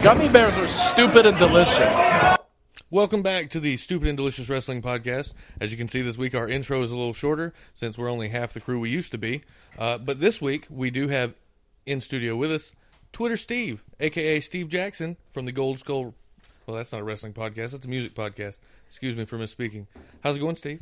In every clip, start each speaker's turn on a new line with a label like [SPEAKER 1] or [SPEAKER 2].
[SPEAKER 1] Gummy bears are stupid and delicious.
[SPEAKER 2] Welcome back to the Stupid and Delicious Wrestling Podcast. As you can see, this week our intro is a little shorter since we're only half the crew we used to be. Uh, but this week we do have in studio with us Twitter Steve, aka Steve Jackson from the Gold Skull. Well, that's not a wrestling podcast; it's a music podcast. Excuse me for misspeaking. How's it going, Steve?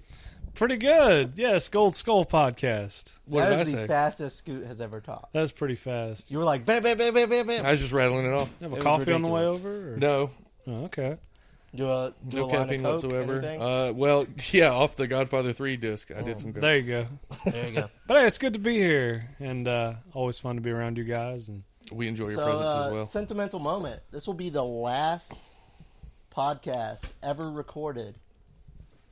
[SPEAKER 3] Pretty good. Yes, Gold Skull podcast.
[SPEAKER 2] What
[SPEAKER 4] that
[SPEAKER 2] did
[SPEAKER 4] is
[SPEAKER 2] I
[SPEAKER 4] the
[SPEAKER 2] say?
[SPEAKER 4] fastest Scoot has ever talked.
[SPEAKER 3] That's pretty fast. You
[SPEAKER 4] You were like, bam, bam, bam, bam, bam, bam.
[SPEAKER 2] I was just rattling it off.
[SPEAKER 3] have
[SPEAKER 4] It
[SPEAKER 3] a
[SPEAKER 4] was
[SPEAKER 3] coffee on the way
[SPEAKER 4] ridiculous.
[SPEAKER 3] over? or-
[SPEAKER 2] No,
[SPEAKER 3] Oh, okay.
[SPEAKER 4] Do a, do
[SPEAKER 2] no
[SPEAKER 4] a line of
[SPEAKER 2] caffeine
[SPEAKER 4] coke,
[SPEAKER 2] whatsoever.
[SPEAKER 4] anything? Oh,
[SPEAKER 2] Uh, well, yeah, off the Godfather Three disc, I did some good.
[SPEAKER 3] There you go.
[SPEAKER 4] there you go.
[SPEAKER 3] But hey, it's good to be here, and uh, always fun to be around you guys. And
[SPEAKER 2] We enjoy your
[SPEAKER 4] so,
[SPEAKER 2] presence
[SPEAKER 4] uh,
[SPEAKER 2] as well.
[SPEAKER 4] sentimental moment. This will be the last podcast ever recorded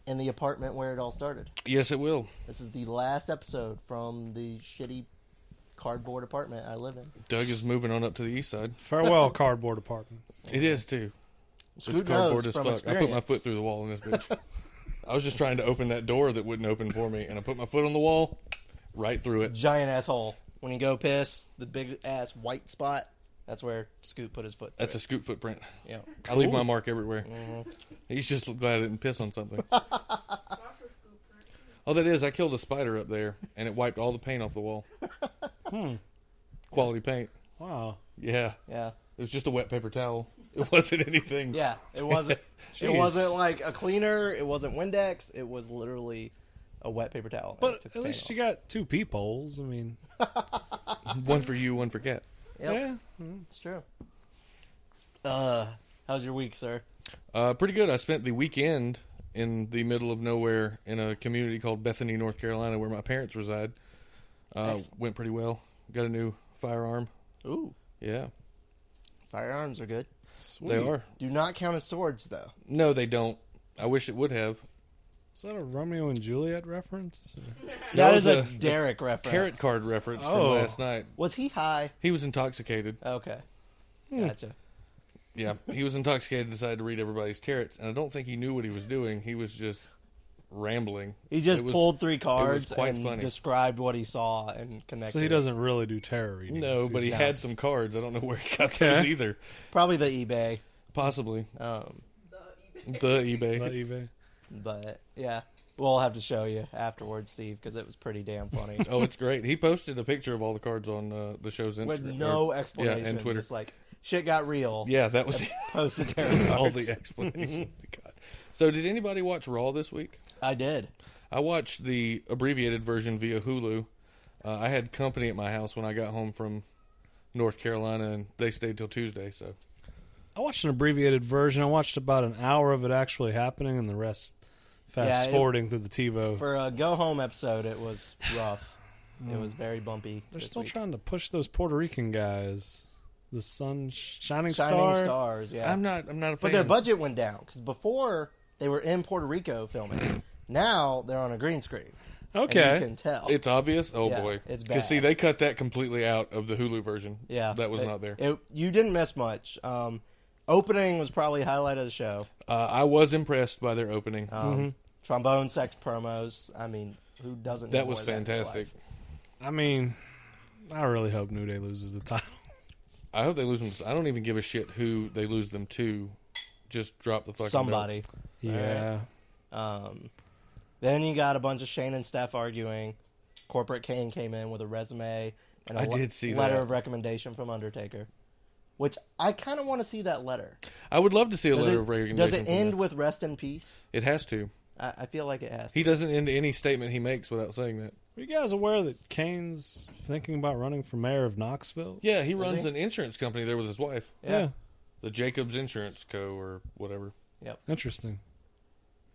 [SPEAKER 4] in the apartment where it all started.
[SPEAKER 2] Yes, it will.
[SPEAKER 4] This is the last episode from the shitty cardboard apartment I live in.
[SPEAKER 2] Doug is moving on up to the east side.
[SPEAKER 3] farewell, cardboard apartment.
[SPEAKER 2] It is too.
[SPEAKER 4] Scoot
[SPEAKER 2] it's cardboard
[SPEAKER 4] knows
[SPEAKER 2] as
[SPEAKER 4] from
[SPEAKER 2] fuck. I put my
[SPEAKER 4] experience.
[SPEAKER 2] foot through the wall in this bitch. I was just trying to open that door that wouldn't open for me, and I put my foot on the wall, right through it.
[SPEAKER 4] Giant asshole. When you go piss, the big ass white spot. That's where Scoot put his foot.
[SPEAKER 2] That's a scoop footprint.
[SPEAKER 4] yeah.
[SPEAKER 2] I leave my mark everywhere.
[SPEAKER 4] Mm-hmm.
[SPEAKER 2] He's just glad I didn't piss on something. oh, that is. I killed a spider up there, and it wiped all the paint off the wall.
[SPEAKER 4] Hmm.
[SPEAKER 2] Quality paint.
[SPEAKER 3] Wow.
[SPEAKER 2] Yeah.
[SPEAKER 4] Yeah.
[SPEAKER 2] It was just a wet paper towel. It wasn't anything.
[SPEAKER 4] Yeah, it wasn't. it
[SPEAKER 3] Jeez.
[SPEAKER 4] wasn't like a cleaner. It wasn't Windex. It was literally a wet paper towel.
[SPEAKER 3] But at least you got two peepholes. I mean,
[SPEAKER 2] One for you, one for Cat.
[SPEAKER 3] yeah.
[SPEAKER 4] it's true. Uh, how's your week, sir?
[SPEAKER 2] Uh, pretty good. I spent the weekend in the middle of nowhere in a community called Bethany, North Carolina, where my parents reside. Uh,
[SPEAKER 4] Excellent.
[SPEAKER 2] went pretty well. Got a new firearm.
[SPEAKER 4] Ooh,
[SPEAKER 2] Yeah,
[SPEAKER 4] firearms are good.
[SPEAKER 2] they are.
[SPEAKER 4] Do not count as swords, though.
[SPEAKER 2] No, they don't. I wish it would have.
[SPEAKER 3] Is that a Romeo and Juliet reference? Or-
[SPEAKER 4] that
[SPEAKER 2] was
[SPEAKER 4] is a
[SPEAKER 2] a-
[SPEAKER 4] Derek reference.
[SPEAKER 2] Carrot card reference from
[SPEAKER 3] Oh.
[SPEAKER 2] last night.
[SPEAKER 4] Was he high?
[SPEAKER 2] He was intoxicated.
[SPEAKER 4] Okay,
[SPEAKER 2] Hmm.
[SPEAKER 4] gotcha.
[SPEAKER 2] Yeah, he was intoxicated. and Decided to read everybody's tarets, and I don't think he knew what he was doing. He was just rambling.
[SPEAKER 4] He just
[SPEAKER 2] It was-
[SPEAKER 4] pulled three cards
[SPEAKER 2] quite
[SPEAKER 4] and
[SPEAKER 2] funny.
[SPEAKER 4] described what he saw and connected.
[SPEAKER 3] so he
[SPEAKER 4] it.
[SPEAKER 3] doesn't really do tarot readings.
[SPEAKER 2] No,
[SPEAKER 3] He's
[SPEAKER 2] but he
[SPEAKER 3] just-
[SPEAKER 2] had some cards. I don't know where he got those
[SPEAKER 3] Okay.
[SPEAKER 2] either.
[SPEAKER 4] probably the eBay.
[SPEAKER 2] Possibly
[SPEAKER 4] Um,
[SPEAKER 2] the eBay.
[SPEAKER 3] Not eBay.
[SPEAKER 4] but yeah, we'll have to show you afterwards, Steve, because it was pretty damn funny.
[SPEAKER 2] Oh, it's great. He posted a picture of all the cards on uh, the show's Instagram.
[SPEAKER 4] with no
[SPEAKER 2] or-
[SPEAKER 4] explanation.
[SPEAKER 2] Yeah, and Twitter.
[SPEAKER 4] Just like shit got real.
[SPEAKER 2] yeah, that was
[SPEAKER 4] Posted Terrence
[SPEAKER 2] all
[SPEAKER 4] Arts.
[SPEAKER 2] the explanation. God. So, did anybody watch Raw this week?
[SPEAKER 4] I did.
[SPEAKER 2] I watched the abbreviated version via Hulu. Uh, I had company at my house when I got home from North Carolina, and they stayed till Tuesday. So,
[SPEAKER 3] I watched an abbreviated version. I watched about an hour of it actually happening, and the rest fast
[SPEAKER 4] it-
[SPEAKER 3] forwarding through the TiVo.
[SPEAKER 4] For a go home episode, it was rough. It
[SPEAKER 2] Mm.
[SPEAKER 4] was very bumpy.
[SPEAKER 3] They're
[SPEAKER 4] this
[SPEAKER 3] still
[SPEAKER 4] week.
[SPEAKER 3] trying to push those Puerto Rican guys. The sun, shining,
[SPEAKER 4] Shining
[SPEAKER 3] star.
[SPEAKER 4] stars, yeah.
[SPEAKER 2] I'm not. I'm not a fan.
[SPEAKER 4] but their budget went down because before they were in Puerto Rico filming. now they're on a green screen. and
[SPEAKER 3] Okay.
[SPEAKER 4] you can tell.
[SPEAKER 2] It's obvious. Oh
[SPEAKER 4] Yeah,
[SPEAKER 2] boy,
[SPEAKER 4] it's
[SPEAKER 2] Because see,
[SPEAKER 4] bad.
[SPEAKER 2] they cut that completely out of the Hulu version.
[SPEAKER 4] yeah,
[SPEAKER 2] that was
[SPEAKER 4] it-
[SPEAKER 2] not there.
[SPEAKER 4] It, you didn't miss much. Um, opening was probably highlight of the show.
[SPEAKER 2] uh, I was impressed by their opening.
[SPEAKER 4] Um, Trombone sex promos. I mean, who doesn't?
[SPEAKER 2] that
[SPEAKER 4] enjoy
[SPEAKER 2] was
[SPEAKER 4] in their
[SPEAKER 2] fantastic.
[SPEAKER 4] life?
[SPEAKER 3] I mean, I really hope New Day loses the title.
[SPEAKER 2] I hope they lose them. I don't even give a shit who they lose them to. Just drop the fucking
[SPEAKER 4] Somebody.
[SPEAKER 2] belts.
[SPEAKER 3] yeah.
[SPEAKER 4] Um, then you got a bunch of Shane and Steph arguing. Corporate Kane came in with a resume and a
[SPEAKER 2] I
[SPEAKER 4] le-
[SPEAKER 2] did see
[SPEAKER 4] letter
[SPEAKER 2] that.
[SPEAKER 4] of recommendation from Undertaker, which I kind of want to see that letter.
[SPEAKER 2] I would love to see a
[SPEAKER 4] Does
[SPEAKER 2] letter
[SPEAKER 4] it,
[SPEAKER 2] of recognition.
[SPEAKER 4] does it
[SPEAKER 2] from
[SPEAKER 4] end
[SPEAKER 2] them.
[SPEAKER 4] with rest in peace?
[SPEAKER 2] It has to.
[SPEAKER 4] I, I feel like it has. To.
[SPEAKER 2] He doesn't end any statement he makes without saying that.
[SPEAKER 3] Were you guys aware that Kane's thinking about running for mayor of Knoxville?
[SPEAKER 2] Yeah, he runs
[SPEAKER 4] he?
[SPEAKER 2] an insurance company there with his wife,
[SPEAKER 4] Yeah.
[SPEAKER 2] the Jacobs Insurance Co. or whatever.
[SPEAKER 4] Yep.
[SPEAKER 3] Interesting.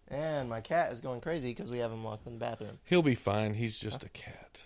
[SPEAKER 4] And my cat is going crazy because we haven't locked in the bathroom.
[SPEAKER 2] He'll be fine. He's just a cat.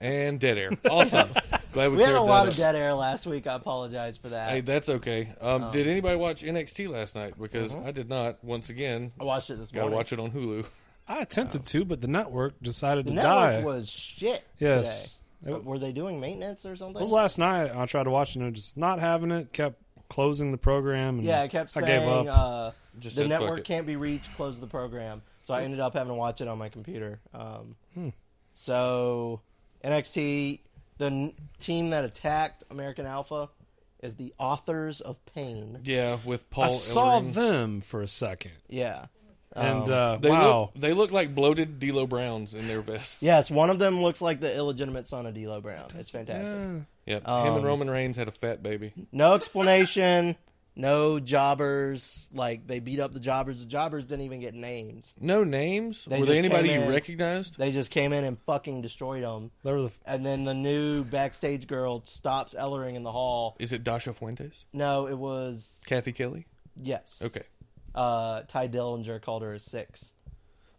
[SPEAKER 2] and dead air. Awesome. Glad we,
[SPEAKER 4] We had
[SPEAKER 2] cleared
[SPEAKER 4] a lot
[SPEAKER 2] that
[SPEAKER 4] of
[SPEAKER 2] up.
[SPEAKER 4] dead air last week. I apologize for that.
[SPEAKER 2] Hey, that's okay. Um, did anybody watch NXT last night? Because I did not. Once again,
[SPEAKER 4] I watched it this
[SPEAKER 2] gotta
[SPEAKER 4] morning.
[SPEAKER 2] watch it on Hulu.
[SPEAKER 3] I attempted to, but the network decided
[SPEAKER 4] Oh. the
[SPEAKER 3] to
[SPEAKER 4] network
[SPEAKER 3] die.
[SPEAKER 4] was shit
[SPEAKER 3] yes.
[SPEAKER 4] today. Uh,
[SPEAKER 3] It
[SPEAKER 4] Were they doing maintenance or something?
[SPEAKER 3] was last night. I tried to watch it and it was just not having it. Kept closing the program. And
[SPEAKER 4] Yeah, I kept saying
[SPEAKER 3] I gave up.
[SPEAKER 4] Uh,
[SPEAKER 2] Just
[SPEAKER 4] the
[SPEAKER 2] said, "Fuck it."
[SPEAKER 4] network can't be reached. Close the program. So I ended
[SPEAKER 3] Hmm.
[SPEAKER 4] up having to watch it on my computer. Um, So NXT The n- team that attacked American Alpha is the Authors of Pain.
[SPEAKER 2] Yeah, with Paul.
[SPEAKER 3] I saw
[SPEAKER 2] Ellering.
[SPEAKER 3] them for a second,
[SPEAKER 4] Yeah.
[SPEAKER 3] and
[SPEAKER 4] Oh.
[SPEAKER 3] uh,
[SPEAKER 2] They
[SPEAKER 3] wow,
[SPEAKER 2] look they look like bloated D'Lo Browns in their vests.
[SPEAKER 4] Yes, one of them looks like the illegitimate son of D'Lo Brown. It's fantastic.
[SPEAKER 3] Eh,
[SPEAKER 2] Yep.
[SPEAKER 3] Um,
[SPEAKER 2] Him and Roman Reigns had a fat baby.
[SPEAKER 4] No explanation. No jobbers. Like they beat up the jobbers. The jobbers didn't even get names.
[SPEAKER 2] No names.
[SPEAKER 4] They
[SPEAKER 2] Were they
[SPEAKER 4] just
[SPEAKER 2] anybody
[SPEAKER 4] came
[SPEAKER 2] you
[SPEAKER 4] in.
[SPEAKER 2] recognized?
[SPEAKER 4] They just came in and fucking destroyed them.
[SPEAKER 3] they were the
[SPEAKER 4] And then the new backstage girl stops Ellering in the hall.
[SPEAKER 2] Is it Dasha Fuentes?
[SPEAKER 4] No, it was
[SPEAKER 2] Kathy Kelly?
[SPEAKER 4] yes.
[SPEAKER 2] Okay.
[SPEAKER 4] Uh, Ty Dillinger called her a six.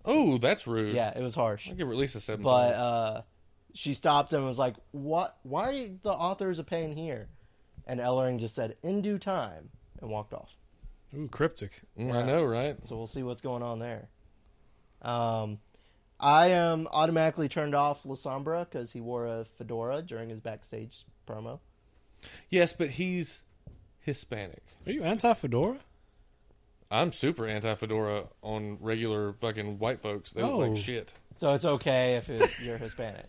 [SPEAKER 2] Oh, that's rude.
[SPEAKER 4] Yeah, it was harsh.
[SPEAKER 2] I could release a seven.
[SPEAKER 4] But uh, she stopped him and was like, "What? Why are the authors of pain here?" And Ellering just said, "In due time," and walked off.
[SPEAKER 3] ooh, cryptic.
[SPEAKER 2] Mm, I
[SPEAKER 4] uh,
[SPEAKER 2] know, right?
[SPEAKER 4] So we'll see what's going on there. Um, I am automatically turned off Lasombra because he wore a fedora during his backstage promo.
[SPEAKER 2] Yes, but he's Hispanic.
[SPEAKER 3] Are you anti fedora?
[SPEAKER 2] I'm super anti fedora on regular fucking white folks. They look
[SPEAKER 3] Oh.
[SPEAKER 2] like shit.
[SPEAKER 4] So it's okay if it, you're Hispanic.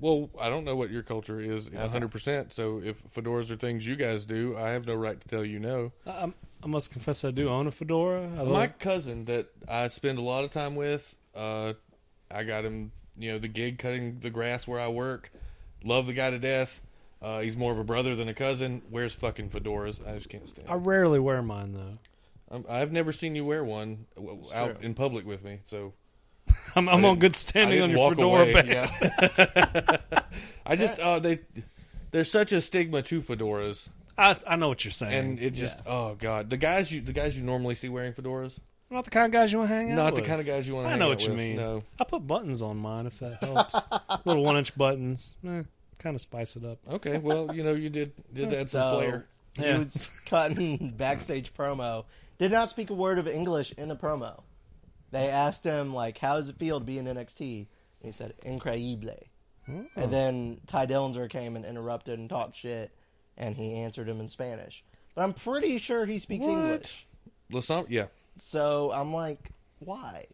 [SPEAKER 2] Well, I don't know what your culture is
[SPEAKER 4] Uh-huh.
[SPEAKER 2] 100%. So if fedoras are things you guys do, I have no right to tell you no.
[SPEAKER 3] I, I'm- I must confess, I do own a fedora. I
[SPEAKER 2] My
[SPEAKER 3] love,
[SPEAKER 2] cousin that I spend a lot of time with, uh, I got him, you know, the gig cutting the grass where I work. Love the guy to death. Uh, he's more of a brother than a cousin. Wears fucking fedoras. I just can't stand.
[SPEAKER 3] I
[SPEAKER 2] It.
[SPEAKER 3] rarely wear mine though.
[SPEAKER 2] I'm, I've never seen you wear one w- out
[SPEAKER 4] true.
[SPEAKER 2] in public with me. So
[SPEAKER 3] I'm,
[SPEAKER 2] I
[SPEAKER 3] I'm on
[SPEAKER 2] didn't- I
[SPEAKER 3] good standing on
[SPEAKER 2] didn't
[SPEAKER 3] your
[SPEAKER 2] walk
[SPEAKER 3] fedora.
[SPEAKER 2] away,
[SPEAKER 3] ban.
[SPEAKER 2] yeah. I just uh, they there's such a stigma to fedoras,
[SPEAKER 3] I, I know what you're saying.
[SPEAKER 2] and it just oh god, the guys you the guys you normally see wearing fedoras,
[SPEAKER 3] I'm not the kind of guys you want to hang out
[SPEAKER 2] not
[SPEAKER 3] with.
[SPEAKER 2] the kind of guys you want. to
[SPEAKER 3] I know what you mean.
[SPEAKER 2] No,
[SPEAKER 3] I put buttons on mine if that helps. Little one inch buttons. Eh, kind of spice it up.
[SPEAKER 2] okay, well you know you did did add some
[SPEAKER 4] So
[SPEAKER 2] flair.
[SPEAKER 4] he
[SPEAKER 3] Yeah.
[SPEAKER 4] was cutting backstage promo. Did not speak a word of English in the promo. They asked him like, "How does it feel to be in NXT?" And he said, "Incredible." And then Ty Dillinger came and interrupted and talked shit, and he answered him in Spanish. But I'm pretty sure he speaks
[SPEAKER 2] What?
[SPEAKER 4] English.
[SPEAKER 2] Lasom- yeah.
[SPEAKER 4] So I'm like, why?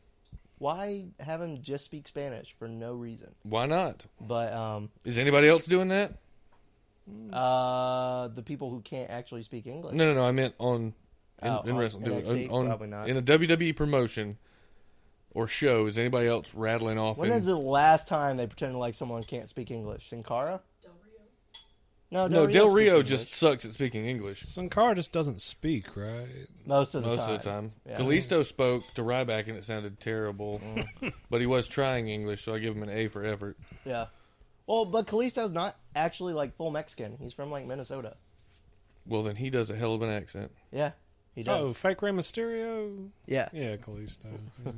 [SPEAKER 4] Why have him just speak Spanish for no reason?
[SPEAKER 2] Why not?
[SPEAKER 4] But um,
[SPEAKER 2] Is anybody else doing that?
[SPEAKER 4] uh, the people who can't actually speak English.
[SPEAKER 2] No, no, no. I meant on in,
[SPEAKER 4] Oh,
[SPEAKER 2] in
[SPEAKER 4] on
[SPEAKER 2] wrestling.
[SPEAKER 4] NXT?
[SPEAKER 2] on, on-
[SPEAKER 4] Probably not.
[SPEAKER 2] In a WWE promotion or show, is anybody else rattling off?
[SPEAKER 4] When
[SPEAKER 2] in-
[SPEAKER 4] is the last time they pretended like someone can't speak English? Sin Cara? No, Del
[SPEAKER 2] no,
[SPEAKER 4] Rio
[SPEAKER 2] Del
[SPEAKER 4] speaks
[SPEAKER 2] Rio
[SPEAKER 4] English
[SPEAKER 2] just sucks at speaking English
[SPEAKER 3] Sin Cara just doesn't speak, right?
[SPEAKER 4] most of the
[SPEAKER 2] most
[SPEAKER 4] time.
[SPEAKER 2] of the time.
[SPEAKER 4] Yeah.
[SPEAKER 2] Kalisto spoke to Ryback and it sounded terrible,
[SPEAKER 4] Mm.
[SPEAKER 2] but he was trying English, so I give him an A for effort.
[SPEAKER 4] Yeah. Well, but Kalisto's not actually like full Mexican. He's from like Minnesota.
[SPEAKER 2] Well, then he does a hell of an accent.
[SPEAKER 4] Yeah, he
[SPEAKER 3] Oh,
[SPEAKER 4] does.
[SPEAKER 3] fake Rey Mysterio.
[SPEAKER 4] yeah.
[SPEAKER 3] Yeah, Kalisto. Yeah.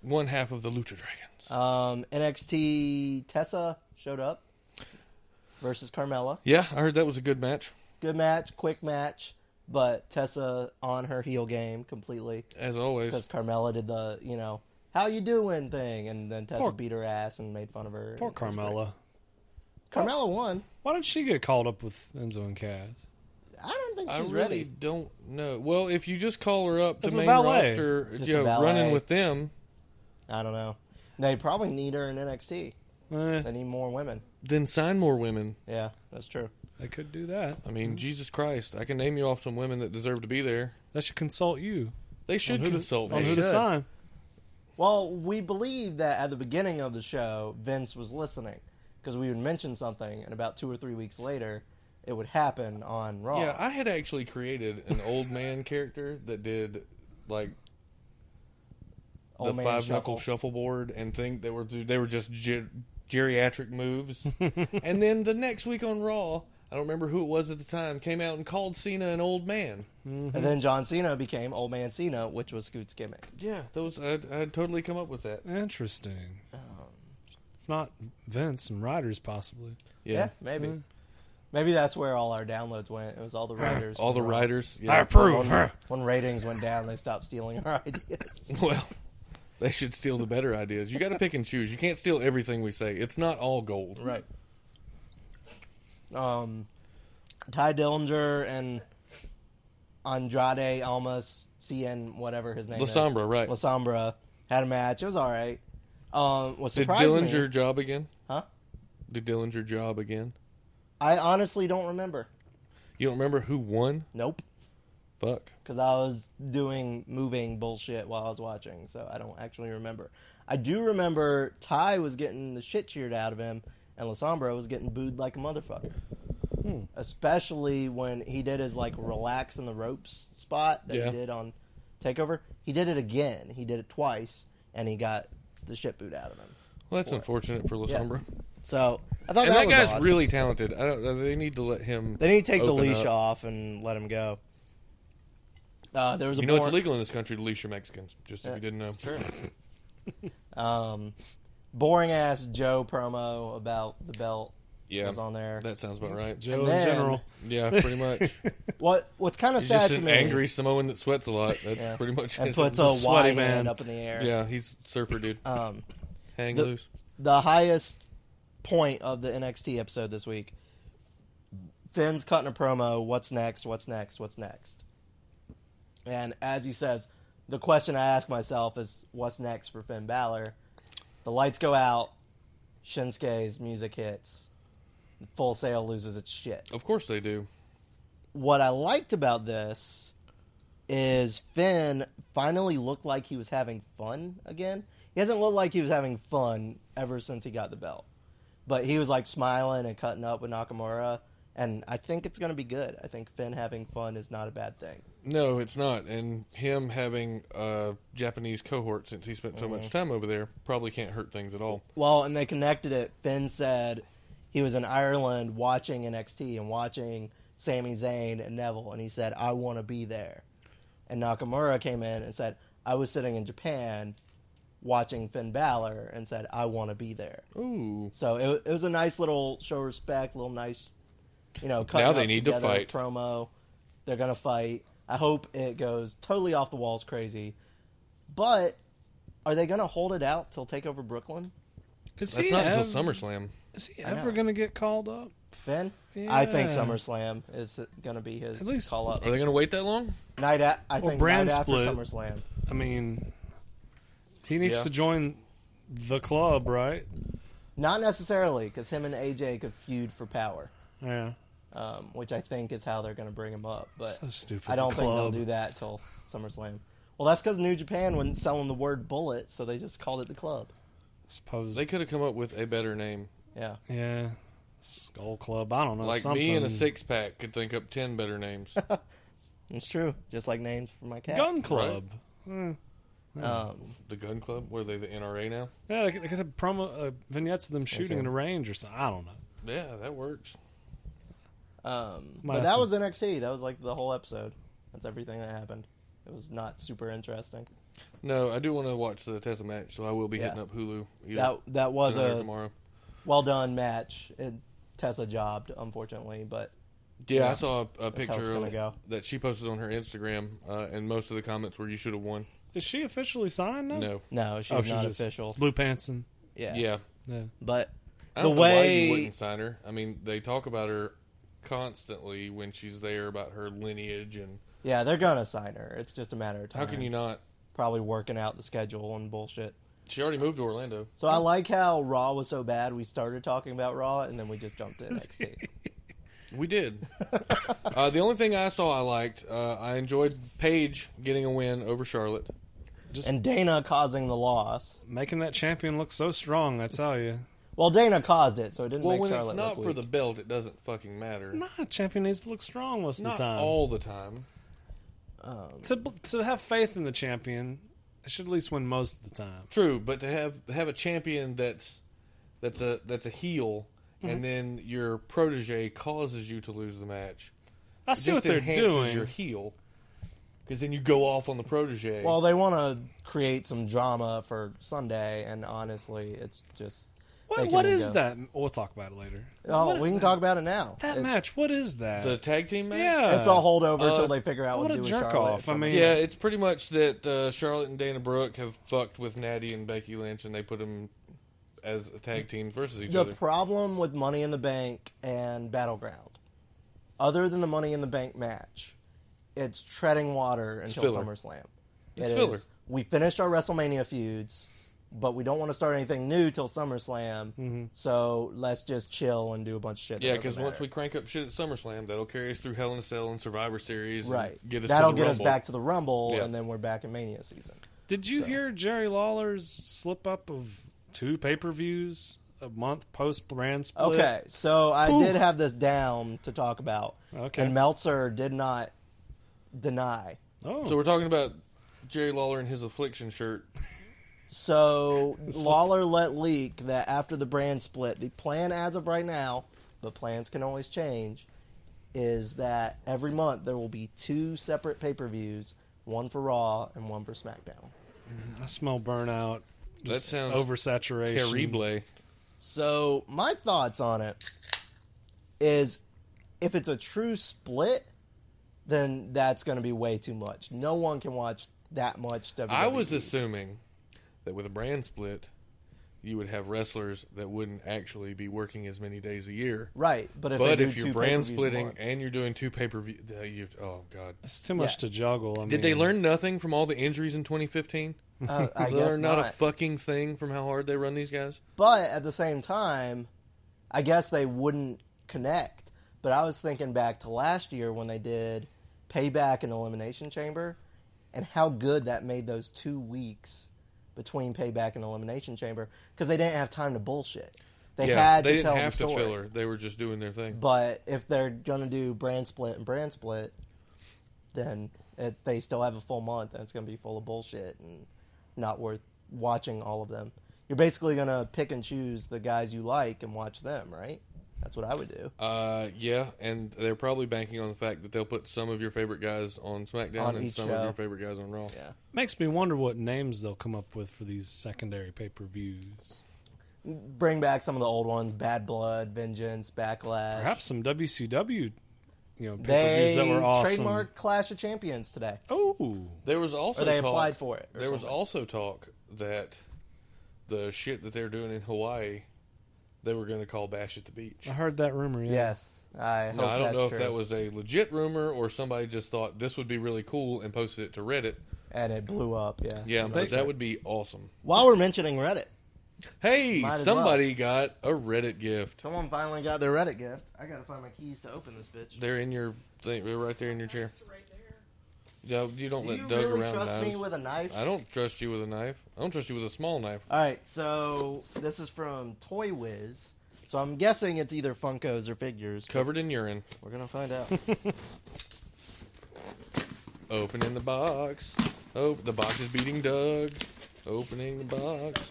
[SPEAKER 2] One half of the Lucha Dragons.
[SPEAKER 4] Um, NXT Tessa showed up versus Carmella.
[SPEAKER 2] yeah, I heard that was a good match,
[SPEAKER 4] Good match, quick match, but Tessa on her heel game completely
[SPEAKER 2] as
[SPEAKER 4] because
[SPEAKER 2] always.
[SPEAKER 4] Carmella did the you know how you doing thing, and then Tessa
[SPEAKER 3] Poor-
[SPEAKER 4] beat her ass and made fun of her.
[SPEAKER 3] Poor
[SPEAKER 4] It was great.
[SPEAKER 3] Carmella.
[SPEAKER 4] Carmella won.
[SPEAKER 3] Why did she get called up with Enzo and Cass?
[SPEAKER 4] I don't think
[SPEAKER 2] I
[SPEAKER 4] she's
[SPEAKER 2] really
[SPEAKER 4] ready.
[SPEAKER 2] don't know. Well, if you just call her up to
[SPEAKER 3] It's a
[SPEAKER 2] main
[SPEAKER 3] valet.
[SPEAKER 2] roster,
[SPEAKER 4] Just
[SPEAKER 2] you
[SPEAKER 4] a
[SPEAKER 2] know, running
[SPEAKER 4] valet.
[SPEAKER 2] with them,
[SPEAKER 4] I don't know. They probably need her in NXT.
[SPEAKER 3] Eh,
[SPEAKER 4] They need more women.
[SPEAKER 2] then sign more women.
[SPEAKER 4] Yeah, that's true.
[SPEAKER 3] they could do that.
[SPEAKER 2] I
[SPEAKER 4] Mm-hmm.
[SPEAKER 2] mean, Jesus Christ, I can name you off some women that deserve to be there.
[SPEAKER 3] They should consult you
[SPEAKER 2] They should
[SPEAKER 3] on who, to,
[SPEAKER 2] consult
[SPEAKER 3] on
[SPEAKER 2] me.
[SPEAKER 3] who to sign.
[SPEAKER 4] Well, we believe that at the beginning of the show, Vince was listening because we would mention something, and about two or three weeks later, it would happen on Raw.
[SPEAKER 2] Yeah, I had actually created an old man character that did like
[SPEAKER 4] Old
[SPEAKER 2] the
[SPEAKER 4] Man
[SPEAKER 2] five
[SPEAKER 4] Shuffle.
[SPEAKER 2] knuckle shuffleboard and thing. They were they were just ge- geriatric moves. and then the next week on Raw, I don't remember who it was at the time, came out and called Cena an old man.
[SPEAKER 4] And then John Cena became Old Man Cena, which was Scoot's gimmick.
[SPEAKER 2] Yeah, those I'd, I'd totally come up with that.
[SPEAKER 3] Interesting.
[SPEAKER 2] Um,
[SPEAKER 3] If not Vince and Riders, possibly.
[SPEAKER 4] Yeah, maybe.
[SPEAKER 2] Hmm.
[SPEAKER 4] Maybe that's where all our downloads went. It was all the writers.
[SPEAKER 2] all the
[SPEAKER 4] from Raw.
[SPEAKER 2] writers. Yeah.
[SPEAKER 3] approve.
[SPEAKER 4] When ratings went down, they stopped stealing our ideas.
[SPEAKER 2] Well, they should steal the better ideas. You got to pick and choose. You can't steal everything we say. It's not all gold.
[SPEAKER 4] right. Um, Ty Dillinger and Andrade Almas, CN, whatever his name is.
[SPEAKER 2] Lasombra, right.
[SPEAKER 4] Lasombra had a match. It was all right. Um, what
[SPEAKER 2] Did
[SPEAKER 4] surprised
[SPEAKER 2] Dillinger
[SPEAKER 4] me,
[SPEAKER 2] job again?
[SPEAKER 4] huh?
[SPEAKER 2] Did Dillinger job again?
[SPEAKER 4] I honestly don't remember.
[SPEAKER 2] You don't remember who won?
[SPEAKER 4] Nope.
[SPEAKER 2] Fuck.
[SPEAKER 4] because I was doing moving bullshit while I was watching, so I don't actually remember. I do remember Ty was getting the shit cheered out of him, and Lasombra was getting booed like a motherfucker.
[SPEAKER 2] Hmm.
[SPEAKER 4] Especially when he did his like relax in the ropes spot that
[SPEAKER 2] Yeah.
[SPEAKER 4] he did on Takeover. He did it again. He did it twice, and he got the shit booed out of him.
[SPEAKER 2] Well, that's unfortunate for
[SPEAKER 4] Yeah.
[SPEAKER 2] Lasombra.
[SPEAKER 4] So I thought
[SPEAKER 2] And that,
[SPEAKER 4] was
[SPEAKER 2] guy's
[SPEAKER 4] odd.
[SPEAKER 2] really talented. I don't. They need to let him.
[SPEAKER 4] They need to take the
[SPEAKER 2] open
[SPEAKER 4] leash
[SPEAKER 2] up.
[SPEAKER 4] off and let him go. Uh, there was a
[SPEAKER 2] You know it's
[SPEAKER 4] more-
[SPEAKER 2] illegal in this country to leash your Mexicans. Just if you didn't know.
[SPEAKER 4] um, boring ass Joe promo about the belt
[SPEAKER 2] Yeah.
[SPEAKER 4] was on there.
[SPEAKER 2] That sounds about right.
[SPEAKER 3] Joe
[SPEAKER 4] And then-
[SPEAKER 3] in general.
[SPEAKER 2] Yeah, pretty much.
[SPEAKER 4] What what's kind of
[SPEAKER 2] He's
[SPEAKER 4] sad
[SPEAKER 2] just
[SPEAKER 4] to
[SPEAKER 2] an
[SPEAKER 4] me?
[SPEAKER 2] angry Samoan that sweats a lot. That's
[SPEAKER 4] Yeah.
[SPEAKER 2] pretty much
[SPEAKER 4] and
[SPEAKER 2] it.
[SPEAKER 4] puts
[SPEAKER 3] a
[SPEAKER 4] a
[SPEAKER 3] sweaty
[SPEAKER 4] wide hand
[SPEAKER 3] man.
[SPEAKER 4] up in the air.
[SPEAKER 2] Yeah, he's surfer dude.
[SPEAKER 4] Um,
[SPEAKER 2] Hang
[SPEAKER 4] the-
[SPEAKER 2] loose.
[SPEAKER 4] the highest point of the NXT episode this week. Finn's cutting a promo. What's next? What's next? What's next? And as he says, the question I ask myself is, what's next for Finn Balor? The lights go out. Shinsuke's music hits. Full Sail loses its shit.
[SPEAKER 2] Of course they do.
[SPEAKER 4] what I liked about this is Finn finally looked like he was having fun again. He hasn't looked like he was having fun ever since he got the belt. But he was like smiling and cutting up with Nakamura. And I think it's going to be good. I think Finn having fun is not a bad thing.
[SPEAKER 2] No, it's not. And him having a Japanese cohort since he spent so much time over there probably can't hurt things at all.
[SPEAKER 4] Well, and they connected it. Finn said he was in Ireland watching NXT and watching Sami Zayn and Neville, and he said, I want to be there. And Nakamura came in and said, I was sitting in Japan watching Finn Balor and said, I want to be there.
[SPEAKER 2] Ooh.
[SPEAKER 4] So it, it was a nice little show of respect, little nice, you know, cutting
[SPEAKER 2] Now they
[SPEAKER 4] up
[SPEAKER 2] need to
[SPEAKER 4] together
[SPEAKER 2] fight.
[SPEAKER 4] promo. They're going to fight. I hope it goes totally off the walls crazy. But are they going to hold it out till TakeOver Brooklyn?
[SPEAKER 3] Is
[SPEAKER 2] That's
[SPEAKER 3] he,
[SPEAKER 2] not until
[SPEAKER 3] ev-
[SPEAKER 2] SummerSlam.
[SPEAKER 3] is he
[SPEAKER 4] I know.
[SPEAKER 3] ever going to get called up?
[SPEAKER 4] Finn? I think
[SPEAKER 3] Yeah.
[SPEAKER 4] SummerSlam is going to be his
[SPEAKER 3] At least-
[SPEAKER 4] call up.
[SPEAKER 2] Are they going to wait that long?
[SPEAKER 4] Night at, I think
[SPEAKER 3] brand
[SPEAKER 4] night after
[SPEAKER 3] split.
[SPEAKER 4] SummerSlam.
[SPEAKER 3] I mean, he needs
[SPEAKER 2] Yeah.
[SPEAKER 3] to join the club, right?
[SPEAKER 4] Not necessarily, because him and AJ could feud for power,
[SPEAKER 3] Yeah.
[SPEAKER 4] um, which I think is how they're going to bring him up. But
[SPEAKER 3] So stupid.
[SPEAKER 4] I don't
[SPEAKER 3] The
[SPEAKER 4] think they'll
[SPEAKER 3] club.
[SPEAKER 4] do that till SummerSlam. Well, that's because New Japan wasn't selling the word bullet, so they just called it the club.
[SPEAKER 3] suppose.
[SPEAKER 2] They could have come up with a better name.
[SPEAKER 4] Yeah.
[SPEAKER 3] yeah. Skull Club. I don't know.
[SPEAKER 2] Like
[SPEAKER 3] something.
[SPEAKER 2] me and a six pack could think up ten better names.
[SPEAKER 4] It's true. Just like names for my cat.
[SPEAKER 3] Gun Club.
[SPEAKER 4] Um,
[SPEAKER 2] the Gun Club? Were they the NRA now?
[SPEAKER 3] Yeah, they could, they could have promo uh, vignettes of them shooting
[SPEAKER 4] see.
[SPEAKER 3] in a range or something. I don't know.
[SPEAKER 2] Yeah, that works.
[SPEAKER 4] um,
[SPEAKER 3] Might
[SPEAKER 4] but
[SPEAKER 3] have
[SPEAKER 4] that
[SPEAKER 3] some-
[SPEAKER 4] was NXT. That was like the whole episode. That's everything that happened. It was not super interesting.
[SPEAKER 2] No, I do want to watch the Tessa match, so I will be
[SPEAKER 4] Yeah.
[SPEAKER 2] hitting up Hulu. either
[SPEAKER 4] That that was
[SPEAKER 2] tonight or
[SPEAKER 4] a
[SPEAKER 2] tomorrow.
[SPEAKER 4] well done match. It, Tessa jobbed, unfortunately, but
[SPEAKER 2] Yeah,
[SPEAKER 4] Yeah.
[SPEAKER 2] I saw a, a
[SPEAKER 4] That's how it's
[SPEAKER 2] picture
[SPEAKER 4] gonna
[SPEAKER 2] of-
[SPEAKER 4] go.
[SPEAKER 2] that she posted on her Instagram, uh, and most of the comments were "You should have won."
[SPEAKER 3] Is she officially signed now?
[SPEAKER 2] No,
[SPEAKER 4] no, she's
[SPEAKER 3] Oh,
[SPEAKER 4] not
[SPEAKER 3] just
[SPEAKER 4] official.
[SPEAKER 3] Blue pants and
[SPEAKER 4] Yeah.
[SPEAKER 2] yeah,
[SPEAKER 3] yeah.
[SPEAKER 4] But
[SPEAKER 2] I
[SPEAKER 4] the
[SPEAKER 2] don't know why you
[SPEAKER 4] way
[SPEAKER 2] wouldn't sign her. I mean, they talk about her constantly when she's there about her lineage, and
[SPEAKER 4] Yeah, they're gonna sign her. It's just a matter of time.
[SPEAKER 2] how can you not?
[SPEAKER 4] probably working out the schedule and bullshit.
[SPEAKER 2] She already moved to Orlando.
[SPEAKER 4] So I like how Raw was so bad we started talking about Raw and then we just jumped to NXT.
[SPEAKER 2] We did. uh, the only thing I saw I liked, uh, I enjoyed Paige getting a win over Charlotte.
[SPEAKER 4] and Dana causing the loss.
[SPEAKER 3] Making that champion look so strong, I tell you.
[SPEAKER 4] Well, Dana caused it, so it didn't
[SPEAKER 2] Well,
[SPEAKER 4] make
[SPEAKER 2] when
[SPEAKER 4] Charlotte
[SPEAKER 2] it's not
[SPEAKER 4] look
[SPEAKER 2] for
[SPEAKER 4] weak.
[SPEAKER 2] the belt, it doesn't fucking matter.
[SPEAKER 3] Nah, champion needs to look strong most
[SPEAKER 2] Not
[SPEAKER 3] of the time.
[SPEAKER 2] all the time.
[SPEAKER 3] To to have faith in the champion, I should at least win most of the time.
[SPEAKER 2] True, but to have have a champion that's that's a that's a heel,
[SPEAKER 4] Mm-hmm.
[SPEAKER 2] and then your protege causes you to lose the match.
[SPEAKER 3] I see what
[SPEAKER 2] just
[SPEAKER 3] they're
[SPEAKER 2] enhances
[SPEAKER 3] doing.
[SPEAKER 2] Your heel, because then you go off on the protege.
[SPEAKER 4] Well, they want to create some drama for Sunday, and honestly, it's just.
[SPEAKER 3] What,
[SPEAKER 4] making
[SPEAKER 3] what
[SPEAKER 4] me
[SPEAKER 3] is
[SPEAKER 4] go-
[SPEAKER 3] that? We'll talk about it later.
[SPEAKER 4] Oh,
[SPEAKER 3] What-
[SPEAKER 4] we can talk about it now.
[SPEAKER 3] that
[SPEAKER 4] It-
[SPEAKER 3] match. What is that?
[SPEAKER 2] the tag team match.
[SPEAKER 3] yeah,
[SPEAKER 4] It's all holdover
[SPEAKER 2] Uh,
[SPEAKER 4] until they figure out
[SPEAKER 3] what
[SPEAKER 4] what, to
[SPEAKER 3] a
[SPEAKER 4] do with
[SPEAKER 3] jerk
[SPEAKER 4] Charlotte.
[SPEAKER 3] off. I
[SPEAKER 4] So-
[SPEAKER 3] mean-
[SPEAKER 2] Yeah, it's pretty much that uh, Charlotte and Dana Brooke have fucked with Natty and Becky Lynch, and they put them as a tag team versus each
[SPEAKER 4] the
[SPEAKER 2] other.
[SPEAKER 4] problem with Money in the Bank and Battleground, other than the Money in the Bank match, it's treading water until
[SPEAKER 2] filler.
[SPEAKER 4] SummerSlam.
[SPEAKER 2] It's
[SPEAKER 4] It
[SPEAKER 2] filler.
[SPEAKER 4] is- We finished our WrestleMania feuds. but we don't want to start anything new till SummerSlam. So let's just chill and do a bunch of shit. that
[SPEAKER 2] Mm-hmm. Yeah,
[SPEAKER 4] doesn't
[SPEAKER 2] because once
[SPEAKER 4] matter.
[SPEAKER 2] we crank up shit at SummerSlam, that'll carry us through Hell in a Cell and Survivor Series. and
[SPEAKER 4] right,
[SPEAKER 2] get us
[SPEAKER 4] that'll
[SPEAKER 2] to the
[SPEAKER 4] get us
[SPEAKER 2] Rumble.
[SPEAKER 4] back to the Rumble,
[SPEAKER 2] Yeah.
[SPEAKER 4] and then we're back in Mania season.
[SPEAKER 3] Did you
[SPEAKER 4] So-
[SPEAKER 3] hear Jerry Lawler's slip up of two pay per views a month post brand split?
[SPEAKER 4] Okay, so I
[SPEAKER 3] Whew.
[SPEAKER 4] did have this down to talk about.
[SPEAKER 3] Okay.
[SPEAKER 4] and Meltzer did not deny.
[SPEAKER 3] Oh,
[SPEAKER 2] So we're talking about Jerry Lawler and his affliction shirt.
[SPEAKER 4] So Lawler let leak that after the brand split, the plan as of right now, but plans can always change, is that every month there will be two separate pay per views, one for Raw and one for SmackDown.
[SPEAKER 3] I smell burnout.
[SPEAKER 2] That
[SPEAKER 3] just
[SPEAKER 2] sounds
[SPEAKER 3] oversaturation.
[SPEAKER 2] Terrible.
[SPEAKER 4] So my thoughts on it is if it's a true split, then that's going to be way too much. No one can watch that much E. WWE.
[SPEAKER 2] I was assuming that with a brand split, you would have wrestlers that wouldn't actually be working as many days a year.
[SPEAKER 4] right, but if, they
[SPEAKER 2] But
[SPEAKER 4] do
[SPEAKER 2] if you're
[SPEAKER 4] two
[SPEAKER 2] brand
[SPEAKER 4] pay-per-views a
[SPEAKER 2] splitting
[SPEAKER 4] month-
[SPEAKER 2] and you're doing two pay per view, oh god.
[SPEAKER 3] It's too much to
[SPEAKER 4] Yeah.
[SPEAKER 3] juggle. I
[SPEAKER 2] Did they
[SPEAKER 3] mean,
[SPEAKER 2] learn nothing from all the injuries in 2015?
[SPEAKER 4] uh,
[SPEAKER 2] They
[SPEAKER 4] I guess
[SPEAKER 2] learned
[SPEAKER 4] not.
[SPEAKER 2] not a fucking thing from how hard they run these guys.
[SPEAKER 4] But at the same time, I guess they wouldn't connect. But I was thinking back to last year when they did Payback and Elimination Chamber and how good that made those two weeks between Payback and Elimination Chamber because they didn't have time to bullshit. They
[SPEAKER 2] yeah,
[SPEAKER 4] had
[SPEAKER 2] they
[SPEAKER 4] to
[SPEAKER 2] didn't
[SPEAKER 4] tell
[SPEAKER 2] have
[SPEAKER 4] the story.
[SPEAKER 2] to filler. They were just doing their thing.
[SPEAKER 4] But if they're going to do brand split and brand split, then it, they still have a full month and it's going to be full of bullshit and not worth watching all of them. You're basically going to pick and choose the guys you like and watch them, right? That's what I would do.
[SPEAKER 2] Uh, yeah, and they're probably banking on the fact that they'll put some of your favorite guys on SmackDown
[SPEAKER 4] On
[SPEAKER 2] and
[SPEAKER 4] each
[SPEAKER 2] some
[SPEAKER 4] show.
[SPEAKER 2] of your favorite guys on Raw.
[SPEAKER 4] Yeah.
[SPEAKER 3] Makes me wonder what names they'll come up with for these secondary pay per views.
[SPEAKER 4] Bring back some of the old ones Bad Blood, Vengeance, Backlash.
[SPEAKER 3] Perhaps some WCW, you know, pay per
[SPEAKER 4] Uh, they
[SPEAKER 3] views that were awesome.
[SPEAKER 4] trademarked Clash of Champions today.
[SPEAKER 3] Oh,
[SPEAKER 2] There was also
[SPEAKER 4] Or they
[SPEAKER 2] talk-
[SPEAKER 4] applied for it or
[SPEAKER 2] There was
[SPEAKER 4] something.
[SPEAKER 2] also talk that the shit that they're doing in Hawaii, they were going to call Bash at the Beach.
[SPEAKER 3] I heard that rumor. Yeah.
[SPEAKER 4] Yes. I hope
[SPEAKER 2] Now, I don't
[SPEAKER 4] that's
[SPEAKER 2] know
[SPEAKER 4] true.
[SPEAKER 2] if that was a legit rumor or somebody just thought this would be really cool and posted it to Reddit.
[SPEAKER 4] And it blew up, yeah.
[SPEAKER 2] Yeah,
[SPEAKER 4] I'm
[SPEAKER 2] but
[SPEAKER 4] not
[SPEAKER 2] that
[SPEAKER 4] sure.
[SPEAKER 2] would be awesome.
[SPEAKER 4] While we're mentioning Reddit,
[SPEAKER 2] Hey,
[SPEAKER 4] Might as
[SPEAKER 2] somebody got a Reddit gift.
[SPEAKER 4] Someone finally got their Reddit gift. I gotta find my keys to open this bitch.
[SPEAKER 2] They're in your thing. They're right there in your chair. Yeah, you don't
[SPEAKER 4] Do
[SPEAKER 2] let
[SPEAKER 4] you
[SPEAKER 2] Doug
[SPEAKER 4] really
[SPEAKER 2] around
[SPEAKER 4] trust me
[SPEAKER 2] knives.
[SPEAKER 4] with a knife?
[SPEAKER 2] I don't trust you with a knife. I don't trust you with a small knife.
[SPEAKER 4] All right, so this is from Toy Wiz. So I'm guessing it's either Funkos or figures. but
[SPEAKER 2] Covered in urine.
[SPEAKER 4] We're gonna find out.
[SPEAKER 2] Opening the box. Oh, the box is beating Doug. Opening the box.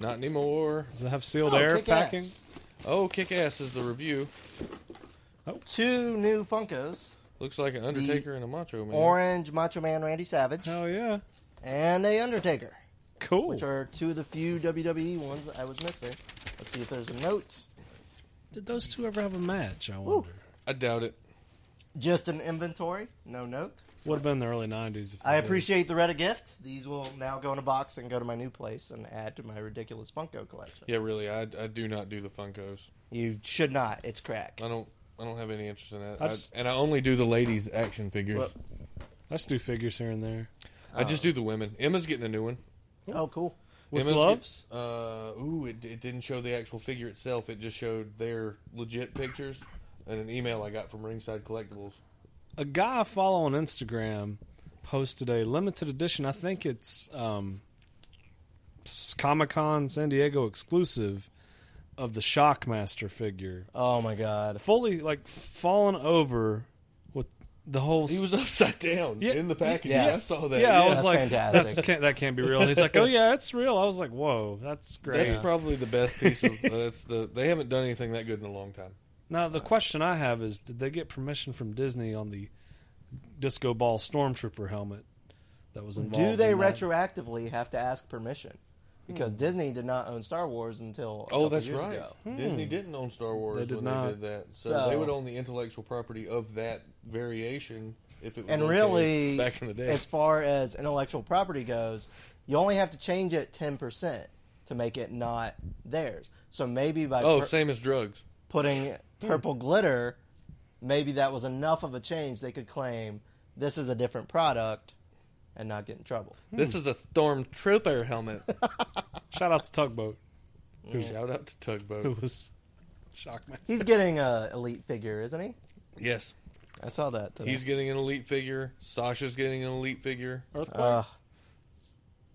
[SPEAKER 2] Not anymore.
[SPEAKER 3] Does it have sealed
[SPEAKER 4] Oh,
[SPEAKER 3] air
[SPEAKER 4] kick ass.
[SPEAKER 3] packing?
[SPEAKER 2] Oh, kick ass is the review.
[SPEAKER 4] Two new Funkos:
[SPEAKER 2] Looks like an Undertaker and a Macho Man.
[SPEAKER 4] Orange Macho Man Randy Savage
[SPEAKER 3] Hell yeah!
[SPEAKER 4] and a Undertaker,
[SPEAKER 3] Cool.
[SPEAKER 4] which are two of the few WWE ones that I was missing. Let's see if there's a note.
[SPEAKER 3] Did those two ever have a match? I wonder.
[SPEAKER 2] I doubt it.
[SPEAKER 4] Just an inventory, no note.
[SPEAKER 3] Would have been in the early '90s. If
[SPEAKER 4] I
[SPEAKER 3] they did.
[SPEAKER 4] appreciate the Reddit gift. These will now go in a box and go to my new place and add to my ridiculous Funko collection.
[SPEAKER 2] Yeah, really. I, I do not do the Funkos.
[SPEAKER 4] You should not. It's crack.
[SPEAKER 2] I don't. I don't have any interest in that.
[SPEAKER 3] I
[SPEAKER 2] I
[SPEAKER 3] just-
[SPEAKER 2] and I only do the ladies' action figures.
[SPEAKER 4] Well-
[SPEAKER 3] I just do figures here and there.
[SPEAKER 2] I just do the women. Emma's getting a new one.
[SPEAKER 4] Oh, cool.
[SPEAKER 3] With
[SPEAKER 2] Emma's
[SPEAKER 3] gloves?
[SPEAKER 2] get- uh, ooh, it, it didn't show the actual figure itself. It just showed their legit pictures and an email I got from Ringside Collectibles.
[SPEAKER 3] a guy I follow on Instagram posted a limited edition. I think it's um, Comic Con San Diego exclusive of the Shockmaster figure,
[SPEAKER 4] Oh my god.
[SPEAKER 3] fully like fallen over with the whole.
[SPEAKER 2] He was upside down
[SPEAKER 3] Yeah,
[SPEAKER 2] in the package.
[SPEAKER 4] yeah.
[SPEAKER 2] Yeah, I saw that.
[SPEAKER 3] yeah, I was
[SPEAKER 4] That's
[SPEAKER 3] like,
[SPEAKER 4] fantastic.
[SPEAKER 3] That's, can't, that can't be real. And he's like, oh yeah, it's real. I was like, whoa, that's great.
[SPEAKER 2] that's probably the best piece of. That's the. They haven't done anything that good in a long time.
[SPEAKER 3] Now the question I have is, did they get permission from Disney on the disco ball stormtrooper helmet that was involved?
[SPEAKER 4] Do they
[SPEAKER 3] in that?
[SPEAKER 4] retroactively have to ask permission? Because Disney did not own Star Wars until a
[SPEAKER 2] Oh,
[SPEAKER 4] couple
[SPEAKER 2] that's
[SPEAKER 4] years
[SPEAKER 2] right.
[SPEAKER 4] ago.
[SPEAKER 2] Disney didn't own Star Wars
[SPEAKER 3] They did
[SPEAKER 2] when
[SPEAKER 3] not.
[SPEAKER 2] they did that, so,
[SPEAKER 4] So-
[SPEAKER 2] they would own the intellectual property of that variation if it was
[SPEAKER 4] And
[SPEAKER 2] okay
[SPEAKER 4] really,
[SPEAKER 2] back in the day.
[SPEAKER 4] as far as intellectual property goes, you only have to change it ten percent to make it not theirs. So maybe by
[SPEAKER 2] Oh,
[SPEAKER 4] pur-
[SPEAKER 2] same Hmm. as drugs.
[SPEAKER 4] putting purple glitter, maybe that was enough of a change they could claim this is a different product, and not get in trouble.
[SPEAKER 3] Hmm.
[SPEAKER 2] This is a stormtrooper helmet.
[SPEAKER 3] Shout out to Tugboat.
[SPEAKER 2] Shout out to Tugboat.
[SPEAKER 3] It was Shockmaster.
[SPEAKER 4] He's getting a elite figure, isn't he?
[SPEAKER 2] yes,
[SPEAKER 4] I saw that. Today.
[SPEAKER 2] he's getting an elite figure. Sasha's getting an elite figure.
[SPEAKER 3] Earthquake.
[SPEAKER 4] Uh,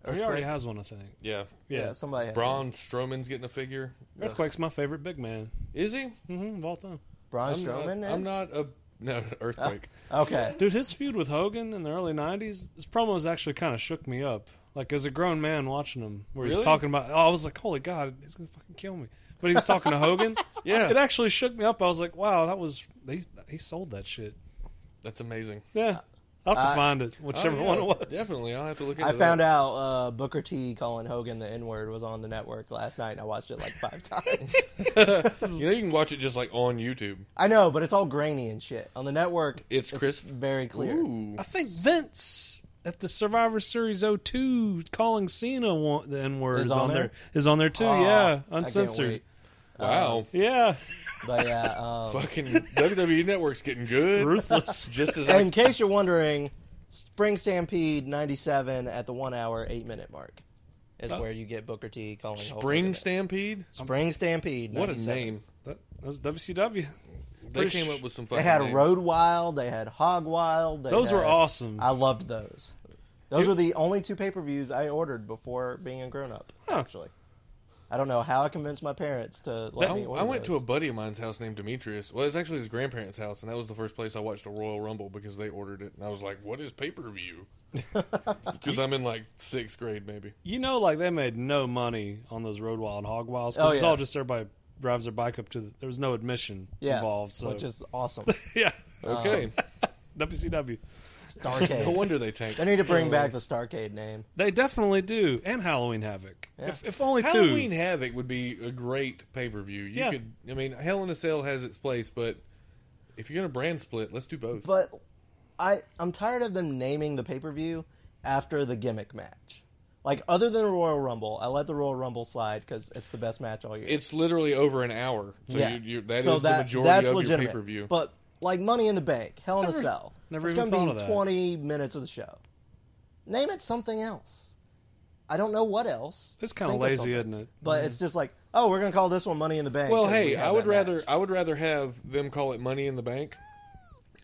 [SPEAKER 3] he already
[SPEAKER 4] Earthquake?
[SPEAKER 3] has one, I think.
[SPEAKER 2] Yeah,
[SPEAKER 4] yeah,
[SPEAKER 3] Yeah.
[SPEAKER 4] somebody has
[SPEAKER 2] Braun Strowman's getting a figure.
[SPEAKER 3] Earthquake's my favorite big man
[SPEAKER 2] Is he?
[SPEAKER 3] hmm of all time.
[SPEAKER 4] one. Braun
[SPEAKER 2] I'm not,
[SPEAKER 4] Strowman. is? Ah.
[SPEAKER 2] I'm not a no earthquake.
[SPEAKER 4] Okay.
[SPEAKER 3] Dude, his feud with Hogan in the early '90s, his promos actually kind of shook me up. Like as a grown man watching him, where he's
[SPEAKER 2] Really?
[SPEAKER 3] talking about, oh, I was like, holy god, he's gonna fucking kill me. But he was talking to Hogan.
[SPEAKER 2] Yeah.
[SPEAKER 3] it actually shook me up. I was like, wow, that was he. He sold that shit.
[SPEAKER 2] That's amazing.
[SPEAKER 3] Yeah, I'll have to find it, whichever
[SPEAKER 2] Oh, yeah,
[SPEAKER 3] one it was.
[SPEAKER 2] Definitely, I'll have to look. Into
[SPEAKER 4] I found
[SPEAKER 2] that.
[SPEAKER 4] out uh, Booker T calling Hogan the N word was on the network last night, and I watched it like five times.
[SPEAKER 2] You know, you can watch it just like on YouTube.
[SPEAKER 4] I know, but it's all grainy and shit. On the network,
[SPEAKER 2] It's crisp.
[SPEAKER 4] very clear.
[SPEAKER 2] Ooh,
[SPEAKER 3] I think Vince at the Survivor Series 02 calling Cena one, the N word
[SPEAKER 4] Is
[SPEAKER 3] is
[SPEAKER 4] on
[SPEAKER 3] on
[SPEAKER 4] there?
[SPEAKER 3] there. Is on there too.
[SPEAKER 4] Ah, I
[SPEAKER 3] Oh, yeah,
[SPEAKER 4] can't
[SPEAKER 3] uncensored.
[SPEAKER 4] wait. Um,
[SPEAKER 2] wow!
[SPEAKER 3] Yeah,
[SPEAKER 4] But yeah, um,
[SPEAKER 2] Fucking WWE Network's getting good.
[SPEAKER 3] ruthless.
[SPEAKER 2] Just as
[SPEAKER 4] And
[SPEAKER 2] I,
[SPEAKER 4] in case you're wondering, Spring Stampede 97 at the one hour, eight minute mark is
[SPEAKER 3] Oh.
[SPEAKER 4] where you get Booker T calling Hulk
[SPEAKER 2] Spring
[SPEAKER 4] Hogan.
[SPEAKER 2] Stampede.
[SPEAKER 4] Spring Stampede.
[SPEAKER 2] What a
[SPEAKER 4] 97.
[SPEAKER 2] name!
[SPEAKER 3] that, that was WCW.
[SPEAKER 2] They came up with some
[SPEAKER 4] They
[SPEAKER 2] fucking.
[SPEAKER 4] had
[SPEAKER 2] names.
[SPEAKER 4] Road Wild, they had Hog Wild. They
[SPEAKER 3] Those were
[SPEAKER 4] had-
[SPEAKER 3] awesome.
[SPEAKER 4] I loved those. Those were the only two pay per views I ordered before being a grown up,
[SPEAKER 3] Huh.
[SPEAKER 4] actually. I don't know how I convinced my parents to let
[SPEAKER 2] I,
[SPEAKER 4] me order
[SPEAKER 2] I went to a
[SPEAKER 4] those.
[SPEAKER 2] buddy of mine's house named Demetrius. Well, it's actually his grandparents' house, and that was the first place I watched a Royal Rumble because they ordered it, and I was like, "What is pay per view?" Because I'm in like sixth grade, maybe.
[SPEAKER 3] You know, like they made no money on those road wild and hog wilds. 'cause
[SPEAKER 4] Oh,
[SPEAKER 3] it's
[SPEAKER 4] yeah.
[SPEAKER 3] all just everybody drives their bike up to. The, there was no admission
[SPEAKER 4] yeah,
[SPEAKER 3] involved. So
[SPEAKER 4] Which is awesome.
[SPEAKER 3] yeah,
[SPEAKER 4] Um,
[SPEAKER 2] Okay,
[SPEAKER 3] WCW.
[SPEAKER 2] no
[SPEAKER 4] Starcade.
[SPEAKER 2] wonder they tanked.
[SPEAKER 4] they need to bring back the Starcade name.
[SPEAKER 3] They definitely do, and Halloween Havoc. If, if only
[SPEAKER 2] Halloween
[SPEAKER 3] two.
[SPEAKER 2] Havoc would be a great pay per view. You
[SPEAKER 3] Yeah.
[SPEAKER 2] could, I mean, Hell in a Cell has its place, but if you're gonna brand split, let's do both.
[SPEAKER 4] But I I'm tired of them naming the pay per view after the gimmick match. Like other than Royal Rumble, I let the Royal Rumble slide because it's the best match all year.
[SPEAKER 2] it's literally over an hour, so you, you, that is the majority of your pay per view.
[SPEAKER 4] But like Money in the Bank, Hell in a
[SPEAKER 3] Never-
[SPEAKER 4] Cell,
[SPEAKER 3] never
[SPEAKER 4] it's
[SPEAKER 3] even
[SPEAKER 4] gonna
[SPEAKER 3] thought
[SPEAKER 4] be
[SPEAKER 3] of that.
[SPEAKER 4] twenty minutes of the show. Name it something else. I don't know what else.
[SPEAKER 3] It's kinda
[SPEAKER 4] Think
[SPEAKER 3] lazy,
[SPEAKER 4] something.
[SPEAKER 3] isn't it?
[SPEAKER 4] But it's just like, oh, we're gonna call this one Money in the Bank.
[SPEAKER 2] Well,
[SPEAKER 4] 'cause we
[SPEAKER 2] hey,
[SPEAKER 4] have
[SPEAKER 2] I would
[SPEAKER 4] that
[SPEAKER 2] rather
[SPEAKER 4] match.
[SPEAKER 2] I would rather have them call it Money in the Bank,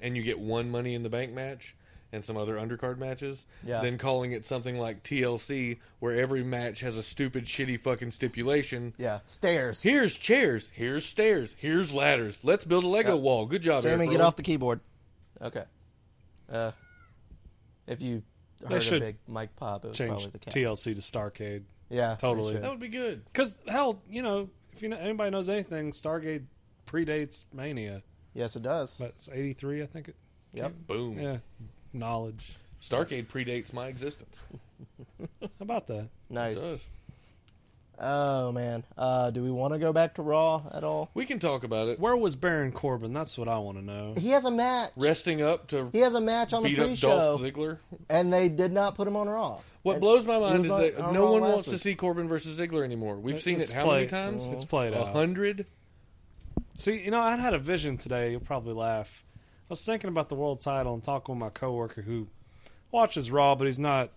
[SPEAKER 2] and you get one Money in the Bank match and some other undercard matches,
[SPEAKER 4] Yeah.
[SPEAKER 2] than calling it something like TLC, where every match has a stupid, shitty, fucking stipulation.
[SPEAKER 4] yeah stairs.
[SPEAKER 2] Here's chairs. Here's stairs. Here's ladders. Let's build a Lego wall. Good job,
[SPEAKER 4] Sammy,
[SPEAKER 2] Eric
[SPEAKER 4] get
[SPEAKER 2] Rowan.
[SPEAKER 4] off the keyboard. Okay. Uh, if you heard a
[SPEAKER 3] should
[SPEAKER 4] big mic pop, it was
[SPEAKER 3] Change
[SPEAKER 4] probably the cat.
[SPEAKER 3] TLC to Starcade.
[SPEAKER 4] Yeah,
[SPEAKER 3] Totally.
[SPEAKER 4] they
[SPEAKER 2] That
[SPEAKER 4] should.
[SPEAKER 2] would be good.
[SPEAKER 3] Because hell, you know, if you know, anybody knows anything, Stargate predates Mania.
[SPEAKER 4] Yes, it does.
[SPEAKER 3] That's eighty three, I think. It.
[SPEAKER 4] Yep.
[SPEAKER 2] Boom.
[SPEAKER 3] Yeah, knowledge.
[SPEAKER 2] Starcade predates my existence.
[SPEAKER 3] How about that?
[SPEAKER 4] Nice.
[SPEAKER 2] does.
[SPEAKER 4] Oh man, uh, do we want to go back to Raw at all?
[SPEAKER 2] We can talk about it.
[SPEAKER 3] Where was Baron Corbin? That's what I want to know.
[SPEAKER 4] He has a match.
[SPEAKER 2] Resting up to
[SPEAKER 4] He has a match on the
[SPEAKER 2] beat up
[SPEAKER 4] pre-show,
[SPEAKER 2] Dolph Ziggler.
[SPEAKER 4] and they did not put him on Raw.
[SPEAKER 2] What
[SPEAKER 4] And
[SPEAKER 2] blows my
[SPEAKER 4] he
[SPEAKER 2] mind
[SPEAKER 4] was
[SPEAKER 2] is
[SPEAKER 4] on-
[SPEAKER 2] that
[SPEAKER 4] on
[SPEAKER 2] no
[SPEAKER 4] Raw
[SPEAKER 2] one
[SPEAKER 4] last
[SPEAKER 2] wants to
[SPEAKER 4] week.
[SPEAKER 2] see Corbin versus Ziggler anymore. We've seen
[SPEAKER 3] It's
[SPEAKER 2] it how many
[SPEAKER 3] played-
[SPEAKER 2] times?
[SPEAKER 3] it's played
[SPEAKER 2] a
[SPEAKER 3] out.
[SPEAKER 2] hundred.
[SPEAKER 3] See, you know, I had a vision today. You'll probably laugh. I was thinking about the world title and talking with my coworker who watches Raw, but he's not.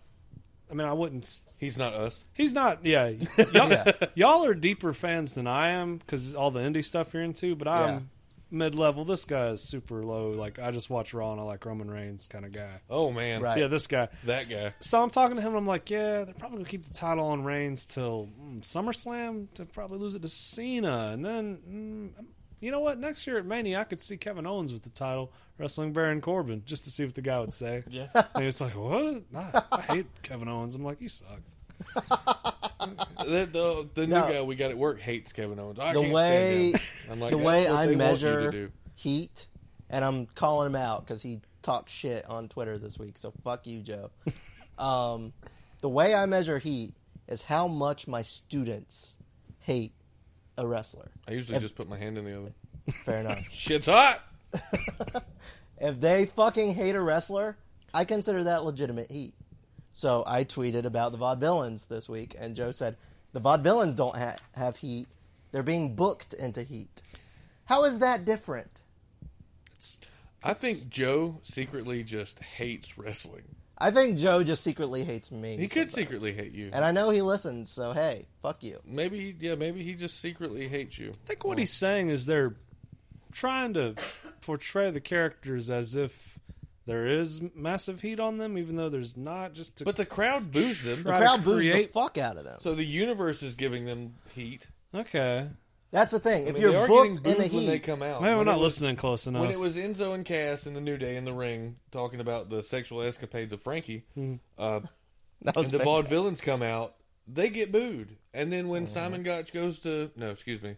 [SPEAKER 3] I mean, I wouldn't.
[SPEAKER 2] He's not us.
[SPEAKER 3] He's not. Yeah, y'all, y'all are deeper fans than I am because all the indie stuff you're into. But I'm
[SPEAKER 4] Yeah.
[SPEAKER 3] mid level. This guy is super low. Like I just watch Raw and I like Roman Reigns kind of guy.
[SPEAKER 2] Oh man,
[SPEAKER 4] Right.
[SPEAKER 3] Yeah, this guy.
[SPEAKER 2] that guy.
[SPEAKER 3] So I'm talking to him, and I'm like, yeah, they're probably gonna keep the title on Reigns till mm, SummerSlam. To probably lose it to Cena, and then mm, you know what? Next year at Mania, I could see Kevin Owens with the title wrestling Baron Corbin just to see what the guy would say. Yeah, and he's like, what? Nah, I hate Kevin Owens. I'm like, you suck.
[SPEAKER 2] The, the, the
[SPEAKER 4] No.
[SPEAKER 2] new guy we got at work hates Kevin Owens. I
[SPEAKER 4] The
[SPEAKER 2] can't
[SPEAKER 4] way-
[SPEAKER 2] stand him. I'm like,
[SPEAKER 4] the
[SPEAKER 2] "That's
[SPEAKER 4] way
[SPEAKER 2] what
[SPEAKER 4] I
[SPEAKER 2] they want you to
[SPEAKER 4] measure
[SPEAKER 2] do."
[SPEAKER 4] heat, and I'm calling him out because he talked shit on Twitter this week. So fuck you, Joe. um, the way I measure heat is how much my students hate a wrestler.
[SPEAKER 2] I usually just put my hand in the oven.
[SPEAKER 4] Fair enough.
[SPEAKER 2] Shit's hot.
[SPEAKER 4] if they fucking hate a wrestler, I consider that legitimate heat. So I tweeted about the vaudevillains this week, and Joe said the vaudevillains don't ha- have heat; they're being booked into heat. How is that different?
[SPEAKER 3] It's
[SPEAKER 2] I think Joe secretly just hates wrestling.
[SPEAKER 4] I think Joe just secretly hates me.
[SPEAKER 2] He could
[SPEAKER 4] sometimes.
[SPEAKER 2] secretly hate you.
[SPEAKER 4] And I know he listens, so hey, fuck you.
[SPEAKER 2] Maybe, yeah, maybe he just secretly hates you.
[SPEAKER 3] I think what he's saying is they're trying to portray the characters as if there is massive heat on them, even though there's not. Just to,
[SPEAKER 2] But the crowd boos them.
[SPEAKER 4] The
[SPEAKER 3] Try to
[SPEAKER 4] crowd boos the
[SPEAKER 3] create-
[SPEAKER 4] fuck out of them.
[SPEAKER 2] So the universe is giving them heat.
[SPEAKER 3] okay,
[SPEAKER 4] That's the
[SPEAKER 2] I
[SPEAKER 4] thing. If
[SPEAKER 2] mean, they
[SPEAKER 4] you're
[SPEAKER 2] are
[SPEAKER 4] booked
[SPEAKER 2] getting booed
[SPEAKER 4] in the
[SPEAKER 2] when they
[SPEAKER 4] heat,
[SPEAKER 2] come out.
[SPEAKER 3] maybe we're
[SPEAKER 2] Oh, When
[SPEAKER 3] not
[SPEAKER 2] it was-
[SPEAKER 3] listening close enough.
[SPEAKER 2] When it was Enzo and Cass in the New Day in the ring talking about the sexual escapades of Frankie,
[SPEAKER 4] Mm-hmm.
[SPEAKER 2] uh,
[SPEAKER 4] that was
[SPEAKER 2] and the
[SPEAKER 4] bad.
[SPEAKER 2] vaudevillains villains come out, they get booed. And then when Simon Gotch goes to no, excuse me,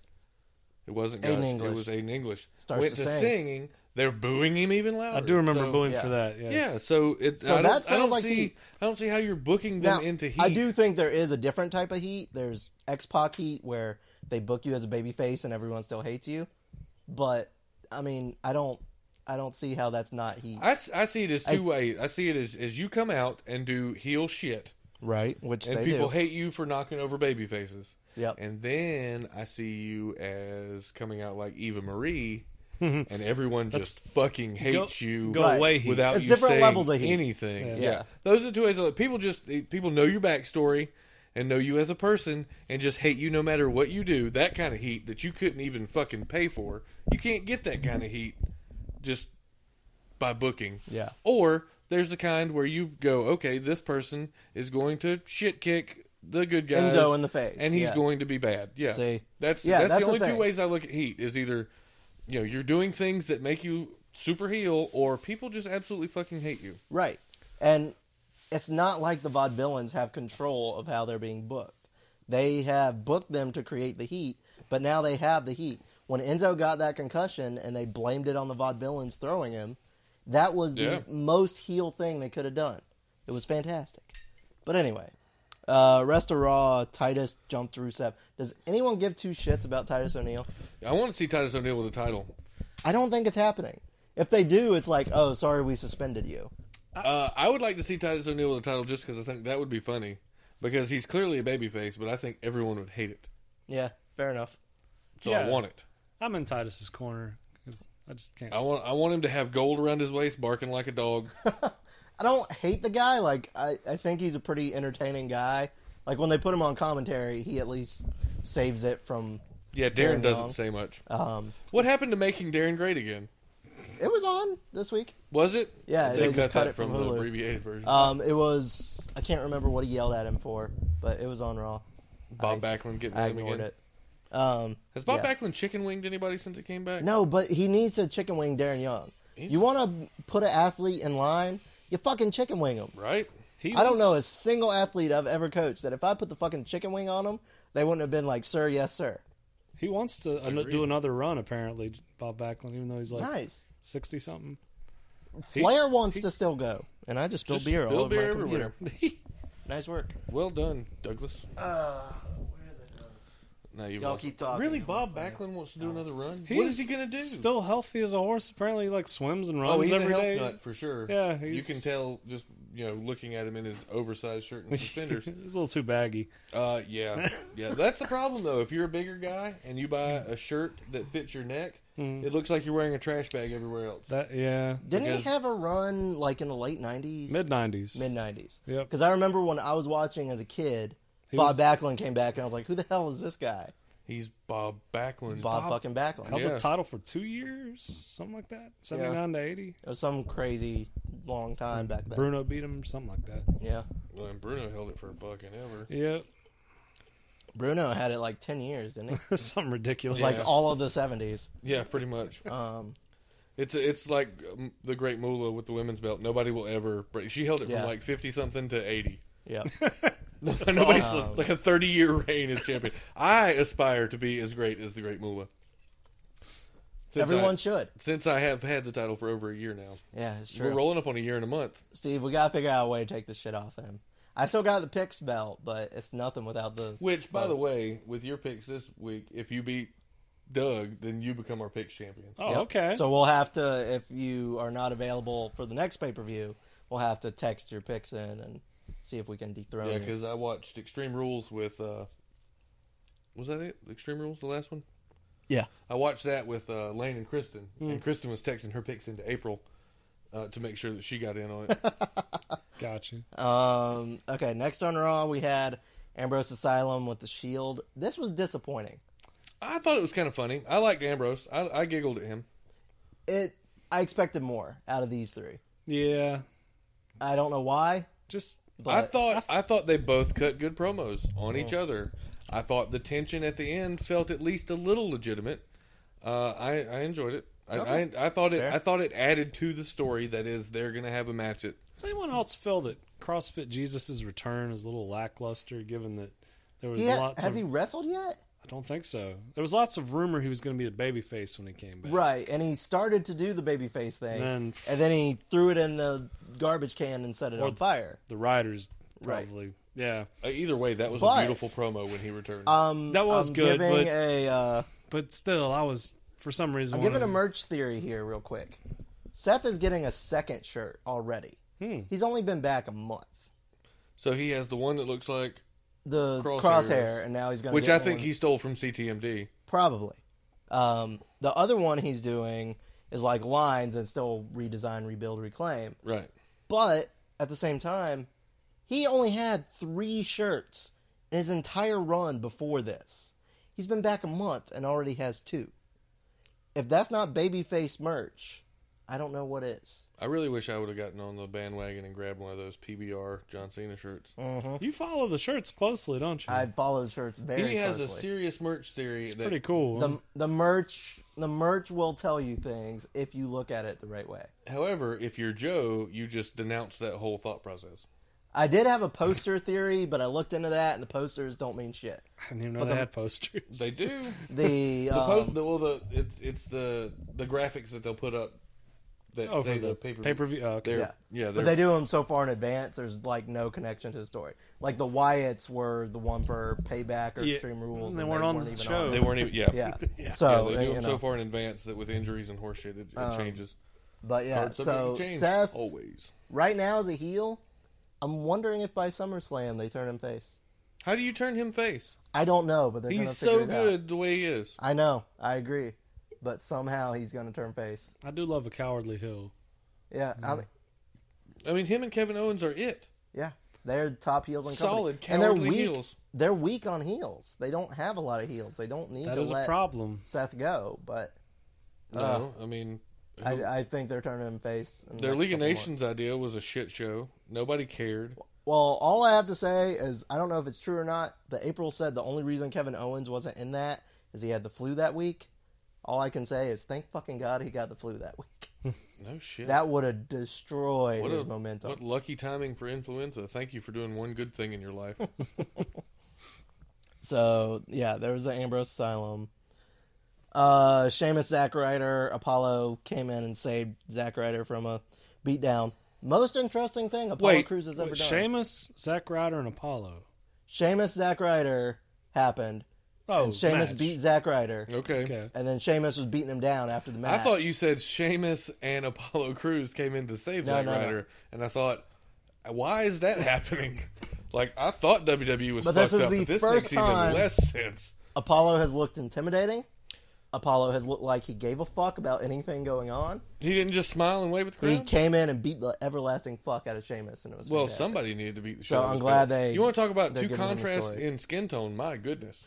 [SPEAKER 2] it wasn't
[SPEAKER 4] Aiden
[SPEAKER 2] Gotch, it
[SPEAKER 4] English.
[SPEAKER 2] was Aiden English.
[SPEAKER 4] Starts
[SPEAKER 2] went
[SPEAKER 4] to
[SPEAKER 2] to
[SPEAKER 4] sing.
[SPEAKER 2] singing, they're booing him even louder.
[SPEAKER 3] I do remember
[SPEAKER 2] So-
[SPEAKER 3] booing
[SPEAKER 4] yeah.
[SPEAKER 3] for that. Yes.
[SPEAKER 2] Yeah, so it.
[SPEAKER 4] So
[SPEAKER 2] I
[SPEAKER 4] that
[SPEAKER 2] don't, I
[SPEAKER 4] sounds
[SPEAKER 2] don't
[SPEAKER 4] like
[SPEAKER 2] see.
[SPEAKER 4] heat.
[SPEAKER 2] I don't see how you're booking them
[SPEAKER 4] Now,
[SPEAKER 2] into heat.
[SPEAKER 4] I do think there is a different type of heat. There's X Pac heat where they book you as a babyface and everyone still hates you. But I mean, I don't, I don't see how that's not heat,
[SPEAKER 2] I, s- I see it as two ways. I see it as as you come out and do heel shit,
[SPEAKER 4] right? Which
[SPEAKER 2] and
[SPEAKER 4] they
[SPEAKER 2] people
[SPEAKER 4] do.
[SPEAKER 2] hate you for knocking over baby faces.
[SPEAKER 4] Yep.
[SPEAKER 2] And then I see you as coming out like Eva Marie, and everyone just fucking hates you.
[SPEAKER 3] go
[SPEAKER 4] Right.
[SPEAKER 3] away heat.
[SPEAKER 2] without
[SPEAKER 4] It's
[SPEAKER 2] you
[SPEAKER 4] different
[SPEAKER 2] saying
[SPEAKER 4] levels of heat.
[SPEAKER 2] anything. Yeah.
[SPEAKER 4] Yeah.
[SPEAKER 2] those are the two ways. Of, people just people know your backstory and know you as a person and just hate you no matter what you do. That kind of heat that you couldn't even fucking pay for. You can't get that kind of heat just by booking.
[SPEAKER 4] Yeah.
[SPEAKER 2] Or there's the kind where you go, okay, this person is going to shit kick the good guys
[SPEAKER 4] Enzo in the face,
[SPEAKER 2] and he's
[SPEAKER 4] yeah.
[SPEAKER 2] going to be bad. Yeah.
[SPEAKER 4] See?
[SPEAKER 2] That's
[SPEAKER 4] Yeah,
[SPEAKER 2] that's,
[SPEAKER 4] that's
[SPEAKER 2] the
[SPEAKER 4] the
[SPEAKER 2] only two
[SPEAKER 4] thing.
[SPEAKER 2] ways I look at heat is either you know, you're doing things that make you super heel or people just absolutely fucking hate you.
[SPEAKER 4] Right. And it's not like the vaudevillains have control of how they're being booked. They have booked them to create the heat, but now they have the heat. When Enzo got that concussion and they blamed it on the vaudevillains throwing him, that was the
[SPEAKER 2] Yeah.
[SPEAKER 4] most heel thing they could have done. It was fantastic. But anyway, uh, rest of Raw, Titus jumped through Seth. Does anyone give two shits about Titus O'Neil?
[SPEAKER 2] I want to see Titus O'Neil with a title.
[SPEAKER 4] I don't think it's happening. If they do, it's like, oh, sorry, we suspended you.
[SPEAKER 2] Uh, I would like to see Titus O'Neil with a title just because I think that would be funny. Because he's clearly a babyface, but I think everyone would hate it.
[SPEAKER 4] Yeah, fair enough.
[SPEAKER 2] So I
[SPEAKER 3] Yeah.
[SPEAKER 2] want it.
[SPEAKER 3] I'm in Titus's corner 'cause I just can't.
[SPEAKER 2] I want I want him to have gold around his waist, barking like a dog.
[SPEAKER 4] I don't hate the guy. Like I, I think he's a pretty entertaining guy. Like when they put him on commentary, he at least saves it from.
[SPEAKER 2] Yeah, Darren
[SPEAKER 4] Darren
[SPEAKER 2] doesn't
[SPEAKER 4] Young.
[SPEAKER 2] say much.
[SPEAKER 4] Um,
[SPEAKER 2] What happened to making Darren great again?
[SPEAKER 4] it was on this week.
[SPEAKER 2] Was it?
[SPEAKER 4] Yeah,
[SPEAKER 2] they,
[SPEAKER 4] they
[SPEAKER 2] cut
[SPEAKER 4] just cut
[SPEAKER 2] that
[SPEAKER 4] it from
[SPEAKER 2] the
[SPEAKER 4] Hulu.
[SPEAKER 2] abbreviated version.
[SPEAKER 4] Um, it was. I can't remember what he yelled at him for, but it was on Raw.
[SPEAKER 2] Bob Backlund getting
[SPEAKER 4] I
[SPEAKER 2] him
[SPEAKER 4] ignored
[SPEAKER 2] again.
[SPEAKER 4] it. Um,
[SPEAKER 2] Has Bob
[SPEAKER 4] yeah.
[SPEAKER 2] Backlund chicken winged anybody since it came back?
[SPEAKER 4] No, but he needs to chicken wing Darren Young. You want to put an athlete in line? You fucking chicken wing him.
[SPEAKER 2] right?
[SPEAKER 3] He
[SPEAKER 4] I don't know a
[SPEAKER 3] was-
[SPEAKER 4] single athlete I've ever coached that if I put the fucking chicken wing on them, they wouldn't have been like, "Sir, yes, sir."
[SPEAKER 3] He wants to uh, do another run. Apparently, Bob Backlund, even though he's like
[SPEAKER 4] Nice.
[SPEAKER 3] sixty something.
[SPEAKER 4] Flair wants to still go, and I just spilled
[SPEAKER 2] Just
[SPEAKER 4] beer all
[SPEAKER 2] spill
[SPEAKER 4] over
[SPEAKER 2] beer
[SPEAKER 4] my computer.
[SPEAKER 2] everywhere.
[SPEAKER 4] Nice work.
[SPEAKER 2] Well done, Douglas. Now you
[SPEAKER 4] Uh, Y'all keep talking.
[SPEAKER 2] Really, Bob Backlund wants to do another run?
[SPEAKER 3] He
[SPEAKER 2] what is he gonna do?
[SPEAKER 3] Still healthy as a horse. Apparently, he, like swims and runs
[SPEAKER 2] oh, he's a
[SPEAKER 3] every
[SPEAKER 2] health
[SPEAKER 3] day.
[SPEAKER 2] nut for sure.
[SPEAKER 3] Yeah,
[SPEAKER 2] you
[SPEAKER 3] he's-
[SPEAKER 2] can tell just you know looking at him in his oversized shirt and suspenders.
[SPEAKER 3] He's a little too baggy.
[SPEAKER 2] Uh, yeah, yeah. That's the problem though. If you're a bigger guy and you buy a shirt that fits your neck,
[SPEAKER 4] Hmm.
[SPEAKER 2] it looks like you're wearing a trash bag everywhere else.
[SPEAKER 3] That yeah.
[SPEAKER 4] Didn't
[SPEAKER 2] Because-
[SPEAKER 4] he have a run like in the late nineties?
[SPEAKER 3] Mid nineties.
[SPEAKER 4] Mid nineties.
[SPEAKER 3] Yep.
[SPEAKER 4] Because I remember when I was watching as a kid, Bob
[SPEAKER 3] was-
[SPEAKER 4] Backlund came back, and I was like, "Who the hell is this guy?"
[SPEAKER 2] He's Bob Backlund.
[SPEAKER 4] Bob, fucking Backlund.
[SPEAKER 3] Held
[SPEAKER 2] Yeah.
[SPEAKER 3] the title for two years, something like that. Seventy nine to eighty.
[SPEAKER 4] It was some crazy long time back then.
[SPEAKER 3] Bruno beat him, something like that.
[SPEAKER 4] Yeah.
[SPEAKER 2] Well, and Bruno held it for fucking ever.
[SPEAKER 3] Yep.
[SPEAKER 4] Bruno had it like ten years, didn't he?
[SPEAKER 3] something ridiculous.
[SPEAKER 4] Like all of the seventies.
[SPEAKER 2] Yeah, pretty much.
[SPEAKER 4] Um,
[SPEAKER 2] It's it's like um, the Great Moolah with the women's belt. Nobody will ever. break. She held it
[SPEAKER 4] Yeah.
[SPEAKER 2] from like fifty something to eighty.
[SPEAKER 4] yeah.
[SPEAKER 2] Nobody's
[SPEAKER 4] awesome.
[SPEAKER 2] it's like a thirty year reign as champion. I aspire to be as great as the Great Moolah. Since
[SPEAKER 4] Everyone
[SPEAKER 2] I,
[SPEAKER 4] should.
[SPEAKER 2] since I have had the title for over a year now.
[SPEAKER 4] Yeah, it's true.
[SPEAKER 2] We're rolling up on a year and a month.
[SPEAKER 4] Steve, we gotta figure out a way to take this shit off him. I still got the picks belt, but it's nothing without the
[SPEAKER 2] Which, by the way, with your picks this week, if you beat Doug, then you become our picks champion.
[SPEAKER 3] oh,
[SPEAKER 4] Yep.
[SPEAKER 3] okay.
[SPEAKER 4] So we'll have to, if you are not available for the next pay per view, we'll have to text your picks in and see if we can dethrone
[SPEAKER 2] Yeah,
[SPEAKER 4] you.
[SPEAKER 2] because I watched Extreme Rules with. uh Was that it? Extreme Rules, the last one.
[SPEAKER 4] Yeah.
[SPEAKER 2] I watched that with uh, Lane and Kristen, and Kristen was texting her picks into April uh, to make sure that she got in on it.
[SPEAKER 3] Gotcha.
[SPEAKER 4] Um, okay, next on Raw we had Ambrose Asylum with the Shield. This was disappointing.
[SPEAKER 2] I thought it was kind of funny. I liked Ambrose. I, I giggled at him.
[SPEAKER 4] It I expected more out of these three.
[SPEAKER 3] Yeah.
[SPEAKER 4] I don't know why,
[SPEAKER 3] Just
[SPEAKER 2] I
[SPEAKER 4] but Oh.
[SPEAKER 2] thought I thought they both cut good promos on each other. I thought the tension at the end felt at least a little legitimate. Uh, I I enjoyed it. I, I, I thought it
[SPEAKER 4] Fair.
[SPEAKER 2] I thought it added to the story that is they're gonna have a match at
[SPEAKER 3] does anyone else feel that CrossFit Jesus' return is a little lackluster given that there was
[SPEAKER 4] he ha-
[SPEAKER 3] lots
[SPEAKER 4] has
[SPEAKER 3] of
[SPEAKER 4] he wrestled yet?
[SPEAKER 3] I don't think so. There was lots of rumor he was going to be the babyface when he came back.
[SPEAKER 4] Right, and he started to do the babyface thing,
[SPEAKER 3] And then-
[SPEAKER 4] and then he threw it in the garbage can and set it on fire.
[SPEAKER 3] The riders
[SPEAKER 4] Right.
[SPEAKER 3] probably. Yeah.
[SPEAKER 2] Uh, Either way, that was
[SPEAKER 4] But-
[SPEAKER 2] a beautiful promo when he returned.
[SPEAKER 4] Um,
[SPEAKER 3] That was
[SPEAKER 4] I'm
[SPEAKER 3] good,
[SPEAKER 4] Giving
[SPEAKER 3] but-
[SPEAKER 4] a, uh,
[SPEAKER 3] But still I was for some reason
[SPEAKER 4] I'm
[SPEAKER 3] one
[SPEAKER 4] giving a
[SPEAKER 3] of-
[SPEAKER 4] merch theory here, real quick. Seth is getting a second shirt already.
[SPEAKER 3] Hmm.
[SPEAKER 4] He's only been back a month.
[SPEAKER 2] so he has the one that looks like,
[SPEAKER 4] The
[SPEAKER 2] Crosshairs.
[SPEAKER 4] crosshair, and now he's going.
[SPEAKER 2] which
[SPEAKER 4] get
[SPEAKER 2] I think
[SPEAKER 4] one.
[SPEAKER 2] he stole from CTMD.
[SPEAKER 4] Probably. Um, the other one he's doing is like lines and still redesign, rebuild, reclaim.
[SPEAKER 2] Right.
[SPEAKER 4] But at the same time, he only had three shirts in his entire run before this. He's been back a month and already has two. If that's not babyface merch, I don't know what is.
[SPEAKER 2] I really wish I would have gotten on the bandwagon and grabbed one of those PBR John Cena shirts.
[SPEAKER 4] Mm.
[SPEAKER 3] You follow the shirts closely, don't you?
[SPEAKER 4] I follow the shirts very
[SPEAKER 2] He has a
[SPEAKER 4] closely.
[SPEAKER 2] serious merch theory.
[SPEAKER 3] it's
[SPEAKER 2] that,
[SPEAKER 3] pretty cool.
[SPEAKER 4] the, the merch, the merch will tell you things if you look at it the right way.
[SPEAKER 2] However, if you're Joe, you just denounce that whole thought process.
[SPEAKER 4] I did have a poster theory, but I looked into that, and the posters don't mean shit.
[SPEAKER 3] I didn't even know they had posters.
[SPEAKER 2] They do.
[SPEAKER 4] The,
[SPEAKER 2] the po-
[SPEAKER 4] um,
[SPEAKER 2] the, well, the it's it's the the graphics that they'll put up that
[SPEAKER 3] Oh,
[SPEAKER 2] say
[SPEAKER 3] for
[SPEAKER 2] the
[SPEAKER 3] the
[SPEAKER 2] paper
[SPEAKER 3] pay-per-view? Oh, okay.
[SPEAKER 4] yeah,
[SPEAKER 2] yeah.
[SPEAKER 4] but
[SPEAKER 2] They're,
[SPEAKER 4] they do them so far in advance. There's like no connection to the story. Like the Wyatts were the one for Payback or
[SPEAKER 3] Yeah.
[SPEAKER 4] Extreme Rules,
[SPEAKER 3] They weren't on the
[SPEAKER 4] even
[SPEAKER 3] show.
[SPEAKER 2] they weren't even yeah
[SPEAKER 4] Yeah.
[SPEAKER 2] Yeah,
[SPEAKER 4] so
[SPEAKER 2] they do
[SPEAKER 4] you
[SPEAKER 2] them
[SPEAKER 4] know.
[SPEAKER 2] so far in advance that with injuries and horseshit, it, it changes.
[SPEAKER 4] but yeah,
[SPEAKER 2] Parts of it
[SPEAKER 4] so
[SPEAKER 2] change
[SPEAKER 4] Seth
[SPEAKER 2] always.
[SPEAKER 4] right now is a heel. I'm wondering if by SummerSlam they turn him face.
[SPEAKER 2] How do you turn him face?
[SPEAKER 4] I don't know, but they're gonna
[SPEAKER 2] He's
[SPEAKER 4] figure
[SPEAKER 2] so
[SPEAKER 4] it out.
[SPEAKER 2] good the way he is.
[SPEAKER 4] I know, I agree, but somehow he's gonna turn face.
[SPEAKER 3] I do love a cowardly hill.
[SPEAKER 4] Yeah,
[SPEAKER 2] Mm-hmm.
[SPEAKER 4] I mean,
[SPEAKER 2] I mean, him and Kevin Owens are it.
[SPEAKER 4] yeah, they're top heels in company.
[SPEAKER 2] Solid,
[SPEAKER 4] and they're
[SPEAKER 2] cowardly
[SPEAKER 4] weak.
[SPEAKER 2] heels.
[SPEAKER 4] They're weak on heels. They don't have a lot of heels. They don't need
[SPEAKER 3] That
[SPEAKER 4] to
[SPEAKER 3] is a
[SPEAKER 4] let
[SPEAKER 3] problem.
[SPEAKER 4] Seth go, but Uh,
[SPEAKER 2] No, I mean,
[SPEAKER 4] I, I think they're turning him face. in the
[SPEAKER 2] their
[SPEAKER 4] next
[SPEAKER 2] League of
[SPEAKER 4] couple
[SPEAKER 2] Nations
[SPEAKER 4] months.
[SPEAKER 2] idea was a shit show. Nobody cared.
[SPEAKER 4] Well, all I have to say is I don't know if it's true or not, but April said the only reason Kevin Owens wasn't in that is he had the flu that week. All I can say is thank fucking God he got the flu that week.
[SPEAKER 2] No shit.
[SPEAKER 4] that would have destroyed
[SPEAKER 2] what
[SPEAKER 4] his
[SPEAKER 2] a-
[SPEAKER 4] momentum.
[SPEAKER 2] What lucky timing for influenza. Thank you for doing one good thing in your life.
[SPEAKER 4] So yeah, there was the Ambrose Asylum. Uh, Sheamus Zack Ryder Apollo came in and saved Zack Ryder from a beatdown. Most interesting thing Apollo
[SPEAKER 2] Wait,
[SPEAKER 4] Cruz has ever
[SPEAKER 3] But
[SPEAKER 4] done.
[SPEAKER 3] Sheamus, Zack Ryder, and Apollo.
[SPEAKER 4] Sheamus Zack Ryder happened.
[SPEAKER 3] Oh,
[SPEAKER 4] And Sheamus
[SPEAKER 3] match.
[SPEAKER 4] beat Zack Ryder,
[SPEAKER 2] Okay.
[SPEAKER 3] Okay.
[SPEAKER 4] and then Sheamus was beating him down after the
[SPEAKER 2] I
[SPEAKER 4] match.
[SPEAKER 2] thought you said Sheamus and Apollo Crews came in to save
[SPEAKER 4] No,
[SPEAKER 2] Zack
[SPEAKER 4] no, no.
[SPEAKER 2] Ryder, and I thought, why is that happening? Like I thought WWE was
[SPEAKER 4] But this
[SPEAKER 2] fucked
[SPEAKER 4] is
[SPEAKER 2] up,
[SPEAKER 4] the
[SPEAKER 2] but this
[SPEAKER 4] first
[SPEAKER 2] makes
[SPEAKER 4] time-
[SPEAKER 2] even less sense.
[SPEAKER 4] Apollo has looked intimidating. Apollo has looked like he gave a fuck about anything going on.
[SPEAKER 2] He didn't just smile and wave at the crowd.
[SPEAKER 4] He came in and beat the everlasting fuck out of Sheamus, and it was
[SPEAKER 2] Well,
[SPEAKER 4] fantastic.
[SPEAKER 2] somebody needed to beat the
[SPEAKER 4] So
[SPEAKER 2] show.
[SPEAKER 4] I'm glad they-
[SPEAKER 2] You want to talk about
[SPEAKER 4] they're
[SPEAKER 2] two
[SPEAKER 4] giving them the
[SPEAKER 2] contrasts
[SPEAKER 4] story.
[SPEAKER 2] in skin tone? My goodness.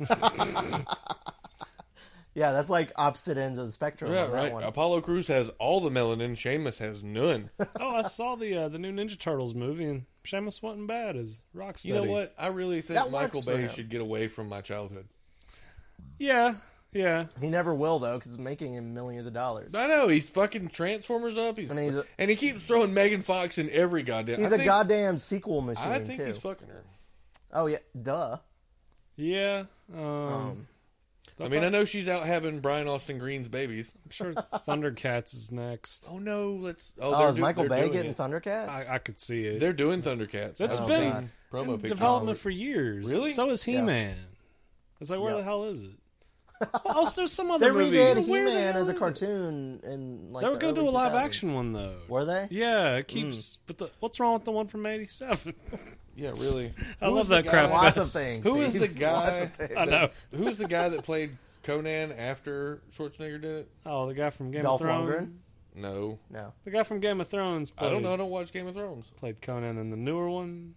[SPEAKER 4] Yeah, that's like opposite ends of the spectrum.
[SPEAKER 2] yeah,
[SPEAKER 4] on that
[SPEAKER 2] right.
[SPEAKER 4] one.
[SPEAKER 2] Apollo Crews has all the melanin. Sheamus has none.
[SPEAKER 3] Oh, I saw the uh, the new Ninja Turtles movie, and Sheamus wasn't bad as Rocksteady.
[SPEAKER 2] You know what? I really think
[SPEAKER 4] That works
[SPEAKER 2] Michael
[SPEAKER 4] for
[SPEAKER 2] Bay
[SPEAKER 4] him.
[SPEAKER 2] should get away from my childhood.
[SPEAKER 3] Yeah, yeah.
[SPEAKER 4] He never will though, because it's making him millions of dollars.
[SPEAKER 2] I know he's fucking Transformers up. He's,
[SPEAKER 4] And he's a-
[SPEAKER 2] and he keeps throwing Megan Fox in every goddamn.
[SPEAKER 4] He's
[SPEAKER 2] a
[SPEAKER 4] a goddamn sequel machine
[SPEAKER 2] I think
[SPEAKER 4] too.
[SPEAKER 2] he's fucking her.
[SPEAKER 4] oh yeah, duh.
[SPEAKER 3] Yeah. Um,
[SPEAKER 2] I mean, I know she's out having Brian Austin Green's babies.
[SPEAKER 3] I'm sure Thundercats is next.
[SPEAKER 2] Oh no, let's. Oh,
[SPEAKER 4] Oh,
[SPEAKER 2] they're
[SPEAKER 4] is
[SPEAKER 2] do-
[SPEAKER 4] Michael
[SPEAKER 2] they're
[SPEAKER 4] Bay
[SPEAKER 2] doing
[SPEAKER 4] getting Oh,
[SPEAKER 2] it.
[SPEAKER 4] Thundercats?
[SPEAKER 3] I, I could see it.
[SPEAKER 2] They're doing Thundercats.
[SPEAKER 3] That's
[SPEAKER 2] I've
[SPEAKER 3] been
[SPEAKER 2] seen promo
[SPEAKER 3] in
[SPEAKER 2] pictures.
[SPEAKER 3] development for years.
[SPEAKER 2] Really?
[SPEAKER 3] So is He Man. It's like, where
[SPEAKER 4] Yeah.
[SPEAKER 3] the hell is it? Well, also, some other
[SPEAKER 4] they
[SPEAKER 3] movie.
[SPEAKER 4] redid
[SPEAKER 3] Where the
[SPEAKER 4] He-Man
[SPEAKER 3] hell
[SPEAKER 4] as
[SPEAKER 3] is
[SPEAKER 4] a
[SPEAKER 3] it?
[SPEAKER 4] cartoon and like
[SPEAKER 3] They were
[SPEAKER 4] going to
[SPEAKER 3] do a live action one though.
[SPEAKER 4] Were they?
[SPEAKER 3] Yeah, it keeps.
[SPEAKER 4] Mm.
[SPEAKER 3] But the, what's wrong with the one from '87?
[SPEAKER 2] Yeah, really.
[SPEAKER 3] I
[SPEAKER 2] Who
[SPEAKER 3] love
[SPEAKER 2] was the
[SPEAKER 3] that
[SPEAKER 2] guy-
[SPEAKER 3] crap.
[SPEAKER 4] Lots of
[SPEAKER 3] fest.
[SPEAKER 4] things.
[SPEAKER 2] Who is
[SPEAKER 4] Steve.
[SPEAKER 2] the guy?
[SPEAKER 4] Lots of things.
[SPEAKER 3] I know.
[SPEAKER 2] Who was the guy that played Conan after Schwarzenegger did it?
[SPEAKER 3] Oh, the guy from Game
[SPEAKER 4] Dolph
[SPEAKER 3] of Thrones.
[SPEAKER 4] Lundgren.
[SPEAKER 2] No,
[SPEAKER 4] No.
[SPEAKER 3] The guy from Game of Thrones
[SPEAKER 2] I
[SPEAKER 3] played,
[SPEAKER 2] don't know. I don't watch Game of Thrones.
[SPEAKER 3] played Conan in the newer one.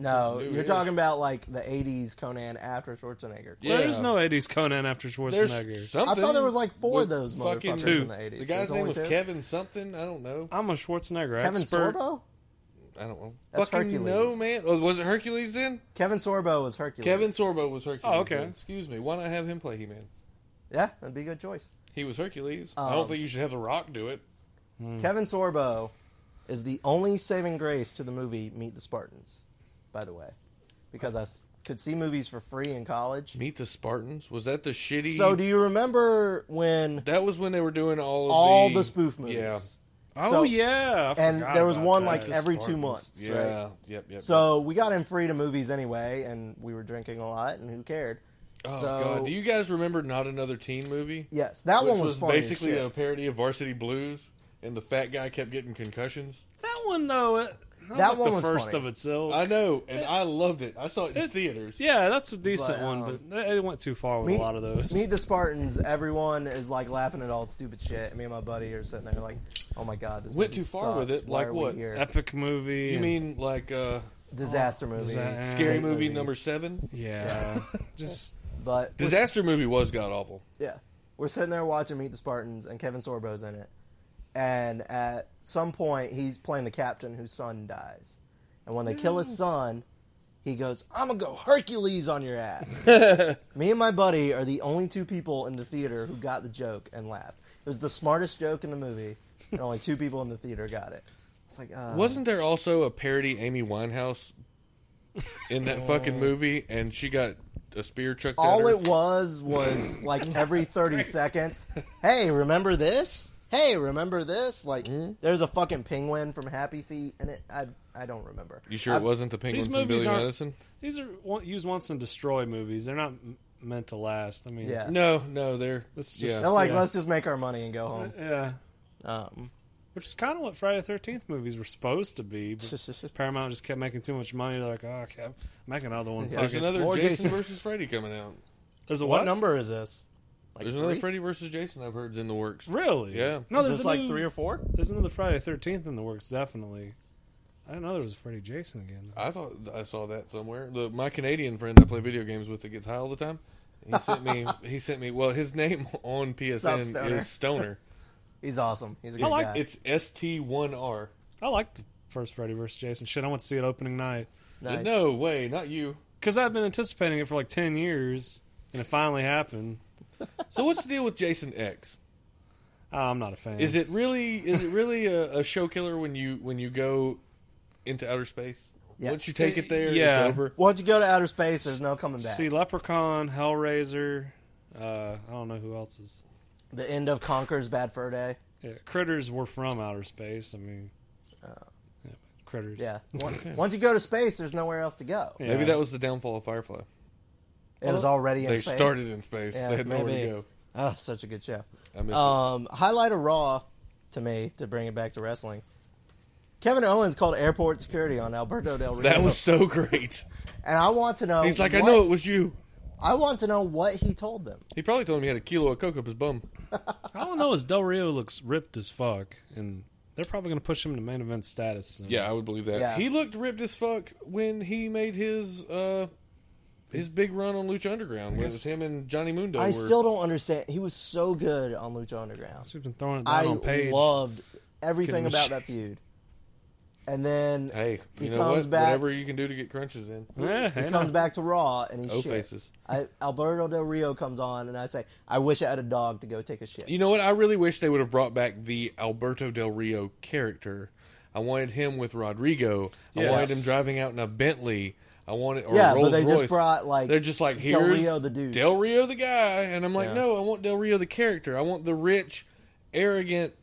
[SPEAKER 4] No,
[SPEAKER 2] Who
[SPEAKER 4] you're
[SPEAKER 2] is?
[SPEAKER 4] talking about like the 80s Conan after Schwarzenegger.
[SPEAKER 2] Yeah.
[SPEAKER 3] There is no 80s Conan after Schwarzenegger.
[SPEAKER 2] There's something.
[SPEAKER 4] I thought there was like four
[SPEAKER 2] with
[SPEAKER 4] of those
[SPEAKER 2] fucking-
[SPEAKER 4] motherfuckers
[SPEAKER 3] Two.
[SPEAKER 4] in the 80s.
[SPEAKER 2] The
[SPEAKER 4] There's
[SPEAKER 2] guy's name
[SPEAKER 4] only
[SPEAKER 2] was
[SPEAKER 4] two?
[SPEAKER 2] Kevin something. I don't know.
[SPEAKER 3] I'm a Schwarzenegger
[SPEAKER 4] Kevin
[SPEAKER 3] expert.
[SPEAKER 4] Sorbo?
[SPEAKER 2] I don't know.
[SPEAKER 4] That's
[SPEAKER 2] fucking
[SPEAKER 4] Hercules.
[SPEAKER 2] no, man. Oh, was it Hercules then?
[SPEAKER 4] Kevin Sorbo was Hercules.
[SPEAKER 2] Kevin Sorbo was Hercules.
[SPEAKER 3] Oh, okay.
[SPEAKER 2] then. Excuse me. Why not have him play He Man?
[SPEAKER 4] Yeah, that'd be a good choice.
[SPEAKER 2] He was Hercules. I don't
[SPEAKER 4] Um,
[SPEAKER 2] think you should have The Rock do it.
[SPEAKER 3] Hmm.
[SPEAKER 4] Kevin Sorbo is the only saving grace to the movie Meet the Spartans, by the way, because I s- could see movies for free in college.
[SPEAKER 2] Meet the Spartans. Was that the shitty?
[SPEAKER 4] So, do you remember when
[SPEAKER 2] that was when they were doing all of
[SPEAKER 4] all
[SPEAKER 2] the,
[SPEAKER 4] the spoof movies?
[SPEAKER 2] Yeah,
[SPEAKER 3] Oh
[SPEAKER 4] So-
[SPEAKER 3] yeah, I
[SPEAKER 4] and
[SPEAKER 3] forgot
[SPEAKER 4] there was
[SPEAKER 3] about
[SPEAKER 4] one
[SPEAKER 3] that.
[SPEAKER 4] like every two
[SPEAKER 2] Spartans.
[SPEAKER 4] months,
[SPEAKER 2] Yeah,
[SPEAKER 4] right?
[SPEAKER 2] yep, yep.
[SPEAKER 4] So we got in free to movies anyway, and we were drinking a lot, and who cared?
[SPEAKER 2] oh
[SPEAKER 4] so
[SPEAKER 2] god, do you guys remember not another teen movie?
[SPEAKER 4] yes, that
[SPEAKER 2] Which
[SPEAKER 4] one was, funny as
[SPEAKER 2] basically
[SPEAKER 4] shit.
[SPEAKER 2] a parody of Varsity Blues, and the fat guy kept getting concussions.
[SPEAKER 3] that one though. It, that
[SPEAKER 4] That
[SPEAKER 3] was like
[SPEAKER 4] one
[SPEAKER 3] the
[SPEAKER 4] was
[SPEAKER 3] first
[SPEAKER 4] funny.
[SPEAKER 3] of itself.
[SPEAKER 2] I know, and I loved it. I saw it in theaters.
[SPEAKER 3] Uh, yeah, that's a decent
[SPEAKER 4] But,
[SPEAKER 3] one,
[SPEAKER 4] um,
[SPEAKER 3] but they- they went too far with
[SPEAKER 4] Meet-
[SPEAKER 3] a lot of those.
[SPEAKER 4] Meet the Spartans. Everyone is like laughing at all the stupid shit. Me and my buddy are sitting there like, "Oh my god, this
[SPEAKER 2] Went
[SPEAKER 4] movie
[SPEAKER 2] too far with
[SPEAKER 4] sucks.
[SPEAKER 2] it,
[SPEAKER 4] Why
[SPEAKER 2] like
[SPEAKER 4] are we
[SPEAKER 2] what?
[SPEAKER 4] here?"
[SPEAKER 3] Epic movie.
[SPEAKER 2] You
[SPEAKER 3] and-
[SPEAKER 2] mean like uh,
[SPEAKER 4] disaster movie.
[SPEAKER 3] Disa-
[SPEAKER 2] scary
[SPEAKER 3] Uh,
[SPEAKER 2] movie,
[SPEAKER 4] movie.
[SPEAKER 2] number seven?
[SPEAKER 3] Yeah, just
[SPEAKER 4] But
[SPEAKER 2] Disaster movie was god awful.
[SPEAKER 4] yeah, we're sitting there watching Meet the Spartans, and Kevin Sorbo's in it. And at some point, he's playing the captain whose son dies. And when they kill his son, he goes, "I'm gonna go Hercules on your ass." Me and my buddy are the only two people in the theater who got the joke and laughed. It was the smartest joke in the movie, and only two people in the theater got it. It's like uh,
[SPEAKER 2] Wasn't there also a parody Amy Winehouse in that fucking movie, and she got a spear chucked at
[SPEAKER 4] all
[SPEAKER 2] her?
[SPEAKER 4] it was was like every 30 seconds hey remember this hey remember this like
[SPEAKER 3] Mm-hmm.
[SPEAKER 4] there's a fucking penguin from happy feet and it i i don't remember
[SPEAKER 2] you sure
[SPEAKER 4] I-
[SPEAKER 2] it wasn't the penguin
[SPEAKER 3] these
[SPEAKER 2] from
[SPEAKER 3] movies
[SPEAKER 2] Billy
[SPEAKER 3] aren't-
[SPEAKER 2] Madison?
[SPEAKER 3] these are one- use once and destroy movies. They're not m- meant to last. I mean,
[SPEAKER 4] Yeah.
[SPEAKER 2] No, no, they're
[SPEAKER 3] That's
[SPEAKER 2] yeah.
[SPEAKER 3] just-
[SPEAKER 4] they're like
[SPEAKER 3] Yeah.
[SPEAKER 4] let's just make our money and go home
[SPEAKER 3] yeah,
[SPEAKER 4] um
[SPEAKER 3] which is kind of what Friday the Thirteenth movies were supposed to be. But Paramount just kept making too much money. They're like, oh, okay, make another one.
[SPEAKER 2] There's
[SPEAKER 3] Fuck it.
[SPEAKER 2] another
[SPEAKER 4] More
[SPEAKER 2] Jason,
[SPEAKER 4] Jason.
[SPEAKER 2] versus Freddy coming out.
[SPEAKER 3] There's a
[SPEAKER 4] what
[SPEAKER 3] what?
[SPEAKER 4] number is this like
[SPEAKER 2] There's another
[SPEAKER 4] three?
[SPEAKER 2] Freddy versus Jason I've heard is in the works.
[SPEAKER 3] Really?
[SPEAKER 2] Yeah.
[SPEAKER 3] No,
[SPEAKER 4] Is
[SPEAKER 3] there's
[SPEAKER 4] this
[SPEAKER 3] a
[SPEAKER 4] like
[SPEAKER 3] new-
[SPEAKER 4] three or four
[SPEAKER 3] There's another Friday Thirteenth in the works, definitely. I didn't know there was a Freddy Jason again.
[SPEAKER 2] I thought I saw that somewhere. The, my Canadian friend I play video games with that gets high all the time. He sent me. he sent me. Well, his name on PSN
[SPEAKER 4] Sup, Stoner.
[SPEAKER 2] is Stoner.
[SPEAKER 4] he's awesome he's a good
[SPEAKER 3] I like
[SPEAKER 4] guy
[SPEAKER 2] It's S T one R.
[SPEAKER 3] I liked the first Freddy vs. Jason. Shit, I went to see it opening night
[SPEAKER 4] nice.
[SPEAKER 2] No way, not you.
[SPEAKER 3] because I've been anticipating it for like ten years, and it finally happened.
[SPEAKER 2] So what's the deal with Jason X?
[SPEAKER 3] Ah, I'm not a fan.
[SPEAKER 2] Is it really? Is it really a, a show killer when you when you go into outer space?
[SPEAKER 4] Yeah.
[SPEAKER 2] Once you take it there,
[SPEAKER 3] Yeah.
[SPEAKER 2] it's over.
[SPEAKER 4] once you go to outer space there's no coming back
[SPEAKER 3] See, Leprechaun, Hellraiser. Uh, I don't know who else is.
[SPEAKER 4] the end of conquer's bad fur day
[SPEAKER 3] Yeah, critters were from outer space. I mean, yeah, critters.
[SPEAKER 4] Oh. yeah once, once you go to space there's nowhere else to go
[SPEAKER 3] Yeah.
[SPEAKER 2] Maybe that was the downfall of Firefly.
[SPEAKER 4] it was already in
[SPEAKER 2] they
[SPEAKER 4] space
[SPEAKER 2] started in space.
[SPEAKER 4] Yeah,
[SPEAKER 2] they had nowhere
[SPEAKER 4] maybe.
[SPEAKER 2] to go.
[SPEAKER 4] Oh, such a good show.
[SPEAKER 2] I miss it.
[SPEAKER 4] Um, highlight of Raw to me to bring it back to wrestling. Kevin Owens called airport security on Alberto Del Rio,
[SPEAKER 2] That was so great.
[SPEAKER 4] and I want to know.
[SPEAKER 2] He's like, I
[SPEAKER 4] Oh, what-
[SPEAKER 2] know it was you.
[SPEAKER 4] I want to know what he told them.
[SPEAKER 2] He probably told him he had a kilo of coke up his bum.
[SPEAKER 3] All I know is Del Rio looks ripped as fuck, and they're probably going to push him to main event status. Soon.
[SPEAKER 2] Yeah, I would believe that.
[SPEAKER 4] Yeah.
[SPEAKER 2] He looked ripped as fuck when he made his uh his big run on Lucha Underground. When it was him and Johnny Mundo.
[SPEAKER 4] I
[SPEAKER 2] were,
[SPEAKER 4] still don't understand. He was so good on Lucha Underground.
[SPEAKER 3] So we've been throwing it down
[SPEAKER 4] I
[SPEAKER 3] on page.
[SPEAKER 4] loved everything
[SPEAKER 3] Couldn't-
[SPEAKER 4] about that feud. And then
[SPEAKER 2] Hey,
[SPEAKER 4] He
[SPEAKER 2] you know
[SPEAKER 4] comes
[SPEAKER 2] what?
[SPEAKER 4] back-
[SPEAKER 2] Whatever you can do to get crunches in.
[SPEAKER 3] Yeah,
[SPEAKER 4] he
[SPEAKER 3] Eh, hey,
[SPEAKER 4] comes
[SPEAKER 3] no.
[SPEAKER 4] back to Raw and he's
[SPEAKER 2] Oh,
[SPEAKER 4] shit.
[SPEAKER 2] faces.
[SPEAKER 4] I, Alberto Del Rio comes on, and I say, "I wish I had a dog to go take a shit."
[SPEAKER 2] You know what? I really wish they would have brought back the Alberto Del Rio character. I wanted him with Rodrigo. I
[SPEAKER 3] Yes.
[SPEAKER 2] wanted him driving out in a Bentley. I wanted or
[SPEAKER 4] Yeah,
[SPEAKER 2] Rolls
[SPEAKER 4] but they
[SPEAKER 2] Royce.
[SPEAKER 4] just brought like
[SPEAKER 2] They're just like
[SPEAKER 4] Del
[SPEAKER 2] here's
[SPEAKER 4] Rio the dude.
[SPEAKER 2] Del Rio the guy, and I'm like,
[SPEAKER 4] Yeah.
[SPEAKER 2] no, I want Del Rio the character. I want the rich, arrogant,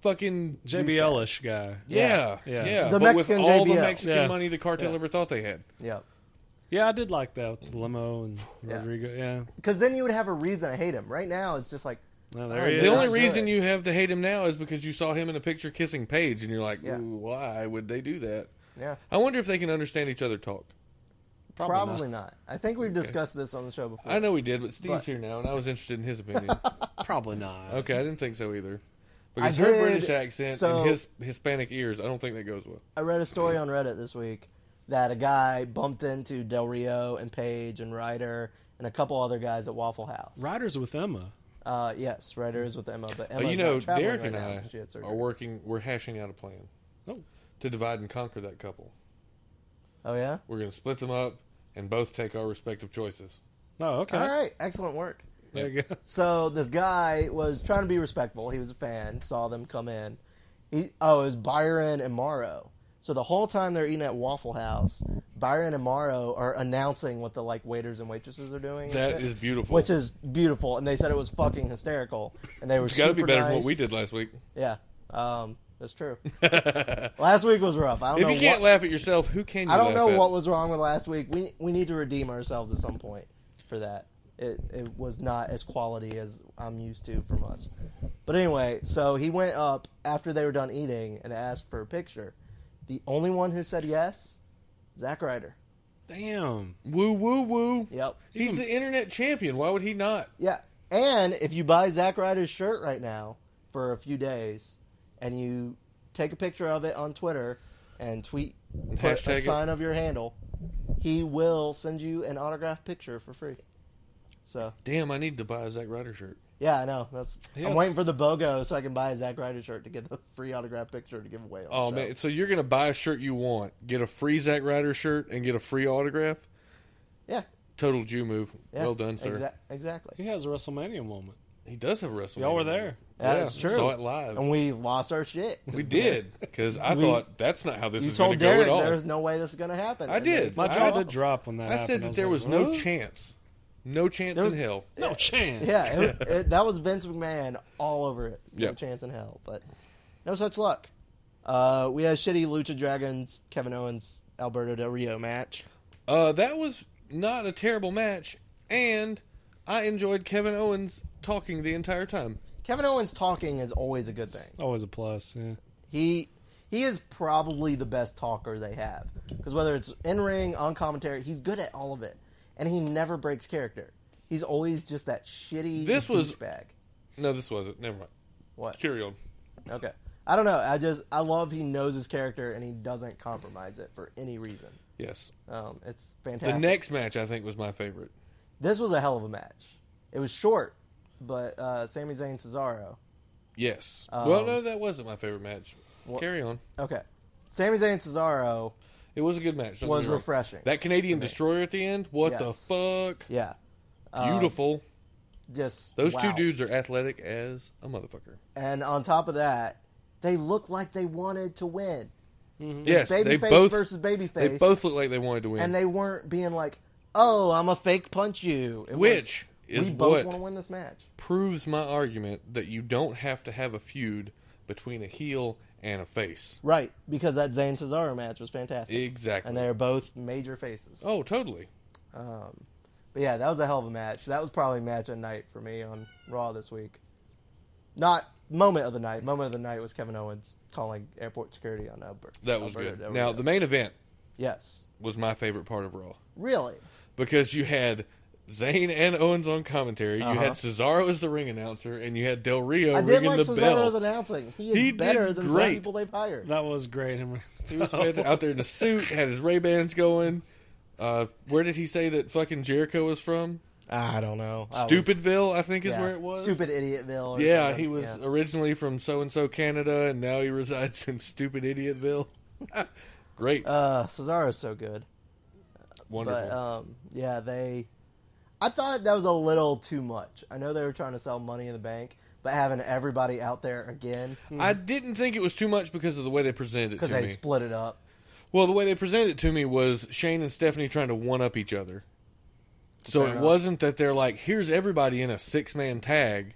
[SPEAKER 2] fucking
[SPEAKER 3] JBL-ish guy.
[SPEAKER 2] Yeah, yeah.
[SPEAKER 3] Yeah.
[SPEAKER 2] yeah.
[SPEAKER 4] The
[SPEAKER 2] but
[SPEAKER 4] Mexican
[SPEAKER 2] with all the
[SPEAKER 4] JBL.
[SPEAKER 2] Mexican
[SPEAKER 3] Yeah.
[SPEAKER 2] money the cartel ever thought they had.
[SPEAKER 4] Yep.
[SPEAKER 3] Yeah, I did like that with the limo and
[SPEAKER 4] Yeah.
[SPEAKER 3] Rodrigo. Yeah,
[SPEAKER 4] Because then you would have a reason to hate him. Right now, it's just like,
[SPEAKER 3] No, there
[SPEAKER 4] Alright,
[SPEAKER 3] he
[SPEAKER 2] The
[SPEAKER 3] is.
[SPEAKER 2] only
[SPEAKER 4] that's
[SPEAKER 2] reason
[SPEAKER 4] good.
[SPEAKER 2] you have to hate him now is because you saw him in a picture kissing Paige, and you're like,
[SPEAKER 4] Yeah.
[SPEAKER 2] Ooh, why would they do that?
[SPEAKER 4] yeah,
[SPEAKER 2] I wonder if they can understand each other talk.
[SPEAKER 4] probably, not. I think we've discussed this on the show before.
[SPEAKER 2] I know we did, but Steve's
[SPEAKER 4] But-
[SPEAKER 2] here now, and I was interested in his opinion.
[SPEAKER 3] probably not.
[SPEAKER 2] okay, I didn't think so either. Because
[SPEAKER 4] I
[SPEAKER 2] her
[SPEAKER 4] did-
[SPEAKER 2] British accent
[SPEAKER 4] so-
[SPEAKER 2] and his Hispanic ears, I don't think that goes well.
[SPEAKER 4] I read a story on Reddit this week that a guy bumped into Del Rio and Page and Ryder and a couple other guys at Waffle House.
[SPEAKER 3] Riders with Emma.
[SPEAKER 4] Uh, yes, Ryder is with Emma, but
[SPEAKER 2] Uh,
[SPEAKER 4] Emma's
[SPEAKER 2] you know,
[SPEAKER 4] not traveling
[SPEAKER 2] Derek
[SPEAKER 4] right
[SPEAKER 2] and
[SPEAKER 4] now
[SPEAKER 2] I
[SPEAKER 4] because she had surgery.
[SPEAKER 2] are working. We're hashing out a plan
[SPEAKER 3] Oh,
[SPEAKER 2] to divide and conquer that couple.
[SPEAKER 4] Oh yeah.
[SPEAKER 2] We're going to split them up and both take our respective choices.
[SPEAKER 3] oh, okay.
[SPEAKER 4] All right, excellent work.
[SPEAKER 3] There you go.
[SPEAKER 4] So this guy was trying to be respectful. He was a fan. Saw them come in. He, oh, it was Byron and Morrow. So the whole time they're eating at Waffle House, Byron and Morrow are announcing what the like waiters and waitresses are doing. and
[SPEAKER 2] That
[SPEAKER 4] shit,
[SPEAKER 2] is beautiful.
[SPEAKER 4] which is beautiful. And they said it was fucking hysterical. And they were
[SPEAKER 2] It's got to be
[SPEAKER 4] super
[SPEAKER 2] better
[SPEAKER 4] nice.
[SPEAKER 2] than what we did last week.
[SPEAKER 4] Yeah, um, that's true. last week was rough. I don't
[SPEAKER 2] If
[SPEAKER 4] know
[SPEAKER 2] you can't
[SPEAKER 4] what,
[SPEAKER 2] laugh at yourself, who can you
[SPEAKER 4] I don't
[SPEAKER 2] laugh
[SPEAKER 4] know
[SPEAKER 2] at?
[SPEAKER 4] what was wrong with last week. We we need to redeem ourselves at some point for that. It it was not as quality as I'm used to from us. But anyway, so he went up after they were done eating and asked for a picture. The only one who said yes, Zach Ryder.
[SPEAKER 3] Damn.
[SPEAKER 2] Woo, woo, woo.
[SPEAKER 4] Yep.
[SPEAKER 2] He's the internet champion. Why would he not?
[SPEAKER 4] Yeah. And if you buy Zach Ryder's shirt right now for a few days and you take a picture of it on Twitter and tweet put
[SPEAKER 2] Hashtag
[SPEAKER 4] a
[SPEAKER 2] it.
[SPEAKER 4] sign of your handle, he will send you an autographed picture for free. So
[SPEAKER 2] Damn, I need to buy a Zack Ryder shirt.
[SPEAKER 4] yeah, I know. That's I'm
[SPEAKER 3] Yes.
[SPEAKER 4] waiting for the BOGO so I can buy a Zach Ryder shirt to get the free autographed picture to give away. on the
[SPEAKER 2] Oh
[SPEAKER 4] show.
[SPEAKER 2] man! So you're gonna buy a shirt you want, get a free Zack Ryder shirt, and get a free autograph.
[SPEAKER 4] yeah,
[SPEAKER 2] Total Jew move.
[SPEAKER 4] yeah,
[SPEAKER 2] well done, sir.
[SPEAKER 4] exa- exactly.
[SPEAKER 3] He has a WrestleMania moment.
[SPEAKER 2] He does have a WrestleMania.
[SPEAKER 3] Y'all were there.
[SPEAKER 4] Yeah, that's true.
[SPEAKER 2] Saw it live.
[SPEAKER 4] And we lost our shit.
[SPEAKER 2] we did because I
[SPEAKER 4] We-
[SPEAKER 2] thought that's not how this
[SPEAKER 4] You
[SPEAKER 2] is going to
[SPEAKER 4] told
[SPEAKER 2] go
[SPEAKER 4] Derek
[SPEAKER 2] at all.
[SPEAKER 4] there's no way this is going to happen.
[SPEAKER 2] I
[SPEAKER 4] And then
[SPEAKER 2] did.
[SPEAKER 4] he
[SPEAKER 3] My
[SPEAKER 2] I-
[SPEAKER 3] jaw did drop when that
[SPEAKER 2] I
[SPEAKER 3] happened.
[SPEAKER 2] said that there was
[SPEAKER 3] like,
[SPEAKER 2] no
[SPEAKER 3] "What?"
[SPEAKER 2] chance, no chance
[SPEAKER 4] was-
[SPEAKER 2] in hell.
[SPEAKER 3] No chance.
[SPEAKER 4] Yeah, it, it, that was Vince McMahon all over it. No
[SPEAKER 2] Yep.
[SPEAKER 4] chance in hell, but no such luck. Uh, we had shitty Lucha Dragons, Kevin Owens, Alberto Del Rio match.
[SPEAKER 2] Uh, that was not a terrible match, and I enjoyed Kevin Owens talking the entire time.
[SPEAKER 4] Kevin Owens talking is always a good thing.
[SPEAKER 3] Always a plus. Yeah.
[SPEAKER 4] He he is probably the best talker they have because whether it's in ring on commentary, he's good at all of it, and he never breaks character. He's always just that shitty
[SPEAKER 2] This was-
[SPEAKER 4] douchebag.
[SPEAKER 2] No, this wasn't. Never mind.
[SPEAKER 4] What?
[SPEAKER 2] Carry on.
[SPEAKER 4] Okay. I don't know. I just I love he knows his character and he doesn't compromise it for any reason.
[SPEAKER 2] Yes.
[SPEAKER 4] Um, it's
[SPEAKER 2] The
[SPEAKER 4] fantastic.
[SPEAKER 2] next match I think was my favorite.
[SPEAKER 4] This was a hell of a match. It was short, but uh, Sami Zayn Cesaro.
[SPEAKER 2] Yes. well, no, that wasn't my favorite match.
[SPEAKER 4] Um, What-
[SPEAKER 2] Carry on.
[SPEAKER 4] Okay, Sami Zayn Cesaro.
[SPEAKER 2] It was a good match. don't
[SPEAKER 4] Was
[SPEAKER 2] get me wrong.
[SPEAKER 4] refreshing
[SPEAKER 2] That Canadian destroyer at the end. What
[SPEAKER 4] Yes.
[SPEAKER 2] the fuck?
[SPEAKER 4] Yeah,
[SPEAKER 2] Beautiful.
[SPEAKER 4] just
[SPEAKER 2] Those two
[SPEAKER 4] wow.
[SPEAKER 2] dudes are athletic as a motherfucker.
[SPEAKER 4] And on top of that, they looked like they wanted to win.
[SPEAKER 2] Yes, they
[SPEAKER 4] Mm-hmm. babyface
[SPEAKER 2] both
[SPEAKER 4] versus babyface.
[SPEAKER 2] They both look like they wanted to win.
[SPEAKER 4] and they weren't being like, "Oh, I'm a fake punch you," It was,
[SPEAKER 2] Which is
[SPEAKER 4] we both
[SPEAKER 2] what-
[SPEAKER 4] want to win this match.
[SPEAKER 2] proves my argument that you don't have to have a feud between a heel and a face.
[SPEAKER 4] Right, because that Zayn Cesaro match was fantastic.
[SPEAKER 2] Exactly.
[SPEAKER 4] And they're both major faces.
[SPEAKER 2] Oh, totally.
[SPEAKER 4] But yeah, that was a hell of a match. That was probably match of the night for me on Raw this week. Not moment of the night. Moment of the night was Kevin Owens calling airport security on Albert.
[SPEAKER 2] That was
[SPEAKER 4] Alberto
[SPEAKER 2] good.
[SPEAKER 4] Del
[SPEAKER 2] Now
[SPEAKER 4] Rio.
[SPEAKER 2] the main event
[SPEAKER 4] yes,
[SPEAKER 2] was my favorite part of Raw
[SPEAKER 4] really,
[SPEAKER 2] because you had. Zayn and Owens on commentary. You had
[SPEAKER 4] Uh-huh.
[SPEAKER 2] Cesaro as the ring announcer, and you had Del Rio
[SPEAKER 4] I did
[SPEAKER 2] ringing
[SPEAKER 4] like
[SPEAKER 2] the bell.
[SPEAKER 4] Cesaro's announcing. He is
[SPEAKER 2] He did
[SPEAKER 4] better than some
[SPEAKER 2] great.
[SPEAKER 4] people they've hired.
[SPEAKER 3] That was great. Him-
[SPEAKER 2] He was fantastic. out there in a suit, had his Ray Bans going. Uh, where did he say that fucking Jericho was from?
[SPEAKER 4] I don't know. I was-
[SPEAKER 2] Stupidville, I think, is
[SPEAKER 4] yeah.
[SPEAKER 2] where it was.
[SPEAKER 4] Stupid idiotville. or
[SPEAKER 2] Yeah,
[SPEAKER 4] something.
[SPEAKER 2] he was
[SPEAKER 4] Yeah.
[SPEAKER 2] originally from so and so Canada, and now he resides in Stupid Idiotville. Great,
[SPEAKER 4] Uh, Cesaro's so good.
[SPEAKER 2] wonderful.
[SPEAKER 4] But um, yeah, they. I thought that was a little too much. I know they were trying to sell Money in the Bank, but having everybody out there again
[SPEAKER 2] I didn't think it was too much because of the way they presented it
[SPEAKER 4] because
[SPEAKER 2] to
[SPEAKER 4] they
[SPEAKER 2] me.
[SPEAKER 4] split it up.
[SPEAKER 2] well, the way they presented it to me was Shane and Stephanie trying to one up each other. So
[SPEAKER 4] Fair
[SPEAKER 2] it
[SPEAKER 4] enough.
[SPEAKER 2] wasn't that they're like, here's everybody in a six man tag.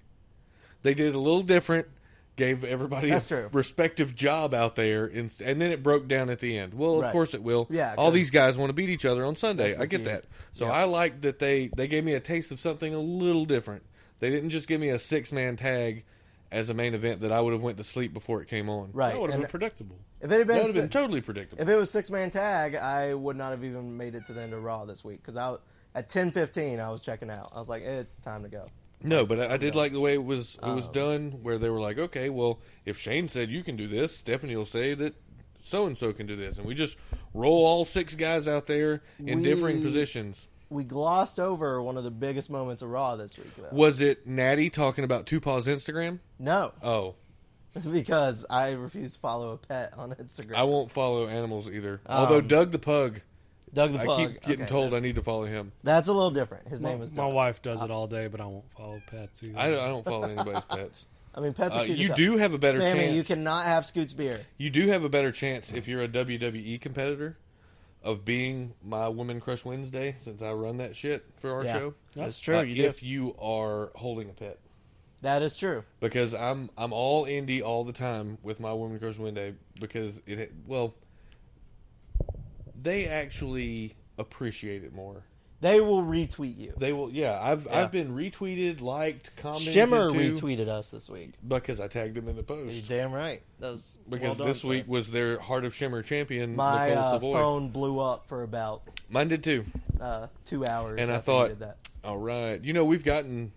[SPEAKER 2] They did a little different, gave everybody
[SPEAKER 4] That's
[SPEAKER 2] a
[SPEAKER 4] true.
[SPEAKER 2] respective job out there, in, and then it broke down at the end. Well, of
[SPEAKER 4] Right.
[SPEAKER 2] course it will.
[SPEAKER 4] Yeah,
[SPEAKER 2] all
[SPEAKER 4] 'cause-
[SPEAKER 2] these guys want to beat each other on Sunday.
[SPEAKER 4] That's the
[SPEAKER 2] I get
[SPEAKER 4] key.
[SPEAKER 2] that. So
[SPEAKER 4] Yeah.
[SPEAKER 2] I like that they they gave me a taste of something a little different. They didn't just give me a six man tag as a main event that I would have went to sleep before it came on.
[SPEAKER 4] Right.
[SPEAKER 3] That would have
[SPEAKER 4] and
[SPEAKER 3] been predictable.
[SPEAKER 4] if it had
[SPEAKER 2] That
[SPEAKER 4] been,
[SPEAKER 2] would have been
[SPEAKER 4] si-
[SPEAKER 2] totally predictable.
[SPEAKER 4] if it was six man tag, I would not have even made it to the end of Raw this week because I at ten fifteen I was checking out. I was like, Um, it's time to go.
[SPEAKER 2] No, but I, I did like the way it was it was done, where they were like, okay, well, if Shane said you can do this, Stephanie will say that so and so can do this, and we just roll all six guys out there in differing
[SPEAKER 4] We-
[SPEAKER 2] positions.
[SPEAKER 4] We glossed over one of the biggest moments of Raw this week. Though.
[SPEAKER 2] Was it Natty talking about Tupac's Instagram?
[SPEAKER 4] No,
[SPEAKER 2] Oh,
[SPEAKER 4] because I refuse to follow a pet on Instagram.
[SPEAKER 2] I won't follow animals either. Although Doug the Pug,
[SPEAKER 4] Doug Um, the
[SPEAKER 2] I
[SPEAKER 4] Pug.
[SPEAKER 2] keep getting
[SPEAKER 4] Okay,
[SPEAKER 2] told I
[SPEAKER 4] that's-
[SPEAKER 2] need to follow him.
[SPEAKER 4] That's a little different. His name is
[SPEAKER 3] my
[SPEAKER 4] Doug.
[SPEAKER 3] wife does it all day, but I won't follow pets either.
[SPEAKER 2] I don't, I don't follow anybody's pets.
[SPEAKER 4] I mean, pets. Are
[SPEAKER 2] Uh,
[SPEAKER 4] cute
[SPEAKER 2] you
[SPEAKER 4] as hell.
[SPEAKER 2] do have a better
[SPEAKER 4] Sammy,
[SPEAKER 2] chance.
[SPEAKER 4] you cannot have Scoot's beer.
[SPEAKER 2] You do have a better chance if you're a WWE competitor of being my Woman Crush Wednesday, since I run that shit for our
[SPEAKER 4] Yeah.
[SPEAKER 2] show.
[SPEAKER 4] That's true,
[SPEAKER 2] uh,
[SPEAKER 4] you do.
[SPEAKER 2] if you are holding a pet,
[SPEAKER 4] That is true.
[SPEAKER 2] because I'm I'm all indie all the time with my Woman Crush Wednesday because it well, they actually appreciate it more.
[SPEAKER 4] They will retweet you.
[SPEAKER 2] They will, yeah. I've
[SPEAKER 4] Yeah.
[SPEAKER 2] I've been retweeted, liked, commented,
[SPEAKER 4] Shimmer
[SPEAKER 2] to,
[SPEAKER 4] retweeted us this week.
[SPEAKER 2] because I tagged them in the
[SPEAKER 4] You're
[SPEAKER 2] post.
[SPEAKER 4] damn right. That was
[SPEAKER 2] Because
[SPEAKER 4] well done,
[SPEAKER 2] this
[SPEAKER 4] sir.
[SPEAKER 2] week was their Heart of Shimmer champion,
[SPEAKER 4] my
[SPEAKER 2] Nicole
[SPEAKER 4] uh,
[SPEAKER 2] Savoy.
[SPEAKER 4] phone blew up for about
[SPEAKER 2] Mine did too.
[SPEAKER 4] uh, two hours.
[SPEAKER 2] And I
[SPEAKER 4] after we
[SPEAKER 2] thought-
[SPEAKER 4] did that.
[SPEAKER 2] All right. You know, we've gotten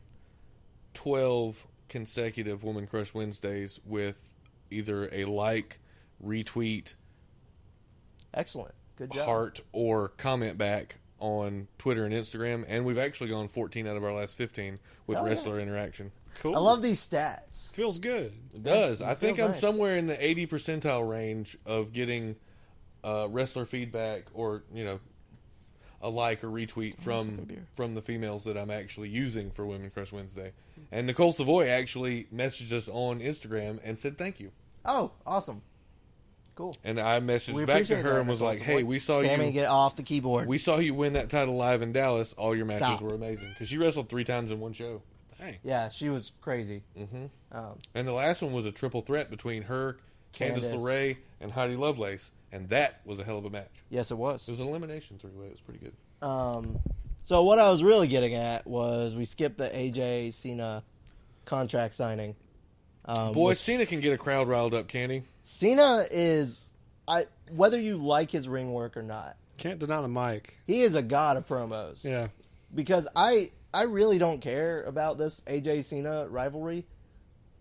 [SPEAKER 2] 12 consecutive Woman Crush Wednesdays with either a like, retweet,
[SPEAKER 4] excellent, good job.
[SPEAKER 2] heart, or comment back on Twitter and Instagram. And we've actually gone 14 out of our last 15 with
[SPEAKER 4] Oh, yeah.
[SPEAKER 2] wrestler interaction.
[SPEAKER 3] cool.
[SPEAKER 4] I love these stats.
[SPEAKER 3] Feels good.
[SPEAKER 2] It does. I think
[SPEAKER 4] feels
[SPEAKER 2] I'm
[SPEAKER 4] nice.
[SPEAKER 2] somewhere in the 80 percentile range of getting uh, wrestler feedback or, you know, a like or retweet from from the females that I'm actually using for Women Crush Wednesday. And Nicole Savoy actually messaged us on Instagram and said thank you.
[SPEAKER 4] Oh, awesome, cool.
[SPEAKER 2] And I messaged
[SPEAKER 4] We
[SPEAKER 2] back to
[SPEAKER 4] appreciate
[SPEAKER 2] her
[SPEAKER 4] that,
[SPEAKER 2] and was
[SPEAKER 4] Nicole
[SPEAKER 2] like,
[SPEAKER 4] Savoy.
[SPEAKER 2] "Hey, we saw
[SPEAKER 4] Sammy
[SPEAKER 2] you.
[SPEAKER 4] get off the keyboard.
[SPEAKER 2] we saw you win that title live in Dallas. All your matches
[SPEAKER 4] Stop.
[SPEAKER 2] were amazing because she wrestled three times in one show.
[SPEAKER 3] Hey,
[SPEAKER 4] yeah, she was crazy. Um,
[SPEAKER 2] And the last one was a triple threat between her, Candice
[SPEAKER 4] Candice.
[SPEAKER 2] LeRae, and Heidi Lovelace, and that was a hell of a match.
[SPEAKER 4] yes, it was.
[SPEAKER 2] It was an elimination three way. It was pretty good.
[SPEAKER 4] Um, so what I was really getting at was we skipped the AJ Cena contract signing. Um,
[SPEAKER 2] Boy,
[SPEAKER 4] which-
[SPEAKER 2] Cena can get a crowd riled up, can he?
[SPEAKER 4] Cena is, I whether you like his ring work or not,
[SPEAKER 3] can't deny the mic.
[SPEAKER 4] he is a god of promos.
[SPEAKER 3] Yeah,
[SPEAKER 4] because I I really don't care about this AJ Cena rivalry.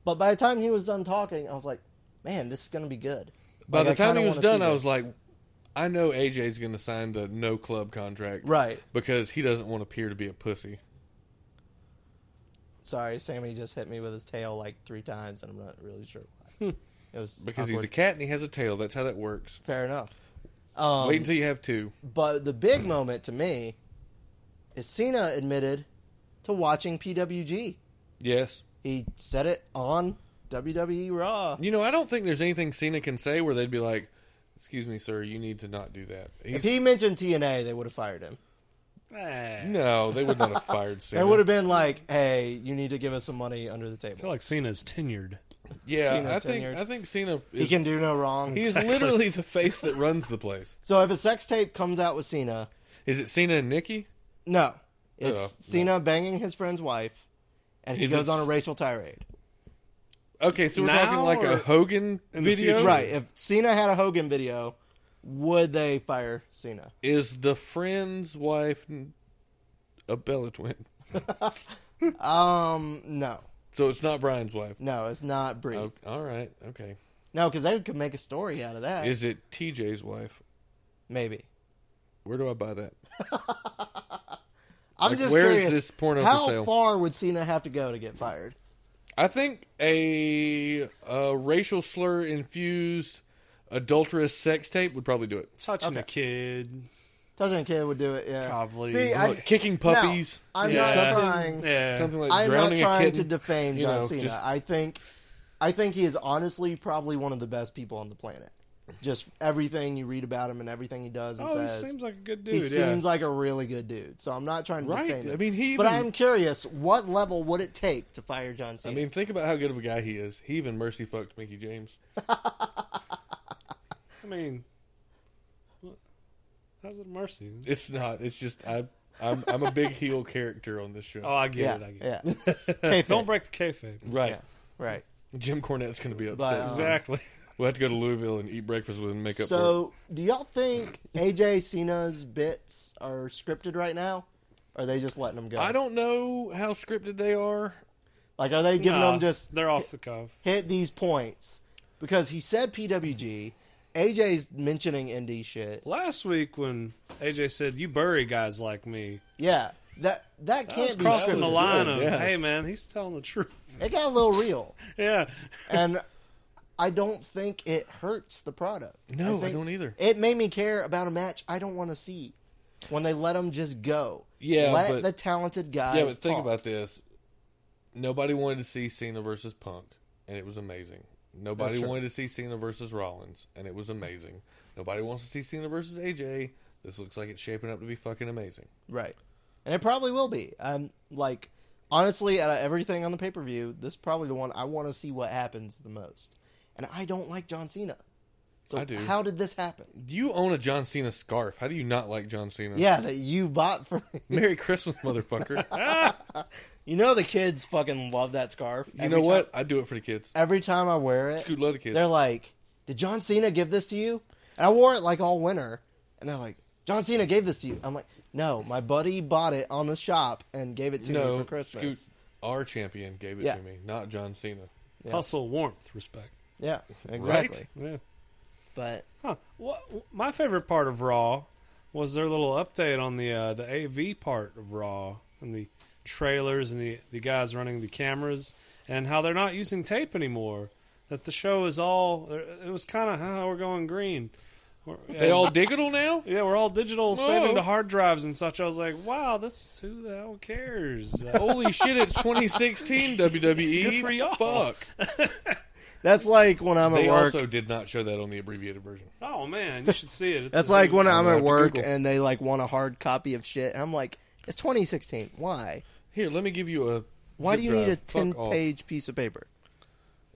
[SPEAKER 4] But by the time he was done talking, I was like, man, this is gonna be good.
[SPEAKER 2] By
[SPEAKER 4] Like,
[SPEAKER 2] the time
[SPEAKER 4] I kinda
[SPEAKER 2] he was
[SPEAKER 4] wanna see
[SPEAKER 2] done, I
[SPEAKER 4] this.
[SPEAKER 2] was like, I know AJ's going to sign the no club contract,
[SPEAKER 4] right.
[SPEAKER 2] Because he doesn't want to appear to be a pussy.
[SPEAKER 4] Sorry, Sammy just hit me with his tail like three times, and I'm not really sure why.
[SPEAKER 2] Hmm.
[SPEAKER 4] it was
[SPEAKER 2] Because he's a
[SPEAKER 4] awkward.
[SPEAKER 2] cat and he has a tail. That's how that works.
[SPEAKER 4] fair enough. Um,
[SPEAKER 2] Wait until you have two.
[SPEAKER 4] But the big moment to me is Cena admitted to watching PWG.
[SPEAKER 2] Yes.
[SPEAKER 4] He said it on WWE Raw.
[SPEAKER 2] You know, I don't think there's anything Cena can say where they'd be like, "Excuse me, sir, you need to not do that."
[SPEAKER 4] If
[SPEAKER 2] He's,
[SPEAKER 4] he mentioned TNA, they would have fired him.
[SPEAKER 3] Eh.
[SPEAKER 2] no, they would not have fired Cena.
[SPEAKER 4] It would have been like, "Hey, you need to give us some money under the
[SPEAKER 3] I feel
[SPEAKER 4] table.
[SPEAKER 3] like Cena's tenured.
[SPEAKER 2] Yeah,
[SPEAKER 4] Cena's
[SPEAKER 2] I think
[SPEAKER 4] tenured.
[SPEAKER 2] I think Cena
[SPEAKER 4] He
[SPEAKER 2] is,
[SPEAKER 4] can do no wrong."
[SPEAKER 2] he is literally the face that runs the place.
[SPEAKER 4] so if a sex tape comes out with Cena,
[SPEAKER 2] Is it Cena and Nikki?
[SPEAKER 4] no, it's
[SPEAKER 2] Uh,
[SPEAKER 4] Cena banging his friend's wife, and he
[SPEAKER 2] Is
[SPEAKER 4] goes
[SPEAKER 2] it
[SPEAKER 4] on a
[SPEAKER 2] s-
[SPEAKER 4] racial tirade.
[SPEAKER 2] Okay, so we're
[SPEAKER 3] Now
[SPEAKER 2] talking like a
[SPEAKER 3] or
[SPEAKER 2] Hogan
[SPEAKER 3] in the
[SPEAKER 2] video.
[SPEAKER 3] future?
[SPEAKER 4] Right? If Cena had a Hogan video, would they fire Cena?
[SPEAKER 2] Is the friend's wife n- a Bella twin?
[SPEAKER 4] Um, no,
[SPEAKER 2] So it's not Brian's wife.
[SPEAKER 4] no, it's not Brie.
[SPEAKER 2] Oh, all right. Okay.
[SPEAKER 4] No, because they could make a story out of that.
[SPEAKER 2] Is it TJ's wife?
[SPEAKER 4] Maybe.
[SPEAKER 2] Where do I buy that?
[SPEAKER 4] I'm
[SPEAKER 2] Like,
[SPEAKER 4] just
[SPEAKER 2] where is
[SPEAKER 4] curious.
[SPEAKER 2] this porno for
[SPEAKER 4] how
[SPEAKER 2] sale?
[SPEAKER 4] far would Cena have to go to get fired?
[SPEAKER 2] I think a, a racial slur infused adulterous sex tape would probably do it.
[SPEAKER 3] Touching a kid.
[SPEAKER 4] Touching a kid would do it. Yeah,
[SPEAKER 3] Probably.
[SPEAKER 4] See, I,
[SPEAKER 2] Look, kicking puppies.
[SPEAKER 4] Now, I'm
[SPEAKER 2] you know,
[SPEAKER 4] not
[SPEAKER 2] something-
[SPEAKER 4] trying.
[SPEAKER 3] Yeah.
[SPEAKER 2] Something like
[SPEAKER 4] I'm not
[SPEAKER 2] drowning a
[SPEAKER 4] trying
[SPEAKER 2] kitten.
[SPEAKER 4] to defame
[SPEAKER 2] you
[SPEAKER 4] John
[SPEAKER 2] know,
[SPEAKER 4] Cena.
[SPEAKER 2] just-
[SPEAKER 4] I think, I think he is honestly probably one of the best people on the planet. Just everything you read about him and everything he does and
[SPEAKER 3] oh, he
[SPEAKER 4] says.
[SPEAKER 3] seems like a good dude.
[SPEAKER 4] he
[SPEAKER 3] yeah.
[SPEAKER 4] seems like a really good dude. So I'm not trying to
[SPEAKER 2] Right.
[SPEAKER 4] defame him.
[SPEAKER 2] I mean, he
[SPEAKER 4] But
[SPEAKER 2] even-
[SPEAKER 4] I'm curious, what level would it take to fire John
[SPEAKER 2] I
[SPEAKER 4] Cena?
[SPEAKER 2] mean, think about how good of a guy he is. He even mercy fucked Mickey James.
[SPEAKER 3] I mean, what- how's it mercy?
[SPEAKER 2] It's not. It's just I. I'm, I'm a big heel character on this show.
[SPEAKER 3] Oh, I get
[SPEAKER 4] yeah,
[SPEAKER 3] it. I get it.
[SPEAKER 4] yeah,
[SPEAKER 3] Don't break the kayfabe.
[SPEAKER 2] right.
[SPEAKER 4] yeah, right.
[SPEAKER 2] Jim Cornette's going to be upset.
[SPEAKER 4] But, um,
[SPEAKER 3] Exactly.
[SPEAKER 2] We'll have to go to Louisville and eat breakfast with him and make up for it.
[SPEAKER 4] So, do y'all think AJ Cena's bits are scripted right now? Or are they just letting them go?
[SPEAKER 2] I don't know how scripted they are.
[SPEAKER 4] like. Are they giving
[SPEAKER 3] Nah,
[SPEAKER 4] them just
[SPEAKER 3] they're off the cuff.
[SPEAKER 4] hit these points because he said PWG. AJ's mentioning indie shit.
[SPEAKER 3] Last week when AJ said you bury guys like me,
[SPEAKER 4] Yeah, that that
[SPEAKER 3] I was
[SPEAKER 4] can't be
[SPEAKER 3] crossing the
[SPEAKER 4] scripted.
[SPEAKER 3] line of
[SPEAKER 2] yeah.
[SPEAKER 3] hey man, he's telling the truth.
[SPEAKER 4] It got a little real,
[SPEAKER 3] yeah,
[SPEAKER 4] and I don't think it hurts the product.
[SPEAKER 2] No, I
[SPEAKER 4] think
[SPEAKER 2] don't either.
[SPEAKER 4] It made me care about a match I don't want to see when they let them just go.
[SPEAKER 2] Yeah,
[SPEAKER 4] let
[SPEAKER 2] but-
[SPEAKER 4] the talented guys.
[SPEAKER 2] Yeah, but think
[SPEAKER 4] talk.
[SPEAKER 2] about this. Nobody wanted to see Cena versus Punk, and it was amazing. Nobody
[SPEAKER 4] That's true.
[SPEAKER 2] wanted to see Cena versus Rollins, and it was amazing. Nobody wants to see Cena versus AJ. This looks like it's shaping up to be fucking amazing.
[SPEAKER 4] Right. And it probably will be. Um, like, honestly, out of everything on the pay per view, this is probably the one I want to see what happens the most. And I don't like John Cena. So
[SPEAKER 2] I do.
[SPEAKER 4] how did this happen?
[SPEAKER 2] You own a John Cena scarf. How do you not like John Cena?
[SPEAKER 4] Yeah, that you bought for me.
[SPEAKER 2] Merry Christmas, motherfucker.
[SPEAKER 4] You know the kids fucking love that scarf.
[SPEAKER 2] you know what? I do it for the kids.
[SPEAKER 4] Every time I wear it,
[SPEAKER 2] Scoot love the kids.
[SPEAKER 4] they're like, "Did John Cena give this to you?" And I wore it like all winter, and they're like, "John Cena gave this to you." I'm like, "No, my buddy bought it on the shop and gave it to me
[SPEAKER 2] no,
[SPEAKER 4] for Christmas."
[SPEAKER 2] Scoot, our champion gave it
[SPEAKER 4] Yeah.
[SPEAKER 2] to me, not John Cena.
[SPEAKER 3] hustle, warmth, respect.
[SPEAKER 4] Yeah, exactly.
[SPEAKER 3] Yeah.
[SPEAKER 4] But
[SPEAKER 3] Huh. What, my favorite part of Raw was their little update on the uh, the AV part of Raw and the trailers and the, the guys running the cameras and how they're not using tape anymore. That the show is all. It was kind of how we're going green. We're-
[SPEAKER 2] They all digital now?
[SPEAKER 3] yeah, we're all digital,
[SPEAKER 2] Whoa.
[SPEAKER 3] saving to hard drives and such. I was like, wow, this who the hell cares? Uh,
[SPEAKER 2] Holy shit, it's 2016 WWE.
[SPEAKER 3] Good for y'all.
[SPEAKER 2] E. Fuck.
[SPEAKER 4] that's like when I'm
[SPEAKER 2] They
[SPEAKER 4] at work.
[SPEAKER 2] also did not show that on the abbreviated version.
[SPEAKER 3] oh man, you should see it. It's
[SPEAKER 4] that's
[SPEAKER 3] a-
[SPEAKER 4] like when I'm
[SPEAKER 2] gonna
[SPEAKER 4] at
[SPEAKER 2] have to
[SPEAKER 4] work
[SPEAKER 2] Google.
[SPEAKER 4] and they like want a hard copy of shit. And I'm like, "It's 2016. Why?
[SPEAKER 2] Here, let me give you a.
[SPEAKER 4] Why
[SPEAKER 2] zip
[SPEAKER 4] do you need a
[SPEAKER 2] drive. Fuck
[SPEAKER 4] 10
[SPEAKER 2] off. Uh,
[SPEAKER 4] page piece of paper?"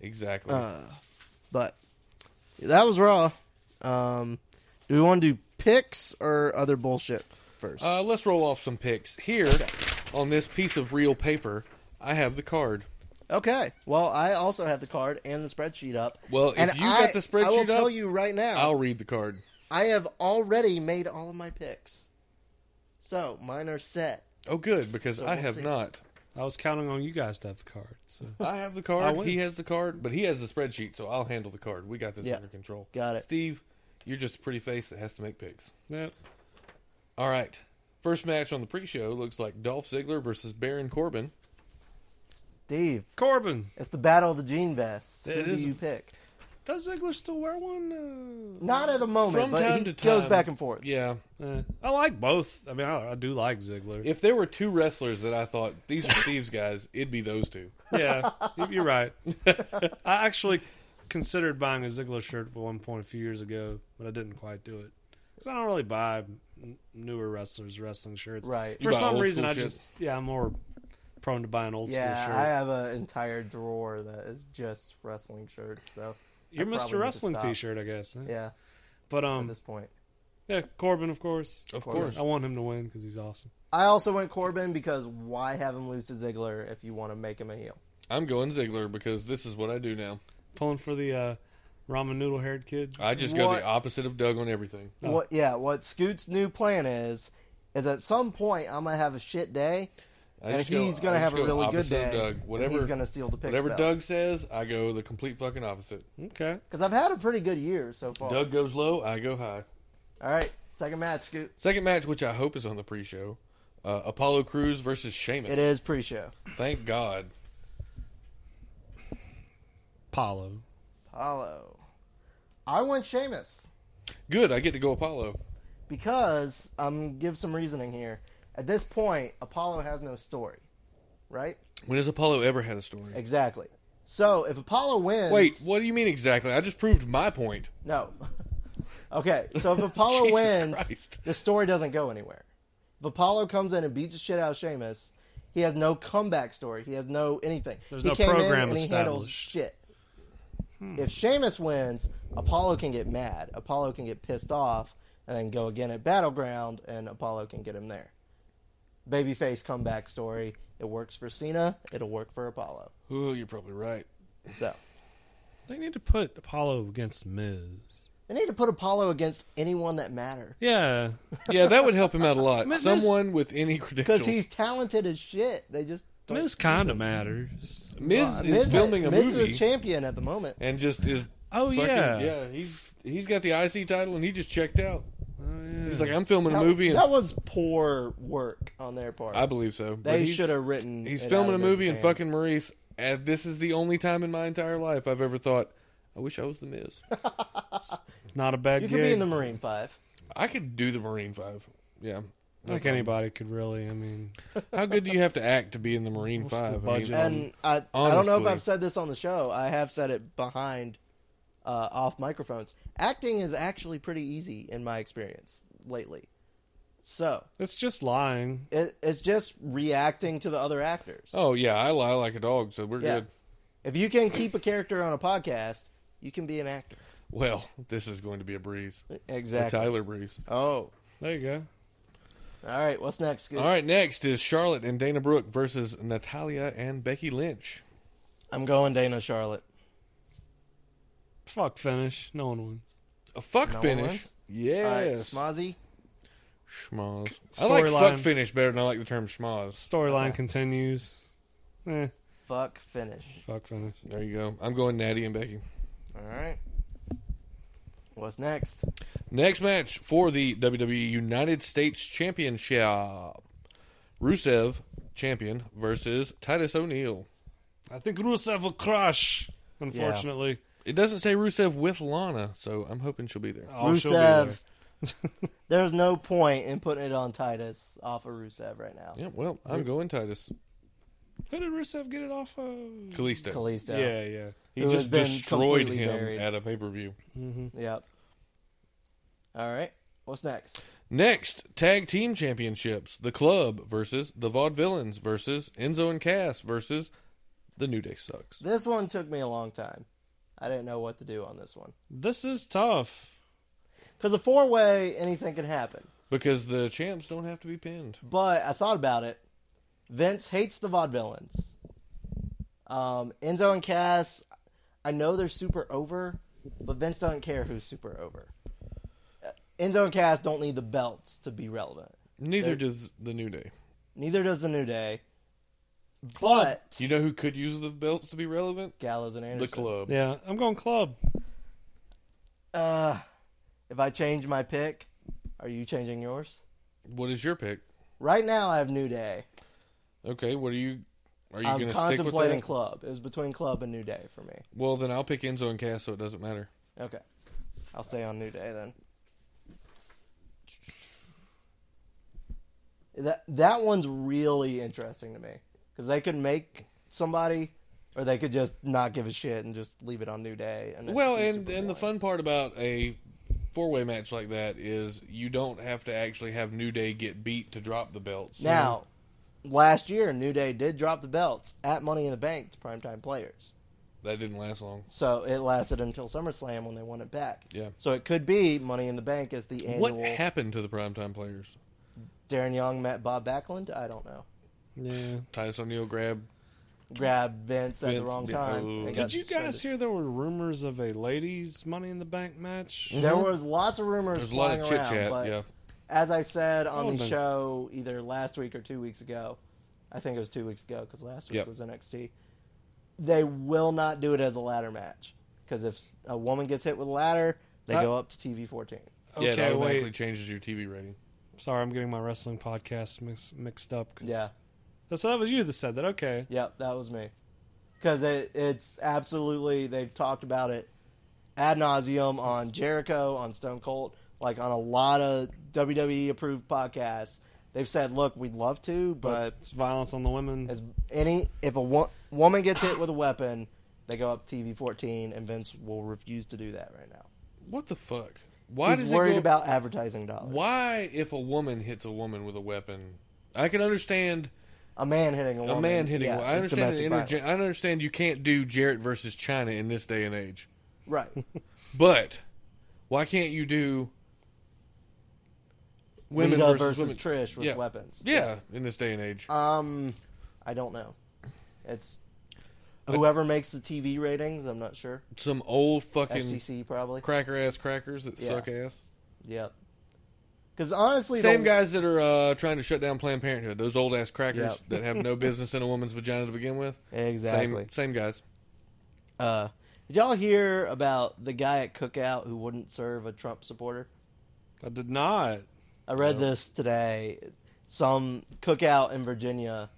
[SPEAKER 2] Exactly.
[SPEAKER 4] But that was raw. Um, do we want to do picks or other bullshit first?
[SPEAKER 2] Uh, let's roll off some picks. Here, on this piece of real paper, I have the card.
[SPEAKER 4] okay. Well, I also have the card and the spreadsheet up.
[SPEAKER 2] Well, if
[SPEAKER 4] and
[SPEAKER 2] you got
[SPEAKER 4] I-
[SPEAKER 2] the spreadsheet
[SPEAKER 4] I will
[SPEAKER 2] up,
[SPEAKER 4] tell you right now.
[SPEAKER 2] I'll read the card.
[SPEAKER 4] I have already made all of my picks, so mine are set.
[SPEAKER 2] Oh, good, because I
[SPEAKER 4] we'll
[SPEAKER 2] have
[SPEAKER 4] see.
[SPEAKER 2] not.
[SPEAKER 3] I was counting on you guys to have the card. So.
[SPEAKER 2] I have the
[SPEAKER 3] I
[SPEAKER 2] card.
[SPEAKER 3] win.
[SPEAKER 2] He has the card, but he has the spreadsheet, so I'll handle the card. We got this
[SPEAKER 4] Yeah.
[SPEAKER 2] under control.
[SPEAKER 4] Got it.
[SPEAKER 2] Steve, you're just a pretty face that has to make picks.
[SPEAKER 3] Yeah.
[SPEAKER 2] All right. First match on the pre-show looks like Dolph Ziggler versus Baron Corbin.
[SPEAKER 4] Steve,
[SPEAKER 3] Corbin,
[SPEAKER 4] it's the battle of the gene vests. Who
[SPEAKER 3] It
[SPEAKER 4] do
[SPEAKER 3] is-
[SPEAKER 4] you pick?
[SPEAKER 3] does Ziggler still wear one? Uh,
[SPEAKER 4] Not at the moment,
[SPEAKER 2] From
[SPEAKER 4] but
[SPEAKER 2] time
[SPEAKER 4] he
[SPEAKER 2] to time,
[SPEAKER 4] goes back and forth.
[SPEAKER 2] Yeah.
[SPEAKER 3] Eh, I like both. I mean, I, I do like Ziggler.
[SPEAKER 2] If there were two wrestlers that I thought these are Steve's guys, it'd be those two.
[SPEAKER 3] Yeah, you- you're right. I actually considered buying a Ziggler shirt at one point a few years ago, but I didn't quite do it because I don't really buy n- newer wrestlers wrestling shirts.
[SPEAKER 4] Right. You
[SPEAKER 3] For
[SPEAKER 2] buy
[SPEAKER 3] some
[SPEAKER 2] old
[SPEAKER 3] reason,
[SPEAKER 2] school
[SPEAKER 3] I
[SPEAKER 2] shit.
[SPEAKER 3] just yeah, I'm more prone to buying old
[SPEAKER 4] Yeah,
[SPEAKER 3] school shirt.
[SPEAKER 4] I have an entire drawer that is just wrestling shirts. So
[SPEAKER 3] Your
[SPEAKER 4] I probably need to
[SPEAKER 3] Mr. Wrestling
[SPEAKER 4] stop.
[SPEAKER 3] T-shirt, I guess. eh?
[SPEAKER 4] Yeah,
[SPEAKER 3] But
[SPEAKER 4] at
[SPEAKER 3] um,
[SPEAKER 4] this point,
[SPEAKER 3] yeah, Corbin, of course.
[SPEAKER 2] Of
[SPEAKER 4] course.
[SPEAKER 2] course.
[SPEAKER 3] I want him to win because he's awesome.
[SPEAKER 4] I also went Corbin because why have him lose to Ziggler if you want to make him a heel?
[SPEAKER 2] I'm going Ziggler because this is what I do now.
[SPEAKER 3] Pulling for the uh, ramen noodle haired kid.
[SPEAKER 2] I just go
[SPEAKER 4] What?
[SPEAKER 2] the opposite of Doug on everything.
[SPEAKER 4] What? Yeah, what Scoot's new plan is is at some point I'm gonna have a shit day,
[SPEAKER 2] I
[SPEAKER 4] and
[SPEAKER 2] just go-
[SPEAKER 4] he's
[SPEAKER 2] I
[SPEAKER 4] gonna
[SPEAKER 2] just
[SPEAKER 4] have a
[SPEAKER 2] go
[SPEAKER 4] really good
[SPEAKER 2] opposite
[SPEAKER 4] day.
[SPEAKER 2] of Doug.
[SPEAKER 4] and
[SPEAKER 2] Whatever-
[SPEAKER 4] he's gonna steal the pick
[SPEAKER 2] Whatever Doug says, I go the complete fucking opposite.
[SPEAKER 3] Okay.
[SPEAKER 4] Because I've had a pretty good year so far.
[SPEAKER 2] Doug goes low, I go high.
[SPEAKER 4] All right, second match, Scoot.
[SPEAKER 2] Second match, which I hope is on the pre-show, uh, Apollo Cruz versus Sheamus.
[SPEAKER 4] It is pre-show.
[SPEAKER 2] Thank God.
[SPEAKER 3] Paulo.
[SPEAKER 4] Apollo. I went Sheamus.
[SPEAKER 2] Good, I get to go Apollo.
[SPEAKER 4] because um, give some reasoning here. At this point, Apollo has no story, right?
[SPEAKER 2] When has Apollo ever had a story?
[SPEAKER 4] Exactly. So if Apollo wins,
[SPEAKER 2] Wait, what do you mean exactly? I just proved my point.
[SPEAKER 4] No. okay, so if Apollo
[SPEAKER 2] Jesus
[SPEAKER 4] wins,
[SPEAKER 2] Christ.
[SPEAKER 4] the story doesn't go anywhere. If Apollo comes in and beats the shit out of Sheamus, he has no comeback story. He has no anything.
[SPEAKER 3] There's
[SPEAKER 4] he
[SPEAKER 3] no
[SPEAKER 4] came in
[SPEAKER 3] program
[SPEAKER 4] and he handles
[SPEAKER 3] established. Hmm.
[SPEAKER 4] shit. If Sheamus wins, Apollo can get mad. Apollo can get pissed off and then go again at Battleground, and Apollo can get him there. Babyface comeback story. It works for Cena. It'll work for Apollo.
[SPEAKER 2] Ooh, you're probably right.
[SPEAKER 4] So
[SPEAKER 3] They need to put Apollo against Miz.
[SPEAKER 4] They need to put Apollo against anyone that matter.
[SPEAKER 3] Yeah.
[SPEAKER 2] Yeah, that would help him out a lot.
[SPEAKER 3] Miss-
[SPEAKER 2] Someone with any credentials.
[SPEAKER 4] Because he's talented as shit. They just don't.
[SPEAKER 3] Miz kind of matters.
[SPEAKER 2] Miz
[SPEAKER 4] Uh,
[SPEAKER 2] is filming a
[SPEAKER 4] Miz
[SPEAKER 2] movie
[SPEAKER 4] is a champion at the moment.
[SPEAKER 2] and just is.
[SPEAKER 3] Oh,
[SPEAKER 2] fucking-
[SPEAKER 3] yeah.
[SPEAKER 2] yeah. He's he's got the IC title and he just checked out.
[SPEAKER 3] Oh, yeah.
[SPEAKER 2] He's like, I'm filming a
[SPEAKER 4] That-
[SPEAKER 2] movie. And
[SPEAKER 4] That was poor work on their part.
[SPEAKER 2] I believe so. But
[SPEAKER 4] they
[SPEAKER 2] he's-
[SPEAKER 4] should have written.
[SPEAKER 2] He's
[SPEAKER 4] it
[SPEAKER 2] filming a
[SPEAKER 4] out of
[SPEAKER 2] movie
[SPEAKER 4] his
[SPEAKER 2] and
[SPEAKER 4] hands.
[SPEAKER 2] fucking Maurice. And this is the only time in my entire life I've ever thought, I wish I was the Miz.
[SPEAKER 3] Not a bad
[SPEAKER 4] You
[SPEAKER 3] gig.
[SPEAKER 4] could be in the Marine Five.
[SPEAKER 2] I could do the Marine Five. Yeah. No
[SPEAKER 3] like
[SPEAKER 2] problem.
[SPEAKER 3] anybody could really. I mean,
[SPEAKER 2] How good do you have to act to be in the Marine
[SPEAKER 3] What's the
[SPEAKER 2] Five?
[SPEAKER 3] budget?
[SPEAKER 2] I mean,
[SPEAKER 4] And I, I don't know if
[SPEAKER 2] honestly.
[SPEAKER 4] I've said this on the show. I have said it behind, uh, off microphones. Acting is actually pretty easy in my experience lately. So
[SPEAKER 3] it's just lying.
[SPEAKER 4] it, it's just reacting to the other actors.
[SPEAKER 2] oh yeah, I lie like a dog, so we're
[SPEAKER 4] yeah.
[SPEAKER 2] good.
[SPEAKER 4] If you can keep a character on a podcast, you can be an actor.
[SPEAKER 2] Well, this is going to be a breeze. A
[SPEAKER 4] Exactly.
[SPEAKER 2] Tyler breeze.
[SPEAKER 4] Oh,
[SPEAKER 3] There you go.
[SPEAKER 4] all right. What's next? Scoot?
[SPEAKER 2] All right, next is Charlotte and Dana Brooke versus Natalia and Becky Lynch.
[SPEAKER 4] I'm going Dana Charlotte.
[SPEAKER 3] Fuck finish. No one wins.
[SPEAKER 2] A fuck
[SPEAKER 4] No one
[SPEAKER 2] finish.
[SPEAKER 4] wins? All right,
[SPEAKER 2] Yes.
[SPEAKER 4] Smozzy.
[SPEAKER 2] schmoz. I like fuck
[SPEAKER 3] Storyline.
[SPEAKER 2] finish better than I like the term schmoz.
[SPEAKER 3] Storyline continues. Eh,
[SPEAKER 4] Fuck finish.
[SPEAKER 3] fuck finish.
[SPEAKER 2] There you go. I'm going Natty and Becky.
[SPEAKER 4] All right. What's next?
[SPEAKER 2] Next match for the WWE United States Championship. Rusev, champion, versus Titus O'Neil.
[SPEAKER 3] I think Rusev will crush. Unfortunately,
[SPEAKER 2] It doesn't say Rusev with Lana, so I'm hoping she'll be there.
[SPEAKER 3] Oh, she'll be there.
[SPEAKER 4] Rusev. There's no point in putting it on Titus off of Rusev right now.
[SPEAKER 2] Yeah, well, I'm going Titus.
[SPEAKER 3] Who did Rusev get it off of?
[SPEAKER 2] Kalisto.
[SPEAKER 4] Kalisto.
[SPEAKER 3] Yeah, yeah.
[SPEAKER 2] He
[SPEAKER 4] Who has
[SPEAKER 2] just
[SPEAKER 4] been
[SPEAKER 2] destroyed
[SPEAKER 4] completely
[SPEAKER 2] him
[SPEAKER 4] buried.
[SPEAKER 2] at a pay per view.
[SPEAKER 4] Yep. All right. What's next?
[SPEAKER 2] Next, tag team championships: The Club versus the Vaudevillains versus Enzo and Cass versus the New Day sucks.
[SPEAKER 4] This one took me a long time. I didn't know what to do on this one.
[SPEAKER 3] This is tough.
[SPEAKER 4] Because a four way, anything can happen.
[SPEAKER 2] Because the champs don't have to be pinned.
[SPEAKER 4] But I thought about it. Vince hates the vaudevillains. Um, Enzo and Cass, I know they're super over, but Vince doesn't care who's super over. Uh, Enzo and Cass don't need the belts to be relevant.
[SPEAKER 2] Neither does the New Day.
[SPEAKER 4] Neither does the New Day. But
[SPEAKER 2] You know who could use the belts to be relevant?
[SPEAKER 4] Gallows and Anderson.
[SPEAKER 2] The Club.
[SPEAKER 3] Yeah, I'm going club.
[SPEAKER 4] Uh, if I change my pick, are you changing yours?
[SPEAKER 2] What is your pick?
[SPEAKER 4] Right now, I have New Day.
[SPEAKER 2] Okay, what are you? Are you
[SPEAKER 4] I'm
[SPEAKER 2] going to stick with
[SPEAKER 4] contemplating
[SPEAKER 2] that?
[SPEAKER 4] Club. It was between Club and New Day for me.
[SPEAKER 2] well, then I'll pick Enzo and Cass, so it doesn't matter.
[SPEAKER 4] Okay. I'll stay on New Day then. That that one's really interesting to me because they could make somebody, or they could just not give a shit and just leave it on New Day. And it
[SPEAKER 2] Well,
[SPEAKER 4] be
[SPEAKER 2] and
[SPEAKER 4] super
[SPEAKER 2] and the
[SPEAKER 4] boring.
[SPEAKER 2] fun part about a four-way match like that is you don't have to actually have New Day get beat to drop the belts.
[SPEAKER 4] now, last year New Day did drop the belts at Money in the Bank to primetime players,
[SPEAKER 2] that didn't last long.
[SPEAKER 4] so it lasted until SummerSlam when they won it back.
[SPEAKER 2] Yeah.
[SPEAKER 4] So it could be Money in the Bank is the
[SPEAKER 2] What
[SPEAKER 4] annual.
[SPEAKER 2] happened to the primetime players?
[SPEAKER 4] Darren Young met Bob Backlund. I don't know.
[SPEAKER 3] Yeah.
[SPEAKER 2] Titus O'Neil grabbed.
[SPEAKER 4] grabbed Vince at the
[SPEAKER 2] Vince
[SPEAKER 4] wrong
[SPEAKER 2] did-
[SPEAKER 4] time.
[SPEAKER 2] oh.
[SPEAKER 4] and
[SPEAKER 2] Did
[SPEAKER 4] got
[SPEAKER 3] Did you guys
[SPEAKER 4] suspended.
[SPEAKER 3] hear there were rumors of a ladies' Money in the Bank match?
[SPEAKER 4] There was lots of rumors.
[SPEAKER 2] There's a lot of
[SPEAKER 4] flying
[SPEAKER 2] chit
[SPEAKER 4] around,
[SPEAKER 2] chat.
[SPEAKER 4] but
[SPEAKER 2] Yeah,
[SPEAKER 4] As I said on
[SPEAKER 3] Oh,
[SPEAKER 4] the
[SPEAKER 3] man.
[SPEAKER 4] show, either last week or two weeks ago, I think it was two weeks ago because last week
[SPEAKER 2] Yep.
[SPEAKER 4] was NXT. They will not do it as a ladder match because if s- a woman gets hit with a ladder, they
[SPEAKER 3] Uh,
[SPEAKER 4] go up to TV fourteen.
[SPEAKER 2] yeah. It
[SPEAKER 3] Okay,
[SPEAKER 2] automatically
[SPEAKER 3] wait.
[SPEAKER 2] changes your TV rating.
[SPEAKER 3] Sorry, I'm getting my wrestling podcast mix, mixed up. 'cause-
[SPEAKER 4] Yeah,
[SPEAKER 3] So that was you that said that. Okay.
[SPEAKER 4] yep, that was me. Because it, it's absolutely they've talked about it ad nauseum on Jericho, on Stone Cold, like on a lot of WWE approved podcasts. They've said, "Look, we'd love to, but
[SPEAKER 3] It's violence on the women.
[SPEAKER 4] as any if a wo- woman gets hit with a weapon, they go up TV 14, and Vince will refuse to do that right now.
[SPEAKER 2] What the fuck? Why
[SPEAKER 4] He's
[SPEAKER 2] does it
[SPEAKER 4] worried
[SPEAKER 2] go-
[SPEAKER 4] about advertising dollars.
[SPEAKER 2] Why, if a woman hits a woman with a weapon, I can understand
[SPEAKER 4] A man hitting a woman,
[SPEAKER 2] a man hitting.
[SPEAKER 4] yeah,
[SPEAKER 2] a woman. I
[SPEAKER 4] it's
[SPEAKER 2] understand. The
[SPEAKER 4] domestic
[SPEAKER 2] interge- I
[SPEAKER 4] violence.
[SPEAKER 2] understand you can't do Jarrett versus China in this day and age,
[SPEAKER 4] right?
[SPEAKER 2] but why can't you do women
[SPEAKER 4] Lita
[SPEAKER 2] versus,
[SPEAKER 4] versus, Uh,
[SPEAKER 2] women?
[SPEAKER 4] Trish with
[SPEAKER 2] Yeah.
[SPEAKER 4] weapons.
[SPEAKER 2] yeah, in this day and age.
[SPEAKER 4] Um, I don't know. It's Whoever makes the TV ratings, I'm not sure.
[SPEAKER 2] Some old fucking
[SPEAKER 4] FCC probably.
[SPEAKER 2] cracker ass crackers that
[SPEAKER 4] Yeah.
[SPEAKER 2] suck ass.
[SPEAKER 4] Yep. Because honestly,
[SPEAKER 2] Same
[SPEAKER 4] the,
[SPEAKER 2] guys that are uh, trying to shut down Planned Parenthood. Those old ass crackers
[SPEAKER 4] Yep.
[SPEAKER 2] that have no business in a woman's vagina to begin with.
[SPEAKER 4] Exactly.
[SPEAKER 2] Same, same guys.
[SPEAKER 4] Uh, did y'all hear about the guy at Cookout who wouldn't serve a Trump supporter?
[SPEAKER 3] I did not.
[SPEAKER 4] I read this today. Some cookout in Virginia,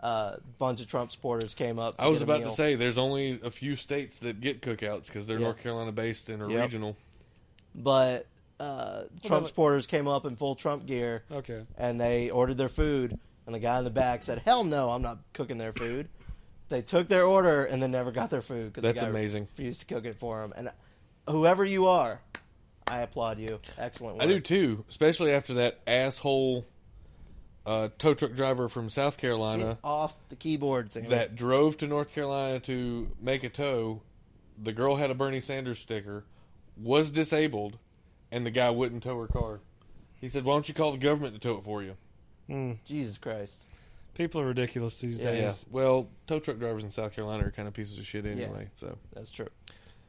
[SPEAKER 4] a uh, bunch of Trump supporters came up. To
[SPEAKER 2] I was
[SPEAKER 4] get a
[SPEAKER 2] about
[SPEAKER 4] meal.
[SPEAKER 2] to say there's only a few states that get cookouts because they're
[SPEAKER 4] Yeah.
[SPEAKER 2] North Carolina based and are
[SPEAKER 4] Yep.
[SPEAKER 2] regional.
[SPEAKER 4] but uh, Trump
[SPEAKER 3] about-
[SPEAKER 4] supporters came up in full Trump gear.
[SPEAKER 3] Okay.
[SPEAKER 4] and they ordered their food and the guy in the back said hell no i'm not cooking their food they took their order and then never got their food because
[SPEAKER 2] That's amazing.
[SPEAKER 4] refused to cook it for them and whoever you are i applaud you excellent work
[SPEAKER 2] I do too, especially after that asshole uh, tow truck driver from South
[SPEAKER 4] Get
[SPEAKER 2] Carolina
[SPEAKER 4] off the keyboard Sammy.
[SPEAKER 2] that drove to North Carolina to make a tow. The girl had a Bernie Sanders sticker, was disabled, and the guy wouldn't tow her car. He said, "Why don't you call the government to tow it for you?"
[SPEAKER 4] jesus christ
[SPEAKER 3] People are ridiculous these
[SPEAKER 4] Yeah.
[SPEAKER 3] days.
[SPEAKER 2] Well, tow truck drivers in South Carolina are kind of pieces of shit anyway. So
[SPEAKER 4] that's true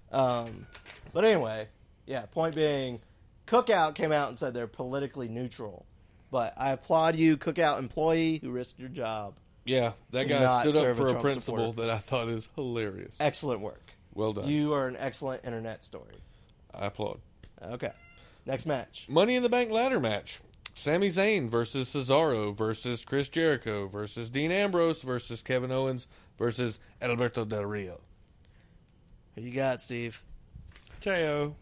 [SPEAKER 4] um, but anyway yeah point being cookout came out and said they're politically neutral but i applaud you cookout employee who risked your job
[SPEAKER 2] yeah, that
[SPEAKER 4] Do
[SPEAKER 2] guy
[SPEAKER 4] not
[SPEAKER 2] stood up
[SPEAKER 4] serve a
[SPEAKER 2] for a
[SPEAKER 4] Trump
[SPEAKER 2] principle
[SPEAKER 4] supporter.
[SPEAKER 2] that I thought is hilarious.
[SPEAKER 4] excellent work
[SPEAKER 2] Well done.
[SPEAKER 4] you are an excellent internet story
[SPEAKER 2] I applaud.
[SPEAKER 4] Okay. Next match.
[SPEAKER 2] Money in the Bank ladder match. Sami Zayn versus Cesaro versus Chris Jericho versus Dean Ambrose versus Kevin Owens versus Alberto Del Rio.
[SPEAKER 4] Who you got, Steve?
[SPEAKER 3] KO.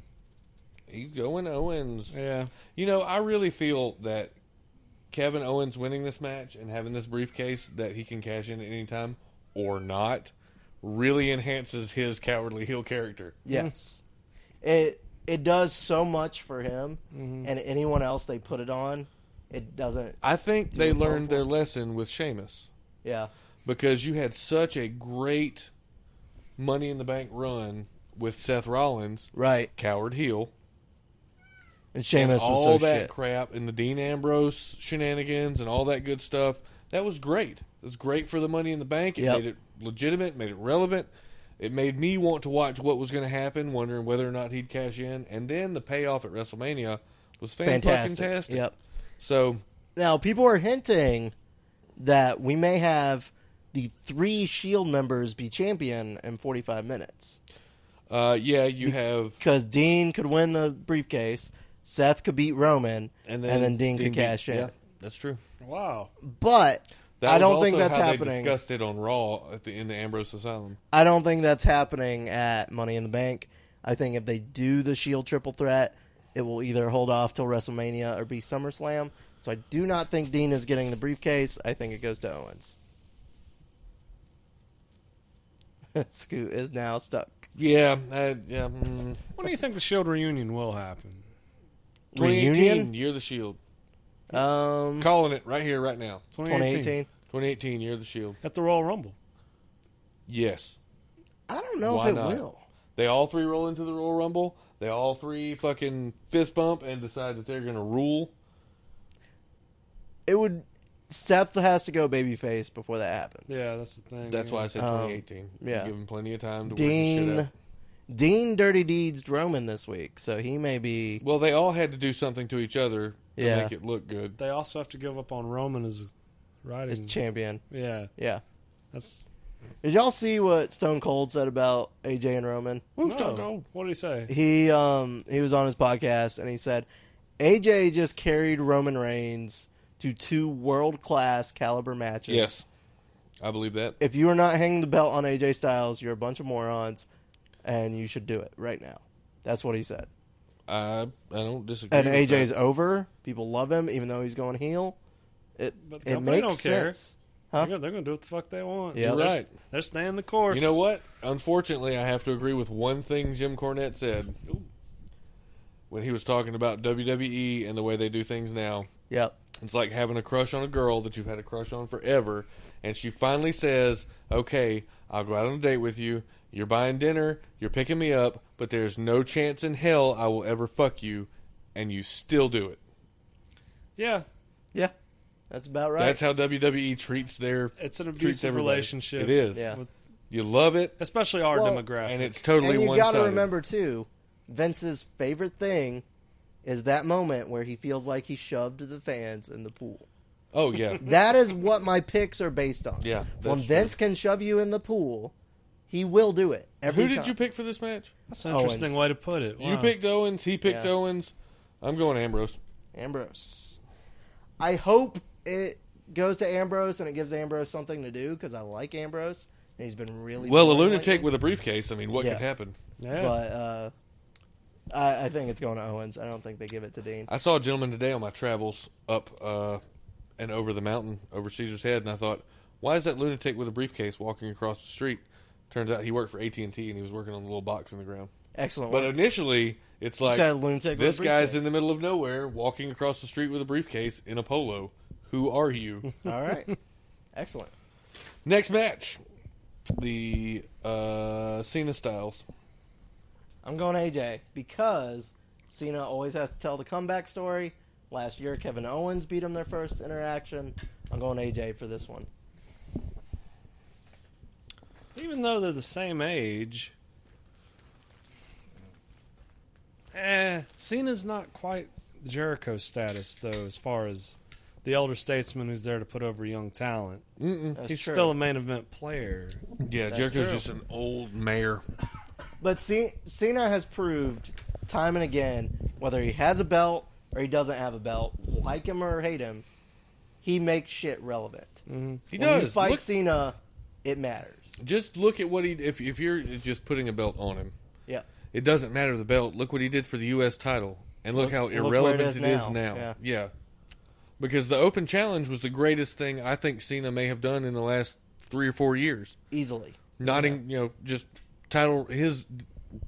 [SPEAKER 2] He's going Owens.
[SPEAKER 3] Yeah.
[SPEAKER 2] You know, I really feel that Kevin Owens winning this match and having this briefcase that he can cash in at any time or not really enhances his cowardly heel character.
[SPEAKER 4] Yes. it it does so much for him and anyone else they put it on, it doesn't
[SPEAKER 2] I think
[SPEAKER 4] Do
[SPEAKER 2] they
[SPEAKER 4] you want to
[SPEAKER 2] learned
[SPEAKER 4] tell him
[SPEAKER 2] their lesson with Sheamus.
[SPEAKER 4] yeah.
[SPEAKER 2] because you had such a great Money in the Bank run with Seth Rollins,
[SPEAKER 4] Right.
[SPEAKER 2] coward heel,
[SPEAKER 4] And Sheamus
[SPEAKER 2] all
[SPEAKER 4] was so
[SPEAKER 2] that
[SPEAKER 4] shit.
[SPEAKER 2] crap, and the Dean Ambrose shenanigans and all that good stuff. That was great. It was great for the Money in the Bank. It
[SPEAKER 4] Yep.
[SPEAKER 2] made it legitimate, made it relevant. It made me want to watch what was going to happen, wondering whether or not he'd cash in. And then the payoff at WrestleMania was
[SPEAKER 4] Fantastic.
[SPEAKER 2] fantastic.
[SPEAKER 4] Yep.
[SPEAKER 2] So
[SPEAKER 4] Now people are hinting that we may have the three Shield E members be champion in 45 minutes
[SPEAKER 2] uh, yeah, you have
[SPEAKER 4] because Dean could win the briefcase, Seth could beat Roman, and then, Dean, could
[SPEAKER 2] beat-
[SPEAKER 4] cash in.
[SPEAKER 2] Yeah, that's true.
[SPEAKER 3] Wow.
[SPEAKER 4] But
[SPEAKER 2] That
[SPEAKER 4] I
[SPEAKER 2] was
[SPEAKER 4] don't think
[SPEAKER 2] also
[SPEAKER 4] that's
[SPEAKER 2] how
[SPEAKER 4] happening.
[SPEAKER 2] They discussed it on Raw at the, in the Ambrose Asylum.
[SPEAKER 4] I don't think that's happening at Money in the Bank. I think if they do the Shield triple threat, it will either hold off till WrestleMania or be SummerSlam. So I do not think Dean is getting the briefcase. I think it goes to Owens. Scoot is now stuck.
[SPEAKER 2] Yeah, uh, yeah. Mm.
[SPEAKER 3] Hmm. When do you think the Shield reunion will happen?
[SPEAKER 2] 2018, Year of the Shield.
[SPEAKER 4] Um,
[SPEAKER 2] Calling it right here, right now.
[SPEAKER 4] 2018.
[SPEAKER 2] 2018, Year of the Shield.
[SPEAKER 3] At the Royal Rumble.
[SPEAKER 2] Yes.
[SPEAKER 4] I don't know
[SPEAKER 2] Why
[SPEAKER 4] if it
[SPEAKER 2] not?
[SPEAKER 4] will.
[SPEAKER 2] They all three roll into the Royal Rumble. They all three fucking fist bump and decide that they're going to rule.
[SPEAKER 4] It would. Seth has to go babyface before that happens.
[SPEAKER 3] Yeah, that's the thing.
[SPEAKER 2] That's
[SPEAKER 3] yeah.
[SPEAKER 2] why I said
[SPEAKER 4] Um,
[SPEAKER 2] 2018.
[SPEAKER 4] yeah.
[SPEAKER 2] Give them plenty of time to work this shit
[SPEAKER 4] Dean.
[SPEAKER 2] out.
[SPEAKER 4] Dean dirty deeds Roman this week, so he may be.
[SPEAKER 2] Well, they all had to do something to each other to
[SPEAKER 4] Yeah.
[SPEAKER 2] make it look good.
[SPEAKER 3] They also have to give up on Roman as riding.
[SPEAKER 4] Is champion.
[SPEAKER 3] yeah.
[SPEAKER 4] Yeah.
[SPEAKER 3] That's
[SPEAKER 4] Did y'all see what Stone Cold said about AJ and Roman?
[SPEAKER 2] Woo,
[SPEAKER 3] No.
[SPEAKER 2] Stone Cold.
[SPEAKER 3] What did he say?
[SPEAKER 4] He um he was on his podcast and he said AJ just carried Roman Reigns to two world class caliber matches.
[SPEAKER 2] Yes. I believe that.
[SPEAKER 4] If you are not hanging the belt on AJ Styles, you're a bunch of morons and you should do it right now. That's what he said.
[SPEAKER 2] I, I don't disagree.
[SPEAKER 4] And
[SPEAKER 2] with
[SPEAKER 4] AJ's
[SPEAKER 2] that.
[SPEAKER 4] over. People love him even though he's going heel. It
[SPEAKER 3] But the
[SPEAKER 4] it
[SPEAKER 3] company
[SPEAKER 4] makes
[SPEAKER 3] don't care.
[SPEAKER 4] sense.
[SPEAKER 3] They're
[SPEAKER 4] Huh?
[SPEAKER 3] gonna- They're going to do what the fuck they want.
[SPEAKER 4] Yeah.
[SPEAKER 2] You're
[SPEAKER 3] They're,
[SPEAKER 2] right.
[SPEAKER 3] they're staying the course.
[SPEAKER 2] You know what? Unfortunately, I have to agree with one thing Jim Cornette said
[SPEAKER 3] Ooh.
[SPEAKER 2] when he was talking about WWE and the way they do things now.
[SPEAKER 4] Yep.
[SPEAKER 2] It's like having a crush on a girl that you've had a crush on forever, and she finally says, "Okay, I'll go out on a date with you. You're buying dinner. You're picking me up, but there's no chance in hell I will ever fuck you." And you still do it.
[SPEAKER 3] Yeah.
[SPEAKER 4] Yeah. That's about right.
[SPEAKER 2] That's how WWE treats their
[SPEAKER 3] It's an
[SPEAKER 2] treats
[SPEAKER 3] abusive
[SPEAKER 2] everybody.
[SPEAKER 3] relationship.
[SPEAKER 2] It is.
[SPEAKER 4] Yeah.
[SPEAKER 3] With
[SPEAKER 2] You love it,
[SPEAKER 3] especially our
[SPEAKER 4] Well,
[SPEAKER 3] demographic.
[SPEAKER 2] and it's totally
[SPEAKER 4] and you
[SPEAKER 2] one
[SPEAKER 4] gotta
[SPEAKER 2] sided.
[SPEAKER 4] remember too, Vince's favorite thing is that moment where he feels like he shoved the fans in the pool.
[SPEAKER 2] Oh yeah,
[SPEAKER 4] That is what my picks are based on.
[SPEAKER 2] Yeah,
[SPEAKER 4] when
[SPEAKER 2] that's
[SPEAKER 4] Vince can shove you in the pool, he will do it every
[SPEAKER 2] who did
[SPEAKER 4] time.
[SPEAKER 2] you pick for this match?
[SPEAKER 3] that's an interesting
[SPEAKER 4] Owens.
[SPEAKER 3] way to put it.
[SPEAKER 2] You
[SPEAKER 3] Wow.
[SPEAKER 2] picked Owens. He picked
[SPEAKER 4] Yeah.
[SPEAKER 2] Owens. I'm going Ambrose.
[SPEAKER 4] Ambrose. I hope it goes to Ambrose and it gives Ambrose something to do because I like Ambrose and he's been really
[SPEAKER 2] Well, a
[SPEAKER 4] boring
[SPEAKER 2] lunatic
[SPEAKER 4] lately.
[SPEAKER 2] with a briefcase. I mean, what
[SPEAKER 4] Yeah.
[SPEAKER 2] could happen?
[SPEAKER 3] Yeah.
[SPEAKER 4] But uh, I, I think it's going to Owens. I don't think they give it to Dean.
[SPEAKER 2] I saw a gentleman today on my travels up uh, and over the mountain over Caesar's Head, and I thought, why is that lunatic with a briefcase walking across the street? Turns out he worked for AT and T, and he was working on the little box in the ground.
[SPEAKER 4] Excellent.
[SPEAKER 2] But
[SPEAKER 4] work.
[SPEAKER 2] initially, it's like
[SPEAKER 4] said lunatic with
[SPEAKER 2] this
[SPEAKER 4] a
[SPEAKER 2] guy's
[SPEAKER 4] briefcase.
[SPEAKER 2] in the middle of nowhere, walking across the street with a briefcase in a polo. Who are you?
[SPEAKER 4] All right. Excellent.
[SPEAKER 2] Next match, the uh, Cena Styles.
[SPEAKER 4] I'm going AJ because Cena always has to tell the comeback story. Last year, Kevin Owens beat him their first interaction. I'm going AJ for this one.
[SPEAKER 3] Even though they're the same age, eh, Cena's not quite Jericho status though, as far as the elder statesman who's there to put over young talent.
[SPEAKER 2] Mm-mm.
[SPEAKER 4] That's
[SPEAKER 3] He's
[SPEAKER 4] true.
[SPEAKER 3] still a main event player.
[SPEAKER 2] Yeah,
[SPEAKER 4] That's
[SPEAKER 2] Jericho's
[SPEAKER 4] true.
[SPEAKER 2] just an old mayor.
[SPEAKER 4] But C- Cena has proved time and again whether he has a belt or he doesn't have a belt, like him or hate him, he makes shit relevant.
[SPEAKER 2] Mm-hmm. He
[SPEAKER 4] when you
[SPEAKER 2] does.
[SPEAKER 4] fight
[SPEAKER 2] Look-
[SPEAKER 4] Cena, it matters.
[SPEAKER 2] just look at what he. If if you're just putting a belt on him,
[SPEAKER 4] Yeah.
[SPEAKER 2] it doesn't matter the belt. Look what he did for the U.S. title, and look,
[SPEAKER 4] Look-
[SPEAKER 2] how
[SPEAKER 4] look where it
[SPEAKER 2] irrelevant
[SPEAKER 4] is
[SPEAKER 2] it is now.
[SPEAKER 4] now. Yeah.
[SPEAKER 2] Yeah. because the Open Challenge was the greatest thing I think Cena may have done in the last three or four years.
[SPEAKER 4] Easily.
[SPEAKER 2] Not in you know just title his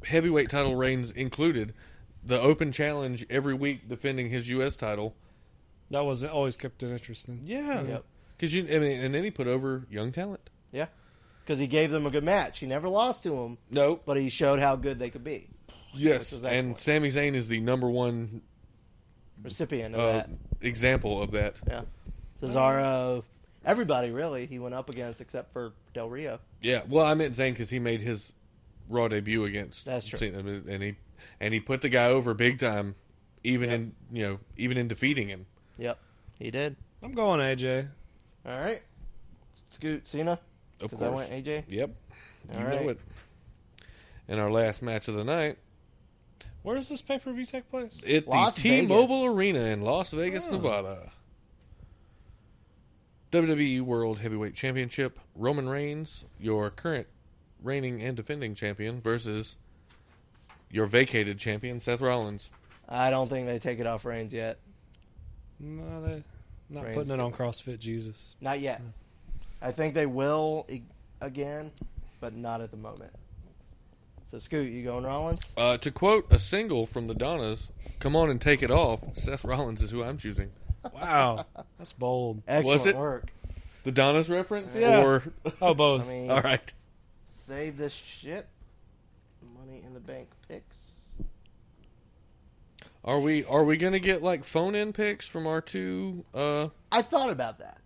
[SPEAKER 2] heavyweight title reigns included. The Open Challenge every week defending his U.S. title.
[SPEAKER 3] That was always kept it interesting.
[SPEAKER 2] Yeah,
[SPEAKER 4] Yep.
[SPEAKER 2] because you I mean, and then he put over young talent.
[SPEAKER 4] Yeah. Because he gave them a good match. He never lost to him,
[SPEAKER 2] Nope.
[SPEAKER 4] but he showed how good they could be.
[SPEAKER 2] Yes,
[SPEAKER 4] Which was
[SPEAKER 2] and Sami Zayn is the number one
[SPEAKER 4] Recipient of
[SPEAKER 2] uh,
[SPEAKER 4] that.
[SPEAKER 2] example of that.
[SPEAKER 4] Yeah. Cesaro, everybody really, he went up against except for Del Rio.
[SPEAKER 2] Yeah, well, I meant Zayn because he made his Raw debut against
[SPEAKER 4] That's true.
[SPEAKER 2] Cena, and he and he put the guy over big time, even in you know even in defeating him.
[SPEAKER 4] Yep. He did.
[SPEAKER 3] I'm going AJ.
[SPEAKER 4] All right. Scoot Cena.
[SPEAKER 2] Of
[SPEAKER 4] Because I
[SPEAKER 2] course.
[SPEAKER 4] went AJ.
[SPEAKER 2] Yep,
[SPEAKER 4] All
[SPEAKER 2] you
[SPEAKER 4] right.
[SPEAKER 2] know it. And our last match of the night,
[SPEAKER 3] Where does this pay per view take place?
[SPEAKER 2] at
[SPEAKER 4] Las
[SPEAKER 2] the
[SPEAKER 4] Vegas. Hmm.
[SPEAKER 2] T-Mobile Arena in Las Vegas,
[SPEAKER 3] Oh.
[SPEAKER 2] Nevada. WWE World Heavyweight Championship: Roman Reigns, your current reigning and defending champion, versus your vacated champion Seth Rollins.
[SPEAKER 4] I don't think they take it off Reigns yet.
[SPEAKER 3] No, they're not
[SPEAKER 4] Reigns
[SPEAKER 3] putting it
[SPEAKER 4] did
[SPEAKER 3] on CrossFit Jesus.
[SPEAKER 4] Not yet. I think they will e- again, but not at the moment. So Scoot, you going Rollins?
[SPEAKER 2] Uh, to quote a single from the Donnas, "Come on and take it off." Seth Rollins is who I'm choosing.
[SPEAKER 3] Wow, that's bold.
[SPEAKER 4] Excellent
[SPEAKER 2] it?
[SPEAKER 4] work.
[SPEAKER 2] The Donnas reference,
[SPEAKER 3] Yeah.
[SPEAKER 2] or
[SPEAKER 3] Oh, both.
[SPEAKER 4] I mean,
[SPEAKER 2] all right,
[SPEAKER 4] save this shit. Money in the bank picks.
[SPEAKER 2] are we are we gonna get like phone in picks from our two? Uh,
[SPEAKER 4] I thought about that.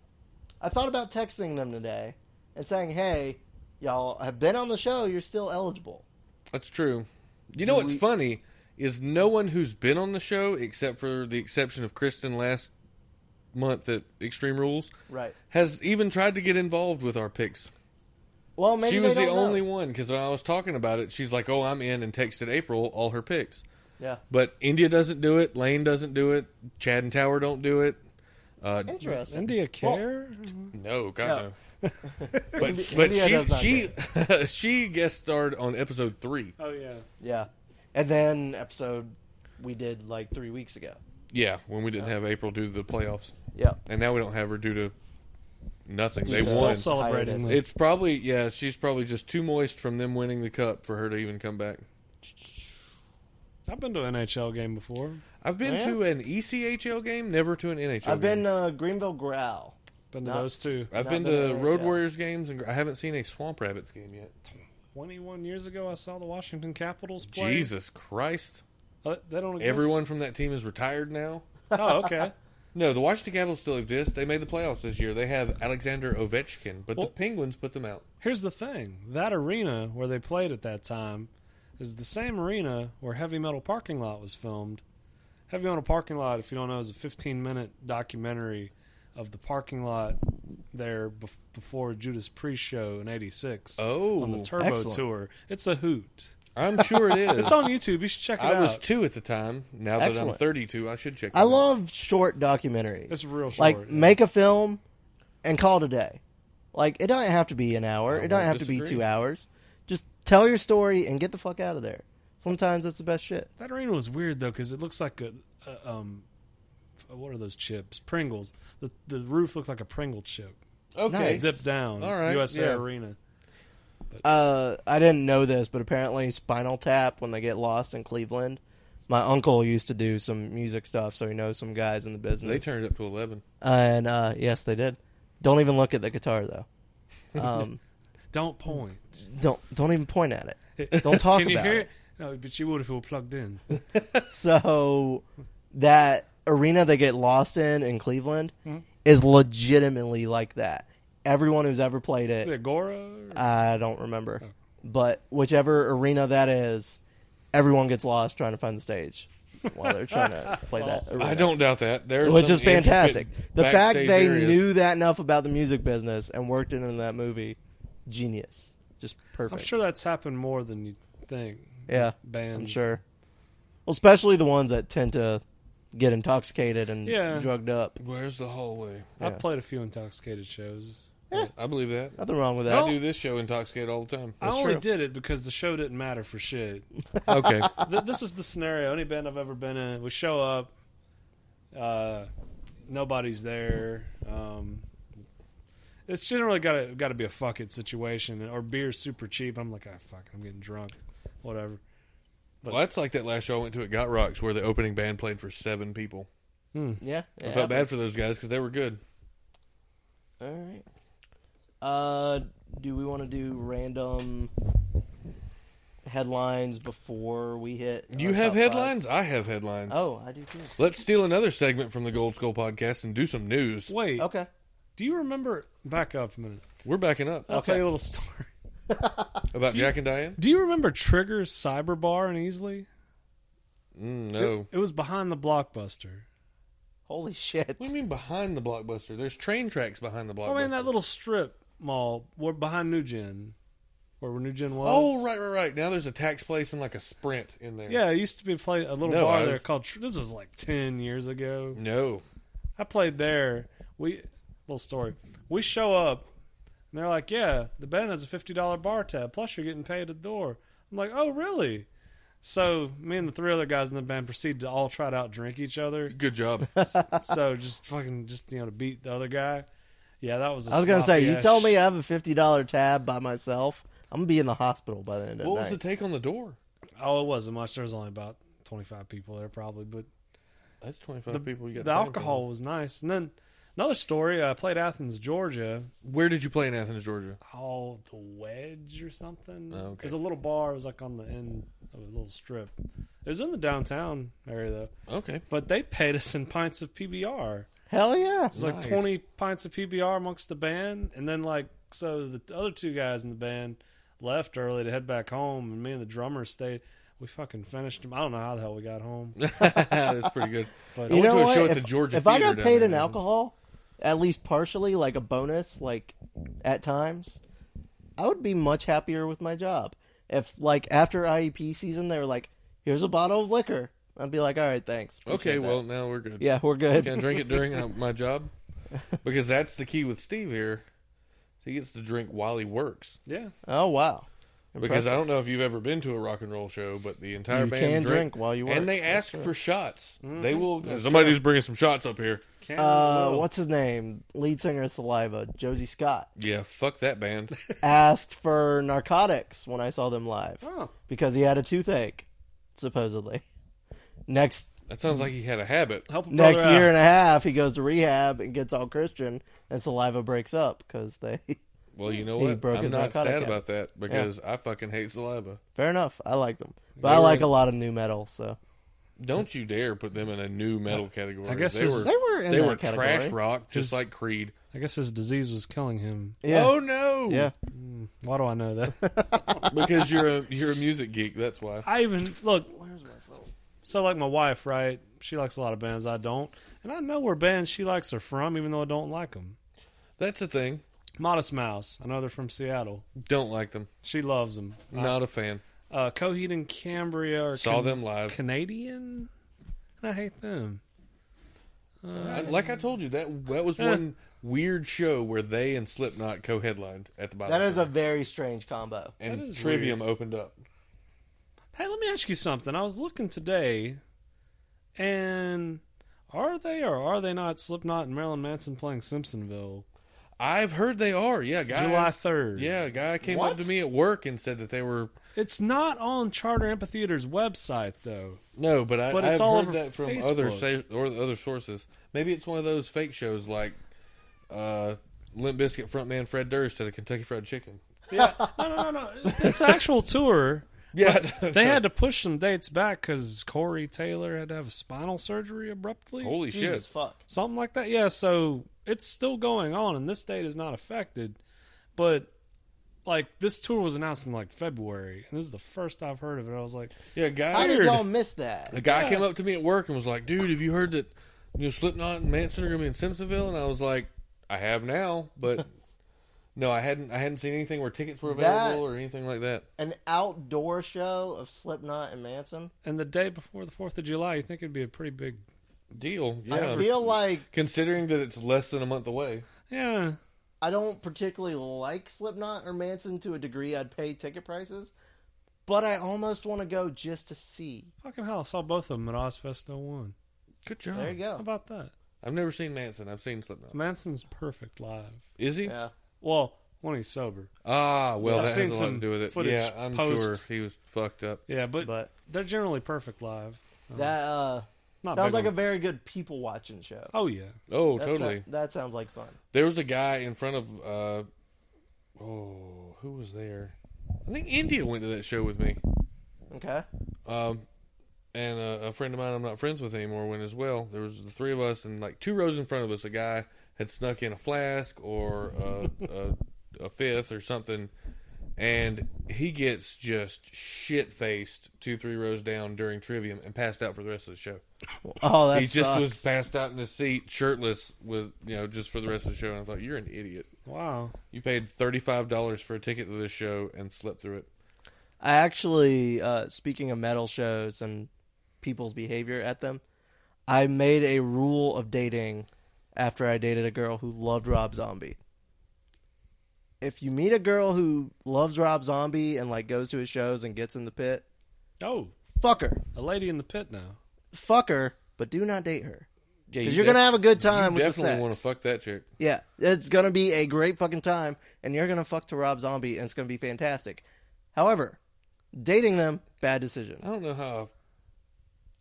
[SPEAKER 4] I thought about texting them today and saying, "Hey, y'all have been on the show. You're still eligible."
[SPEAKER 2] that's true. You know what's
[SPEAKER 4] We-
[SPEAKER 2] funny is no one who's been on the show, except for the exception of Kristen last month at Extreme Rules,
[SPEAKER 4] Right.
[SPEAKER 2] has even tried to get involved with our picks.
[SPEAKER 4] Well, maybe
[SPEAKER 2] she was
[SPEAKER 4] they
[SPEAKER 2] the
[SPEAKER 4] don't know.
[SPEAKER 2] only one because when I was talking about it, she's like, "Oh, I'm in," and texted April all her picks.
[SPEAKER 4] Yeah.
[SPEAKER 2] But India doesn't do it. Lane doesn't do it. Chad and Tower don't do it. Uh,
[SPEAKER 3] Does
[SPEAKER 4] Interesting.
[SPEAKER 3] India care?
[SPEAKER 2] no, God no.
[SPEAKER 4] India-
[SPEAKER 2] But but
[SPEAKER 4] India does not
[SPEAKER 2] she she she guest starred on episode three.
[SPEAKER 3] oh yeah.
[SPEAKER 4] Yeah. And then episode we did like three weeks ago.
[SPEAKER 2] Yeah, when we
[SPEAKER 4] Oh.
[SPEAKER 2] didn't have April due to the playoffs,
[SPEAKER 4] Yeah.
[SPEAKER 2] and now we don't have her due to nothing. They
[SPEAKER 3] She's still
[SPEAKER 2] won.
[SPEAKER 3] celebrating.
[SPEAKER 4] Hiatus.
[SPEAKER 3] with-
[SPEAKER 2] It's probably yeah. She's probably just too moist from them winning the cup for her to even come back.
[SPEAKER 3] I've been to an NHL game before.
[SPEAKER 2] I've been
[SPEAKER 4] Yeah.
[SPEAKER 2] to an E ECHL game, never to an NHL.
[SPEAKER 4] I've
[SPEAKER 2] game.
[SPEAKER 4] been uh, Greenville Growl.
[SPEAKER 3] Been to
[SPEAKER 4] No.
[SPEAKER 3] those two.
[SPEAKER 2] I've
[SPEAKER 4] not
[SPEAKER 2] been
[SPEAKER 4] been
[SPEAKER 2] to
[SPEAKER 4] to
[SPEAKER 2] Road
[SPEAKER 4] NHL.
[SPEAKER 2] Warriors games, and I haven't seen a Swamp Rabbits game yet.
[SPEAKER 3] 21 years ago, I saw the Washington Capitals play.
[SPEAKER 2] Jesus Christ!
[SPEAKER 3] Uh, they don't exist.
[SPEAKER 2] Everyone from that team is retired now.
[SPEAKER 3] Oh, okay.
[SPEAKER 2] No, the Washington Capitals still exist. They made the playoffs this year. They have Alexander Ovechkin, but
[SPEAKER 3] Well-
[SPEAKER 2] the Penguins put them out.
[SPEAKER 3] Here's the thing that arena where they played at that time is the same arena where Heavy Metal Parking Lot was filmed. Heavy Metal Parking Lot, if you don't know, is a 15 minute documentary of the parking lot there bef- before Judas Priest show in '86
[SPEAKER 2] Oh,
[SPEAKER 3] on the Turbo
[SPEAKER 4] excellent.
[SPEAKER 3] Tour. It's a hoot.
[SPEAKER 2] I'm sure it is.
[SPEAKER 3] It's on YouTube. You should check it
[SPEAKER 2] I
[SPEAKER 3] out.
[SPEAKER 2] was two at the time. Now that I'm
[SPEAKER 4] Excellent.
[SPEAKER 2] 32, I should check.
[SPEAKER 4] I
[SPEAKER 2] them out.
[SPEAKER 4] love short documentaries.
[SPEAKER 3] it's real short.
[SPEAKER 4] like
[SPEAKER 3] yeah.
[SPEAKER 4] make a film and call it a day. Like it don't have to be an hour.
[SPEAKER 2] I
[SPEAKER 4] It don't
[SPEAKER 2] won't
[SPEAKER 4] have to be
[SPEAKER 2] disagree.
[SPEAKER 4] two hours. Just tell your story and get the fuck out of there. Sometimes that's the best shit.
[SPEAKER 3] That arena was weird though because it looks like a, a um, f- what are those chips? Pringles. The the roof looked like a Pringle chip.
[SPEAKER 2] Okay,
[SPEAKER 4] Nice.
[SPEAKER 3] Dip down.
[SPEAKER 2] All right,
[SPEAKER 3] USA
[SPEAKER 2] yeah.
[SPEAKER 3] Arena.
[SPEAKER 4] Uh, I didn't know this, but apparently Spinal Tap when they get lost in Cleveland. My uncle used to do some music stuff, so he knows some guys in the business.
[SPEAKER 2] they turned up to 11.
[SPEAKER 4] and uh, yes, they did. Don't even look at the guitar though. Um,
[SPEAKER 3] Don't point.
[SPEAKER 4] don't don't even point at it. Don't talk
[SPEAKER 3] Can you
[SPEAKER 4] about
[SPEAKER 3] hear
[SPEAKER 4] it.
[SPEAKER 3] it? No, but you would if it were plugged in.
[SPEAKER 4] So that arena they get lost in in Cleveland
[SPEAKER 3] Hmm?
[SPEAKER 4] is legitimately like that. Everyone who's ever played it,
[SPEAKER 3] The Agora. or-
[SPEAKER 4] I don't remember,
[SPEAKER 3] Oh.
[SPEAKER 4] but whichever arena that is, everyone gets lost trying to find the stage while they're trying to play that.
[SPEAKER 3] awesome.
[SPEAKER 4] arena.
[SPEAKER 2] I don't doubt that. There's
[SPEAKER 4] Which
[SPEAKER 2] some
[SPEAKER 4] is fantastic.
[SPEAKER 2] intricate
[SPEAKER 4] The fact
[SPEAKER 2] backstage
[SPEAKER 4] they
[SPEAKER 2] areas.
[SPEAKER 4] knew that enough about the music business and worked it into that movie, genius, just
[SPEAKER 3] I'm
[SPEAKER 4] perfect.
[SPEAKER 3] sure that's happened more than you think.
[SPEAKER 4] yeah,
[SPEAKER 3] Bands.
[SPEAKER 4] I'm sure. Well, especially the ones that tend to get intoxicated and
[SPEAKER 3] Yeah.
[SPEAKER 4] drugged up.
[SPEAKER 2] Where's the hallway?
[SPEAKER 3] I've
[SPEAKER 4] Yeah.
[SPEAKER 3] played a few intoxicated shows.
[SPEAKER 2] I believe that.
[SPEAKER 4] Nothing wrong with
[SPEAKER 2] I
[SPEAKER 4] that.
[SPEAKER 2] do this show intoxicated all the time.
[SPEAKER 3] I only
[SPEAKER 4] true.
[SPEAKER 3] did it because the show didn't matter for shit.
[SPEAKER 2] Okay.
[SPEAKER 3] Th- this is the scenario. Any band I've ever been in, we show up, uh, nobody's there. Um, it's generally got to got to be a fuck it situation, or beer's super cheap. I'm like, ah, fuck, it, I'm getting drunk, whatever.
[SPEAKER 2] well, that's like that last show I went to at Got Rocks where the opening band played for seven people.
[SPEAKER 4] Yeah,
[SPEAKER 2] I felt bad for those guys because they were good.
[SPEAKER 4] All right. Uh, do we want to do random headlines before we hit? our
[SPEAKER 2] You have
[SPEAKER 4] top five?
[SPEAKER 2] headlines? I have headlines.
[SPEAKER 4] Oh, I do too.
[SPEAKER 2] Let's steal another segment from the Gold Skull podcast and do some news.
[SPEAKER 3] Wait,
[SPEAKER 4] Okay.
[SPEAKER 3] do you remember? Back up a minute.
[SPEAKER 2] We're backing up
[SPEAKER 3] I'll tell
[SPEAKER 4] Okay.
[SPEAKER 3] you a little story.
[SPEAKER 2] about Jack and Diane.
[SPEAKER 3] Do you remember Trigger's Cyber Bar in Easley?
[SPEAKER 2] Mm, no.
[SPEAKER 3] It was behind the Blockbuster.
[SPEAKER 4] Holy shit!
[SPEAKER 2] What do you mean behind the blockbuster? There's train tracks behind
[SPEAKER 4] Oh,
[SPEAKER 2] the blockbuster.
[SPEAKER 3] I mean, Oh, that little strip mall where behind New Gen, where New Gen was.
[SPEAKER 2] Oh right, right, right. Now there's a tax place and like a sprint in there.
[SPEAKER 3] Yeah, it used to be play, a little
[SPEAKER 2] No,
[SPEAKER 3] bar
[SPEAKER 2] I've-
[SPEAKER 3] there called. Tr- This was like ten years ago.
[SPEAKER 2] No.
[SPEAKER 3] I played there. We little story. We show up, and they're like, "Yeah, the band has a fifty dollar bar tab. Plus, you're getting paid at the door." I'm like, "Oh, really?" So me and the three other guys in the band proceed to all try to out drink each other.
[SPEAKER 2] Good job.
[SPEAKER 3] so just fucking just you know to beat the other guy. Yeah, that was. I
[SPEAKER 4] I was gonna say, you tell me I have a fifty dollar tab by myself, I'm gonna be in the hospital by the end of
[SPEAKER 2] what
[SPEAKER 4] the
[SPEAKER 2] was
[SPEAKER 4] night.
[SPEAKER 2] the take on the door?
[SPEAKER 3] Oh, it wasn't much. There was only about twenty five people there probably, but
[SPEAKER 2] That's 25
[SPEAKER 3] the,
[SPEAKER 2] people you got.
[SPEAKER 3] the
[SPEAKER 2] paying
[SPEAKER 3] alcohol was nice. And then another story. uh, I played Athens, Georgia.
[SPEAKER 2] for. Where did you play in Athens, Georgia?
[SPEAKER 3] Oh, the Wedge or something.
[SPEAKER 2] Oh, okay.
[SPEAKER 3] It was a little bar. It was like on the end of a little strip. It was in the downtown area though.
[SPEAKER 2] Okay.
[SPEAKER 3] But they paid us in pints of PBR.
[SPEAKER 4] Hell yeah!
[SPEAKER 3] It's like
[SPEAKER 2] Nice.
[SPEAKER 3] 20 pints of PBR amongst the band. And then, like, so the other two guys in the band left early to head back home, and me and the drummer stayed. We fucking finished them. I don't know how the hell we got home.
[SPEAKER 2] That's pretty good.
[SPEAKER 3] But-
[SPEAKER 2] I
[SPEAKER 4] you
[SPEAKER 2] went
[SPEAKER 4] know
[SPEAKER 2] to a
[SPEAKER 4] what?
[SPEAKER 2] show
[SPEAKER 4] if,
[SPEAKER 2] at the Georgia
[SPEAKER 4] if I
[SPEAKER 2] Theater
[SPEAKER 4] got
[SPEAKER 2] down
[SPEAKER 4] paid
[SPEAKER 2] there
[SPEAKER 4] in
[SPEAKER 2] in Athens.
[SPEAKER 4] alcohol, at least partially, like a bonus, like at times, I would be much happier with my job. If like after IEP season, they were like, "Here's a bottle of liquor," I'd be like, "All right, thanks."
[SPEAKER 2] Okay,
[SPEAKER 4] Appreciate
[SPEAKER 2] well,
[SPEAKER 4] that."
[SPEAKER 2] now we're good.
[SPEAKER 4] yeah, we're good.
[SPEAKER 2] Can I drink it during uh, my job? Because that's the key with Steve here. He gets to drink while he works.
[SPEAKER 3] Yeah.
[SPEAKER 4] Oh wow!
[SPEAKER 2] Because
[SPEAKER 4] Impressive.
[SPEAKER 2] I don't know if you've ever been to a rock and roll show, but the entire
[SPEAKER 4] You
[SPEAKER 2] band
[SPEAKER 4] can drink while you work.
[SPEAKER 2] and they
[SPEAKER 4] That's
[SPEAKER 2] ask
[SPEAKER 4] true. Mm-hmm.
[SPEAKER 2] for shots. They will. Somebody who's bringing some shots up here.
[SPEAKER 3] Can't
[SPEAKER 4] Uh,
[SPEAKER 3] know.
[SPEAKER 4] what's his name? Lead singer of Saliva, Josie Scott,
[SPEAKER 2] Yeah, fuck that band.
[SPEAKER 4] asked for narcotics when I saw them live
[SPEAKER 3] Oh.
[SPEAKER 4] because he had a toothache, supposedly. Next
[SPEAKER 2] That sounds like he had a habit.
[SPEAKER 3] Help a brother
[SPEAKER 4] next
[SPEAKER 3] out.
[SPEAKER 4] year and a half, he goes to rehab and gets all Christian, and Saliva breaks up because they.
[SPEAKER 2] Well, you know
[SPEAKER 4] He
[SPEAKER 2] what?
[SPEAKER 4] broke
[SPEAKER 2] I'm
[SPEAKER 4] his
[SPEAKER 2] not sad
[SPEAKER 4] narcotic habit.
[SPEAKER 2] about that because I fucking hate saliva.
[SPEAKER 4] Fair enough. I like them, but I like a lot of new metal, so
[SPEAKER 2] Don't you dare put them in a new metal category.
[SPEAKER 3] I guess
[SPEAKER 2] they
[SPEAKER 3] this-
[SPEAKER 2] were
[SPEAKER 4] They were in
[SPEAKER 2] they
[SPEAKER 4] that
[SPEAKER 2] were
[SPEAKER 4] category.
[SPEAKER 2] trash rock, just
[SPEAKER 3] Just-
[SPEAKER 2] like Creed.
[SPEAKER 3] I guess his disease was killing him.
[SPEAKER 4] Yeah.
[SPEAKER 2] Oh no!
[SPEAKER 4] yeah.
[SPEAKER 3] Why do I know that?
[SPEAKER 2] because you're a you're a music geek. That's why.
[SPEAKER 3] I even look. So like my wife, right? She likes a lot of bands I don't, and I know where bands she likes are from, even though I don't like them.
[SPEAKER 2] That's the thing.
[SPEAKER 3] Modest Mouse, I know they're from Seattle.
[SPEAKER 2] Don't like them.
[SPEAKER 3] She loves them.
[SPEAKER 2] Not a fan.
[SPEAKER 3] Uh, Coheed and Cambria are
[SPEAKER 2] Saw
[SPEAKER 3] Can-
[SPEAKER 2] them live.
[SPEAKER 3] Canadian. I hate them.
[SPEAKER 2] I- Uh, like I told you, that that was one weird show where they and Slipknot co-headlined at the bottom.
[SPEAKER 4] That is a very strange combo.
[SPEAKER 2] and
[SPEAKER 3] that is
[SPEAKER 2] Trivium opened up.
[SPEAKER 3] Hey, let me ask you something. I was looking today, and are they or are they not Slipknot and Marilyn Manson playing Simpsonville
[SPEAKER 2] I've heard they are. Yeah, guy.
[SPEAKER 3] July third?
[SPEAKER 2] Yeah, a guy came up
[SPEAKER 4] What?
[SPEAKER 2] to me at work and said that they were
[SPEAKER 3] It's not on Charter Amphitheater's website though.
[SPEAKER 2] no, but I
[SPEAKER 3] But it's
[SPEAKER 2] I've
[SPEAKER 3] all
[SPEAKER 2] heard
[SPEAKER 3] over
[SPEAKER 2] that from other
[SPEAKER 3] Facebook.
[SPEAKER 2] sa- or the other sources. Maybe it's one of those fake shows like uh, Limp Bizkit frontman Fred Durst at a Kentucky Fried Chicken.
[SPEAKER 3] Yeah, no, no, no, no. It's an actual tour.
[SPEAKER 2] Yeah,
[SPEAKER 3] They had to push some dates back because Corey Taylor had to have spinal surgery abruptly,
[SPEAKER 2] holy
[SPEAKER 4] Jesus
[SPEAKER 2] shit.
[SPEAKER 4] fuck.
[SPEAKER 3] something like that. Yeah, so it's still going on, and this date is not affected. But like this tour was announced in like February, and this is the first I've heard of it. I was like,
[SPEAKER 2] Yeah, guy.
[SPEAKER 4] How
[SPEAKER 3] Weird.
[SPEAKER 4] did y'all miss that?
[SPEAKER 2] A guy came up to me at work and was like, "Dude, have you heard that you know Slipknot and Manson are gonna be in Simpsonville?" And I was like, "I have now, but no, I hadn't. I hadn't seen anything where tickets were available
[SPEAKER 4] That-
[SPEAKER 2] or anything like that."
[SPEAKER 4] An outdoor show of Slipknot and Manson?
[SPEAKER 3] and the day before the Fourth of July, you think it'd be a pretty big,
[SPEAKER 2] Deal,
[SPEAKER 4] I
[SPEAKER 2] yeah.
[SPEAKER 4] feel like
[SPEAKER 2] Considering that it's less than a month away,
[SPEAKER 3] yeah.
[SPEAKER 4] I don't particularly like Slipknot or Manson to a degree I'd pay ticket prices, but I almost want to go just to see.
[SPEAKER 3] Fucking hell, I saw both of them at Ozfest 01.
[SPEAKER 2] good job.
[SPEAKER 4] There you
[SPEAKER 3] How
[SPEAKER 4] go.
[SPEAKER 3] about that?
[SPEAKER 2] I've never seen Manson. I've seen Slipknot.
[SPEAKER 3] Manson's perfect live.
[SPEAKER 2] Is he?
[SPEAKER 4] Yeah.
[SPEAKER 3] Well, when he's sober.
[SPEAKER 2] Ah, well,
[SPEAKER 3] I've
[SPEAKER 2] that
[SPEAKER 3] seen
[SPEAKER 2] has a lot to
[SPEAKER 3] some
[SPEAKER 2] do with it.
[SPEAKER 3] footage
[SPEAKER 2] Yeah, I'm sure
[SPEAKER 3] post-
[SPEAKER 2] he was fucked up.
[SPEAKER 3] Yeah, but,
[SPEAKER 4] But
[SPEAKER 3] they're generally perfect live.
[SPEAKER 4] that uh
[SPEAKER 3] Not
[SPEAKER 4] sounds like
[SPEAKER 3] big
[SPEAKER 4] a
[SPEAKER 3] on-
[SPEAKER 4] very good people watching show.
[SPEAKER 3] Oh yeah.
[SPEAKER 2] Oh,
[SPEAKER 4] That sou-
[SPEAKER 2] totally.
[SPEAKER 4] that sounds like fun.
[SPEAKER 2] There was a guy in front of. uh Oh, who was there? I think India went to that show with me.
[SPEAKER 4] Okay.
[SPEAKER 2] Um, and a, a friend of mine I'm not friends with anymore went as well. There was the three of us, and like two rows in front of us, a guy had snuck in a flask or a, a, a fifth or something, and he gets just shit faced two three rows down during Trivium and passed out for the rest of the show.
[SPEAKER 4] Oh, that
[SPEAKER 2] he just
[SPEAKER 4] sucks.
[SPEAKER 2] was passed out in his seat, shirtless, with you know just for the rest of the show. And I thought, you're an idiot.
[SPEAKER 3] Wow.
[SPEAKER 2] You paid thirty five dollars for a ticket to this show and slept through it.
[SPEAKER 4] I actually, uh, speaking of metal shows and people's behavior at them, I made a rule of dating after I dated a girl who loved Rob Zombie. If you meet a girl who loves Rob Zombie and like goes to his shows and gets in the pit,
[SPEAKER 3] Oh,
[SPEAKER 4] fuck her,
[SPEAKER 3] a lady in the pit now.
[SPEAKER 4] fuck her, but do not date her
[SPEAKER 2] Yeah,
[SPEAKER 4] because you're gonna have a good time
[SPEAKER 2] you
[SPEAKER 4] with the
[SPEAKER 2] definitely
[SPEAKER 4] sex.
[SPEAKER 2] want to fuck that chick.
[SPEAKER 4] Yeah, it's gonna be a great fucking time, and you're gonna fuck to Rob Zombie, and it's gonna be fantastic. However, dating them, bad decision.
[SPEAKER 2] I don't know how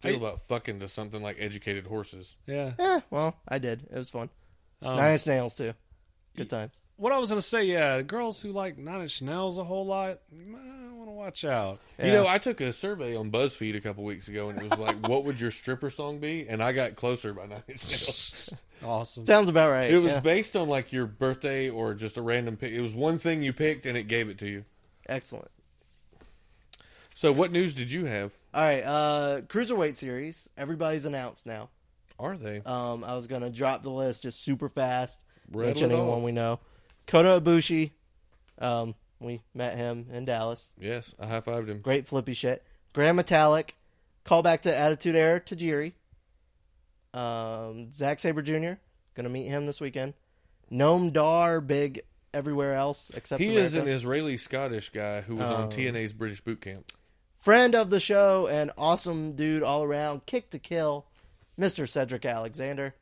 [SPEAKER 2] I feel about fucking to something like educated horses.
[SPEAKER 3] Yeah.
[SPEAKER 4] Eh, well, I did. It was fun.
[SPEAKER 2] Oh.
[SPEAKER 3] Um,
[SPEAKER 4] Nine Inch Nails too. Good times.
[SPEAKER 3] What I was gonna say, yeah, girls who like Nine Inch Nails a whole lot, you might want to watch out.
[SPEAKER 2] You know, I took a survey on BuzzFeed a couple weeks ago, and it was like, "What would your stripper song be?" And I got closer by nine. Inch Nails.
[SPEAKER 3] Awesome.
[SPEAKER 4] Sounds about right.
[SPEAKER 2] It was
[SPEAKER 4] yeah.
[SPEAKER 2] based on like your birthday or just a random pick. It was one thing you picked, and it gave it to you.
[SPEAKER 4] excellent.
[SPEAKER 2] So, what news did you have?
[SPEAKER 4] All right, uh, cruiserweight series. Everybody's announced now.
[SPEAKER 2] Are they?
[SPEAKER 4] Um, I was gonna drop the list just super fast,
[SPEAKER 2] Rattle it
[SPEAKER 4] mentioning
[SPEAKER 2] off.
[SPEAKER 4] one we know. Kota Ibushi. Um, we met him in Dallas.
[SPEAKER 2] yes, I high fived him.
[SPEAKER 4] Great flippy shit. Grand Metallic. Callback to Attitude Era Tajiri. Um, Zack Saber Jr. Gonna meet him this weekend. Gnome Dar, big everywhere else except
[SPEAKER 2] He
[SPEAKER 4] America.
[SPEAKER 2] is an Israeli Scottish guy who was on TNA's British Boot Camp.
[SPEAKER 4] friend of the show and awesome dude all around, kick to kill, Mr. Cedric Alexander.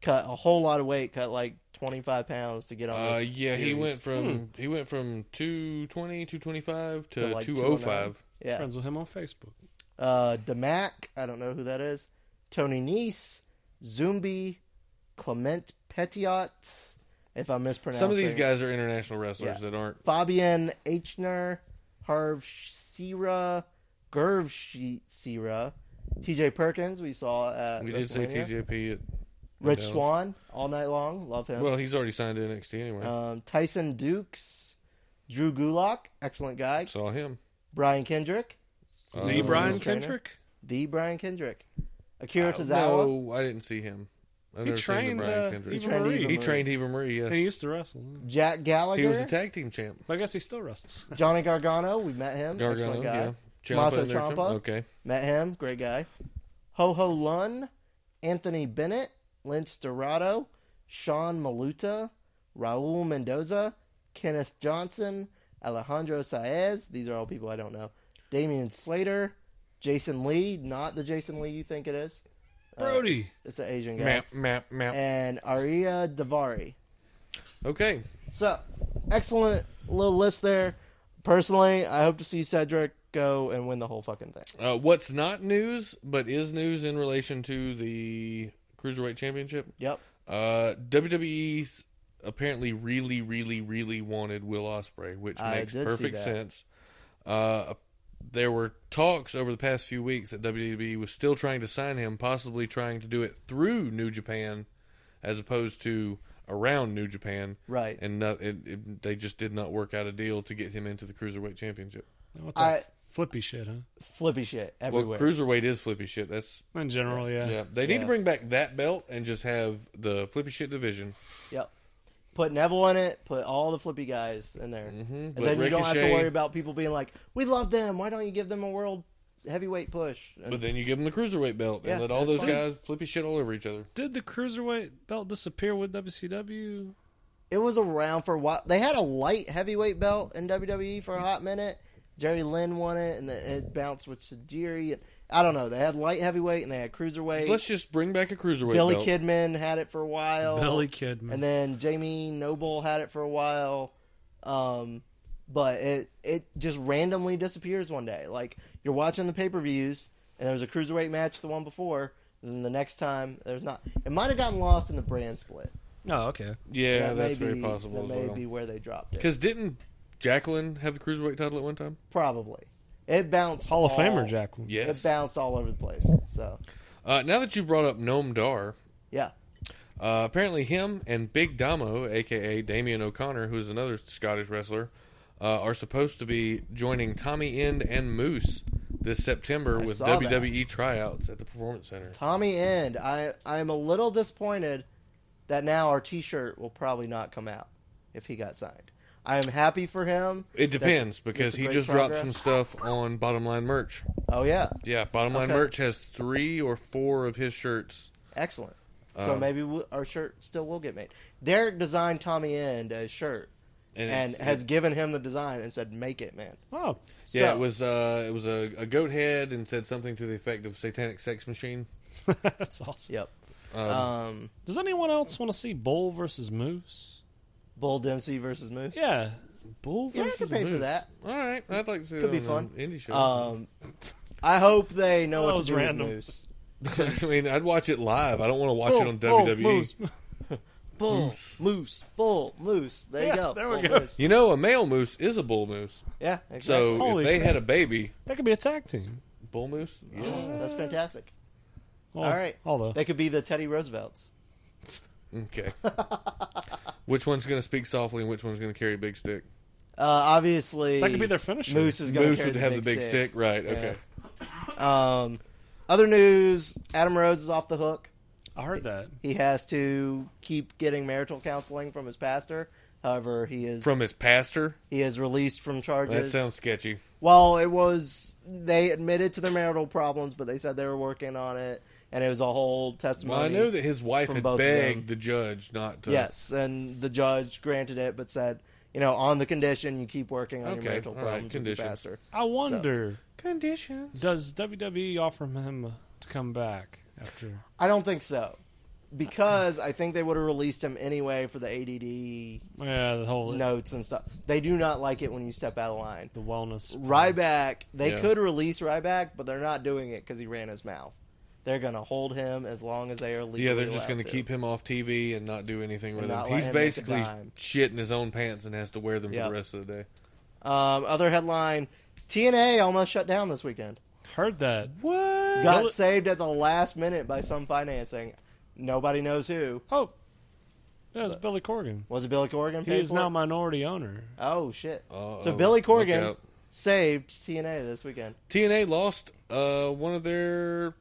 [SPEAKER 4] Cut a whole lot of weight, cut like 25 pounds to get on
[SPEAKER 2] Uh,
[SPEAKER 4] this.
[SPEAKER 2] yeah, he
[SPEAKER 4] series.
[SPEAKER 2] went from he went from 220, 225 Hmm. to,
[SPEAKER 4] like
[SPEAKER 2] 205.
[SPEAKER 4] 209. Yeah.
[SPEAKER 3] Friends with him on Facebook.
[SPEAKER 4] Uh, Damac, I don't know who that is. Tony Nice, Zumbi, Clement Petiot, if I'm mispronouncing
[SPEAKER 2] Some of these
[SPEAKER 4] it.
[SPEAKER 2] guys are international wrestlers
[SPEAKER 4] Yeah.
[SPEAKER 2] that aren't
[SPEAKER 4] Fabian Eichner, Harv Sira, Gerv Sira, TJ Perkins, we saw at
[SPEAKER 2] We did say
[SPEAKER 4] WrestleMania.
[SPEAKER 2] TJP. At,
[SPEAKER 4] Rich
[SPEAKER 2] Dallas.
[SPEAKER 4] Swan all night long. Love him.
[SPEAKER 2] well, he's already signed to NXT anyway.
[SPEAKER 4] Um, Tyson Dukes, Drew Gulak, excellent guy.
[SPEAKER 2] Saw him.
[SPEAKER 4] Brian Kendrick,
[SPEAKER 3] the
[SPEAKER 2] Uh,
[SPEAKER 3] Brian
[SPEAKER 4] trainer?
[SPEAKER 3] Kendrick.
[SPEAKER 4] the Brian Kendrick. Akira Tozawa.
[SPEAKER 2] No, I didn't see him. I've
[SPEAKER 3] He
[SPEAKER 2] never seen the
[SPEAKER 3] trained,
[SPEAKER 2] Brian
[SPEAKER 3] uh,
[SPEAKER 2] Kendrick.
[SPEAKER 3] he
[SPEAKER 2] He,
[SPEAKER 4] trained
[SPEAKER 3] trained
[SPEAKER 4] Eva
[SPEAKER 3] Eva Marie.
[SPEAKER 4] Marie.
[SPEAKER 2] trained Eva Marie. Yes,
[SPEAKER 3] And he used to wrestle.
[SPEAKER 4] Jack Gallagher.
[SPEAKER 2] he was a tag team champ.
[SPEAKER 3] But I guess he still wrestles.
[SPEAKER 4] Johnny Gargano, we met him.
[SPEAKER 2] Gargano,
[SPEAKER 4] excellent guy.
[SPEAKER 2] yeah.
[SPEAKER 4] Tommaso
[SPEAKER 2] in there, too.
[SPEAKER 4] Ciampa.
[SPEAKER 2] Okay.
[SPEAKER 4] Met him, great guy. Ho Ho Lun, Anthony Bennett, Lynch Dorado, Sean Maluta, Raul Mendoza, Kenneth Johnson, Alejandro Saez. These are all people I don't know. Damian Slater, Jason Lee, not the Jason Lee you think it is. Uh,
[SPEAKER 3] Brody.
[SPEAKER 4] it's, it's an Asian guy.
[SPEAKER 2] Map, map, map.
[SPEAKER 4] And Aria Davari.
[SPEAKER 2] Okay.
[SPEAKER 4] So, excellent little list there. Personally, I hope to see Cedric go and win the whole fucking thing.
[SPEAKER 2] Uh, what's not news, but is news in relation to the Cruiserweight Championship?
[SPEAKER 4] Yep.
[SPEAKER 2] Uh, WWE's apparently really, really, really wanted Will Ospreay, which
[SPEAKER 4] I
[SPEAKER 2] makes
[SPEAKER 4] did see
[SPEAKER 2] perfect
[SPEAKER 4] that.
[SPEAKER 2] sense. Uh, there were talks over the past few weeks that WWE was still trying to sign him, possibly trying to do it through New Japan as opposed to around New Japan.
[SPEAKER 4] Right.
[SPEAKER 2] And no, it, it, they just did not work out a deal to get him into the Cruiserweight Championship.
[SPEAKER 3] What the
[SPEAKER 4] I-
[SPEAKER 3] f- flippy shit, huh?
[SPEAKER 4] Flippy shit
[SPEAKER 2] Well,
[SPEAKER 4] everywhere.
[SPEAKER 2] Cruiserweight is flippy shit. That's
[SPEAKER 3] In general, yeah.
[SPEAKER 2] yeah. They need
[SPEAKER 4] Yeah.
[SPEAKER 2] to bring back that belt and just have the flippy shit division.
[SPEAKER 4] Yep. Put Neville in it. Put all the flippy guys in there, and
[SPEAKER 2] But
[SPEAKER 4] then you don't have
[SPEAKER 2] Mm-hmm.
[SPEAKER 4] to
[SPEAKER 2] Ricochet-
[SPEAKER 4] worry about people being like, "We love them. Why don't you give them a world heavyweight push?" And
[SPEAKER 2] But then you give them the cruiserweight belt
[SPEAKER 4] Yeah,
[SPEAKER 2] and let all those
[SPEAKER 4] that's fine.
[SPEAKER 2] guys flippy shit all over each other.
[SPEAKER 3] Did the cruiserweight belt disappear with WCW?
[SPEAKER 4] it was around for a while. They had a light heavyweight belt in WWE for a hot minute. Jerry Lynn won it, and then it bounced with Sajiri. I don't know. They had light heavyweight and they had cruiserweight.
[SPEAKER 2] Let's just bring back a cruiserweight
[SPEAKER 4] Billy
[SPEAKER 2] belt.
[SPEAKER 4] Kidman had it for a while.
[SPEAKER 3] Billy Kidman.
[SPEAKER 4] Oh. And then Jamie Noble had it for a while. Um, but it it just randomly disappears one day. Like you're watching the pay per views, and there was a cruiserweight match the one before, and then the next time there's not. It might have gotten lost in the brand split.
[SPEAKER 3] Oh, okay.
[SPEAKER 2] Yeah,
[SPEAKER 4] That
[SPEAKER 2] that's
[SPEAKER 4] may
[SPEAKER 2] very
[SPEAKER 4] be-
[SPEAKER 2] possible as
[SPEAKER 4] That may be
[SPEAKER 2] well.
[SPEAKER 4] where they dropped it.
[SPEAKER 2] Because didn't Jacqueline have the cruiserweight title at one time?
[SPEAKER 4] Probably it bounced.
[SPEAKER 3] Hall of
[SPEAKER 4] all-
[SPEAKER 3] Famer Jack.
[SPEAKER 2] Yes.
[SPEAKER 4] It bounced all over the place. So
[SPEAKER 2] Uh, now that you've brought up Noam Dar,
[SPEAKER 4] yeah,
[SPEAKER 2] uh, apparently him and Big Damo, aka Damian O'Connor, who is another Scottish wrestler, uh, are supposed to be joining Tommy End and Moose this September with
[SPEAKER 4] saw that.
[SPEAKER 2] WWE tryouts at the Performance Center.
[SPEAKER 4] Tommy End. I I'm a little disappointed that now our T-shirt will probably not come out if he got signed. I am happy for him.
[SPEAKER 2] It
[SPEAKER 4] That's-
[SPEAKER 2] depends
[SPEAKER 4] that's
[SPEAKER 2] because
[SPEAKER 4] a
[SPEAKER 2] he
[SPEAKER 4] great
[SPEAKER 2] just dropped some
[SPEAKER 4] progress.
[SPEAKER 2] stuff on Bottom Line Merch.
[SPEAKER 4] Oh yeah,
[SPEAKER 2] Yeah, Bottom Line
[SPEAKER 4] Okay.
[SPEAKER 2] Merch has three or four of his shirts.
[SPEAKER 4] excellent.
[SPEAKER 2] Um,
[SPEAKER 4] So maybe we, our shirt still will get made. Derek designed Tommy End a shirt
[SPEAKER 2] And
[SPEAKER 4] and,
[SPEAKER 2] it's-
[SPEAKER 4] has given him the design and said, "Make it, man."
[SPEAKER 3] Oh,
[SPEAKER 2] Yeah,
[SPEAKER 4] So-
[SPEAKER 2] it was uh, it was a, a goat head and said something to the effect of "satanic sex machine."
[SPEAKER 3] that's awesome.
[SPEAKER 4] Yep.
[SPEAKER 2] Um,
[SPEAKER 4] Um,
[SPEAKER 3] Does anyone else want to see Bull versus Moose?
[SPEAKER 4] Bull Dempsey versus Moose.
[SPEAKER 3] Yeah.
[SPEAKER 2] Bull
[SPEAKER 4] Yeah, I could
[SPEAKER 2] versus
[SPEAKER 4] pay for
[SPEAKER 2] moose.
[SPEAKER 4] that.
[SPEAKER 2] All right, I'd like to see
[SPEAKER 4] Could
[SPEAKER 2] that
[SPEAKER 4] be
[SPEAKER 2] on an
[SPEAKER 4] fun.
[SPEAKER 2] Indie show.
[SPEAKER 4] Um, I hope they know
[SPEAKER 3] That
[SPEAKER 4] what
[SPEAKER 3] was
[SPEAKER 4] to do with
[SPEAKER 3] random.
[SPEAKER 4] Moose.
[SPEAKER 2] I mean, I'd watch it live. I don't want to watch
[SPEAKER 4] Oh,
[SPEAKER 2] it on E. WWE.
[SPEAKER 4] Bull, moose. bull, moose. There
[SPEAKER 3] Yeah,
[SPEAKER 4] you go.
[SPEAKER 3] there we
[SPEAKER 4] Bull
[SPEAKER 3] go.
[SPEAKER 4] Moose.
[SPEAKER 2] You know, a male moose is a bull moose.
[SPEAKER 4] Yeah,
[SPEAKER 2] So
[SPEAKER 4] exactly.
[SPEAKER 3] Holy
[SPEAKER 2] if they
[SPEAKER 3] crap.
[SPEAKER 2] had a baby,
[SPEAKER 3] That could be a tag team.
[SPEAKER 2] bull moose. Yeah.
[SPEAKER 4] that's fantastic.
[SPEAKER 3] Well,
[SPEAKER 2] Oh,
[SPEAKER 4] All right.
[SPEAKER 3] Although
[SPEAKER 4] They could be the Teddy Roosevelts.
[SPEAKER 2] Okay. which onene's going to speak softly and which one's going to carry a big stick?
[SPEAKER 4] Uh, obviously,
[SPEAKER 3] that could be their finisher.
[SPEAKER 4] Moose is going
[SPEAKER 2] Moose
[SPEAKER 4] to
[SPEAKER 2] would have the big stick, right? Okay.
[SPEAKER 4] Um, other news: Adam Rose is off the hook.
[SPEAKER 3] I heard that.
[SPEAKER 4] He has to keep getting marital counseling from his pastor. However, he is
[SPEAKER 2] From his pastor.
[SPEAKER 4] he is released from
[SPEAKER 2] That
[SPEAKER 4] charges.
[SPEAKER 2] sounds sketchy.
[SPEAKER 4] Well, it was they admitted to their marital problems, but they said they were working on it, and it was a whole testimony.
[SPEAKER 2] Well, I know that his wife
[SPEAKER 4] from
[SPEAKER 2] had
[SPEAKER 4] both of them.
[SPEAKER 2] begged the judge not to.
[SPEAKER 4] Yes, and the judge granted it, but said, you know, on the condition you keep working on your
[SPEAKER 2] Okay,
[SPEAKER 4] marital
[SPEAKER 2] all right,
[SPEAKER 4] problems with your
[SPEAKER 2] conditions.
[SPEAKER 4] pastor.
[SPEAKER 3] I wonder,
[SPEAKER 2] Conditions.
[SPEAKER 3] does WWE offer him to come back after?
[SPEAKER 4] I don't think so. Because I think they would have released him anyway for the
[SPEAKER 3] Yeah, the whole
[SPEAKER 4] ADD notes and stuff. They do not like it when you step out of line.
[SPEAKER 3] the wellness.
[SPEAKER 4] Ryback, they
[SPEAKER 2] Yeah.
[SPEAKER 4] could release Ryback, but they're not doing it because he ran his mouth. They're going to hold him as long as they are legally
[SPEAKER 2] Yeah, they're just
[SPEAKER 4] going to
[SPEAKER 2] keep him off TV and not do anything with
[SPEAKER 4] not
[SPEAKER 2] him.
[SPEAKER 4] let
[SPEAKER 2] He's
[SPEAKER 4] him make a
[SPEAKER 2] basically
[SPEAKER 4] dime.
[SPEAKER 2] shitting his own pants and has to wear them for
[SPEAKER 4] Yep.
[SPEAKER 2] the rest of the day.
[SPEAKER 4] Um, other headline: TNA almost shut down this weekend.
[SPEAKER 3] Heard that. What?
[SPEAKER 4] Got saved at the last minute by some financing. Nobody knows who.
[SPEAKER 3] Oh. That was Billy Corgan.
[SPEAKER 4] Was it Billy Corgan?
[SPEAKER 3] He
[SPEAKER 4] paid
[SPEAKER 3] is
[SPEAKER 4] for
[SPEAKER 3] now
[SPEAKER 4] it?
[SPEAKER 3] minority owner.
[SPEAKER 4] Oh shit!
[SPEAKER 2] Uh-oh.
[SPEAKER 4] so Billy
[SPEAKER 2] Look
[SPEAKER 4] Corgan
[SPEAKER 2] out.
[SPEAKER 4] saved TNA this weekend.
[SPEAKER 2] TNA lost uh, one of their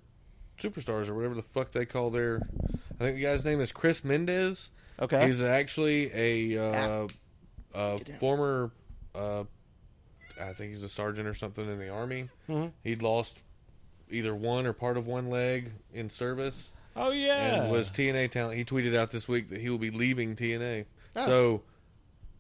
[SPEAKER 2] superstars or whatever the fuck they call their. I think the guy's name is Chris Mendez.
[SPEAKER 4] Okay.
[SPEAKER 2] He's actually
[SPEAKER 4] Ah.
[SPEAKER 2] a uh, uh, former. Uh, I think he's a sergeant or something in the army. He'd lost either one or part of one leg in service,
[SPEAKER 3] Oh yeah.
[SPEAKER 2] and was TNA talent. He tweeted out this week that he will be leaving TNA. So,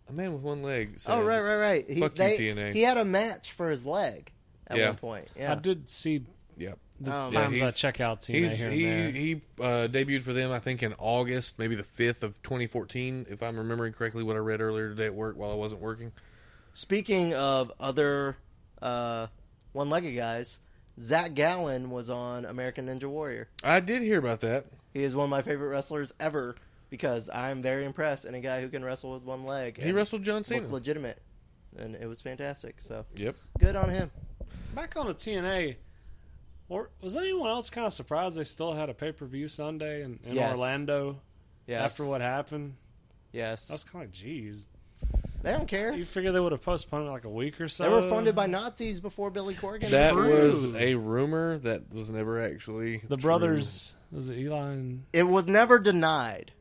[SPEAKER 2] a man with one leg. Said,
[SPEAKER 4] oh right, right, right. He,
[SPEAKER 2] Fuck you,
[SPEAKER 4] they-
[SPEAKER 2] TNA.
[SPEAKER 4] He had a match for his leg at
[SPEAKER 2] Yeah.
[SPEAKER 4] one point. Yeah.
[SPEAKER 3] I did see
[SPEAKER 2] Yep.
[SPEAKER 3] the
[SPEAKER 4] Um,
[SPEAKER 2] Yeah,
[SPEAKER 3] times I
[SPEAKER 2] he's-
[SPEAKER 3] check out TNA
[SPEAKER 2] He's,
[SPEAKER 3] here and
[SPEAKER 2] he
[SPEAKER 3] there.
[SPEAKER 2] he uh, debuted for them, I think, in August, maybe the fifth of 2014, if I'm remembering correctly what I read earlier today at work while I wasn't working.
[SPEAKER 4] Speaking of other uh, one-legged guys, Zach Gallen was on American Ninja Warrior.
[SPEAKER 2] I did hear about that.
[SPEAKER 4] He is one of my favorite wrestlers ever because I'm very impressed. And a guy who can wrestle with one leg,
[SPEAKER 2] He
[SPEAKER 4] and
[SPEAKER 2] wrestled John Cena.
[SPEAKER 4] look legitimate, and it was fantastic. So
[SPEAKER 2] Yep.
[SPEAKER 4] good on him.
[SPEAKER 3] Back on the TNA. Or was anyone else kind of surprised they still had a pay per view Sunday in, in
[SPEAKER 4] Yes.
[SPEAKER 3] Orlando
[SPEAKER 4] Yes.
[SPEAKER 3] after what happened?
[SPEAKER 4] Yes.
[SPEAKER 3] I was kind of like, geez.
[SPEAKER 4] they don't care.
[SPEAKER 3] You figure they would have postponed it like a week or so?
[SPEAKER 4] They were funded by Nazis before Billy Corgan.
[SPEAKER 2] That
[SPEAKER 4] True.
[SPEAKER 2] was a rumor that was never actually
[SPEAKER 3] the
[SPEAKER 2] true.
[SPEAKER 3] brothers. Was it Eli? And,
[SPEAKER 4] It was never denied.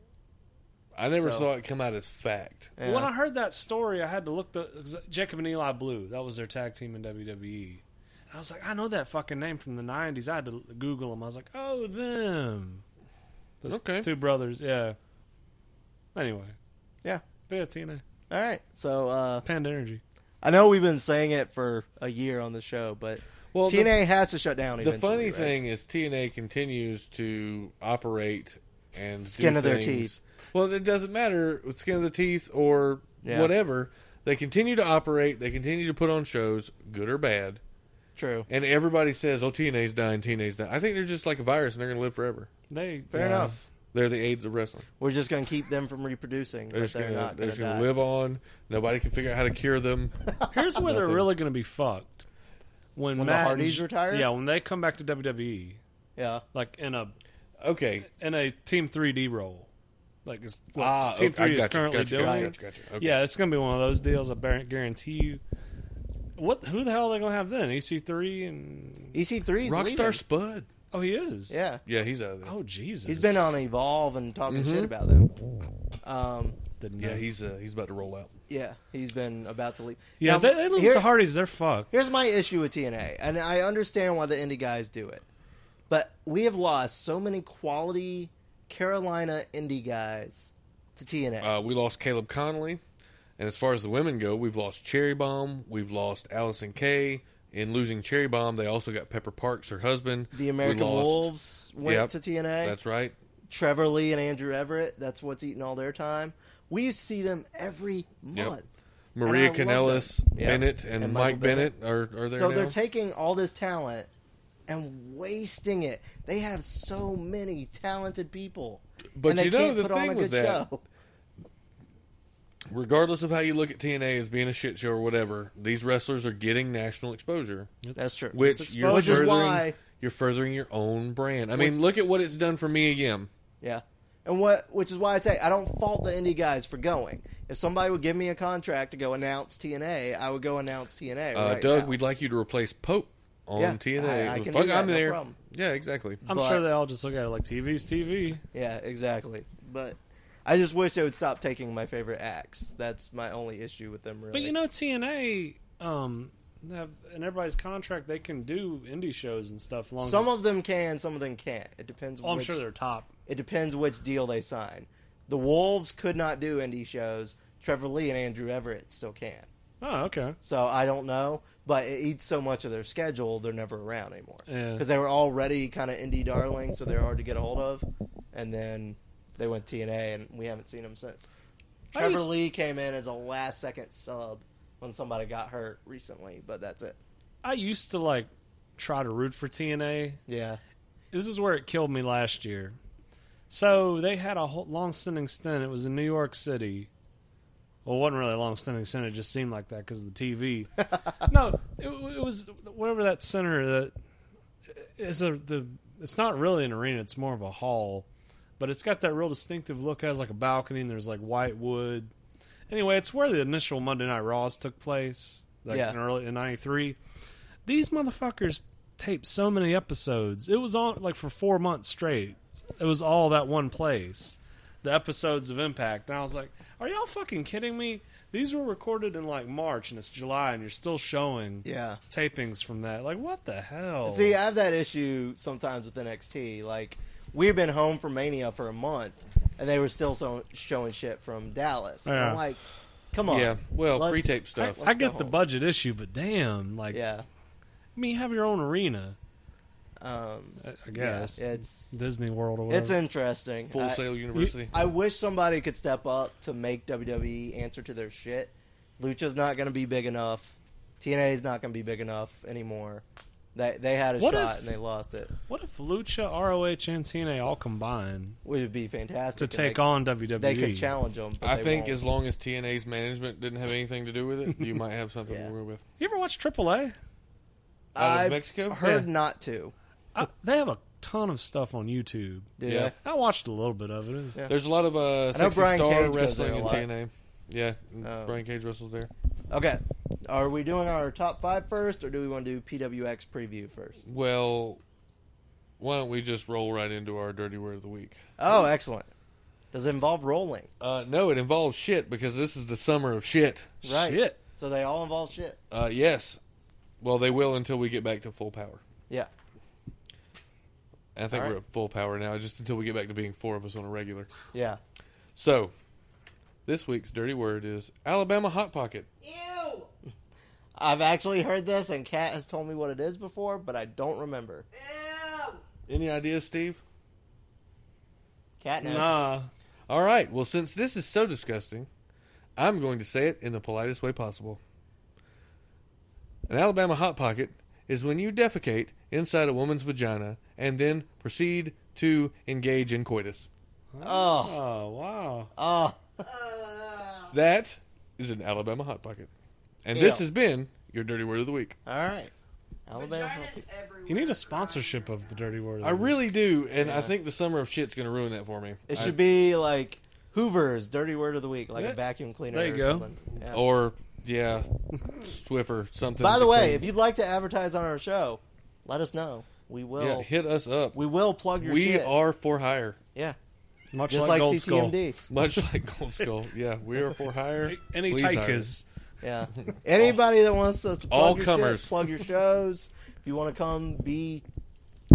[SPEAKER 2] I never
[SPEAKER 4] so-
[SPEAKER 2] saw it come out as fact.
[SPEAKER 4] Yeah.
[SPEAKER 3] When I heard that story, I had to look the 'cause Jacob and Eli Blue. That was their tag team in WWE. And I was like, I know that fucking name from the '90s. I had to Google them. I was like, oh, them. Those
[SPEAKER 2] Okay.
[SPEAKER 3] two brothers. Yeah. Anyway,
[SPEAKER 4] Yeah.
[SPEAKER 3] but yeah, TNA,
[SPEAKER 4] All right. So uh,
[SPEAKER 3] Panda Energy.
[SPEAKER 4] I know we've been saying it for a year on the show, but
[SPEAKER 2] Well, the-
[SPEAKER 4] TNA has to shut down.
[SPEAKER 2] The
[SPEAKER 4] eventually,
[SPEAKER 2] funny
[SPEAKER 4] right?
[SPEAKER 2] thing is TNA continues to operate and do
[SPEAKER 4] Skin of their
[SPEAKER 2] things- Well, it doesn't matter with skin of the teeth or
[SPEAKER 4] Yeah.
[SPEAKER 2] whatever. They continue to operate. They continue to put on shows, good or bad.
[SPEAKER 4] true.
[SPEAKER 2] And everybody says, "Oh, TNA's dying. TNA's dying." I think they're just like a virus, and they're going to live forever.
[SPEAKER 3] They
[SPEAKER 4] Fair
[SPEAKER 3] yeah.
[SPEAKER 4] enough.
[SPEAKER 2] They're the AIDS of wrestling.
[SPEAKER 4] We're just going to keep them from reproducing.
[SPEAKER 2] They're
[SPEAKER 4] but
[SPEAKER 2] just
[SPEAKER 4] they're
[SPEAKER 2] going to
[SPEAKER 4] not
[SPEAKER 2] they're
[SPEAKER 4] going
[SPEAKER 2] just
[SPEAKER 4] to
[SPEAKER 2] going to live on. Nobody can figure out how to cure them.
[SPEAKER 3] Here's where they're really going to be fucked. When,
[SPEAKER 4] When the
[SPEAKER 3] Matt and
[SPEAKER 4] Hardys
[SPEAKER 3] J-
[SPEAKER 4] retire?
[SPEAKER 3] Yeah, when they come back to WWE,
[SPEAKER 4] Yeah.
[SPEAKER 3] like in a
[SPEAKER 2] Okay.
[SPEAKER 3] in a Team 3D role. Like it's what
[SPEAKER 2] Ah,
[SPEAKER 3] Team
[SPEAKER 2] okay,
[SPEAKER 3] 3 is
[SPEAKER 2] gotcha,
[SPEAKER 3] currently
[SPEAKER 2] gotcha,
[SPEAKER 3] doing.
[SPEAKER 2] gotcha, gotcha, gotcha, okay.
[SPEAKER 3] Yeah, it's going to be one of those deals. I bar- guarantee you. What? Who the hell are they going to have then? EC3 and
[SPEAKER 4] EC3 E is leaving.
[SPEAKER 2] Rockstar Spud.
[SPEAKER 3] oh, he is.
[SPEAKER 4] Yeah.
[SPEAKER 2] Yeah, he's out of there.
[SPEAKER 3] Oh Jesus.
[SPEAKER 4] He's been on Evolve and talking
[SPEAKER 2] Mm-hmm.
[SPEAKER 4] shit about them. Um,
[SPEAKER 3] Didn't
[SPEAKER 2] yeah,
[SPEAKER 3] know.
[SPEAKER 2] he's uh, he's about to roll out.
[SPEAKER 4] yeah, he's been about to leave.
[SPEAKER 3] yeah.
[SPEAKER 4] Now,
[SPEAKER 3] they, they lose
[SPEAKER 4] here-
[SPEAKER 3] the Hardys. They're fucked.
[SPEAKER 4] Here's my issue with TNA, and I understand why the indie guys do it, but we have lost so many quality Carolina indie guys to TNA.
[SPEAKER 2] Uh, we lost Caleb Connolly, and as far as the women go, we've lost Cherry Bomb. We've lost Allison Kay. In losing Cherry Bomb, they also got Pepper Parks, her husband.
[SPEAKER 4] the
[SPEAKER 2] We
[SPEAKER 4] American
[SPEAKER 2] lost-
[SPEAKER 4] Wolves went
[SPEAKER 2] Yep,
[SPEAKER 4] to TNA.
[SPEAKER 2] That's right.
[SPEAKER 4] Trevor Lee and Andrew Everett. That's what's eating all their time. We see them every month.
[SPEAKER 2] Maria
[SPEAKER 4] And I love
[SPEAKER 2] Canellis,
[SPEAKER 4] that. Yeah.
[SPEAKER 2] Bennett, and,
[SPEAKER 4] And Michael
[SPEAKER 2] Mike Bennett, are, are there
[SPEAKER 4] so
[SPEAKER 2] now.
[SPEAKER 4] they're taking all this talent and wasting it. They have so many talented people,
[SPEAKER 2] But
[SPEAKER 4] and they
[SPEAKER 2] you know
[SPEAKER 4] can't
[SPEAKER 2] the
[SPEAKER 4] put on
[SPEAKER 2] thing
[SPEAKER 4] a
[SPEAKER 2] with
[SPEAKER 4] good
[SPEAKER 2] that-
[SPEAKER 4] show.
[SPEAKER 2] Regardless of how you look at TNA as being a shit show or whatever, these wrestlers are getting national exposure,
[SPEAKER 4] That's true.
[SPEAKER 2] which you're
[SPEAKER 4] Which is
[SPEAKER 2] furthering,
[SPEAKER 4] why-
[SPEAKER 2] you're furthering your own brand. I mean, look at what it's done for me again.
[SPEAKER 4] Yeah. And what which is why I say I don't fault the indie guys for going. If somebody would give me a contract to go announce TNA, I would go announce TNA.
[SPEAKER 2] Uh,
[SPEAKER 4] right
[SPEAKER 2] Doug,
[SPEAKER 4] now.
[SPEAKER 2] we'd like you to replace Pope on
[SPEAKER 4] Yeah,
[SPEAKER 2] TNA.
[SPEAKER 4] I- I can
[SPEAKER 2] Fuck,
[SPEAKER 4] do that,
[SPEAKER 2] I'm
[SPEAKER 4] no
[SPEAKER 2] there.
[SPEAKER 4] problem.
[SPEAKER 2] Yeah, exactly.
[SPEAKER 3] I'm
[SPEAKER 4] but-
[SPEAKER 3] sure they all just look at it like TV's TV.
[SPEAKER 4] Yeah, exactly. But I just wish they would stop taking my favorite acts. That's my only issue with them really.
[SPEAKER 3] But you know, TNA, um, they have in everybody's contract, they can do indie shows and stuff. Long
[SPEAKER 4] some
[SPEAKER 3] as,
[SPEAKER 4] of them can, some of them can't. It depends
[SPEAKER 3] oh, I'm
[SPEAKER 4] which,
[SPEAKER 3] sure they're top.
[SPEAKER 4] it depends which deal they sign. The Wolves could not do indie shows. Trevor Lee and Andrew Everett still can.
[SPEAKER 3] Oh, okay.
[SPEAKER 4] So I don't know, but it eats so much of their schedule, they're never around anymore.
[SPEAKER 3] Yeah.
[SPEAKER 4] Because they were already kind of indie darlings, so they're hard to get a hold of. And then they went TNA, and we haven't seen them since.
[SPEAKER 3] I
[SPEAKER 4] Trevor
[SPEAKER 3] used-
[SPEAKER 4] Lee came in as a last second sub when somebody got hurt recently, but that's it.
[SPEAKER 3] I used to like try to root for TNA.
[SPEAKER 4] Yeah.
[SPEAKER 3] This is where it killed me last year. So they had a whole long-standing stint. It was in New York City. Well, it wasn't really a long-standing stint. It just seemed like that because of the TV. no, it, it was whatever that center that is a the it's not really an arena, it's more of a hall, but it's got that real distinctive look. It has like a balcony and there's like white wood. Anyway, it's where the initial Monday Night Raws took place, like
[SPEAKER 4] Yeah.
[SPEAKER 3] in early in '93. These motherfuckers taped so many episodes. It was on like for four months straight. It was all that one place. The episodes of Impact, and I was like, "Are y'all fucking kidding me? These were recorded in like March, and it's July, and you're still showing
[SPEAKER 4] Yeah.
[SPEAKER 3] tapings from that. Like, what the hell?
[SPEAKER 4] See, I have that issue sometimes with NXT. Like, we've been home from Mania for a month, and they were still so, showing shit from Dallas. And
[SPEAKER 3] Yeah.
[SPEAKER 4] I'm like, come on.
[SPEAKER 2] Yeah, well,
[SPEAKER 4] let's-
[SPEAKER 2] pre-tape stuff.
[SPEAKER 4] let's
[SPEAKER 3] I
[SPEAKER 4] go
[SPEAKER 3] get the
[SPEAKER 4] home.
[SPEAKER 3] budget issue, but damn, like,
[SPEAKER 4] Yeah.
[SPEAKER 3] I mean, you have your own arena,
[SPEAKER 4] Um,
[SPEAKER 3] I I
[SPEAKER 4] yeah,
[SPEAKER 3] guess.
[SPEAKER 4] it's
[SPEAKER 3] Disney World or whatever.
[SPEAKER 4] it's interesting.
[SPEAKER 2] Full
[SPEAKER 4] I,
[SPEAKER 2] Sail University.
[SPEAKER 4] I wish somebody could step up to make WWE answer to their shit. Lucha's not going to be big enough. TNA is not going to be big enough anymore. They they had a
[SPEAKER 3] What
[SPEAKER 4] shot
[SPEAKER 3] if-
[SPEAKER 4] and they lost it.
[SPEAKER 3] what if Lucha, ROH, and TNA all combine
[SPEAKER 4] Would be fantastic
[SPEAKER 3] to
[SPEAKER 4] and
[SPEAKER 3] take
[SPEAKER 4] they,
[SPEAKER 3] on E? WWE?
[SPEAKER 4] They could challenge them. But
[SPEAKER 2] I
[SPEAKER 4] they
[SPEAKER 2] think
[SPEAKER 4] won't.
[SPEAKER 2] as long as TNA's management didn't have anything to do with it, you might have something
[SPEAKER 4] Yeah.
[SPEAKER 2] to work with.
[SPEAKER 3] You ever watch AAA?
[SPEAKER 2] Out of
[SPEAKER 4] I've
[SPEAKER 2] Mexico?
[SPEAKER 4] Heard
[SPEAKER 3] Yeah.
[SPEAKER 4] not to.
[SPEAKER 3] I, they have a ton of stuff on YouTube.
[SPEAKER 4] Do
[SPEAKER 2] Yeah.
[SPEAKER 4] they?
[SPEAKER 3] I watched a little bit of it. It was-
[SPEAKER 4] Yeah.
[SPEAKER 2] There's a lot of uh,
[SPEAKER 4] I know
[SPEAKER 2] sexy
[SPEAKER 4] Brian
[SPEAKER 2] star
[SPEAKER 4] Cage goes
[SPEAKER 2] wrestling
[SPEAKER 4] there a
[SPEAKER 2] in
[SPEAKER 4] lot.
[SPEAKER 2] TNA. Yeah,
[SPEAKER 4] Oh.
[SPEAKER 2] Brian Cage wrestles there.
[SPEAKER 4] Okay. Are we doing our top five first, or do we want to do PWX preview first?
[SPEAKER 2] Well, why don't we just roll right into our dirty word of the week?
[SPEAKER 4] Oh, excellent. Does it involve rolling?
[SPEAKER 2] Uh, no, it involves shit because this is the summer of shit.
[SPEAKER 4] Right.
[SPEAKER 3] Shit.
[SPEAKER 4] So they all involve shit.
[SPEAKER 2] Uh, yes. Well, they will until we get back to full power.
[SPEAKER 4] Yeah.
[SPEAKER 2] I think
[SPEAKER 4] All right.
[SPEAKER 2] we're at full power now, just until we get back to being four of us on a regular.
[SPEAKER 4] Yeah.
[SPEAKER 2] So, this week's dirty word is Alabama Hot Pocket.
[SPEAKER 4] Ew. I've actually heard this, and Kat has told me what it is before, but I don't remember.
[SPEAKER 2] Any ideas, Steve?
[SPEAKER 4] Cat knows.
[SPEAKER 3] Nah.
[SPEAKER 2] All right. Well, since this is so disgusting, I'm going to say it in the politest way possible. An Alabama hot pocket is when you defecate inside a woman's vagina and then proceed to engage in coitus.
[SPEAKER 4] Oh.
[SPEAKER 3] Oh, wow.
[SPEAKER 4] Oh.
[SPEAKER 2] That is an Alabama hot pocket. And this
[SPEAKER 4] Ew.
[SPEAKER 2] has been your dirty word of the week.
[SPEAKER 4] All right. Alabama.
[SPEAKER 5] Vaginas everywhere.
[SPEAKER 3] You need a sponsorship of the Dirty Word. of the
[SPEAKER 2] I
[SPEAKER 3] Week.
[SPEAKER 2] really do, and I think the summer of shit's going to ruin that for me.
[SPEAKER 4] Mm. It
[SPEAKER 2] I-
[SPEAKER 4] should be like Hoover's dirty word of the week, like
[SPEAKER 3] Yeah.
[SPEAKER 4] a vacuum cleaner.
[SPEAKER 3] There you
[SPEAKER 4] or
[SPEAKER 3] go.
[SPEAKER 4] Something. Yeah.
[SPEAKER 2] or yeah, Swiffer something.
[SPEAKER 4] By the
[SPEAKER 2] to
[SPEAKER 4] way,
[SPEAKER 2] come-
[SPEAKER 4] if you'd like to advertise on our show, let us know. We will.
[SPEAKER 2] yeah, hit us up.
[SPEAKER 4] we will plug your
[SPEAKER 2] we
[SPEAKER 4] shit.
[SPEAKER 2] are for hire.
[SPEAKER 4] yeah,
[SPEAKER 3] Much
[SPEAKER 4] just
[SPEAKER 3] like,
[SPEAKER 4] like,
[SPEAKER 3] Gold Skull.
[SPEAKER 4] CCMD.
[SPEAKER 2] Much like Gold Skull. Yeah, we are for hire.
[SPEAKER 3] Any
[SPEAKER 2] Please hire.
[SPEAKER 3] Taikas.
[SPEAKER 4] Yeah. Anybody that wants us to plug
[SPEAKER 2] All
[SPEAKER 4] your
[SPEAKER 2] comers.
[SPEAKER 4] shit, plug your shows. If you want to come be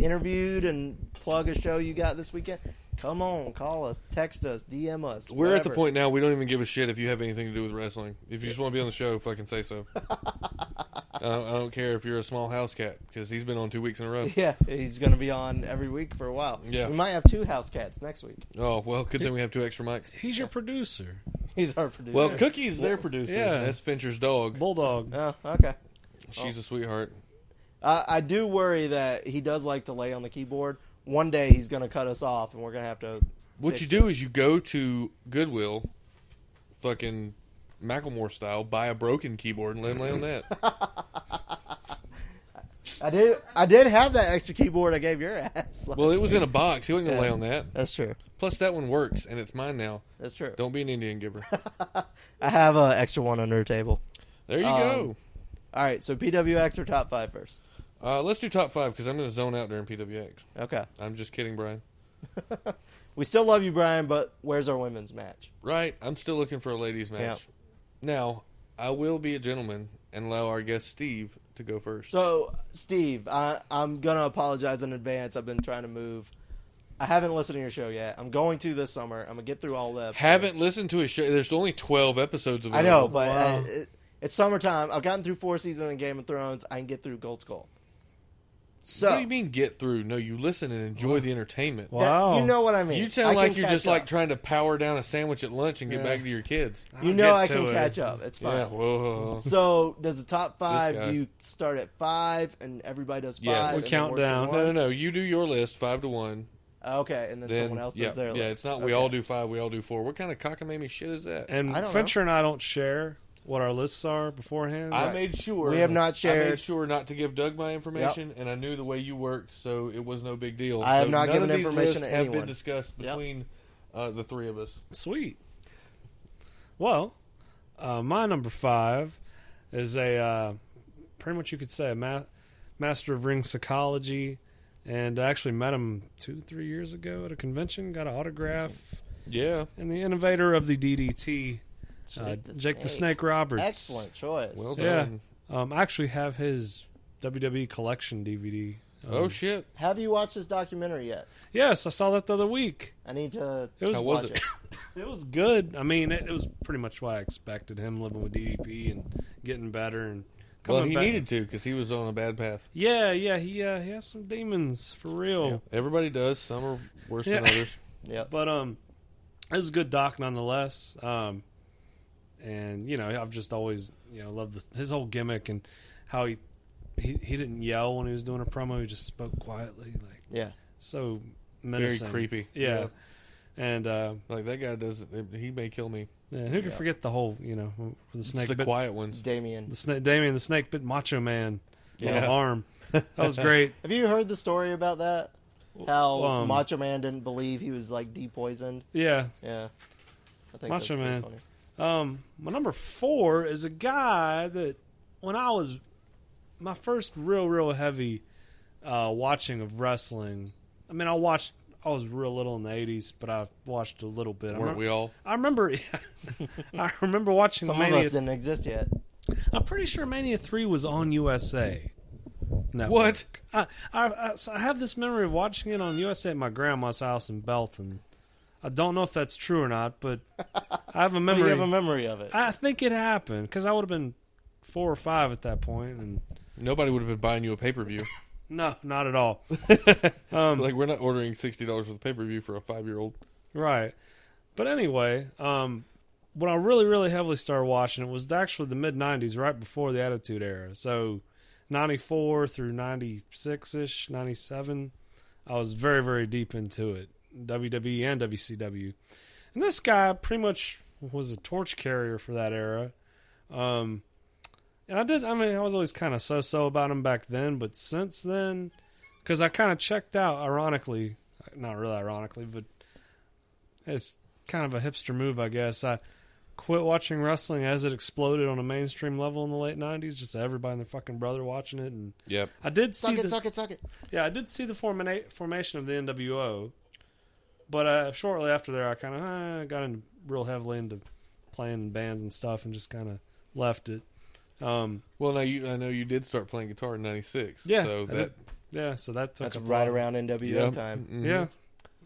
[SPEAKER 4] interviewed and plug a show you got this weekend, come on, call us, text us, DM us.
[SPEAKER 2] We're at the
[SPEAKER 4] whatever.
[SPEAKER 2] point now we don't even give a shit if you have anything to do with wrestling. If you just want to be on the show, fucking say so. I, don't, I don't care if you're a small house cat because he's been on two weeks in a row.
[SPEAKER 4] Yeah, he's going to be on every week for a while.
[SPEAKER 2] Yeah.
[SPEAKER 4] we might have two house cats next week.
[SPEAKER 2] Oh well, good thing we have two extra mics.
[SPEAKER 3] He's your producer.
[SPEAKER 4] He's our producer.
[SPEAKER 2] Well, Cookie is their producer.
[SPEAKER 3] yeah.
[SPEAKER 2] that's Fincher's dog.
[SPEAKER 3] Bulldog.
[SPEAKER 4] oh, okay.
[SPEAKER 2] She's a sweetheart.
[SPEAKER 4] I I do worry that he does like to lay on the keyboard. One day he's going to cut us off, and we're going to have to.
[SPEAKER 2] What
[SPEAKER 4] fix
[SPEAKER 2] you
[SPEAKER 4] it.
[SPEAKER 2] do is you go to Goodwill, fucking Macklemore style, buy a broken keyboard and let him lay on that.
[SPEAKER 4] I did. I did have that extra keyboard I gave your ass. last
[SPEAKER 2] well, it was
[SPEAKER 4] week.
[SPEAKER 2] in a box. He wasn't gonna
[SPEAKER 4] Yeah.
[SPEAKER 2] lay on that.
[SPEAKER 4] That's true.
[SPEAKER 2] Plus, that one works and it's mine now.
[SPEAKER 4] That's true.
[SPEAKER 2] Don't be an Indian giver.
[SPEAKER 4] I have an extra one under the table.
[SPEAKER 2] There you
[SPEAKER 4] Um,
[SPEAKER 2] go.
[SPEAKER 4] All right, so PWX or top five first.
[SPEAKER 2] Uh, let's do top five because I'm going to zone out during PWX.
[SPEAKER 4] Okay.
[SPEAKER 2] I'm just kidding, Brian.
[SPEAKER 4] We still love you, Brian, but where's our women's match?
[SPEAKER 2] Right, I'm still looking for a ladies' match. Now, I will be a gentleman and allow our guest Steve to go first.
[SPEAKER 4] So, Steve, I, I'm gonna apologize in advance. I've been trying to move. I haven't listened to your show yet. I'm going to this summer. I'm gonna get through all the. Episodes.
[SPEAKER 2] Haven't listened to his show. There's only 12 episodes of
[SPEAKER 4] I know,
[SPEAKER 2] available.
[SPEAKER 4] but uh,
[SPEAKER 3] Wow.
[SPEAKER 4] I, it, it's summertime. I've gotten through four seasons of Game of Thrones. I can get through Gold Skull. So
[SPEAKER 2] What do you mean get through? No, you listen and enjoy the entertainment.
[SPEAKER 3] Wow.
[SPEAKER 4] that- you know what I mean.
[SPEAKER 2] You
[SPEAKER 4] I
[SPEAKER 2] sound
[SPEAKER 4] can
[SPEAKER 2] like you're
[SPEAKER 4] catch
[SPEAKER 2] just like
[SPEAKER 4] up. Ah,
[SPEAKER 2] trying to power down a sandwich at lunch and get
[SPEAKER 3] Yeah.
[SPEAKER 2] back to your kids.
[SPEAKER 4] you
[SPEAKER 3] I'll
[SPEAKER 4] know
[SPEAKER 3] get
[SPEAKER 4] I
[SPEAKER 3] to
[SPEAKER 4] can
[SPEAKER 3] it.
[SPEAKER 4] catch up. It's fine.
[SPEAKER 2] Yeah. Whoa.
[SPEAKER 4] So does the top
[SPEAKER 2] guy.
[SPEAKER 4] five? Do you start at five, and everybody does five?
[SPEAKER 2] Yes. We
[SPEAKER 4] and then
[SPEAKER 3] count
[SPEAKER 4] work to
[SPEAKER 3] down.
[SPEAKER 2] No, no,
[SPEAKER 4] one?
[SPEAKER 2] no. You do your list, five to one.
[SPEAKER 4] Okay, and then,
[SPEAKER 2] Then
[SPEAKER 4] someone else does
[SPEAKER 2] yeah,
[SPEAKER 4] their
[SPEAKER 2] yeah.
[SPEAKER 4] list.
[SPEAKER 2] It's not we
[SPEAKER 4] Okay.
[SPEAKER 2] all do five, we all do four. What kind of cockamamie shit is that?
[SPEAKER 3] And
[SPEAKER 4] I don't
[SPEAKER 3] Fincher and I don't share. what our lists are beforehand.
[SPEAKER 2] I made sure
[SPEAKER 4] We have not
[SPEAKER 2] I
[SPEAKER 4] shared-
[SPEAKER 2] made sure not to give Doug my information, and I knew the way you worked, so it was no big deal.
[SPEAKER 4] I have
[SPEAKER 2] So
[SPEAKER 4] not
[SPEAKER 2] none
[SPEAKER 4] given
[SPEAKER 2] of these
[SPEAKER 4] information
[SPEAKER 2] lists
[SPEAKER 4] to
[SPEAKER 2] have
[SPEAKER 4] anyone.
[SPEAKER 2] been discussed
[SPEAKER 4] Yep.
[SPEAKER 2] between uh, the three of us.
[SPEAKER 3] Sweet. Well, uh, my number five is a uh, pretty much you could say a ma- master of ring psychology, and I actually met him two three years ago at a convention. Got an autograph,
[SPEAKER 2] Yeah,
[SPEAKER 3] and the innovator of the DDT, uh,
[SPEAKER 4] Jake the
[SPEAKER 3] Jake the
[SPEAKER 4] Snake.
[SPEAKER 3] Snake Roberts.
[SPEAKER 4] Excellent choice.
[SPEAKER 2] well done.
[SPEAKER 3] Yeah, um, I actually have his WWE collection DVD. Um,
[SPEAKER 2] Oh shit!
[SPEAKER 4] Have you watched this documentary yet?
[SPEAKER 3] yes, I saw that the other week.
[SPEAKER 4] I need to.
[SPEAKER 3] It was
[SPEAKER 2] How was
[SPEAKER 4] watch
[SPEAKER 2] it?
[SPEAKER 3] It was good. I mean, it, it was pretty much what I expected. Him living with DDP and getting better and coming
[SPEAKER 2] Well, he
[SPEAKER 3] back.
[SPEAKER 2] needed to because he was on a bad path.
[SPEAKER 3] Yeah, yeah. He uh, he has some demons for real.
[SPEAKER 2] Everybody does. Some are worse than
[SPEAKER 3] Yeah.
[SPEAKER 2] others.
[SPEAKER 4] Yep.
[SPEAKER 3] But um, it was a good doc nonetheless. Um, and you know, I've just always you know loved this, his whole gimmick and how he, he he didn't yell when he was doing a promo. He just spoke quietly, like
[SPEAKER 4] Yeah.
[SPEAKER 3] so menacing,
[SPEAKER 2] creepy.
[SPEAKER 3] Yeah.
[SPEAKER 2] Yeah.
[SPEAKER 3] And uh,
[SPEAKER 2] Like that guy does. He may kill me.
[SPEAKER 3] yeah, who can
[SPEAKER 4] Yeah.
[SPEAKER 3] forget the whole, you know, where the
[SPEAKER 2] It's
[SPEAKER 3] snake
[SPEAKER 2] the
[SPEAKER 3] bit-
[SPEAKER 2] quiet ones.
[SPEAKER 4] Damien.
[SPEAKER 3] the snake, Damien the Snake bit Macho Man on
[SPEAKER 2] Yeah.
[SPEAKER 3] the arm. That was great.
[SPEAKER 4] Have you heard the story about that? How
[SPEAKER 3] um,
[SPEAKER 4] Macho Man didn't believe he was like depoisoned.
[SPEAKER 3] Yeah.
[SPEAKER 4] Yeah. I think
[SPEAKER 3] Macho
[SPEAKER 4] that's pretty
[SPEAKER 3] Man.
[SPEAKER 4] funny.
[SPEAKER 3] Um, my number four is a guy that when I was my first real, real heavy uh, watching of wrestling. I mean, I watched. I was real little in the '80s, but I watched a little bit. I
[SPEAKER 2] Weren't
[SPEAKER 3] remem-
[SPEAKER 2] we all?
[SPEAKER 3] I remember. I remember watching
[SPEAKER 4] Some
[SPEAKER 3] Mania.
[SPEAKER 4] of us didn't exist yet.
[SPEAKER 3] I'm pretty sure Mania Three was on USA. Network.
[SPEAKER 2] What?
[SPEAKER 3] I, I, I, so I have this memory of watching it on USA at my grandma's house in Belton. I don't know if that's true or not, but I have a
[SPEAKER 4] We
[SPEAKER 3] memory.
[SPEAKER 4] have a memory of it.
[SPEAKER 3] I think it happened because I would have been four or five at that point, and
[SPEAKER 2] Nobody would have been buying you a pay per view.
[SPEAKER 3] no, not at all. Um,
[SPEAKER 2] like we're not ordering sixty dollars worth of pay per view for a five year old.
[SPEAKER 3] Right. But anyway, um, when I really, really heavily started watching it was actually the mid '90s, right before the Attitude Era. So, '94 through '96 ish, '97, I was very, very deep into it, WWE and WCW. And this guy pretty much was a torch carrier for that era. Um, and I did. I mean, I was always kind of so-so about him back then, but since then, because I kind of checked out. Ironically, not really ironically, but it's kind of a hipster move, I guess. I quit watching wrestling as it exploded on a mainstream level in the late '90s. Just everybody and their fucking brother watching it, and
[SPEAKER 2] Yep.
[SPEAKER 3] I did see
[SPEAKER 4] suck it,
[SPEAKER 3] the-
[SPEAKER 4] suck it, suck it.
[SPEAKER 3] yeah, I did see the formina- formation of the NWO, but uh, shortly after there, I kind of uh, got in real heavily into playing in bands and stuff, and just kind of left it. Um,
[SPEAKER 2] Well, now you. I know you did start playing guitar in '96.
[SPEAKER 3] yeah, I
[SPEAKER 2] So
[SPEAKER 3] did-
[SPEAKER 2] that.
[SPEAKER 3] yeah, so that took
[SPEAKER 4] That's
[SPEAKER 3] up a
[SPEAKER 4] right
[SPEAKER 3] lot.
[SPEAKER 4] around NWO
[SPEAKER 2] Yep.
[SPEAKER 4] time.
[SPEAKER 2] Mhm.
[SPEAKER 3] Yeah.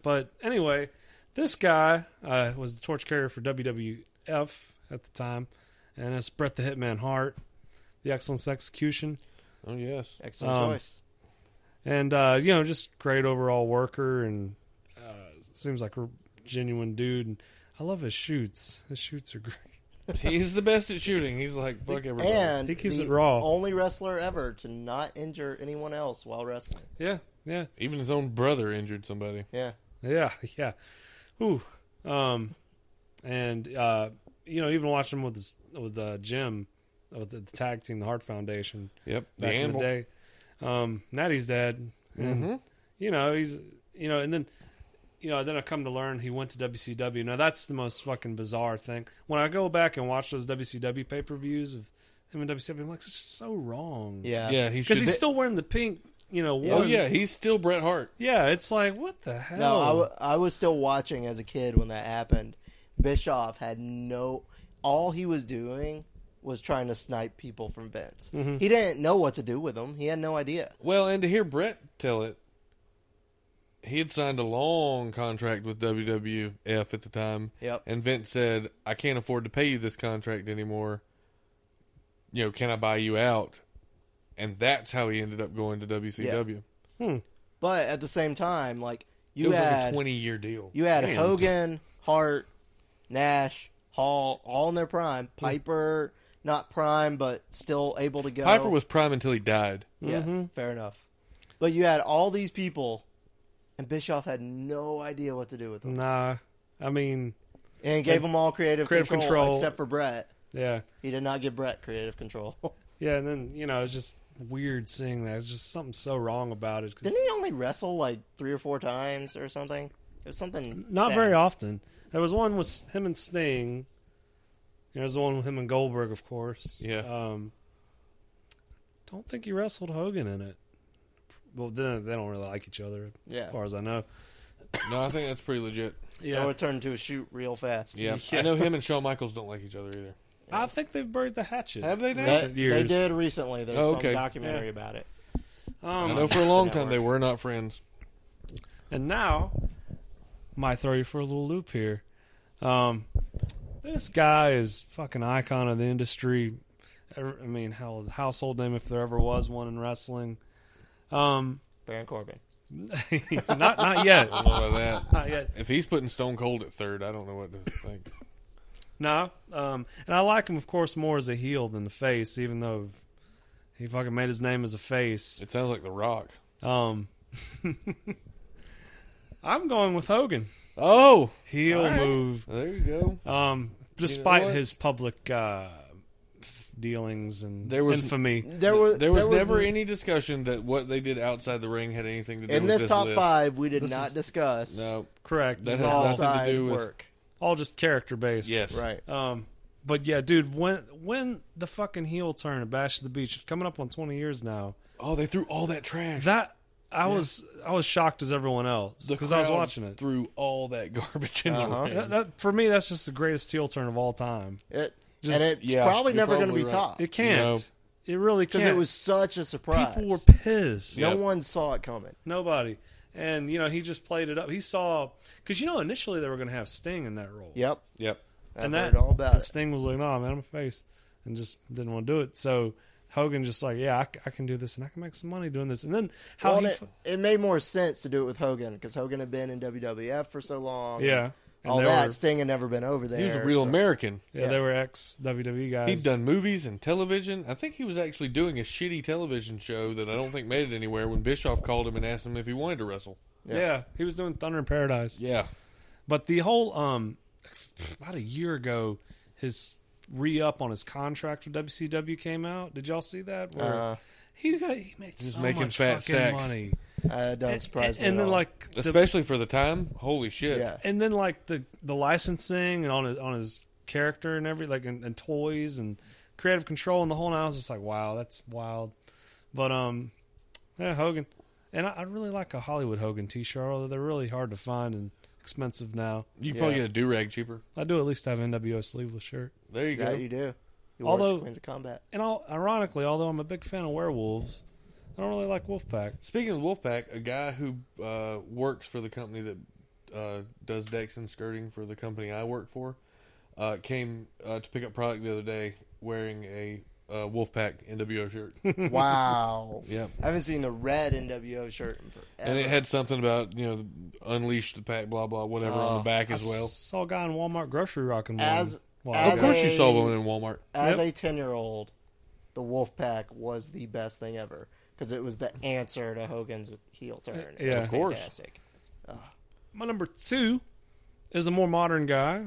[SPEAKER 3] But anyway, this guy uh, was the torch carrier for WWF at the time, and it's Brett the Hitman Hart, the Excellence Execution,
[SPEAKER 2] Oh yes.
[SPEAKER 4] Excellent
[SPEAKER 3] Um,
[SPEAKER 4] choice.
[SPEAKER 3] and uh, you know, just great overall worker, and uh, seems like a genuine dude. And I love his shoots. His shoots are great.
[SPEAKER 2] He's the best at shooting. He's like fuck everybody.
[SPEAKER 4] And
[SPEAKER 3] He keeps
[SPEAKER 4] the
[SPEAKER 3] it raw.
[SPEAKER 4] Only wrestler ever to not injure anyone else while wrestling.
[SPEAKER 3] Yeah, yeah,
[SPEAKER 2] Even his own brother injured somebody.
[SPEAKER 4] Yeah.
[SPEAKER 3] yeah, yeah. Ooh, um, and uh, you know, even watching him with his, with uh, Jim, with the, the tag team, the Hart Foundation.
[SPEAKER 2] Yep. The
[SPEAKER 3] back in the
[SPEAKER 2] animal.
[SPEAKER 3] day. Um, Natty's dad, and
[SPEAKER 4] Mm-hmm.
[SPEAKER 2] Mhm.
[SPEAKER 3] you know he's you know, and then you know, then I come to learn he went to WCW. Now that's the most fucking bizarre thing. When I go back and watch those WCW pay per views of him and WCW, I'm like, it's just so wrong.
[SPEAKER 4] Yeah.
[SPEAKER 2] Yeah. He
[SPEAKER 3] because
[SPEAKER 2] should.
[SPEAKER 3] he's still wearing the pink, you know.
[SPEAKER 2] Oh
[SPEAKER 3] one-
[SPEAKER 2] yeah. He's still Bret Hart.
[SPEAKER 3] yeah. It's like what the hell?
[SPEAKER 2] Oh.
[SPEAKER 4] No, I, w- I was still watching as a kid when that happened. Bischoff had no. All he was doing was trying to snipe people from Vince.
[SPEAKER 2] Mm-hmm.
[SPEAKER 4] He didn't know what to do with them. He had no idea.
[SPEAKER 2] Well, and to hear Brett tell it, he had signed a long contract with WWF at the time.
[SPEAKER 4] Yep.
[SPEAKER 2] And Vince said, I can't afford to pay you this contract anymore. You know, can I buy you out? And that's how he ended up going to WCW.
[SPEAKER 4] But at the same time, like
[SPEAKER 2] It
[SPEAKER 4] you
[SPEAKER 2] was
[SPEAKER 4] had
[SPEAKER 2] like a 20 year deal.
[SPEAKER 4] you had
[SPEAKER 3] Damn.
[SPEAKER 4] Hogan, Hart, Nash, Hall, all in their prime.
[SPEAKER 2] Mm.
[SPEAKER 4] Piper, not prime, but still able to go.
[SPEAKER 2] Piper was Mm-hmm. prime until he died.
[SPEAKER 4] yeah, fair enough. But you had all these people, and Bischoff had no idea what to do with them.
[SPEAKER 3] nah. I mean,
[SPEAKER 4] and gave them all creative,
[SPEAKER 3] Creative
[SPEAKER 4] control,
[SPEAKER 3] control.
[SPEAKER 4] except for Brett.
[SPEAKER 3] Yeah.
[SPEAKER 4] He did not give Brett creative control.
[SPEAKER 3] Yeah, and then, you know, it's just weird seeing that. It's just something so wrong about it. 'cause
[SPEAKER 4] Didn't he only wrestle like three or four times or something? It was something.
[SPEAKER 3] not
[SPEAKER 4] sad.
[SPEAKER 3] very often. There was one with him and Sting. There was one with him and Goldberg, of course.
[SPEAKER 2] Yeah.
[SPEAKER 3] Um, don't think he wrestled Hogan in it. Well, then they don't really like each other,
[SPEAKER 4] Yeah.
[SPEAKER 3] as far as I know.
[SPEAKER 2] No, I think that's pretty legit.
[SPEAKER 4] That would turn into a shoot real fast.
[SPEAKER 2] Yeah. I know him and Shawn Michaels don't like each other either.
[SPEAKER 3] I think they've buried the hatchet.
[SPEAKER 2] Have they
[SPEAKER 3] in
[SPEAKER 2] now?
[SPEAKER 4] That-
[SPEAKER 3] Recent years.
[SPEAKER 4] They did recently. There's
[SPEAKER 2] Oh,
[SPEAKER 4] was
[SPEAKER 2] okay.
[SPEAKER 4] some documentary
[SPEAKER 3] Yeah.
[SPEAKER 4] about it.
[SPEAKER 2] I
[SPEAKER 3] Um,
[SPEAKER 2] know for a long
[SPEAKER 4] Yeah,
[SPEAKER 2] time they were not friends.
[SPEAKER 3] And now, might throw you for a little loop here. Um, this guy is fucking icon of the industry. I I mean, hell, household name if there ever was one in wrestling. Um,
[SPEAKER 4] Baron Corbin.
[SPEAKER 3] not not yet,
[SPEAKER 2] I don't know about that.
[SPEAKER 3] not yet.
[SPEAKER 2] If he's putting Stone Cold at third, I don't know what to think.
[SPEAKER 3] No, um, and I like him, of course, more as a heel than the face, even though he fucking made his name as a face.
[SPEAKER 2] It sounds like The Rock.
[SPEAKER 3] Um, I'm going with Hogan.
[SPEAKER 2] Oh,
[SPEAKER 3] Heel
[SPEAKER 2] All right.
[SPEAKER 3] move.
[SPEAKER 2] there you go.
[SPEAKER 3] Um, despite
[SPEAKER 2] what?
[SPEAKER 3] his public uh, f- dealings and
[SPEAKER 2] There was-
[SPEAKER 3] infamy,
[SPEAKER 4] There was
[SPEAKER 2] There was never any discussion that what they did outside the ring had anything to do
[SPEAKER 4] in
[SPEAKER 2] with
[SPEAKER 4] this top
[SPEAKER 2] list.
[SPEAKER 4] five. We did
[SPEAKER 3] This
[SPEAKER 4] not
[SPEAKER 3] is-
[SPEAKER 4] discuss
[SPEAKER 2] No,
[SPEAKER 3] correct?
[SPEAKER 2] That
[SPEAKER 3] It's
[SPEAKER 2] has
[SPEAKER 3] all,
[SPEAKER 2] nothing-
[SPEAKER 4] outside
[SPEAKER 2] do with-
[SPEAKER 4] work.
[SPEAKER 3] all just character based.
[SPEAKER 2] yes,
[SPEAKER 4] Right.
[SPEAKER 3] Um, but yeah, dude, when when the fucking heel turn of Bash of the Beach coming up on twenty years now,
[SPEAKER 2] Oh, they threw all that trash.
[SPEAKER 3] that I was I was shocked as everyone else
[SPEAKER 2] The
[SPEAKER 3] because I was
[SPEAKER 2] crowd
[SPEAKER 3] watching it.
[SPEAKER 2] Threw all that garbage in
[SPEAKER 4] Uh-huh.
[SPEAKER 2] the
[SPEAKER 3] That,
[SPEAKER 2] ring.
[SPEAKER 3] that- for me, that's just the greatest heel turn of all time.
[SPEAKER 4] It,
[SPEAKER 3] Just-
[SPEAKER 4] and it's
[SPEAKER 2] yeah,
[SPEAKER 4] probably
[SPEAKER 2] you're
[SPEAKER 4] never going to
[SPEAKER 2] probably
[SPEAKER 4] be
[SPEAKER 2] right.
[SPEAKER 4] top
[SPEAKER 3] It can't. It really
[SPEAKER 4] because
[SPEAKER 3] can't.
[SPEAKER 4] it was such a surprise.
[SPEAKER 3] people were pissed.
[SPEAKER 2] Yeah.
[SPEAKER 4] no one saw it coming.
[SPEAKER 3] Nobody. And you know he just played it up. He saw because you know initially they were going to have Sting in that role.
[SPEAKER 4] Yep,
[SPEAKER 2] Yep.
[SPEAKER 4] I've
[SPEAKER 3] and
[SPEAKER 4] heard
[SPEAKER 3] that,
[SPEAKER 4] all about
[SPEAKER 3] that
[SPEAKER 4] it.
[SPEAKER 3] Sting was like, "No, man, I'm a face," and just didn't want to do it. So Hogan just like, "Yeah, I, c- I can do this, and I can make some money doing this." And then how
[SPEAKER 4] Well,
[SPEAKER 3] he,
[SPEAKER 4] and it,
[SPEAKER 3] fu-
[SPEAKER 4] it made more sense to do it with Hogan because Hogan had been in WWF for so long.
[SPEAKER 3] yeah, and
[SPEAKER 4] all
[SPEAKER 3] they
[SPEAKER 4] that
[SPEAKER 3] were,
[SPEAKER 4] Sting had never been over there.
[SPEAKER 2] He was a real
[SPEAKER 4] so-
[SPEAKER 2] American.
[SPEAKER 3] yeah,
[SPEAKER 4] yeah.
[SPEAKER 3] they were ex WWE guys.
[SPEAKER 2] He'd done movies and television. I think he was actually doing a shitty television show that I don't think made it anywhere when Bischoff called him and asked him if he wanted to wrestle.
[SPEAKER 3] yeah. he was doing Thunder in Paradise.
[SPEAKER 2] Yeah.
[SPEAKER 3] But the whole um, about a year ago, his re up on his contract with WCW came out. Did y'all see that? Where
[SPEAKER 4] Uh,
[SPEAKER 3] he got, he made so
[SPEAKER 2] making
[SPEAKER 3] much
[SPEAKER 2] fat
[SPEAKER 3] fucking
[SPEAKER 2] sacks.
[SPEAKER 3] money,
[SPEAKER 4] Uh, don't surprise
[SPEAKER 3] and,
[SPEAKER 4] me.
[SPEAKER 3] and
[SPEAKER 4] at
[SPEAKER 3] then
[SPEAKER 4] all.
[SPEAKER 3] like the-
[SPEAKER 2] Especially for the time. Holy shit.
[SPEAKER 4] yeah,
[SPEAKER 3] and then like the the licensing and on his on his character and every like and, and toys and creative control and the whole nine. I was just like, wow, that's wild. But um, yeah, Hogan, and I, I really like a Hollywood Hogan T-shirt, although they're really hard to find and expensive now.
[SPEAKER 2] You can probably
[SPEAKER 4] Yeah.
[SPEAKER 2] get a do rag cheaper.
[SPEAKER 3] I do at least have NWO sleeveless shirt.
[SPEAKER 2] There you
[SPEAKER 4] that
[SPEAKER 2] go.
[SPEAKER 4] you do. You
[SPEAKER 3] Although-
[SPEAKER 4] watch Queens of Combat.
[SPEAKER 3] And I'll, ironically, although I'm a big fan of werewolves, I don't really like Wolfpack.
[SPEAKER 2] Speaking of Wolfpack, a guy who uh, works for the company that uh, does decks and skirting for the company I work for uh, came uh, to pick up product the other day wearing a uh, Wolfpack NWO shirt.
[SPEAKER 4] Wow.
[SPEAKER 2] yeah.
[SPEAKER 4] I haven't seen the red NWO shirt in forever.
[SPEAKER 2] And it had something about, you know, unleash the pack, blah, blah, whatever on the
[SPEAKER 4] Oh,
[SPEAKER 2] back
[SPEAKER 3] I
[SPEAKER 2] as well.
[SPEAKER 3] saw a guy in Walmart grocery rocking one.
[SPEAKER 4] As-
[SPEAKER 3] Wow.
[SPEAKER 4] as
[SPEAKER 2] Of course, you
[SPEAKER 4] a-
[SPEAKER 2] saw one in Walmart.
[SPEAKER 4] As
[SPEAKER 3] Yep.
[SPEAKER 4] a 10 year old, the Wolfpack was the best thing ever because it was the answer to Hogan's heel turn. It
[SPEAKER 3] Yeah.
[SPEAKER 4] was
[SPEAKER 3] Of
[SPEAKER 2] course.
[SPEAKER 4] Fantastic.
[SPEAKER 3] My number two is a more modern guy.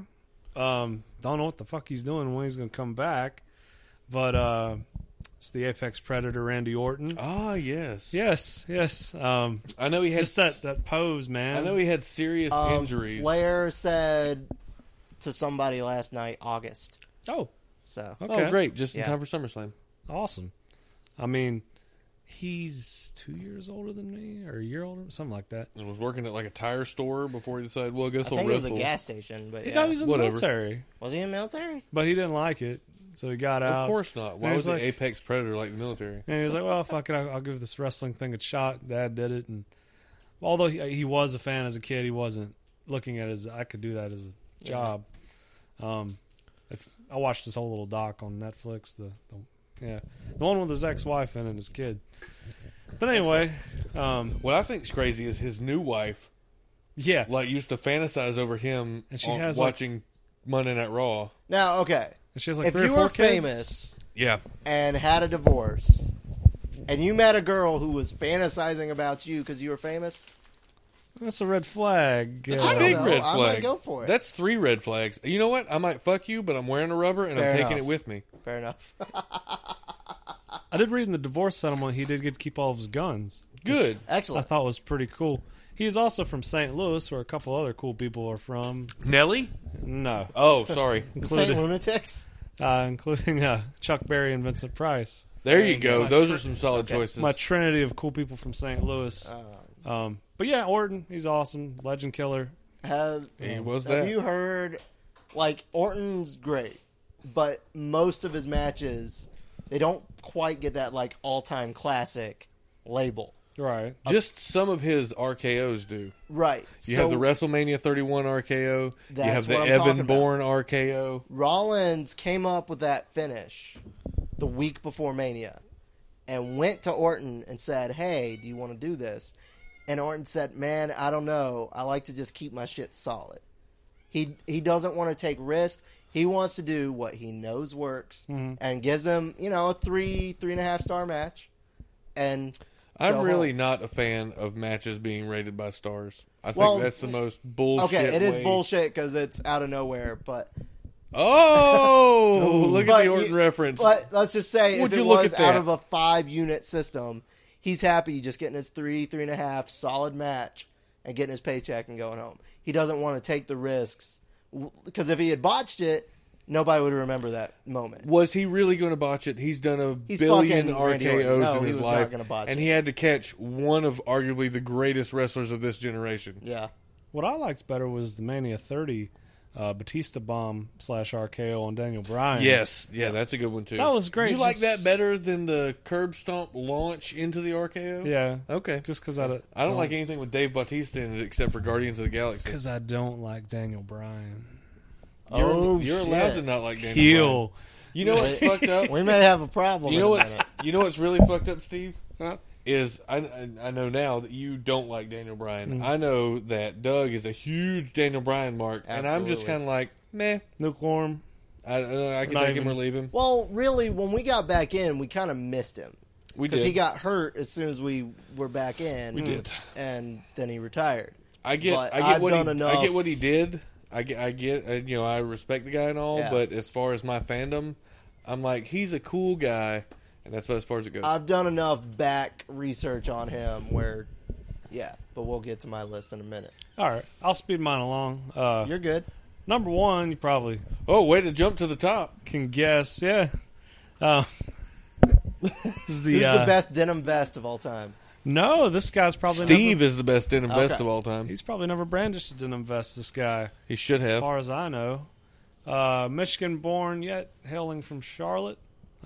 [SPEAKER 3] Um, don't know what the fuck he's doing when he's going to come back, but uh, it's the Apex Predator Randy Orton.
[SPEAKER 2] Ah, yes.
[SPEAKER 3] Yes, yes. Um,
[SPEAKER 2] I know he had
[SPEAKER 3] just that that pose, man.
[SPEAKER 2] I know he had serious
[SPEAKER 4] Um,
[SPEAKER 2] injuries.
[SPEAKER 4] Flair said to somebody last night, August.
[SPEAKER 3] oh,
[SPEAKER 4] So
[SPEAKER 3] okay,
[SPEAKER 2] Oh, great! Just in
[SPEAKER 4] Yeah.
[SPEAKER 2] time for SummerSlam.
[SPEAKER 3] awesome. I mean, he's two years older than me, or a year older, something like that.
[SPEAKER 2] And was working at like a tire store before he decided, well, I guess
[SPEAKER 4] I
[SPEAKER 2] I'll
[SPEAKER 4] think it was
[SPEAKER 2] wrestle.
[SPEAKER 4] a gas station, but
[SPEAKER 3] No,
[SPEAKER 4] yeah.
[SPEAKER 3] he was in
[SPEAKER 2] whatever.
[SPEAKER 3] the military,
[SPEAKER 4] was he in military?
[SPEAKER 3] but he didn't like it, so he got out.
[SPEAKER 4] Uh,
[SPEAKER 2] Of course not. Why
[SPEAKER 3] And
[SPEAKER 2] was
[SPEAKER 3] he's
[SPEAKER 2] an
[SPEAKER 3] like-
[SPEAKER 2] apex predator like the military?
[SPEAKER 3] And he was like, "Well, fuck it, I'll, I'll give this wrestling thing a shot." Dad did it, and although he, he was a fan as a kid, he wasn't looking at it as I could do that as a job. Um, if, I watched this whole little doc on Netflix, the, the yeah, the one with his ex-wife in it and his kid. But anyway, um,
[SPEAKER 2] What I think's crazy is his new wife
[SPEAKER 3] yeah,
[SPEAKER 2] like used to fantasize over him
[SPEAKER 3] And she
[SPEAKER 2] on-
[SPEAKER 3] has, like-
[SPEAKER 2] watching Monday Night Raw.
[SPEAKER 4] Now, okay.
[SPEAKER 3] And she has like
[SPEAKER 4] if
[SPEAKER 3] three
[SPEAKER 4] you
[SPEAKER 3] or four
[SPEAKER 4] were
[SPEAKER 3] kids.
[SPEAKER 4] famous-
[SPEAKER 2] Yeah,
[SPEAKER 4] And had a divorce, and you met a girl who was fantasizing about you because you were famous,
[SPEAKER 3] That's a red flag.
[SPEAKER 4] I
[SPEAKER 3] Uh,
[SPEAKER 4] don't
[SPEAKER 2] Big
[SPEAKER 4] know.
[SPEAKER 2] red
[SPEAKER 4] I'm
[SPEAKER 2] flag.
[SPEAKER 4] gonna go for it.
[SPEAKER 2] That's three red flags. You know what? I might fuck you, but I'm wearing a rubber and
[SPEAKER 4] Fair
[SPEAKER 2] I'm taking
[SPEAKER 4] enough.
[SPEAKER 2] it with me.
[SPEAKER 4] Fair enough.
[SPEAKER 3] I did read in the divorce settlement he did get to keep all of his guns.
[SPEAKER 2] Good.
[SPEAKER 3] I
[SPEAKER 4] Excellent.
[SPEAKER 3] thought was pretty cool. He is also from St. Louis, where a couple other cool people are from.
[SPEAKER 2] Nelly?
[SPEAKER 3] No,
[SPEAKER 2] Oh, sorry.
[SPEAKER 4] Saint
[SPEAKER 3] including
[SPEAKER 4] Lunatics.
[SPEAKER 3] uh, including uh, Chuck Berry and Vincent Price.
[SPEAKER 2] There
[SPEAKER 4] Hey,
[SPEAKER 2] you go.
[SPEAKER 4] my
[SPEAKER 2] Those
[SPEAKER 4] tr-
[SPEAKER 2] are some solid choices.
[SPEAKER 3] My trinity of cool people from St. Louis.
[SPEAKER 2] Oh.
[SPEAKER 3] Um, but yeah, Orton, he's awesome, legend killer.
[SPEAKER 4] Have,
[SPEAKER 2] He was
[SPEAKER 4] have
[SPEAKER 2] that.
[SPEAKER 4] you heard? Like Orton's great, but most of his matches, they don't quite get that like all-time classic label.
[SPEAKER 3] Right.
[SPEAKER 2] Just some of his RKO's do.
[SPEAKER 4] Right.
[SPEAKER 2] You
[SPEAKER 4] so
[SPEAKER 2] have the WrestleMania 31 RKO. You
[SPEAKER 4] That's
[SPEAKER 2] have the
[SPEAKER 4] what I'm talking
[SPEAKER 2] Evan
[SPEAKER 4] about.
[SPEAKER 2] Bourne RKO.
[SPEAKER 4] Rollins came up with that finish the week before Mania and went to Orton and said, Hey, do you want to do this? And Orton said, Man, I don't know. I like to just keep my shit solid. He he doesn't want to take risks. He wants to do what he knows works and gives him, you know, a three, three and a half star match. And
[SPEAKER 2] I'm
[SPEAKER 4] go
[SPEAKER 2] really
[SPEAKER 4] home.
[SPEAKER 2] not a fan of matches being rated by stars. I think
[SPEAKER 4] Well,
[SPEAKER 2] that's the most bullshit.
[SPEAKER 4] okay, it is
[SPEAKER 2] way-
[SPEAKER 4] bullshit because it's out of nowhere, but
[SPEAKER 2] Oh, look at
[SPEAKER 4] But
[SPEAKER 2] the Orton
[SPEAKER 4] you-
[SPEAKER 2] reference.
[SPEAKER 4] But let's just say
[SPEAKER 2] Would
[SPEAKER 4] if it
[SPEAKER 2] you look
[SPEAKER 4] was
[SPEAKER 2] at that?
[SPEAKER 4] out of a five unit system, he's happy just getting his three, three and a half solid match and getting his paycheck and going home. He doesn't want to take the risks because if he had botched it, nobody would remember that moment.
[SPEAKER 2] Was he really going to botch it? He's done a
[SPEAKER 4] He's
[SPEAKER 2] billion
[SPEAKER 4] fucking Randy Orton.
[SPEAKER 2] RKO's
[SPEAKER 4] No,
[SPEAKER 2] in
[SPEAKER 4] he
[SPEAKER 2] his
[SPEAKER 4] was not
[SPEAKER 2] life,
[SPEAKER 4] gonna botch
[SPEAKER 2] and
[SPEAKER 4] it.
[SPEAKER 2] he had to catch one of arguably the greatest wrestlers of this generation.
[SPEAKER 4] Yeah.
[SPEAKER 3] What I liked better was the Mania 30 uh, Batista bomb slash RKO on Daniel Bryan.
[SPEAKER 2] Yes, yeah, that's a good one too.
[SPEAKER 3] That was great.
[SPEAKER 2] You like that
[SPEAKER 3] Just-
[SPEAKER 2] better than the curb stomp launch into the RKO?
[SPEAKER 3] Yeah.
[SPEAKER 2] Okay.
[SPEAKER 3] Just because I,
[SPEAKER 2] I don't like anything with Dave Bautista in it except for Guardians of the Galaxy.
[SPEAKER 3] Because I don't like Daniel Bryan.
[SPEAKER 2] You're,
[SPEAKER 4] oh,
[SPEAKER 2] you're allowed to
[SPEAKER 4] shit.
[SPEAKER 2] not like Daniel. Bryan.
[SPEAKER 3] Heel.
[SPEAKER 2] You know what's fucked up?
[SPEAKER 4] We may have a problem.
[SPEAKER 2] You know
[SPEAKER 4] in a
[SPEAKER 2] what?
[SPEAKER 4] minute.
[SPEAKER 2] You know what's really fucked up, Steve?
[SPEAKER 3] Huh?
[SPEAKER 2] Is I- I I know now that you don't like Daniel Bryan.
[SPEAKER 4] Mm.
[SPEAKER 2] I know that Doug is a huge Daniel Bryan mark, and I'm just
[SPEAKER 4] Absolutely.
[SPEAKER 2] kind of like, meh.
[SPEAKER 3] Lukewarm.
[SPEAKER 2] I, I, I can
[SPEAKER 3] Not
[SPEAKER 2] take him
[SPEAKER 3] even-
[SPEAKER 2] or leave him.
[SPEAKER 4] Well, really, when we got back in, we kind of missed him
[SPEAKER 2] We
[SPEAKER 4] because
[SPEAKER 2] did.
[SPEAKER 4] he got hurt as soon as we were back in. We
[SPEAKER 2] did.
[SPEAKER 4] and then he retired.
[SPEAKER 2] I get.
[SPEAKER 4] but
[SPEAKER 2] I get
[SPEAKER 4] I've
[SPEAKER 2] what
[SPEAKER 4] done
[SPEAKER 2] he. I
[SPEAKER 4] enough.
[SPEAKER 2] get what he did. I get. I get. uh, You know, I respect the guy and all,
[SPEAKER 4] Yeah.
[SPEAKER 2] but as far as my fandom, I'm like, he's a cool guy, and that's about as far as it goes.
[SPEAKER 4] I've done enough back research on him where, yeah, but we'll get to my list in a minute.
[SPEAKER 3] All right. I'll speed mine along. Uh,
[SPEAKER 4] You're good.
[SPEAKER 3] number one, you probably
[SPEAKER 2] oh, way to jump to the top.
[SPEAKER 3] can guess. Yeah. Uh, this is the,
[SPEAKER 4] Who's
[SPEAKER 3] uh,
[SPEAKER 4] the best denim vest of all time?
[SPEAKER 3] No, this guy's probably
[SPEAKER 2] Steve
[SPEAKER 3] Never,
[SPEAKER 2] is the best denim
[SPEAKER 4] Okay.
[SPEAKER 2] best of all time.
[SPEAKER 3] he's probably never brandished a denim vest. This guy,
[SPEAKER 2] He should
[SPEAKER 3] as
[SPEAKER 2] have.
[SPEAKER 3] far as I know, uh, Michigan-born yet hailing from Charlotte,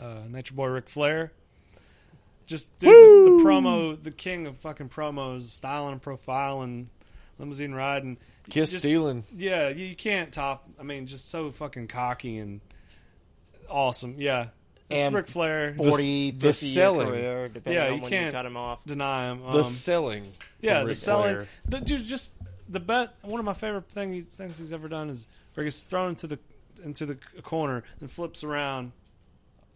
[SPEAKER 3] uh, Nature Boy Ric Flair. Just dude, just the promo, the king of fucking promos, styling and profiling, limousine riding,
[SPEAKER 2] Kiss
[SPEAKER 3] just-
[SPEAKER 2] stealing.
[SPEAKER 3] Yeah, you you can't top. I mean, just so fucking cocky and awesome. Yeah, it's
[SPEAKER 4] And
[SPEAKER 3] Ric Flair.
[SPEAKER 4] 40,
[SPEAKER 2] the
[SPEAKER 4] 50 year
[SPEAKER 2] selling.
[SPEAKER 4] career, depending
[SPEAKER 3] Yeah,
[SPEAKER 4] on
[SPEAKER 3] you
[SPEAKER 4] when you
[SPEAKER 3] can't-
[SPEAKER 4] cut him off.
[SPEAKER 3] Deny him.
[SPEAKER 2] The
[SPEAKER 3] um,
[SPEAKER 2] selling.
[SPEAKER 3] Yeah,
[SPEAKER 2] from
[SPEAKER 3] the
[SPEAKER 2] Ric
[SPEAKER 3] selling.
[SPEAKER 2] Flair.
[SPEAKER 3] The dude just the bet. One of my favorite thing he's, things he's ever done is where he gets thrown into the into the corner and flips around.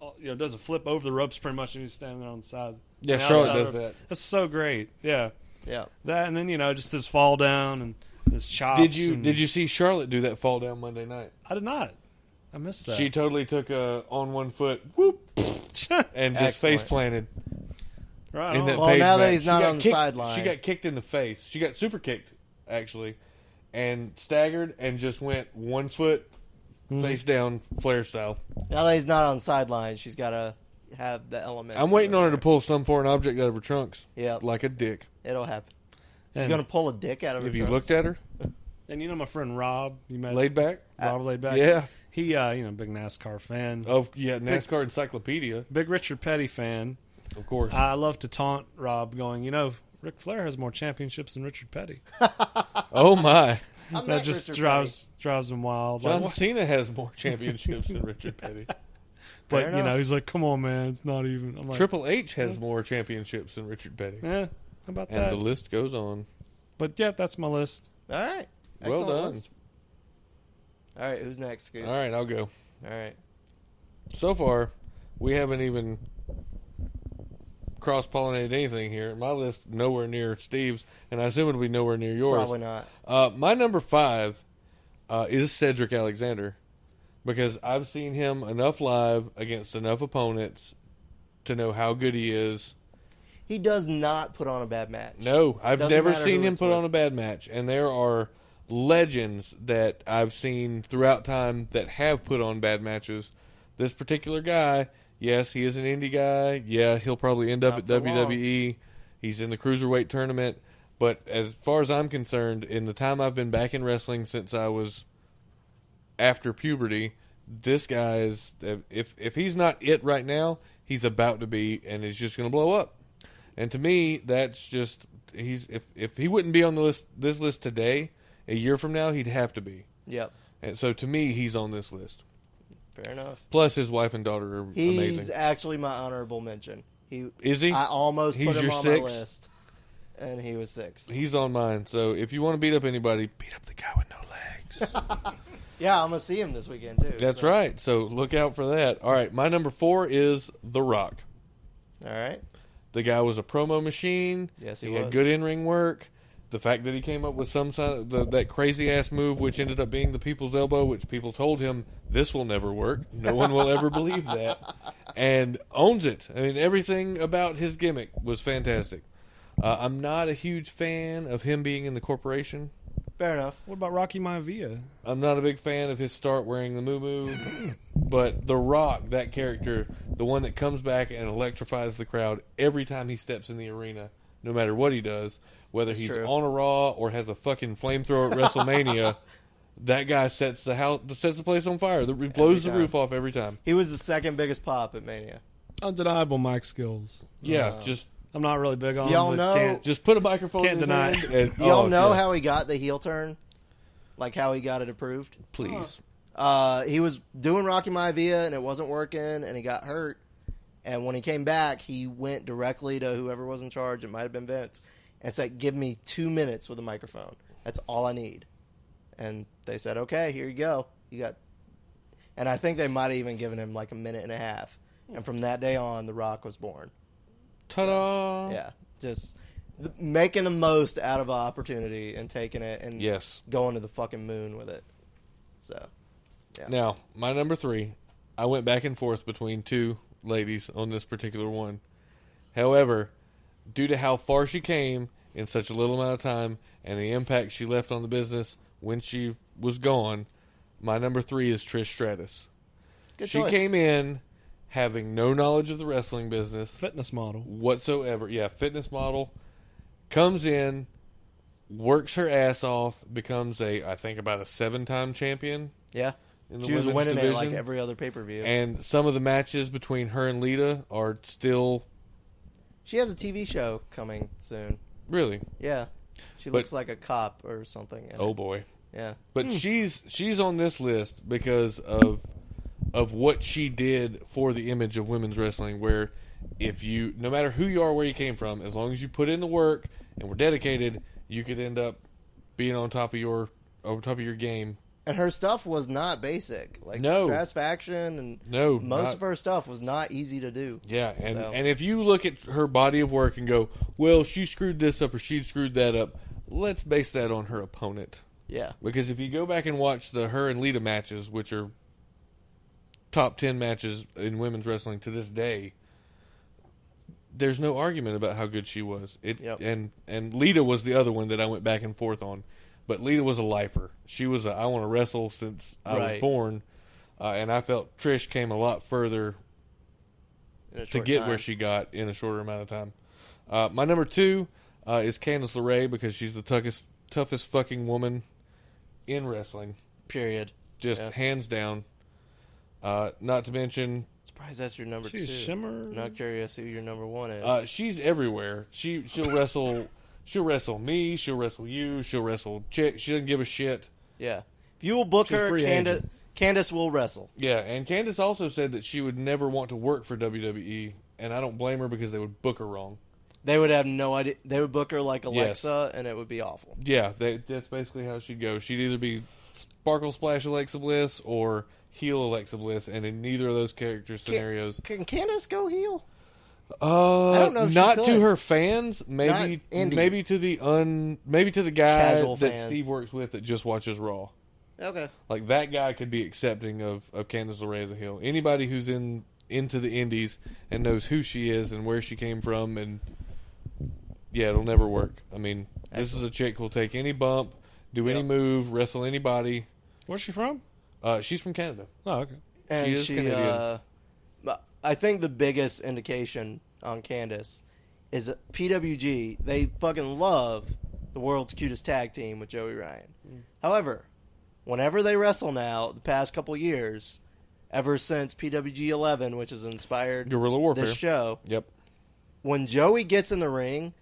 [SPEAKER 3] uh, You know, does a flip over the ropes pretty much, and he's standing there on the side.
[SPEAKER 2] Yeah,
[SPEAKER 3] on the
[SPEAKER 2] Charlotte
[SPEAKER 3] outside
[SPEAKER 2] does
[SPEAKER 3] rope.
[SPEAKER 2] that.
[SPEAKER 3] That's so great. Yeah,
[SPEAKER 4] Yeah.
[SPEAKER 3] that and then you know just his fall down and his chops.
[SPEAKER 2] Did you
[SPEAKER 3] and-
[SPEAKER 2] did you see Charlotte do that fall down Monday night?
[SPEAKER 3] I did not. I missed that.
[SPEAKER 2] She totally took a on one foot whoop and just
[SPEAKER 4] Excellent.
[SPEAKER 2] face planted
[SPEAKER 3] right.
[SPEAKER 2] in
[SPEAKER 3] on.
[SPEAKER 2] that
[SPEAKER 4] Well,
[SPEAKER 2] page
[SPEAKER 4] now that
[SPEAKER 2] match.
[SPEAKER 4] he's
[SPEAKER 2] She
[SPEAKER 4] not
[SPEAKER 2] got
[SPEAKER 4] on the
[SPEAKER 2] kicked-
[SPEAKER 4] sideline.
[SPEAKER 2] She got kicked in the face. She got super kicked actually, and staggered and just went one foot
[SPEAKER 4] Hmm.
[SPEAKER 2] face down flare style.
[SPEAKER 4] Now that he's not on sideline, she's got to have the elements.
[SPEAKER 2] I'm waiting on her to pull some foreign object out of her trunks.
[SPEAKER 4] Yeah.
[SPEAKER 2] like a dick.
[SPEAKER 4] It'll happen. She's
[SPEAKER 3] And-
[SPEAKER 4] going to pull a dick out of her.
[SPEAKER 2] Have you
[SPEAKER 4] trunks.
[SPEAKER 2] looked at her?
[SPEAKER 3] And you know my friend Rob, you met
[SPEAKER 2] Laid back.
[SPEAKER 3] Rob laid back.
[SPEAKER 2] Yeah.
[SPEAKER 3] he uh, you know big NASCAR fan,
[SPEAKER 2] Oh yeah, NASCAR encyclopedia,
[SPEAKER 3] big Richard Petty fan.
[SPEAKER 2] of course.
[SPEAKER 3] I love to taunt Rob, going, you know, Ric Flair has more championships than Richard Petty.
[SPEAKER 2] oh my.
[SPEAKER 4] I'm
[SPEAKER 3] That
[SPEAKER 4] not
[SPEAKER 3] just
[SPEAKER 4] Richard
[SPEAKER 3] drives drives him wild.
[SPEAKER 2] John
[SPEAKER 3] Like, what?
[SPEAKER 2] Cena has more championships than Richard Petty.
[SPEAKER 4] Fair
[SPEAKER 3] but you know,
[SPEAKER 4] enough.
[SPEAKER 3] he's like, come on, man, it's not even. I'm like,
[SPEAKER 2] Triple H has more championships than Richard Petty.
[SPEAKER 3] yeah, how about
[SPEAKER 2] And
[SPEAKER 3] that?
[SPEAKER 2] the list goes on.
[SPEAKER 3] but yeah, that's my list.
[SPEAKER 4] Petty. All right.
[SPEAKER 2] Well
[SPEAKER 4] Excellent
[SPEAKER 2] done.
[SPEAKER 4] list. All right. Who's next, Scoot?
[SPEAKER 2] All right, I'll go.
[SPEAKER 4] All right.
[SPEAKER 2] So far, we haven't even cross pollinated anything here. My list nowhere near Steve's, and I assume it'll be nowhere near yours.
[SPEAKER 4] Probably not.
[SPEAKER 2] Uh, my number five uh, is Cedric Alexander because I've seen him enough live against enough opponents to know how good he is.
[SPEAKER 4] He does not put on a bad match.
[SPEAKER 2] No, I've
[SPEAKER 4] Doesn't
[SPEAKER 2] never
[SPEAKER 4] matter
[SPEAKER 2] seen
[SPEAKER 4] who
[SPEAKER 2] him
[SPEAKER 4] it's
[SPEAKER 2] put
[SPEAKER 4] with.
[SPEAKER 2] on a bad match, and there are legends that I've seen throughout time that have put on bad matches. This particular guy, yes, he is an indie guy. Yeah, he'll probably end up
[SPEAKER 4] Not
[SPEAKER 2] at
[SPEAKER 4] for long.
[SPEAKER 2] WWE. He's in the cruiserweight tournament, but as far as I'm concerned, in the time I've been back in wrestling since I was after puberty, this guy is if if he's not it right now, he's about to be, and he's just going to blow up. And to me, that's just he's if if he wouldn't be on the list this list today, a year from now he'd have to be.
[SPEAKER 4] Yep.
[SPEAKER 2] And so to me, he's on this list.
[SPEAKER 4] Fair enough.
[SPEAKER 2] Plus, his wife and daughter are
[SPEAKER 4] He's
[SPEAKER 2] amazing.
[SPEAKER 4] actually my honorable mention. He
[SPEAKER 2] Is he?
[SPEAKER 4] I almost
[SPEAKER 2] He's
[SPEAKER 4] put him
[SPEAKER 2] your
[SPEAKER 4] on my
[SPEAKER 2] sixth?
[SPEAKER 4] list, and he was sixth.
[SPEAKER 2] He's on mine. So if you want to beat up anybody, beat up the guy with no legs.
[SPEAKER 4] Yeah, I'm gonna see him this weekend too.
[SPEAKER 2] That's
[SPEAKER 4] so-
[SPEAKER 2] right. So look out for that. All right, my number four is The Rock.
[SPEAKER 4] All right.
[SPEAKER 2] The guy was a promo machine.
[SPEAKER 4] Yes, he
[SPEAKER 2] had
[SPEAKER 4] was.
[SPEAKER 2] good in ring work. The fact that he came up with some si- the, that crazy ass move, which ended up being the people's elbow, which people told him this will never work. No one will ever believe that, and owns it. I mean, everything about his gimmick was fantastic. Uh, I'm not a huge fan of him being in the corporation.
[SPEAKER 4] Fair enough.
[SPEAKER 3] What about Rocky Maivia?
[SPEAKER 2] I'm not a big fan of his start wearing the moo but The Rock, that character, the one that comes back and electrifies the crowd every time he steps in the arena, no matter what he does, whether he's
[SPEAKER 4] true.
[SPEAKER 2] on a Raw or has a fucking flamethrower at WrestleMania, that guy sets the house, sets the place on fire. The, blows the
[SPEAKER 4] time.
[SPEAKER 2] roof off every time.
[SPEAKER 4] He was the second biggest pop at Mania.
[SPEAKER 3] Undeniable mic skills.
[SPEAKER 2] Yeah, just
[SPEAKER 3] I'm not really big on.
[SPEAKER 4] Y'all
[SPEAKER 3] but
[SPEAKER 4] know-
[SPEAKER 3] can't-
[SPEAKER 2] just put a microphone.
[SPEAKER 3] Can't
[SPEAKER 2] in his
[SPEAKER 3] deny
[SPEAKER 2] hand
[SPEAKER 3] it.
[SPEAKER 2] and-
[SPEAKER 4] Y'all
[SPEAKER 2] oh,
[SPEAKER 4] know
[SPEAKER 2] yeah,
[SPEAKER 4] how he got the heel turn, like how he got it approved.
[SPEAKER 2] Please,
[SPEAKER 4] Uh, he was doing Rocky Maivia and it wasn't working, and he got hurt. And when he came back, he went directly to whoever was in charge. It might have been Vince, and said, "Give me two minutes with a microphone. That's all I need." And they said, "Okay, here you go. You got." And I think they might have even given him like a minute and a half. And from that day on, The Rock was born.
[SPEAKER 2] ta-da!
[SPEAKER 4] Yeah, just th- making the most out of an opportunity and taking it and
[SPEAKER 2] Yes.
[SPEAKER 4] going to the fucking moon with it. So
[SPEAKER 2] Now, my number three, I went back and forth between two ladies on this particular one. However, due to how far she came in such a little amount of time and the impact she left on the business when she was gone, my number three is Trish Stratus.
[SPEAKER 4] good
[SPEAKER 2] she
[SPEAKER 4] choice.
[SPEAKER 2] came in having no knowledge of the wrestling business
[SPEAKER 3] fitness model.
[SPEAKER 2] whatsoever. Yeah, fitness model comes in, works her ass off, becomes a I think about a seven time champion
[SPEAKER 4] Yeah.
[SPEAKER 2] in the
[SPEAKER 4] She was
[SPEAKER 2] women's
[SPEAKER 4] winning
[SPEAKER 2] division.
[SPEAKER 4] it like every other pay per view.
[SPEAKER 2] And some of the matches between her and Lita are still
[SPEAKER 4] She has a TV show coming soon.
[SPEAKER 2] really
[SPEAKER 4] Yeah. She
[SPEAKER 2] But-
[SPEAKER 4] looks like a cop or something. in it.
[SPEAKER 2] oh boy.
[SPEAKER 4] Yeah.
[SPEAKER 2] But she's she's on this list because of of what she did for the image of women's wrestling where if you no matter who you are where you came from, as long as you put in the work and were dedicated, you could end up being on top of your on top of your game.
[SPEAKER 4] And her stuff was not basic. Like
[SPEAKER 2] No.
[SPEAKER 4] satisfaction and
[SPEAKER 2] No,
[SPEAKER 4] most
[SPEAKER 2] not-
[SPEAKER 4] of her stuff was not easy to do.
[SPEAKER 2] Yeah, and
[SPEAKER 4] So-
[SPEAKER 2] and if you look at her body of work and go, "Well, she screwed this up or she screwed that up." Let's base that on her opponent.
[SPEAKER 4] Yeah.
[SPEAKER 2] Because if you go back and watch the her and Lita matches, which are top 10 matches in women's wrestling to this day, there's no argument about how good she was. It
[SPEAKER 4] Yep.
[SPEAKER 2] and and Lita was the other one that I went back and forth on. But Lita was a lifer. She was a I want to wrestle since I was
[SPEAKER 4] Right.
[SPEAKER 2] born. Uh, and I felt Trish came a lot further
[SPEAKER 4] in a
[SPEAKER 2] to
[SPEAKER 4] short
[SPEAKER 2] get
[SPEAKER 4] time.
[SPEAKER 2] where she got in a shorter amount of time. Uh, my number two uh, is Candice LeRae because she's the toughest, toughest fucking woman in wrestling,
[SPEAKER 4] period.
[SPEAKER 2] just
[SPEAKER 4] Yeah.
[SPEAKER 2] hands down. Uh, not to mention,
[SPEAKER 4] Surprised that's your number
[SPEAKER 3] She's
[SPEAKER 4] two.
[SPEAKER 3] Shimmer.
[SPEAKER 4] I'm not curious who your number one is.
[SPEAKER 2] uh, she's everywhere. She she'll wrestle, she'll wrestle me, she'll wrestle you, she'll wrestle chick. She doesn't give a shit.
[SPEAKER 4] yeah. If you will book
[SPEAKER 3] She's a
[SPEAKER 4] her,
[SPEAKER 3] free
[SPEAKER 4] Candace,
[SPEAKER 3] agent.
[SPEAKER 4] Candace will wrestle.
[SPEAKER 2] Yeah, and Candice also said that she would never want to work for WWE, and I don't blame her because they would book her wrong.
[SPEAKER 4] They would have no idea. They would book her like Alexa, and it would be awful.
[SPEAKER 2] Yeah, they, that's basically how she'd go. She'd either be Sparkle Splash Alexa Bliss or heel Alexa Bliss, and in neither of those character scenarios,
[SPEAKER 4] Can Candace go heel?
[SPEAKER 2] Uh,
[SPEAKER 4] don't know if she
[SPEAKER 2] not to
[SPEAKER 4] could.
[SPEAKER 2] her fans. Maybe
[SPEAKER 4] Not indie.
[SPEAKER 2] maybe to the un maybe to the guy
[SPEAKER 4] Casual
[SPEAKER 2] that
[SPEAKER 4] fan.
[SPEAKER 2] Steve works with that just watches Raw.
[SPEAKER 4] Okay.
[SPEAKER 2] Like that guy could be accepting of of Candice LeRae as a heel. Anybody who's in into the indies and knows who she is and where she came from and yeah, it'll never work. I mean, this is a chick who'll take any bump, do any move, wrestle anybody.
[SPEAKER 3] Where's she from?
[SPEAKER 2] Uh, she's from Canada.
[SPEAKER 3] Oh, okay.
[SPEAKER 4] And
[SPEAKER 2] is
[SPEAKER 4] she,
[SPEAKER 2] Canadian.
[SPEAKER 4] uh, but I think the biggest indication on Candace is that PWG. They fucking love the world's cutest tag team with Joey Ryan.
[SPEAKER 2] Hmm.
[SPEAKER 4] However, whenever they wrestle now, the past couple years, ever since PWG 11, which has inspired
[SPEAKER 2] Guerrilla warfare.
[SPEAKER 4] this show,
[SPEAKER 2] Yep.
[SPEAKER 4] when Joey gets in the ring,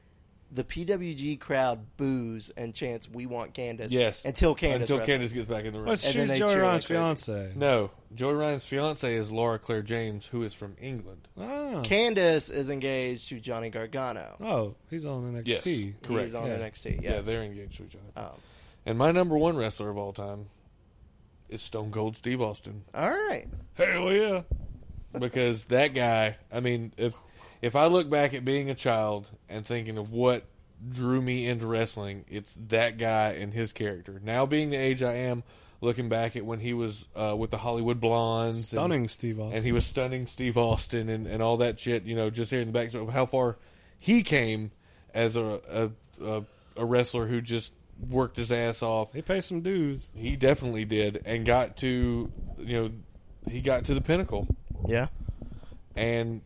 [SPEAKER 4] the PWG crowd boos and chants "We want Candace."
[SPEAKER 2] Yes.
[SPEAKER 4] until Candace
[SPEAKER 2] until
[SPEAKER 4] wrestles.
[SPEAKER 2] Candace gets back in the ring.
[SPEAKER 3] Well,
[SPEAKER 4] And then
[SPEAKER 3] Oh, she's
[SPEAKER 4] they
[SPEAKER 3] Joey
[SPEAKER 4] cheer
[SPEAKER 3] Ryan's
[SPEAKER 4] like crazy.
[SPEAKER 3] fiance.
[SPEAKER 2] No, Joy Ryan's fiance is Laura Claire James, who is from England.
[SPEAKER 3] Oh.
[SPEAKER 4] Candace is engaged to Johnny Gargano.
[SPEAKER 3] oh, he's on NXT.
[SPEAKER 2] Yes. Correct.
[SPEAKER 4] He's on
[SPEAKER 3] Yeah.
[SPEAKER 4] NXT. Yes.
[SPEAKER 2] Yeah, they're engaged to each other.
[SPEAKER 4] Um,
[SPEAKER 2] And my number one wrestler of all time is Stone Cold Steve Austin.
[SPEAKER 4] all right.
[SPEAKER 2] Hell yeah! because that guy, I mean, if if I look back at being a child and thinking of what drew me into wrestling, it's that guy and his character. Now being the age I am, looking back at when he was uh, with the Hollywood Blondes, and-
[SPEAKER 3] Stunning Steve Austin.
[SPEAKER 2] and he was stunning Steve Austin and, and all that shit. You know, just hearing the backstory of how far he came as a a, a a wrestler who just worked his ass off.
[SPEAKER 3] He pays some dues.
[SPEAKER 2] He definitely did, and got to you know he got to the pinnacle,
[SPEAKER 4] Yeah.
[SPEAKER 2] and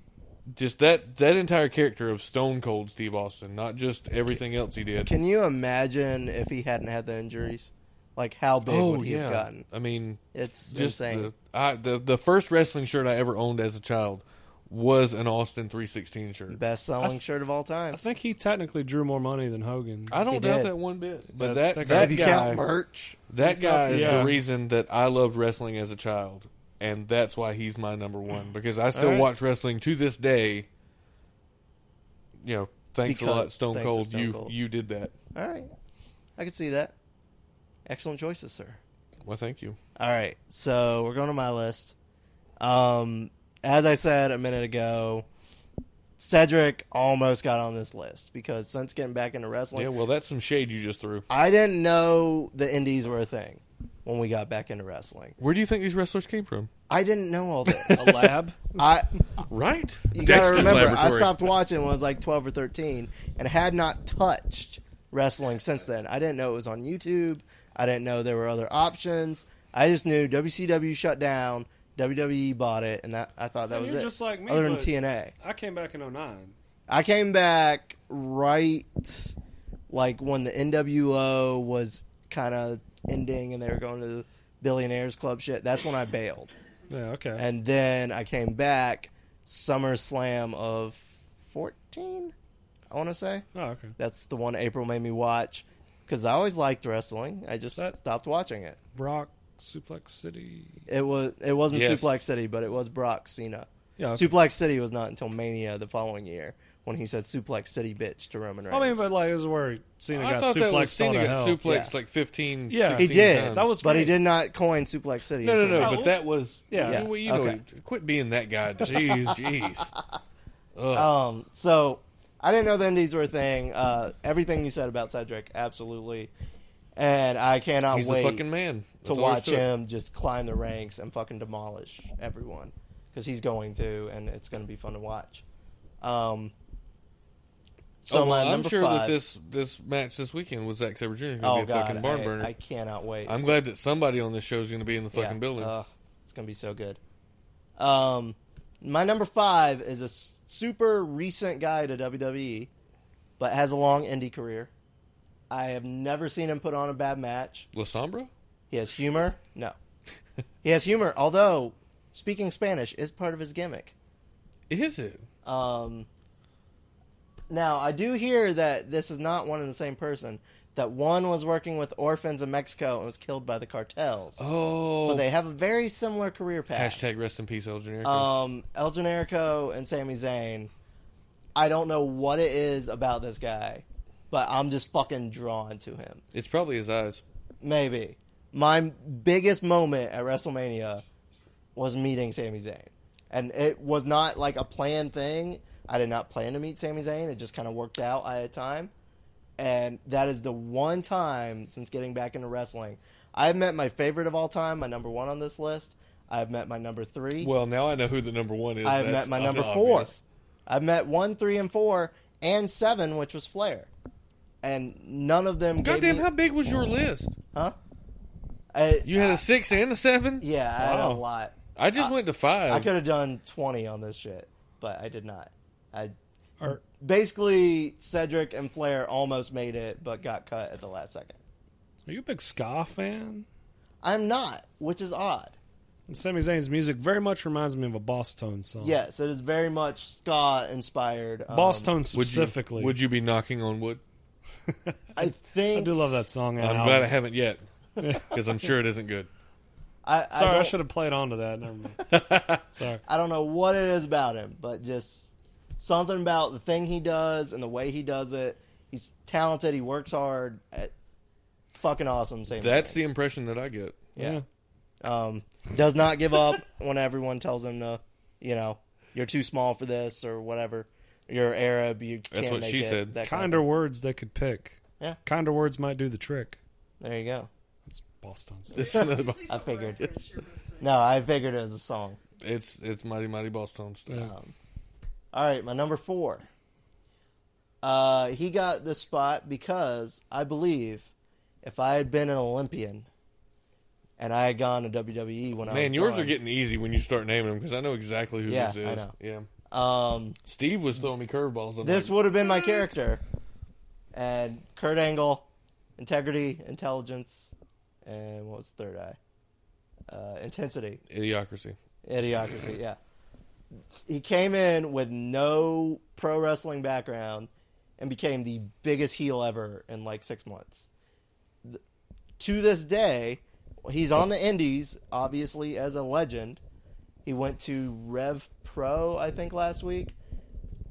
[SPEAKER 2] just that that entire character of Stone Cold Steve Austin, not just everything else he did.
[SPEAKER 4] Can you imagine if he hadn't had the injuries? Like how big
[SPEAKER 2] oh
[SPEAKER 4] would he
[SPEAKER 2] yeah,
[SPEAKER 4] have gotten?
[SPEAKER 2] I mean,
[SPEAKER 4] It's
[SPEAKER 2] just
[SPEAKER 4] insane.
[SPEAKER 2] the, I, the the first wrestling shirt I ever owned as a child was an Austin three sixteen shirt.
[SPEAKER 4] Best selling
[SPEAKER 3] I th-
[SPEAKER 4] shirt of all time.
[SPEAKER 3] I think he technically drew more money than Hogan.
[SPEAKER 2] I don't
[SPEAKER 4] He
[SPEAKER 2] doubt
[SPEAKER 4] did.
[SPEAKER 2] that one bit. But
[SPEAKER 3] That-
[SPEAKER 2] that that,
[SPEAKER 3] that guy-
[SPEAKER 2] guy,
[SPEAKER 4] If you count merch,
[SPEAKER 2] that guy is
[SPEAKER 3] Yeah.
[SPEAKER 2] the reason that I loved wrestling as a child, and that's why he's my number one because I still
[SPEAKER 4] All right.
[SPEAKER 2] watch wrestling to this day. You know, thanks a
[SPEAKER 4] Because-
[SPEAKER 2] lot, Stone
[SPEAKER 4] thanks to
[SPEAKER 2] Cold.
[SPEAKER 4] Stone
[SPEAKER 2] you
[SPEAKER 4] Cold.
[SPEAKER 2] you did that.
[SPEAKER 4] all right, I could see that. Excellent choices, sir.
[SPEAKER 2] Well, thank you.
[SPEAKER 4] All right, so we're going to my list. Um, as I said a minute ago, Cedric almost got on this list because since getting back into wrestling,
[SPEAKER 2] yeah, well, that's some shade you just threw.
[SPEAKER 4] I didn't know the indies were a thing when we got back into wrestling.
[SPEAKER 2] Where do you think these wrestlers came from?
[SPEAKER 4] I didn't know all
[SPEAKER 3] A
[SPEAKER 4] this.
[SPEAKER 3] lab.
[SPEAKER 4] I
[SPEAKER 2] Right?
[SPEAKER 4] you gotta remember I stopped watching when I was like twelve or thirteen and had not touched wrestling since then. I didn't know it was on YouTube. I didn't know there were other options. I just knew WCW shut down, WWE bought it, and that I thought that
[SPEAKER 3] And
[SPEAKER 4] was
[SPEAKER 3] you're
[SPEAKER 4] it.
[SPEAKER 3] just like me,
[SPEAKER 4] other than
[SPEAKER 3] but-
[SPEAKER 4] TNA.
[SPEAKER 3] I came back in 09.
[SPEAKER 4] I came back right like when the NWO was kind of ending and they were going to the Billionaires Club shit. That's when I bailed.
[SPEAKER 3] Yeah, okay.
[SPEAKER 4] And then I came back SummerSlam of 14, I want to say.
[SPEAKER 3] oh, okay.
[SPEAKER 4] That's the one April made me watch because I always liked wrestling. I just
[SPEAKER 3] That-
[SPEAKER 4] stopped watching it.
[SPEAKER 3] Brock, Suplex City.
[SPEAKER 4] It was it wasn't
[SPEAKER 2] Yes.
[SPEAKER 4] Suplex City, but it was Brock Cena.
[SPEAKER 3] Yeah, okay.
[SPEAKER 4] Suplex City was not until Mania the following year when he said Suplex City bitch to Roman Reigns.
[SPEAKER 3] I mean, but like, this is where Cena
[SPEAKER 2] I
[SPEAKER 3] got
[SPEAKER 2] thought that was
[SPEAKER 3] suplexed all
[SPEAKER 2] Cena
[SPEAKER 3] to
[SPEAKER 2] got
[SPEAKER 3] hell.
[SPEAKER 2] suplexed
[SPEAKER 4] Yeah.
[SPEAKER 2] like 15,
[SPEAKER 3] Yeah. He
[SPEAKER 2] 16
[SPEAKER 4] did.
[SPEAKER 2] times.
[SPEAKER 3] That was
[SPEAKER 4] but he
[SPEAKER 3] great.
[SPEAKER 4] did not coin Suplex City.
[SPEAKER 2] No, no,
[SPEAKER 4] until
[SPEAKER 2] no.
[SPEAKER 4] Mania.
[SPEAKER 2] But that was yeah.
[SPEAKER 3] Yeah. Yeah,
[SPEAKER 2] You, you
[SPEAKER 4] okay.
[SPEAKER 2] know, quit being that guy. Jeez, jeez.
[SPEAKER 4] Um, so I didn't know the Indies were a thing. Uh, everything you said about Cedric, absolutely, and I cannot
[SPEAKER 2] He's a
[SPEAKER 4] wait
[SPEAKER 2] fucking man. That's
[SPEAKER 4] to
[SPEAKER 2] all there is
[SPEAKER 4] watch
[SPEAKER 2] it.
[SPEAKER 4] him just climb the ranks and fucking demolish everyone because he's going to, and it's going to be fun to watch. Um, so
[SPEAKER 2] Oh, well,
[SPEAKER 4] my
[SPEAKER 2] I'm
[SPEAKER 4] number
[SPEAKER 2] sure that
[SPEAKER 4] five-
[SPEAKER 2] this this match this weekend with Zack Sabre Jr. is
[SPEAKER 4] oh
[SPEAKER 2] going to be a
[SPEAKER 4] god,
[SPEAKER 2] fucking barn
[SPEAKER 4] I,
[SPEAKER 2] burner.
[SPEAKER 4] I cannot wait.
[SPEAKER 2] I'm glad that somebody on this show is going to be in the
[SPEAKER 4] Yeah. uh,
[SPEAKER 2] fucking building.
[SPEAKER 4] Ugh, it's gonna be so good. Um, my number five is a s- super recent guy to WWE, but has a long indie career. I have never seen him put on a bad match.
[SPEAKER 2] La Sombra?
[SPEAKER 4] He has humor. No, he has humor. Although speaking Spanish is part of his gimmick.
[SPEAKER 2] Is it?
[SPEAKER 4] Um, now I do hear that this is not one and the same person. That one was working with orphans in Mexico and was killed by the cartels.
[SPEAKER 2] Oh.
[SPEAKER 4] But they have a very similar career path.
[SPEAKER 2] Hashtag rest in peace, El Generico.
[SPEAKER 4] Um, El Generico and Sami Zayn. I don't know what it is about this guy, but I'm just fucking drawn to him.
[SPEAKER 2] it's probably his eyes.
[SPEAKER 4] Maybe my biggest moment at WrestleMania was meeting Sami Zayn, and it was not like a planned thing. I did not plan to meet Sami Zayn. It just kind of worked out. I had time. And that is the one time since getting back into wrestling. I've met my favorite of all time, my number one on this list. I've met my number three.
[SPEAKER 2] Well, now I know who the number one is.
[SPEAKER 4] I've
[SPEAKER 2] That's
[SPEAKER 4] met my number four.
[SPEAKER 2] obvious.
[SPEAKER 4] I've met one, three, and four, and seven, which was Flair. And none of them gave
[SPEAKER 2] Goddamn,
[SPEAKER 4] me-
[SPEAKER 2] how big was your list?
[SPEAKER 4] Huh? I,
[SPEAKER 2] You had a six and a seven.
[SPEAKER 4] Uh, yeah, I had a
[SPEAKER 3] Wow.
[SPEAKER 4] lot.
[SPEAKER 2] I just went to five.
[SPEAKER 4] I could have done 20 on this shit, but I did not. I
[SPEAKER 3] Or
[SPEAKER 4] basically Cedric and Flair almost made it, but got cut at the last second.
[SPEAKER 3] are you a big ska fan?
[SPEAKER 4] I'm not, which is odd.
[SPEAKER 3] And Sami Zayn's music very much reminds me of a Boss Tone song.
[SPEAKER 4] Yes, it is very much ska inspired. Um,
[SPEAKER 3] Oh. Boss Tone
[SPEAKER 2] Would you-
[SPEAKER 3] specifically.
[SPEAKER 2] would you be knocking on wood?
[SPEAKER 4] I
[SPEAKER 3] I
[SPEAKER 4] think
[SPEAKER 3] do love that song. and
[SPEAKER 2] I'm
[SPEAKER 3] album.
[SPEAKER 2] glad I haven't yet, because I'm sure it isn't good.
[SPEAKER 4] I, I
[SPEAKER 3] Sorry, I,
[SPEAKER 4] don't-
[SPEAKER 3] should have played onto that. Never mind. Sorry.
[SPEAKER 4] I don't know what it is about him, but just something about the thing he does and the way he does it. He's talented. He works hard. At, fucking awesome. Same.
[SPEAKER 2] That's the impression that I get.
[SPEAKER 4] yeah. Um, does not give up when everyone tells him to. You know, you're too small for this or whatever. You're Arab. You. Can't
[SPEAKER 2] what
[SPEAKER 4] make
[SPEAKER 2] she
[SPEAKER 4] it,
[SPEAKER 2] said.
[SPEAKER 4] That kind
[SPEAKER 3] Kinder words they could pick.
[SPEAKER 4] Yeah.
[SPEAKER 3] Kinder words might do the trick.
[SPEAKER 4] There you go.
[SPEAKER 3] It's Boston.
[SPEAKER 2] It's another bo-
[SPEAKER 4] I figured. No, I figured it was a song.
[SPEAKER 2] it's it's mighty mighty Boston stuff.
[SPEAKER 4] All right, my number four. Uh, he got this spot because I believe if I had been an Olympian and I had gone to WWE when I
[SPEAKER 2] Man,
[SPEAKER 4] was
[SPEAKER 2] yours
[SPEAKER 4] done,
[SPEAKER 2] are getting easy when you start naming them because I know exactly who
[SPEAKER 4] Yeah,
[SPEAKER 2] this is.
[SPEAKER 4] I know.
[SPEAKER 2] Yeah,
[SPEAKER 4] um,
[SPEAKER 2] Steve was throwing me curveballs. I'm
[SPEAKER 4] this
[SPEAKER 2] like,
[SPEAKER 4] would have been my character. And Kurt Angle, integrity, intelligence, and what was the third eye? Uh, intensity.
[SPEAKER 2] idiocracy.
[SPEAKER 4] Idiocracy, yeah. He came in with no pro wrestling background and became the biggest heel ever in like six months. Th- To this day, he's on the indies, obviously, as a legend. He went to Rev Pro, I think, last week.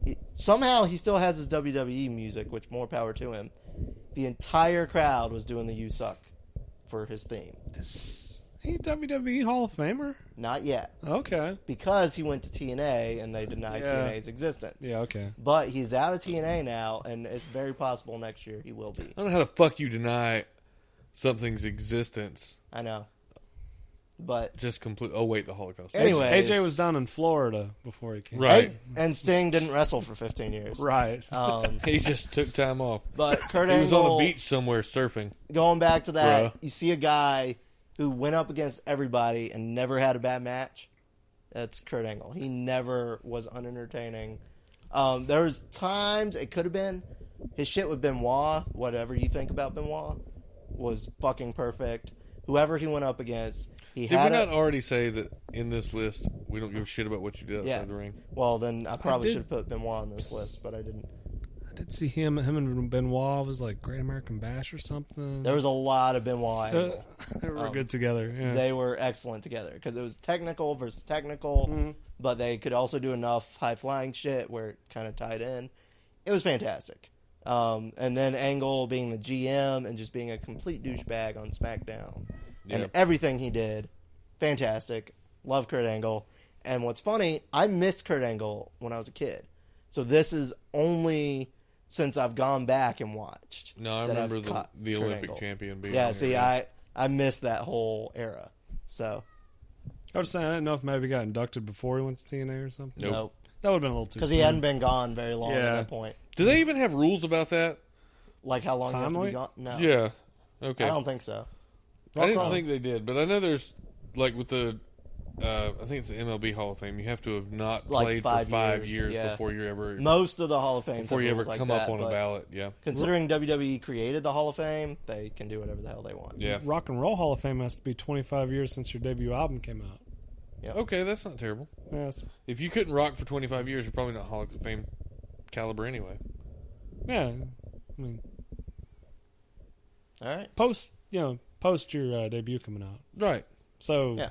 [SPEAKER 4] He, somehow he still has his WWE music, which more power to him. The entire crowd was doing the You Suck for his theme.
[SPEAKER 3] Is he WWE E Hall of Famer?
[SPEAKER 4] Not yet.
[SPEAKER 3] Okay.
[SPEAKER 4] because he went to TNA and they denied
[SPEAKER 3] Yeah.
[SPEAKER 4] TNA's existence.
[SPEAKER 3] Yeah, okay.
[SPEAKER 4] But he's out of TNA now, and it's very possible next year he will be.
[SPEAKER 2] I don't know how the fuck you deny something's existence.
[SPEAKER 4] I know. But
[SPEAKER 2] Just complete. Oh wait, the Holocaust.
[SPEAKER 4] Anyways.
[SPEAKER 3] AJ was down in Florida before he came.
[SPEAKER 2] Right.
[SPEAKER 4] and Sting didn't wrestle for 15 years.
[SPEAKER 3] Right.
[SPEAKER 4] Um,
[SPEAKER 2] He just took time off.
[SPEAKER 4] but Kurt
[SPEAKER 2] He was
[SPEAKER 4] Angle,
[SPEAKER 2] on the beach somewhere surfing.
[SPEAKER 4] going back to
[SPEAKER 2] Bruh.
[SPEAKER 4] that, you see a guy who went up against everybody and never had a bad match. That's Kurt Angle. He never was unentertaining. Um, there was times it could have been his shit with Benoit. Whatever you think about Benoit, was fucking perfect. Whoever he went up against, he
[SPEAKER 2] Did we
[SPEAKER 4] had.
[SPEAKER 2] not
[SPEAKER 4] a,
[SPEAKER 2] already say that in this list we don't give a shit about what you did outside
[SPEAKER 4] yeah.
[SPEAKER 2] the ring?
[SPEAKER 4] Well, then I probably
[SPEAKER 3] did-
[SPEAKER 4] should have put Benoit on this list, but I didn't.
[SPEAKER 3] I did see him. Him and Benoit was like Great American Bash or something.
[SPEAKER 4] There was a lot of Benoit.
[SPEAKER 3] Uh,
[SPEAKER 4] angles.
[SPEAKER 3] they were good together. Yeah.
[SPEAKER 4] Um, they were excellent together because it was technical versus technical, but they could also do enough high flying shit where it kind of tied in. It was fantastic. Um, and then Angle being the GM and just being a complete douchebag on SmackDown
[SPEAKER 2] Yeah.
[SPEAKER 4] and everything he did, fantastic. Love Kurt Angle. And what's funny, I missed Kurt Angle when I was a kid, so this is only since I've gone back and watched.
[SPEAKER 2] No, I
[SPEAKER 4] that I've
[SPEAKER 2] remember the,
[SPEAKER 4] caught
[SPEAKER 2] the
[SPEAKER 4] Kurt
[SPEAKER 2] Olympic
[SPEAKER 4] Angle.
[SPEAKER 2] champion being.
[SPEAKER 4] Yeah,
[SPEAKER 2] on
[SPEAKER 4] see,
[SPEAKER 2] there.
[SPEAKER 4] I I missed that whole era. So
[SPEAKER 3] I was saying I didn't know if maybe he got inducted before he went to TNA or something.
[SPEAKER 2] Nope.
[SPEAKER 4] no,
[SPEAKER 3] That would have been a little too.
[SPEAKER 4] because he
[SPEAKER 3] soon.
[SPEAKER 4] hadn't been gone very long at
[SPEAKER 3] Yeah.
[SPEAKER 4] that point.
[SPEAKER 2] Do they even have rules about that?
[SPEAKER 4] Like how long
[SPEAKER 3] Timely?
[SPEAKER 4] you have to be gone? No,
[SPEAKER 2] Yeah. Okay.
[SPEAKER 4] I don't think so.
[SPEAKER 2] I didn't
[SPEAKER 4] Wrong.
[SPEAKER 2] think they did, but I know there's like with the uh, I think it's the MLB Hall of Fame. You have to have not
[SPEAKER 4] Like
[SPEAKER 2] played
[SPEAKER 4] five
[SPEAKER 2] for five
[SPEAKER 4] years,
[SPEAKER 2] years,
[SPEAKER 4] yeah.
[SPEAKER 2] before you're ever
[SPEAKER 4] Most of the Hall of Fame
[SPEAKER 2] before you ever
[SPEAKER 4] like
[SPEAKER 2] come
[SPEAKER 4] that,
[SPEAKER 2] up on a
[SPEAKER 4] but
[SPEAKER 2] ballot. Yeah,
[SPEAKER 4] Considering WWE created the Hall of Fame, they can do whatever the hell they want.
[SPEAKER 2] yeah.
[SPEAKER 3] Rock and Roll Hall of Fame has to be 25 years since your debut album came out.
[SPEAKER 2] Okay, that's not terrible.
[SPEAKER 3] Yes.
[SPEAKER 2] If you couldn't rock for 25 years, you're probably not Hall of Fame caliber anyway.
[SPEAKER 3] Yeah. I mean,
[SPEAKER 4] All right.
[SPEAKER 3] post you know post your uh, debut coming out.
[SPEAKER 2] Right.
[SPEAKER 3] So
[SPEAKER 4] Yeah.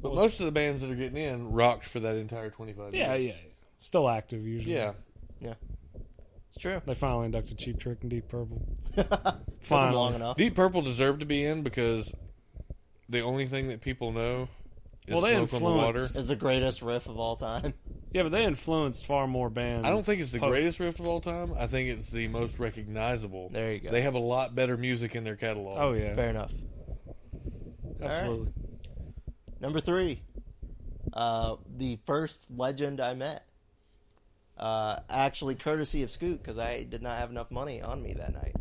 [SPEAKER 2] But most of the bands that are getting in rocked for that entire 25
[SPEAKER 3] yeah,
[SPEAKER 2] years.
[SPEAKER 3] yeah, yeah. Still active usually.
[SPEAKER 2] Yeah.
[SPEAKER 4] Yeah. It's true.
[SPEAKER 3] They finally inducted Cheap Trick and Deep Purple.
[SPEAKER 4] Took 'em
[SPEAKER 3] Finally.
[SPEAKER 4] long enough.
[SPEAKER 2] Deep Purple deserved to be in because the only thing that people know is
[SPEAKER 3] Well, they
[SPEAKER 2] smoke on the water.
[SPEAKER 3] influenced-
[SPEAKER 4] It's the greatest riff of all time.
[SPEAKER 3] Yeah, but they influenced far more bands.
[SPEAKER 2] I don't think it's the
[SPEAKER 3] Po-
[SPEAKER 2] greatest riff of all time. I think it's the most recognizable.
[SPEAKER 4] There you go.
[SPEAKER 2] They have a lot better music in their catalog.
[SPEAKER 3] Oh yeah,
[SPEAKER 4] Fair enough.
[SPEAKER 3] absolutely.
[SPEAKER 4] Number three, uh, the first legend I met. Uh, actually, courtesy of Scoot, because I did not have enough money on me that night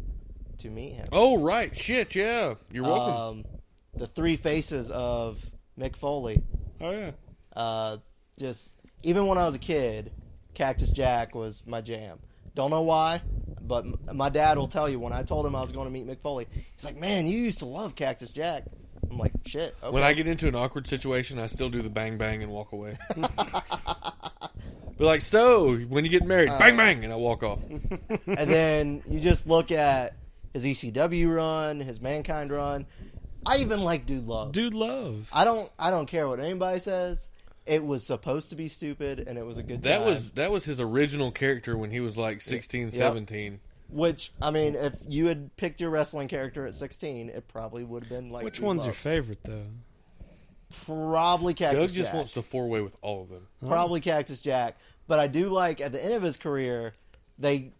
[SPEAKER 4] to meet him.
[SPEAKER 2] Oh right, shit, yeah. You're welcome.
[SPEAKER 4] Um, the three faces of Mick Foley.
[SPEAKER 3] Oh yeah,
[SPEAKER 4] Uh, just even when I was a kid, Cactus Jack was my jam. Don't know why, but m- my dad will tell you when I told him I was going to meet Mick Foley. He's like, "Man, you used to love Cactus Jack." I'm like, "Shit." Okay.
[SPEAKER 2] When I get into an awkward situation, I still do the bang bang and walk away. Be like, so when you get married,
[SPEAKER 4] Uh,
[SPEAKER 2] bang bang, and I walk off.
[SPEAKER 4] and then you just look at his ECW run, his Mankind run. I even like Dude Love.
[SPEAKER 3] dude, love.
[SPEAKER 4] I don't. I don't care what anybody says. It was supposed to be stupid, and it was a good.
[SPEAKER 2] That
[SPEAKER 4] time.
[SPEAKER 2] was that was his original character when he was like 16, 17.
[SPEAKER 4] which I mean, if you had picked your wrestling character at sixteen, it probably would have been like.
[SPEAKER 3] Which
[SPEAKER 4] Dude
[SPEAKER 3] one's
[SPEAKER 4] Love.
[SPEAKER 3] your favorite though?
[SPEAKER 4] Probably Cactus
[SPEAKER 2] Doug just
[SPEAKER 4] Jack.
[SPEAKER 2] wants to four way with all of them.
[SPEAKER 4] Probably Cactus Jack. But I do like at the end of his career, they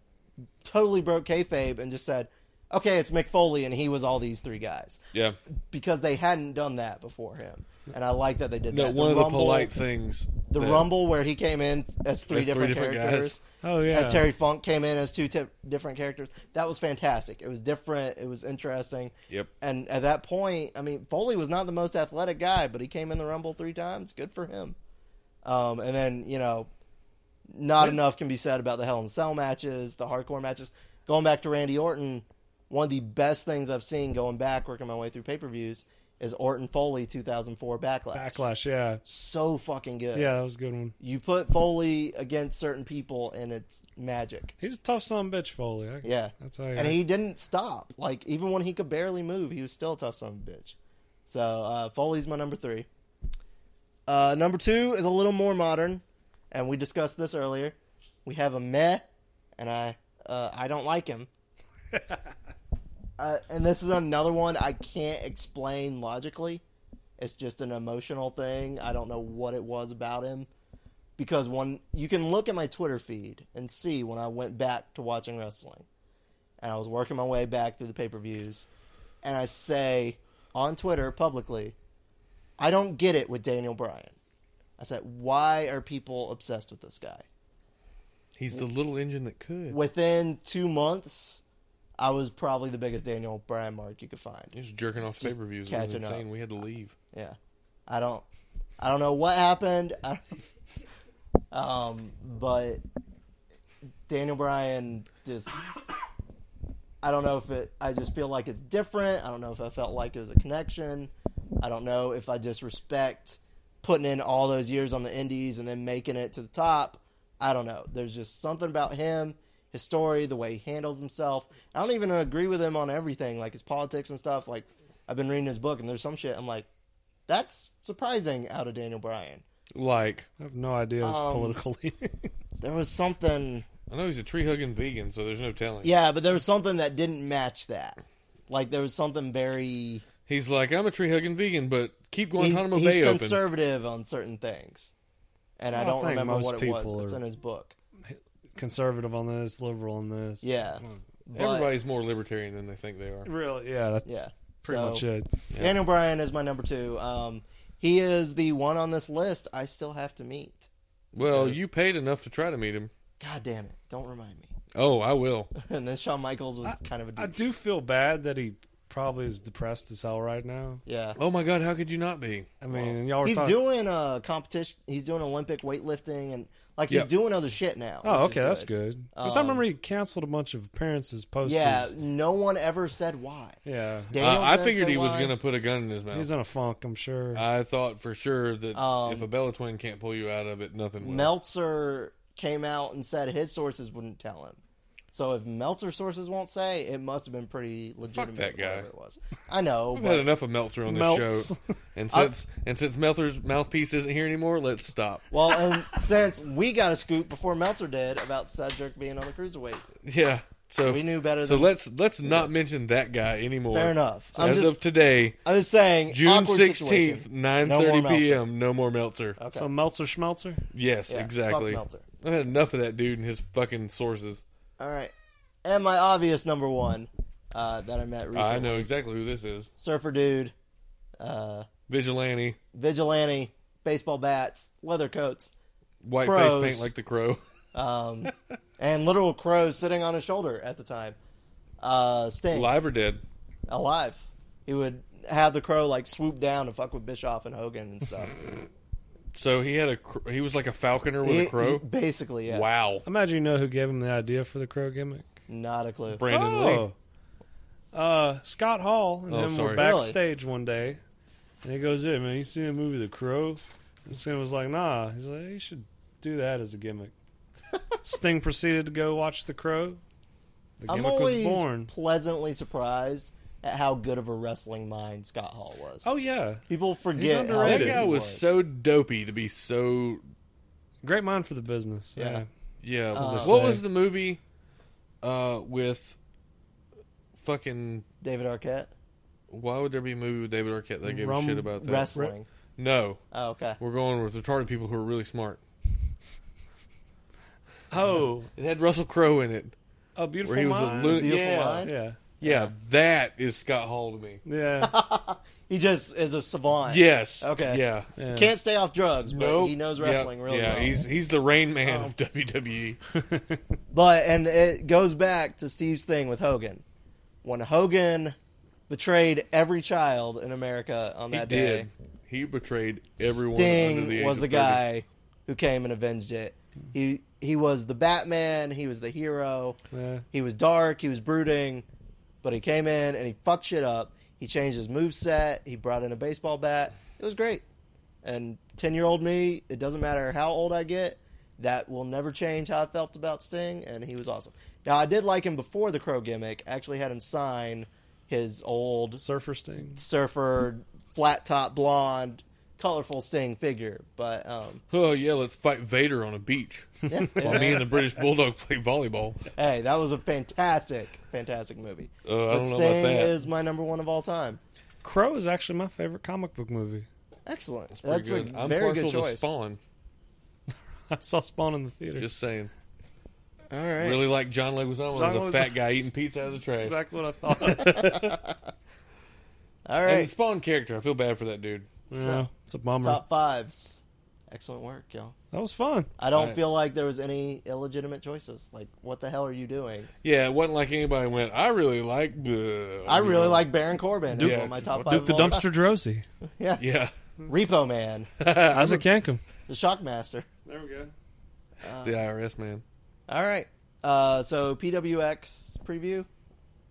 [SPEAKER 4] totally broke kayfabe and just said, "Okay, it's Mick Foley, and he was all these three guys."
[SPEAKER 2] Yeah.
[SPEAKER 4] because they hadn't done that before him, and I like that they did
[SPEAKER 2] No,
[SPEAKER 4] that.
[SPEAKER 2] one of the
[SPEAKER 4] Rumble-
[SPEAKER 2] polite things.
[SPEAKER 4] the
[SPEAKER 2] that-
[SPEAKER 4] Rumble where he came in as three
[SPEAKER 2] As three
[SPEAKER 4] different
[SPEAKER 2] different
[SPEAKER 3] guys.
[SPEAKER 4] characters.
[SPEAKER 3] Oh, yeah.
[SPEAKER 4] and Terry Funk came in as two tip different characters. That was fantastic. It was different. It was interesting.
[SPEAKER 2] Yep.
[SPEAKER 4] And at that point, I mean, Foley was not the most athletic guy, but he came in the Rumble three times. Good for him. Um, and then you know, not enough can be said about the Hell in a Cell matches, the hardcore matches. Going back to Randy Orton, one of the best things I've seen going back, working my way through pay per views, is Orton Foley 2004 Backlash.
[SPEAKER 3] Backlash. Yeah,
[SPEAKER 4] So fucking good.
[SPEAKER 3] yeah, that was a good one.
[SPEAKER 4] You put Foley against certain people, and it's magic.
[SPEAKER 3] He's a tough son of a bitch, Foley. I-
[SPEAKER 4] Yeah.
[SPEAKER 3] that's how.
[SPEAKER 4] and he didn't stop. Like, even when he could barely move, he was still a tough son of a bitch. So, uh, Foley's my number three. Uh, number two is a little more modern, and we discussed this earlier. We have a meh, and I, uh, I don't like him. uh, and this is another one I can't explain logically. It's just an emotional thing. I don't know what it was about him. Because one, you can look at my Twitter feed and see when I went back to watching wrestling and I was working my way back through the pay per views, and I say on Twitter publicly, I don't get it with Daniel Bryan. I said, why are people obsessed with this guy?
[SPEAKER 2] He's the little engine that could.
[SPEAKER 4] Within two months, I was probably the biggest Daniel Bryan mark you could find.
[SPEAKER 2] He was jerking off pay per views. It was
[SPEAKER 4] catching up.
[SPEAKER 2] insane. We had to leave.
[SPEAKER 4] Yeah, I don't, I don't know what happened, I, um, but Daniel Bryan just. I don't know if it. I just feel like it's different. I don't know if I felt like it was a connection. I don't know if I just respect putting in all those years on the Indies and then making it to the top. I don't know. There's just something about him, his story, the way he handles himself. I don't even agree with him on everything, like his politics and stuff. Like I've been reading his book, and there's some shit I'm like, that's surprising out of Daniel Bryan.
[SPEAKER 2] Like,
[SPEAKER 3] I have no idea his
[SPEAKER 4] Um,
[SPEAKER 3] political leaning.
[SPEAKER 4] There was something
[SPEAKER 2] I know he's a tree hugging vegan, so there's no telling.
[SPEAKER 4] Yeah, but there was something that didn't match that. Like there was something very
[SPEAKER 2] He's like, I'm a tree hugging vegan, but keep
[SPEAKER 4] he's,
[SPEAKER 2] Guantanamo
[SPEAKER 4] he's
[SPEAKER 2] Bay open.
[SPEAKER 4] conservative on certain things, and I
[SPEAKER 3] I
[SPEAKER 4] don't
[SPEAKER 3] think
[SPEAKER 4] remember
[SPEAKER 3] most
[SPEAKER 4] what it was.
[SPEAKER 3] people
[SPEAKER 4] It's
[SPEAKER 3] are-
[SPEAKER 4] in his book.
[SPEAKER 3] Conservative on this, liberal on this.
[SPEAKER 4] Yeah, but
[SPEAKER 2] Everybody's more libertarian than they think they are.
[SPEAKER 3] really. Yeah, that's
[SPEAKER 4] Yeah.
[SPEAKER 3] pretty
[SPEAKER 4] So-
[SPEAKER 3] much it.
[SPEAKER 4] Daniel Bryan is my number two. Um, he is the one on this list I still have to meet.
[SPEAKER 2] Well, you paid enough to try to meet him.
[SPEAKER 4] God damn it! Don't remind me.
[SPEAKER 2] Oh, I will.
[SPEAKER 4] and then Shawn Michaels was kind of a
[SPEAKER 3] I
[SPEAKER 4] dude.
[SPEAKER 3] do feel bad that he probably is depressed as hell right now.
[SPEAKER 4] yeah.
[SPEAKER 2] Oh my God, how could you not be?
[SPEAKER 3] I mean, and y'all were
[SPEAKER 4] He's
[SPEAKER 3] talking.
[SPEAKER 4] doing a competition. He's doing Olympic weightlifting and like he's
[SPEAKER 2] Yep.
[SPEAKER 4] doing other shit now.
[SPEAKER 3] Oh,
[SPEAKER 4] which is
[SPEAKER 3] okay, that's good. Because I remember he canceled a bunch of appearances post.
[SPEAKER 4] Yeah,
[SPEAKER 3] his-
[SPEAKER 4] no one ever said why.
[SPEAKER 3] yeah.
[SPEAKER 4] Daniel
[SPEAKER 2] Uh, I
[SPEAKER 4] Bryan
[SPEAKER 2] figured
[SPEAKER 4] said
[SPEAKER 2] he was
[SPEAKER 4] why.
[SPEAKER 2] going to put a gun in his mouth.
[SPEAKER 3] He's in a funk, I'm sure.
[SPEAKER 2] I thought for sure that
[SPEAKER 4] Um,
[SPEAKER 2] if a Bella twin can't pull you out of it, nothing will.
[SPEAKER 4] Meltzer came out and said his sources wouldn't tell him. So if Meltzer sources won't say, it must have been pretty legitimate.
[SPEAKER 2] that guy.
[SPEAKER 4] whatever It was. I know,
[SPEAKER 2] We've had
[SPEAKER 4] but
[SPEAKER 2] enough of Meltzer on this
[SPEAKER 3] Melts.
[SPEAKER 2] show, and since and since Meltzer's mouthpiece isn't here anymore, let's stop.
[SPEAKER 4] well, and since we got a scoop before Meltzer did about Cedric being on the cruiserweight,
[SPEAKER 2] Yeah, So
[SPEAKER 4] We knew better
[SPEAKER 2] So
[SPEAKER 4] than-
[SPEAKER 2] let's let's not mention that guy anymore.
[SPEAKER 4] Fair enough.
[SPEAKER 2] So
[SPEAKER 4] I'm
[SPEAKER 2] as
[SPEAKER 4] just-
[SPEAKER 2] of today,
[SPEAKER 4] I was saying
[SPEAKER 2] June
[SPEAKER 4] awkward
[SPEAKER 2] sixteenth,
[SPEAKER 4] situation.
[SPEAKER 2] nine
[SPEAKER 4] No
[SPEAKER 2] thirty
[SPEAKER 4] more Meltzer.
[SPEAKER 2] p.m. No more Meltzer.
[SPEAKER 4] Okay.
[SPEAKER 3] So Meltzer Schmelzer?
[SPEAKER 2] Yes,
[SPEAKER 4] Yeah,
[SPEAKER 2] exactly.
[SPEAKER 4] fuck Meltzer.
[SPEAKER 2] I've had enough of that dude and his fucking sources.
[SPEAKER 4] All right. And my obvious number one uh, that I met recently.
[SPEAKER 2] I know exactly who this is.
[SPEAKER 4] Surfer dude, uh,
[SPEAKER 2] Vigilante,
[SPEAKER 4] vigilante, baseball bats, leather coats,
[SPEAKER 2] white
[SPEAKER 4] Crows.
[SPEAKER 2] face paint like the crow.
[SPEAKER 4] um, and literal crows sitting on his shoulder at the time. Uh, Sting.
[SPEAKER 2] Live or dead?
[SPEAKER 4] alive. He would have the crow like swoop down and fuck with Bischoff and Hogan and stuff.
[SPEAKER 2] So he had a cr- he was like a falconer with
[SPEAKER 4] He-
[SPEAKER 2] a crow.
[SPEAKER 4] he- basically, yeah.
[SPEAKER 2] Wow,
[SPEAKER 3] I imagine you know who gave him the idea for the crow gimmick. Oh.
[SPEAKER 4] Not a clue.
[SPEAKER 2] Brandon
[SPEAKER 4] Oh,
[SPEAKER 2] Lee.
[SPEAKER 3] Uh, Scott Hall and
[SPEAKER 2] Oh,
[SPEAKER 3] him
[SPEAKER 2] sorry.
[SPEAKER 3] were
[SPEAKER 4] Really?
[SPEAKER 3] backstage one day, and he goes, "Hey man, you seen the movie The Crow?" And Sting was like, "Nah." He's like, "You should do that as a gimmick." Sting proceeded to go watch The Crow. The
[SPEAKER 4] I'm
[SPEAKER 3] gimmick was
[SPEAKER 4] always
[SPEAKER 3] born.
[SPEAKER 4] pleasantly surprised at how good of a wrestling mind Scott Hall was.
[SPEAKER 3] oh yeah,
[SPEAKER 4] People forget how
[SPEAKER 3] underrated.
[SPEAKER 2] That
[SPEAKER 4] good
[SPEAKER 2] guy
[SPEAKER 4] he
[SPEAKER 2] was so dopey to be so
[SPEAKER 3] great mind for the business. Yeah,
[SPEAKER 4] Yeah.
[SPEAKER 2] Yeah.
[SPEAKER 4] Uh,
[SPEAKER 2] what
[SPEAKER 3] say.
[SPEAKER 2] was the movie uh, with fucking?
[SPEAKER 4] David Arquette
[SPEAKER 2] Why would there be a movie with David Arquette that gave
[SPEAKER 3] Rum-
[SPEAKER 2] a shit about that?
[SPEAKER 4] wrestling.
[SPEAKER 2] No,
[SPEAKER 4] Oh, okay.
[SPEAKER 2] we're going with retarded people who are really smart.
[SPEAKER 3] oh,
[SPEAKER 2] It had Russell Crowe in it,
[SPEAKER 3] a beautiful
[SPEAKER 2] where he was
[SPEAKER 3] mind.
[SPEAKER 2] a lunatic.
[SPEAKER 4] Beautiful
[SPEAKER 2] Yeah,
[SPEAKER 4] Mind?
[SPEAKER 3] yeah,
[SPEAKER 2] yeah, that is Scott Hall to me.
[SPEAKER 3] yeah,
[SPEAKER 4] He just is a savant.
[SPEAKER 2] Yes.
[SPEAKER 4] Okay.
[SPEAKER 2] Yeah.
[SPEAKER 3] yeah.
[SPEAKER 4] Can't stay off drugs, but
[SPEAKER 2] Nope.
[SPEAKER 4] he knows
[SPEAKER 2] Yep.
[SPEAKER 4] wrestling really Oh.
[SPEAKER 2] yeah,
[SPEAKER 4] well.
[SPEAKER 2] he's he's the Rain Man of E. WWE.
[SPEAKER 4] But and it goes back to Steve's thing with Hogan. When Hogan betrayed every child in America on
[SPEAKER 2] He
[SPEAKER 4] that day,
[SPEAKER 2] did. He betrayed everyone.
[SPEAKER 4] Sting
[SPEAKER 2] under the age
[SPEAKER 4] was
[SPEAKER 2] of
[SPEAKER 4] the
[SPEAKER 2] 30.
[SPEAKER 4] guy who came and avenged it. He he was the Batman, he was the hero.
[SPEAKER 3] Yeah.
[SPEAKER 4] He was dark, he was brooding, but he came in and he fucked shit up. He changed his moveset, he brought in a baseball bat. It was great. And 10-year-old me, it doesn't matter how old I get, that will never change how I felt about Sting and he was awesome. Now I did like him before the crow gimmick. I actually had him sign his old
[SPEAKER 3] Surfer Sting.
[SPEAKER 4] surfer, flat top, blonde, colorful Sting figure. But um,
[SPEAKER 2] Oh yeah, let's fight Vader on a beach
[SPEAKER 4] yeah,
[SPEAKER 2] while me and the British Bulldog play volleyball.
[SPEAKER 4] hey, that was a fantastic, fantastic movie.
[SPEAKER 2] Uh, I
[SPEAKER 4] but
[SPEAKER 2] don't know about
[SPEAKER 4] Sting
[SPEAKER 2] that.
[SPEAKER 4] is my number one of all time.
[SPEAKER 3] Crow is actually my favorite comic book movie.
[SPEAKER 4] Excellent. That's,
[SPEAKER 2] Pretty
[SPEAKER 4] a
[SPEAKER 2] good. I'm
[SPEAKER 4] very good
[SPEAKER 2] partial to
[SPEAKER 4] choice.
[SPEAKER 2] Spawn.
[SPEAKER 3] I saw Spawn in the theater.
[SPEAKER 2] Just saying.
[SPEAKER 4] All right.
[SPEAKER 2] Really like John Leguizamo
[SPEAKER 3] John
[SPEAKER 2] as a fat
[SPEAKER 3] Leguizamo.
[SPEAKER 2] guy eating pizza out of the trash.
[SPEAKER 3] exactly what I thought.
[SPEAKER 4] All
[SPEAKER 2] And the
[SPEAKER 4] right.
[SPEAKER 2] Spawn character, I feel bad for that dude.
[SPEAKER 3] yeah, it's a bummer.
[SPEAKER 4] Top fives. Excellent work, y'all.
[SPEAKER 3] That was fun.
[SPEAKER 4] I don't
[SPEAKER 2] right.
[SPEAKER 4] feel like there was any illegitimate choices. Like, what the hell are you doing?
[SPEAKER 2] Yeah, it wasn't like anybody went. I really like. bleh."
[SPEAKER 4] I really like Baron Corbin. Duke,
[SPEAKER 2] Yeah.
[SPEAKER 4] one of my top
[SPEAKER 2] uh, Duke
[SPEAKER 4] five.
[SPEAKER 3] Duke
[SPEAKER 4] of
[SPEAKER 3] the
[SPEAKER 4] all
[SPEAKER 3] Dumpster Drosy.
[SPEAKER 4] time. Uh-huh. Yeah.
[SPEAKER 2] Yeah,
[SPEAKER 4] Repo Man,
[SPEAKER 3] Isaac Yankum.
[SPEAKER 4] the Shockmaster.
[SPEAKER 3] There we go.
[SPEAKER 2] the IRS man.
[SPEAKER 4] All right. Uh, so PWX preview,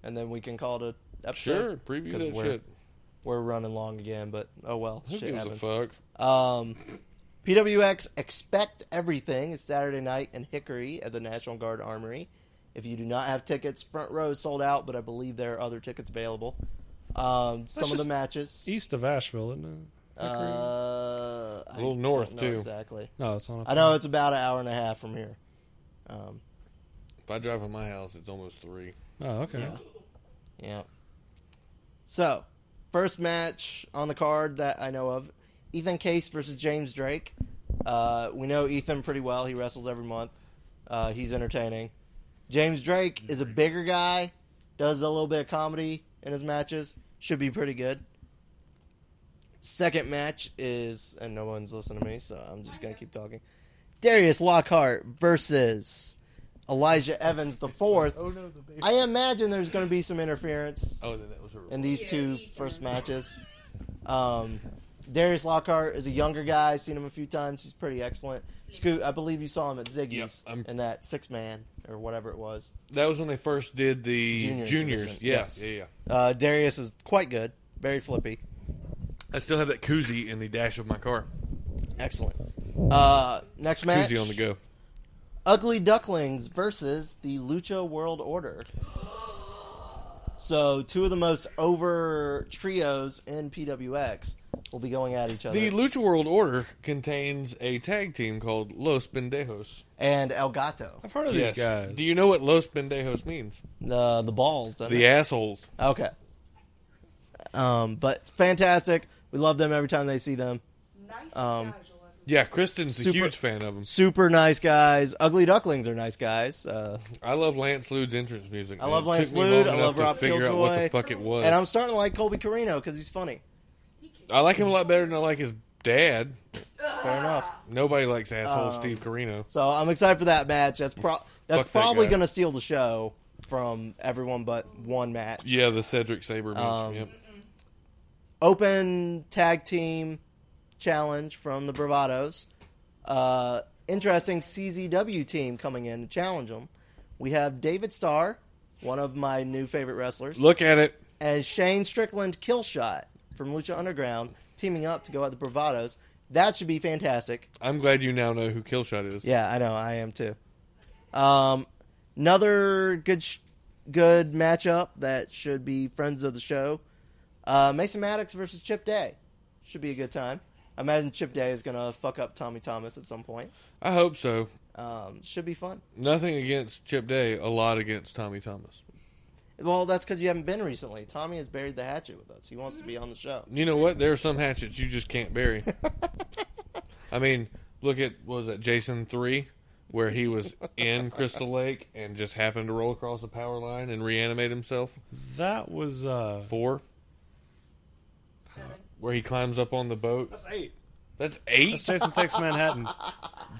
[SPEAKER 4] and then we can call it a
[SPEAKER 2] Sure,
[SPEAKER 4] episode.
[SPEAKER 2] preview
[SPEAKER 4] 'Cause
[SPEAKER 2] that
[SPEAKER 4] we're,
[SPEAKER 2] shit.
[SPEAKER 4] We're running long again, but oh well.
[SPEAKER 2] Who
[SPEAKER 4] shit
[SPEAKER 2] gives
[SPEAKER 4] happens.
[SPEAKER 2] a fuck?
[SPEAKER 4] Um, PWX Expect Everything is Saturday night in Hickory at the National Guard Armory. If you do not have tickets, front row is sold out, but I believe there are other tickets available. Um, some of the
[SPEAKER 3] just
[SPEAKER 4] matches.
[SPEAKER 3] East of Asheville, isn't it?
[SPEAKER 4] Uh, a
[SPEAKER 2] little north, too.
[SPEAKER 4] Exactly.
[SPEAKER 3] no, Oh, it's on.
[SPEAKER 4] I know it's about an hour and a half from here. Um,
[SPEAKER 2] If I drive from my house, it's almost three.
[SPEAKER 3] Oh, okay.
[SPEAKER 4] Yeah. So, first match on the card that I know of Ethan Case versus James Drake. Uh, we know Ethan pretty well. He wrestles every month, uh, he's entertaining. James Drake is a bigger guy, does a little bit of comedy in his matches, should be pretty good. Second match is, and no one's listening to me, so I'm just going to keep talking. Darius Lockhart versus Elijah Evans the fourth. I imagine there's going to be some interference
[SPEAKER 2] Oh, then that was her.
[SPEAKER 4] in these two first matches. Um, Darius Lockhart is a younger guy. Seen him a few times. He's pretty excellent. Scoot, I believe you saw him at Ziggy's
[SPEAKER 2] Yep, I'm-
[SPEAKER 4] in that six man or whatever it was.
[SPEAKER 2] that was when they first did the
[SPEAKER 4] Juniors
[SPEAKER 2] juniors.
[SPEAKER 4] division.
[SPEAKER 2] Yeah,
[SPEAKER 4] Yes.
[SPEAKER 2] yeah, yeah.
[SPEAKER 4] Uh, Darius is quite good. Very flippy.
[SPEAKER 2] I still have that koozie in the dash of my car.
[SPEAKER 4] Excellent. Uh, next match.
[SPEAKER 2] Koozie on the go.
[SPEAKER 4] Ugly Ducklings versus the Lucha World Order. So two of the most over trios in PWX will be going at each other.
[SPEAKER 2] The Lucha World Order contains a tag team called Los Pendejos.
[SPEAKER 4] and El Gato,
[SPEAKER 3] I've heard of
[SPEAKER 2] Yes.
[SPEAKER 3] these guys.
[SPEAKER 2] Do you know what Los Pendejos means?
[SPEAKER 4] the the balls. doesn't
[SPEAKER 2] The assholes.
[SPEAKER 4] it? Okay. Um, but it's fantastic. We love them every time they see them.
[SPEAKER 5] Nice
[SPEAKER 4] Um,
[SPEAKER 5] schedule.
[SPEAKER 2] Yeah, Kristen's a
[SPEAKER 4] Super-
[SPEAKER 2] huge fan of them.
[SPEAKER 4] Super nice guys. Ugly Ducklings are nice guys. Uh,
[SPEAKER 2] I love Lance Lude's entrance music.
[SPEAKER 4] I
[SPEAKER 2] man.
[SPEAKER 4] love
[SPEAKER 2] It
[SPEAKER 4] Lance
[SPEAKER 2] took me
[SPEAKER 4] Lude.
[SPEAKER 2] long
[SPEAKER 4] I
[SPEAKER 2] enough
[SPEAKER 4] love
[SPEAKER 2] to
[SPEAKER 4] Rob
[SPEAKER 2] figure out what the
[SPEAKER 4] Killjoy.
[SPEAKER 2] fuck it was.
[SPEAKER 4] and I'm starting to like Colby Carino because he's funny.
[SPEAKER 2] I like him a lot better than I like his dad.
[SPEAKER 4] Fair enough.
[SPEAKER 2] Nobody likes asshole
[SPEAKER 4] Um,
[SPEAKER 2] Steve Carino.
[SPEAKER 4] So I'm excited for that match. That's pro- that's
[SPEAKER 2] Fuck that
[SPEAKER 4] probably
[SPEAKER 2] guy.
[SPEAKER 4] going to steal the show from everyone but one match.
[SPEAKER 2] Yeah, the Cedric Saber match.
[SPEAKER 4] Um,
[SPEAKER 2] yep.
[SPEAKER 4] open tag team challenge from the Bravados. Uh, interesting CZW team coming in to challenge them. We have David Starr, one of my new favorite wrestlers,
[SPEAKER 2] Look at it.
[SPEAKER 4] and Shane Strickland Killshot from Lucha Underground teaming up to go at the Bravados. That should be fantastic.
[SPEAKER 2] I'm glad you now know who Killshot is.
[SPEAKER 4] Yeah, I know. I am too. Um, another good, sh- good matchup that should be friends of the show. Uh, Mason Maddox versus Chip Day should be a good time. I imagine Chip Day is gonna fuck up Tommy Thomas at some point.
[SPEAKER 2] I hope so.
[SPEAKER 4] Um, should be fun.
[SPEAKER 2] Nothing against Chip Day, a lot against Tommy Thomas.
[SPEAKER 4] Well, that's because you haven't been recently. Tommy has buried the hatchet with us. He wants to be on the show.
[SPEAKER 2] You know what? There are some hatchets you just can't bury. I mean, look at what was that Jason three, where he was in Crystal Lake and just happened to roll across a power line and reanimate himself.
[SPEAKER 3] That was uh,
[SPEAKER 2] Four,
[SPEAKER 5] Seven.
[SPEAKER 2] where he climbs up on the boat.
[SPEAKER 3] that's eight.
[SPEAKER 2] That's
[SPEAKER 3] That's
[SPEAKER 2] eight.
[SPEAKER 3] Jason Takes Manhattan.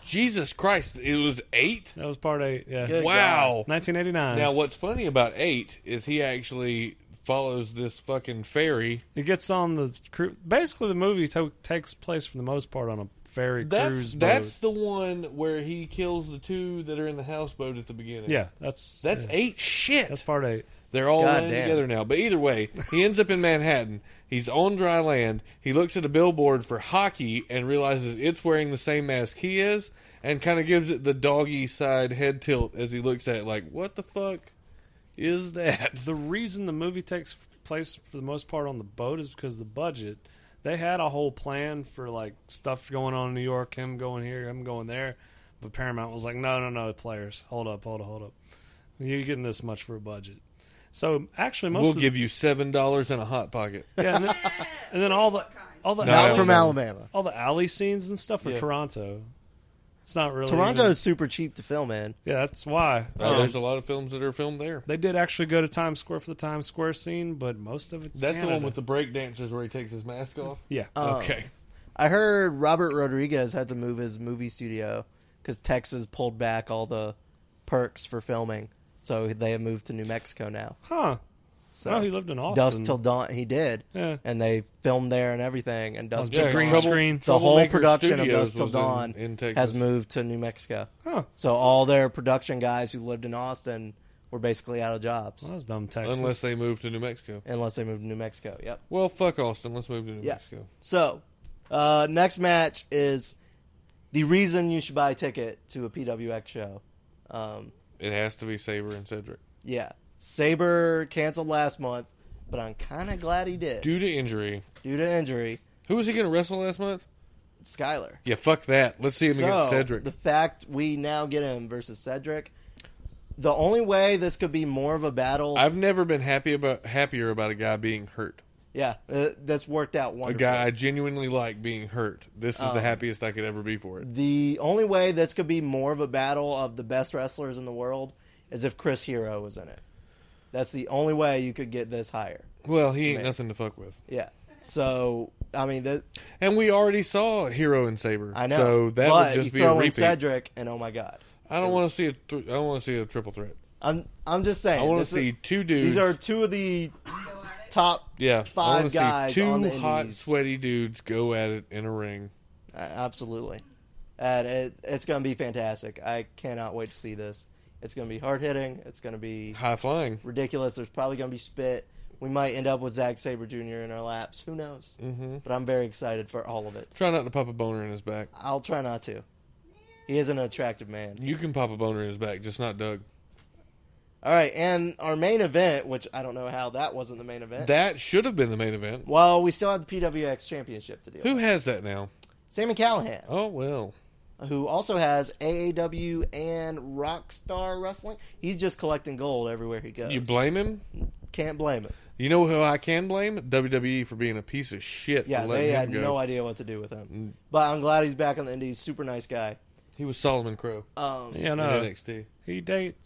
[SPEAKER 2] Jesus Christ! It was eight.
[SPEAKER 3] That was part eight. Yeah,
[SPEAKER 4] Good
[SPEAKER 2] Wow.
[SPEAKER 3] 1989.
[SPEAKER 2] Now, what's funny about eight is he actually follows this fucking ferry.
[SPEAKER 3] It gets on the cruise. Basically, the movie to- takes place for the most part on a ferry
[SPEAKER 2] That's
[SPEAKER 3] cruise
[SPEAKER 2] that's
[SPEAKER 3] boat.
[SPEAKER 2] the one where he kills the two that are in the houseboat at the beginning.
[SPEAKER 3] yeah, that's
[SPEAKER 2] That's
[SPEAKER 3] yeah,
[SPEAKER 2] eight shit.
[SPEAKER 3] That's part eight.
[SPEAKER 2] They're all
[SPEAKER 4] God
[SPEAKER 2] in
[SPEAKER 4] damn.
[SPEAKER 2] together now. But either way, he ends up in Manhattan. He's on dry land. He looks at a billboard for hockey and realizes it's wearing the same mask he is and kind of gives it the doggy side head tilt as he looks at it like, what the fuck is that?
[SPEAKER 3] The reason the movie takes place for the most part on the boat is because of the budget. They had a whole plan for like stuff going on in New York, him going here, him going there, but Paramount was like, no, no, no, players, hold up, hold up, hold up. You're getting this much for a budget. So actually, most
[SPEAKER 2] we'll
[SPEAKER 3] of the,
[SPEAKER 2] give you $7 and a Hot Pocket.
[SPEAKER 3] yeah, and then, and then all the all the
[SPEAKER 2] No,
[SPEAKER 4] Not
[SPEAKER 2] I don't
[SPEAKER 4] from
[SPEAKER 2] know.
[SPEAKER 4] Alabama.
[SPEAKER 3] all the alley scenes and stuff are
[SPEAKER 2] Yeah.
[SPEAKER 3] Toronto. It's not really
[SPEAKER 4] Toronto
[SPEAKER 3] even-
[SPEAKER 4] is super cheap to film in.
[SPEAKER 3] Yeah, that's why.
[SPEAKER 2] Uh,
[SPEAKER 3] Um,
[SPEAKER 2] there's a lot of films that are filmed there.
[SPEAKER 3] they did actually go to Times Square for the Times Square scene, but most of it's
[SPEAKER 2] That's the one
[SPEAKER 3] Canada. Oh,
[SPEAKER 2] with the break dancers where he takes his mask off.
[SPEAKER 3] yeah.
[SPEAKER 4] Oh.
[SPEAKER 2] okay.
[SPEAKER 4] I heard Robert Rodriguez had to move his movie studio because Texas pulled back all the perks for filming, so they have moved to New Mexico now.
[SPEAKER 3] huh?
[SPEAKER 4] So
[SPEAKER 3] oh, he lived in
[SPEAKER 4] Dusk
[SPEAKER 3] Austin.
[SPEAKER 4] Till Dawn, he did,
[SPEAKER 3] Yeah.
[SPEAKER 4] and they filmed there and everything. And Dusk
[SPEAKER 3] Yeah,
[SPEAKER 4] Till
[SPEAKER 3] green
[SPEAKER 4] Dawn,
[SPEAKER 3] screen.
[SPEAKER 4] the whole
[SPEAKER 2] Troublemaker
[SPEAKER 4] production of
[SPEAKER 2] Studios
[SPEAKER 4] Dusk Till
[SPEAKER 2] was in-
[SPEAKER 4] Dawn
[SPEAKER 2] in Texas.
[SPEAKER 4] has moved to New Mexico.
[SPEAKER 3] Huh.
[SPEAKER 4] So all their production guys who lived in Austin were basically out of jobs
[SPEAKER 3] Well, that's dumb Texas.
[SPEAKER 2] Unless they move to New Mexico.
[SPEAKER 4] unless they moved to New Mexico. Yep.
[SPEAKER 2] Well, fuck Austin. Let's move to New
[SPEAKER 4] Yeah.
[SPEAKER 2] Mexico.
[SPEAKER 4] So, uh, next match is the reason you should buy a ticket to a PWX show. Um,
[SPEAKER 2] It has to be Saber and Cedric.
[SPEAKER 4] yeah, Saber canceled last month, but I'm kind of glad he did
[SPEAKER 2] Due to injury,
[SPEAKER 4] due to injury.
[SPEAKER 2] Who was he going to wrestle last month?
[SPEAKER 4] Skyler.
[SPEAKER 2] Yeah, fuck that. Let's see him against
[SPEAKER 4] So,
[SPEAKER 2] Cedric.
[SPEAKER 4] The fact we now get him versus Cedric. The only way this could be more of a battle,
[SPEAKER 2] I've never been happy about happier about a guy being hurt.
[SPEAKER 4] yeah, uh, that's worked out
[SPEAKER 2] A
[SPEAKER 4] wonderfully.
[SPEAKER 2] guy I genuinely like being hurt. This is
[SPEAKER 4] Um,
[SPEAKER 2] the happiest I could ever be for it.
[SPEAKER 4] The only way this could be more of a battle of the best wrestlers in the world is if Chris Hero was in it. That's the only way you could get this higher.
[SPEAKER 2] Well, he ain't
[SPEAKER 4] amazing.
[SPEAKER 2] nothing to fuck with.
[SPEAKER 4] Yeah. So I mean, that,
[SPEAKER 2] And we already saw Hero and Saber.
[SPEAKER 4] I know.
[SPEAKER 2] So that
[SPEAKER 4] but
[SPEAKER 2] would just
[SPEAKER 4] you
[SPEAKER 2] be
[SPEAKER 4] throw
[SPEAKER 2] a
[SPEAKER 4] in
[SPEAKER 2] repeat.
[SPEAKER 4] Cedric, and oh my god,
[SPEAKER 2] I don't want to see a thr I don't want to see a triple threat.
[SPEAKER 4] I'm I'm just saying.
[SPEAKER 2] I want to
[SPEAKER 4] this is-
[SPEAKER 2] see two dudes.
[SPEAKER 4] these are two of the top.
[SPEAKER 2] yeah, I
[SPEAKER 4] five
[SPEAKER 2] want to
[SPEAKER 4] guys
[SPEAKER 2] see two
[SPEAKER 4] on the
[SPEAKER 2] hot,
[SPEAKER 4] indies.
[SPEAKER 2] sweaty dudes go at it in a ring.
[SPEAKER 4] Uh, absolutely, and it, it's going to be fantastic. I cannot wait to see this. It's going to be hard hitting. It's going to be
[SPEAKER 2] High flying.
[SPEAKER 4] ridiculous. There's probably going to be spit. We might end up with Zack Saber Jr. in our laps. Who knows? Mm-hmm. But I'm very excited for all of it.
[SPEAKER 2] Try not to pop a boner in his back.
[SPEAKER 4] I'll try not to. He is an attractive man.
[SPEAKER 2] You can pop a boner in his back, just not Doug.
[SPEAKER 4] All right, and our main event, which I don't know how that wasn't the main event.
[SPEAKER 2] That should have been the main event.
[SPEAKER 4] well, we still have the PWX Championship to deal.
[SPEAKER 2] Who
[SPEAKER 4] with.
[SPEAKER 2] has that now?
[SPEAKER 4] Sammy Callahan,
[SPEAKER 2] Oh well.
[SPEAKER 4] who also has AAW and Rockstar Wrestling. He's just collecting gold everywhere he goes.
[SPEAKER 2] You blame him?
[SPEAKER 4] Can't blame him.
[SPEAKER 2] You know who I can blame? WWE for being a piece of shit.
[SPEAKER 4] Yeah,
[SPEAKER 2] for letting
[SPEAKER 4] they
[SPEAKER 2] him
[SPEAKER 4] had
[SPEAKER 2] go. Mm.
[SPEAKER 4] no idea what to do with him. But I'm glad he's back on the Indies. Super nice guy.
[SPEAKER 2] He was Solomon Crow
[SPEAKER 4] Um,
[SPEAKER 3] Yeah,
[SPEAKER 2] in
[SPEAKER 3] no.
[SPEAKER 2] NXT.
[SPEAKER 3] He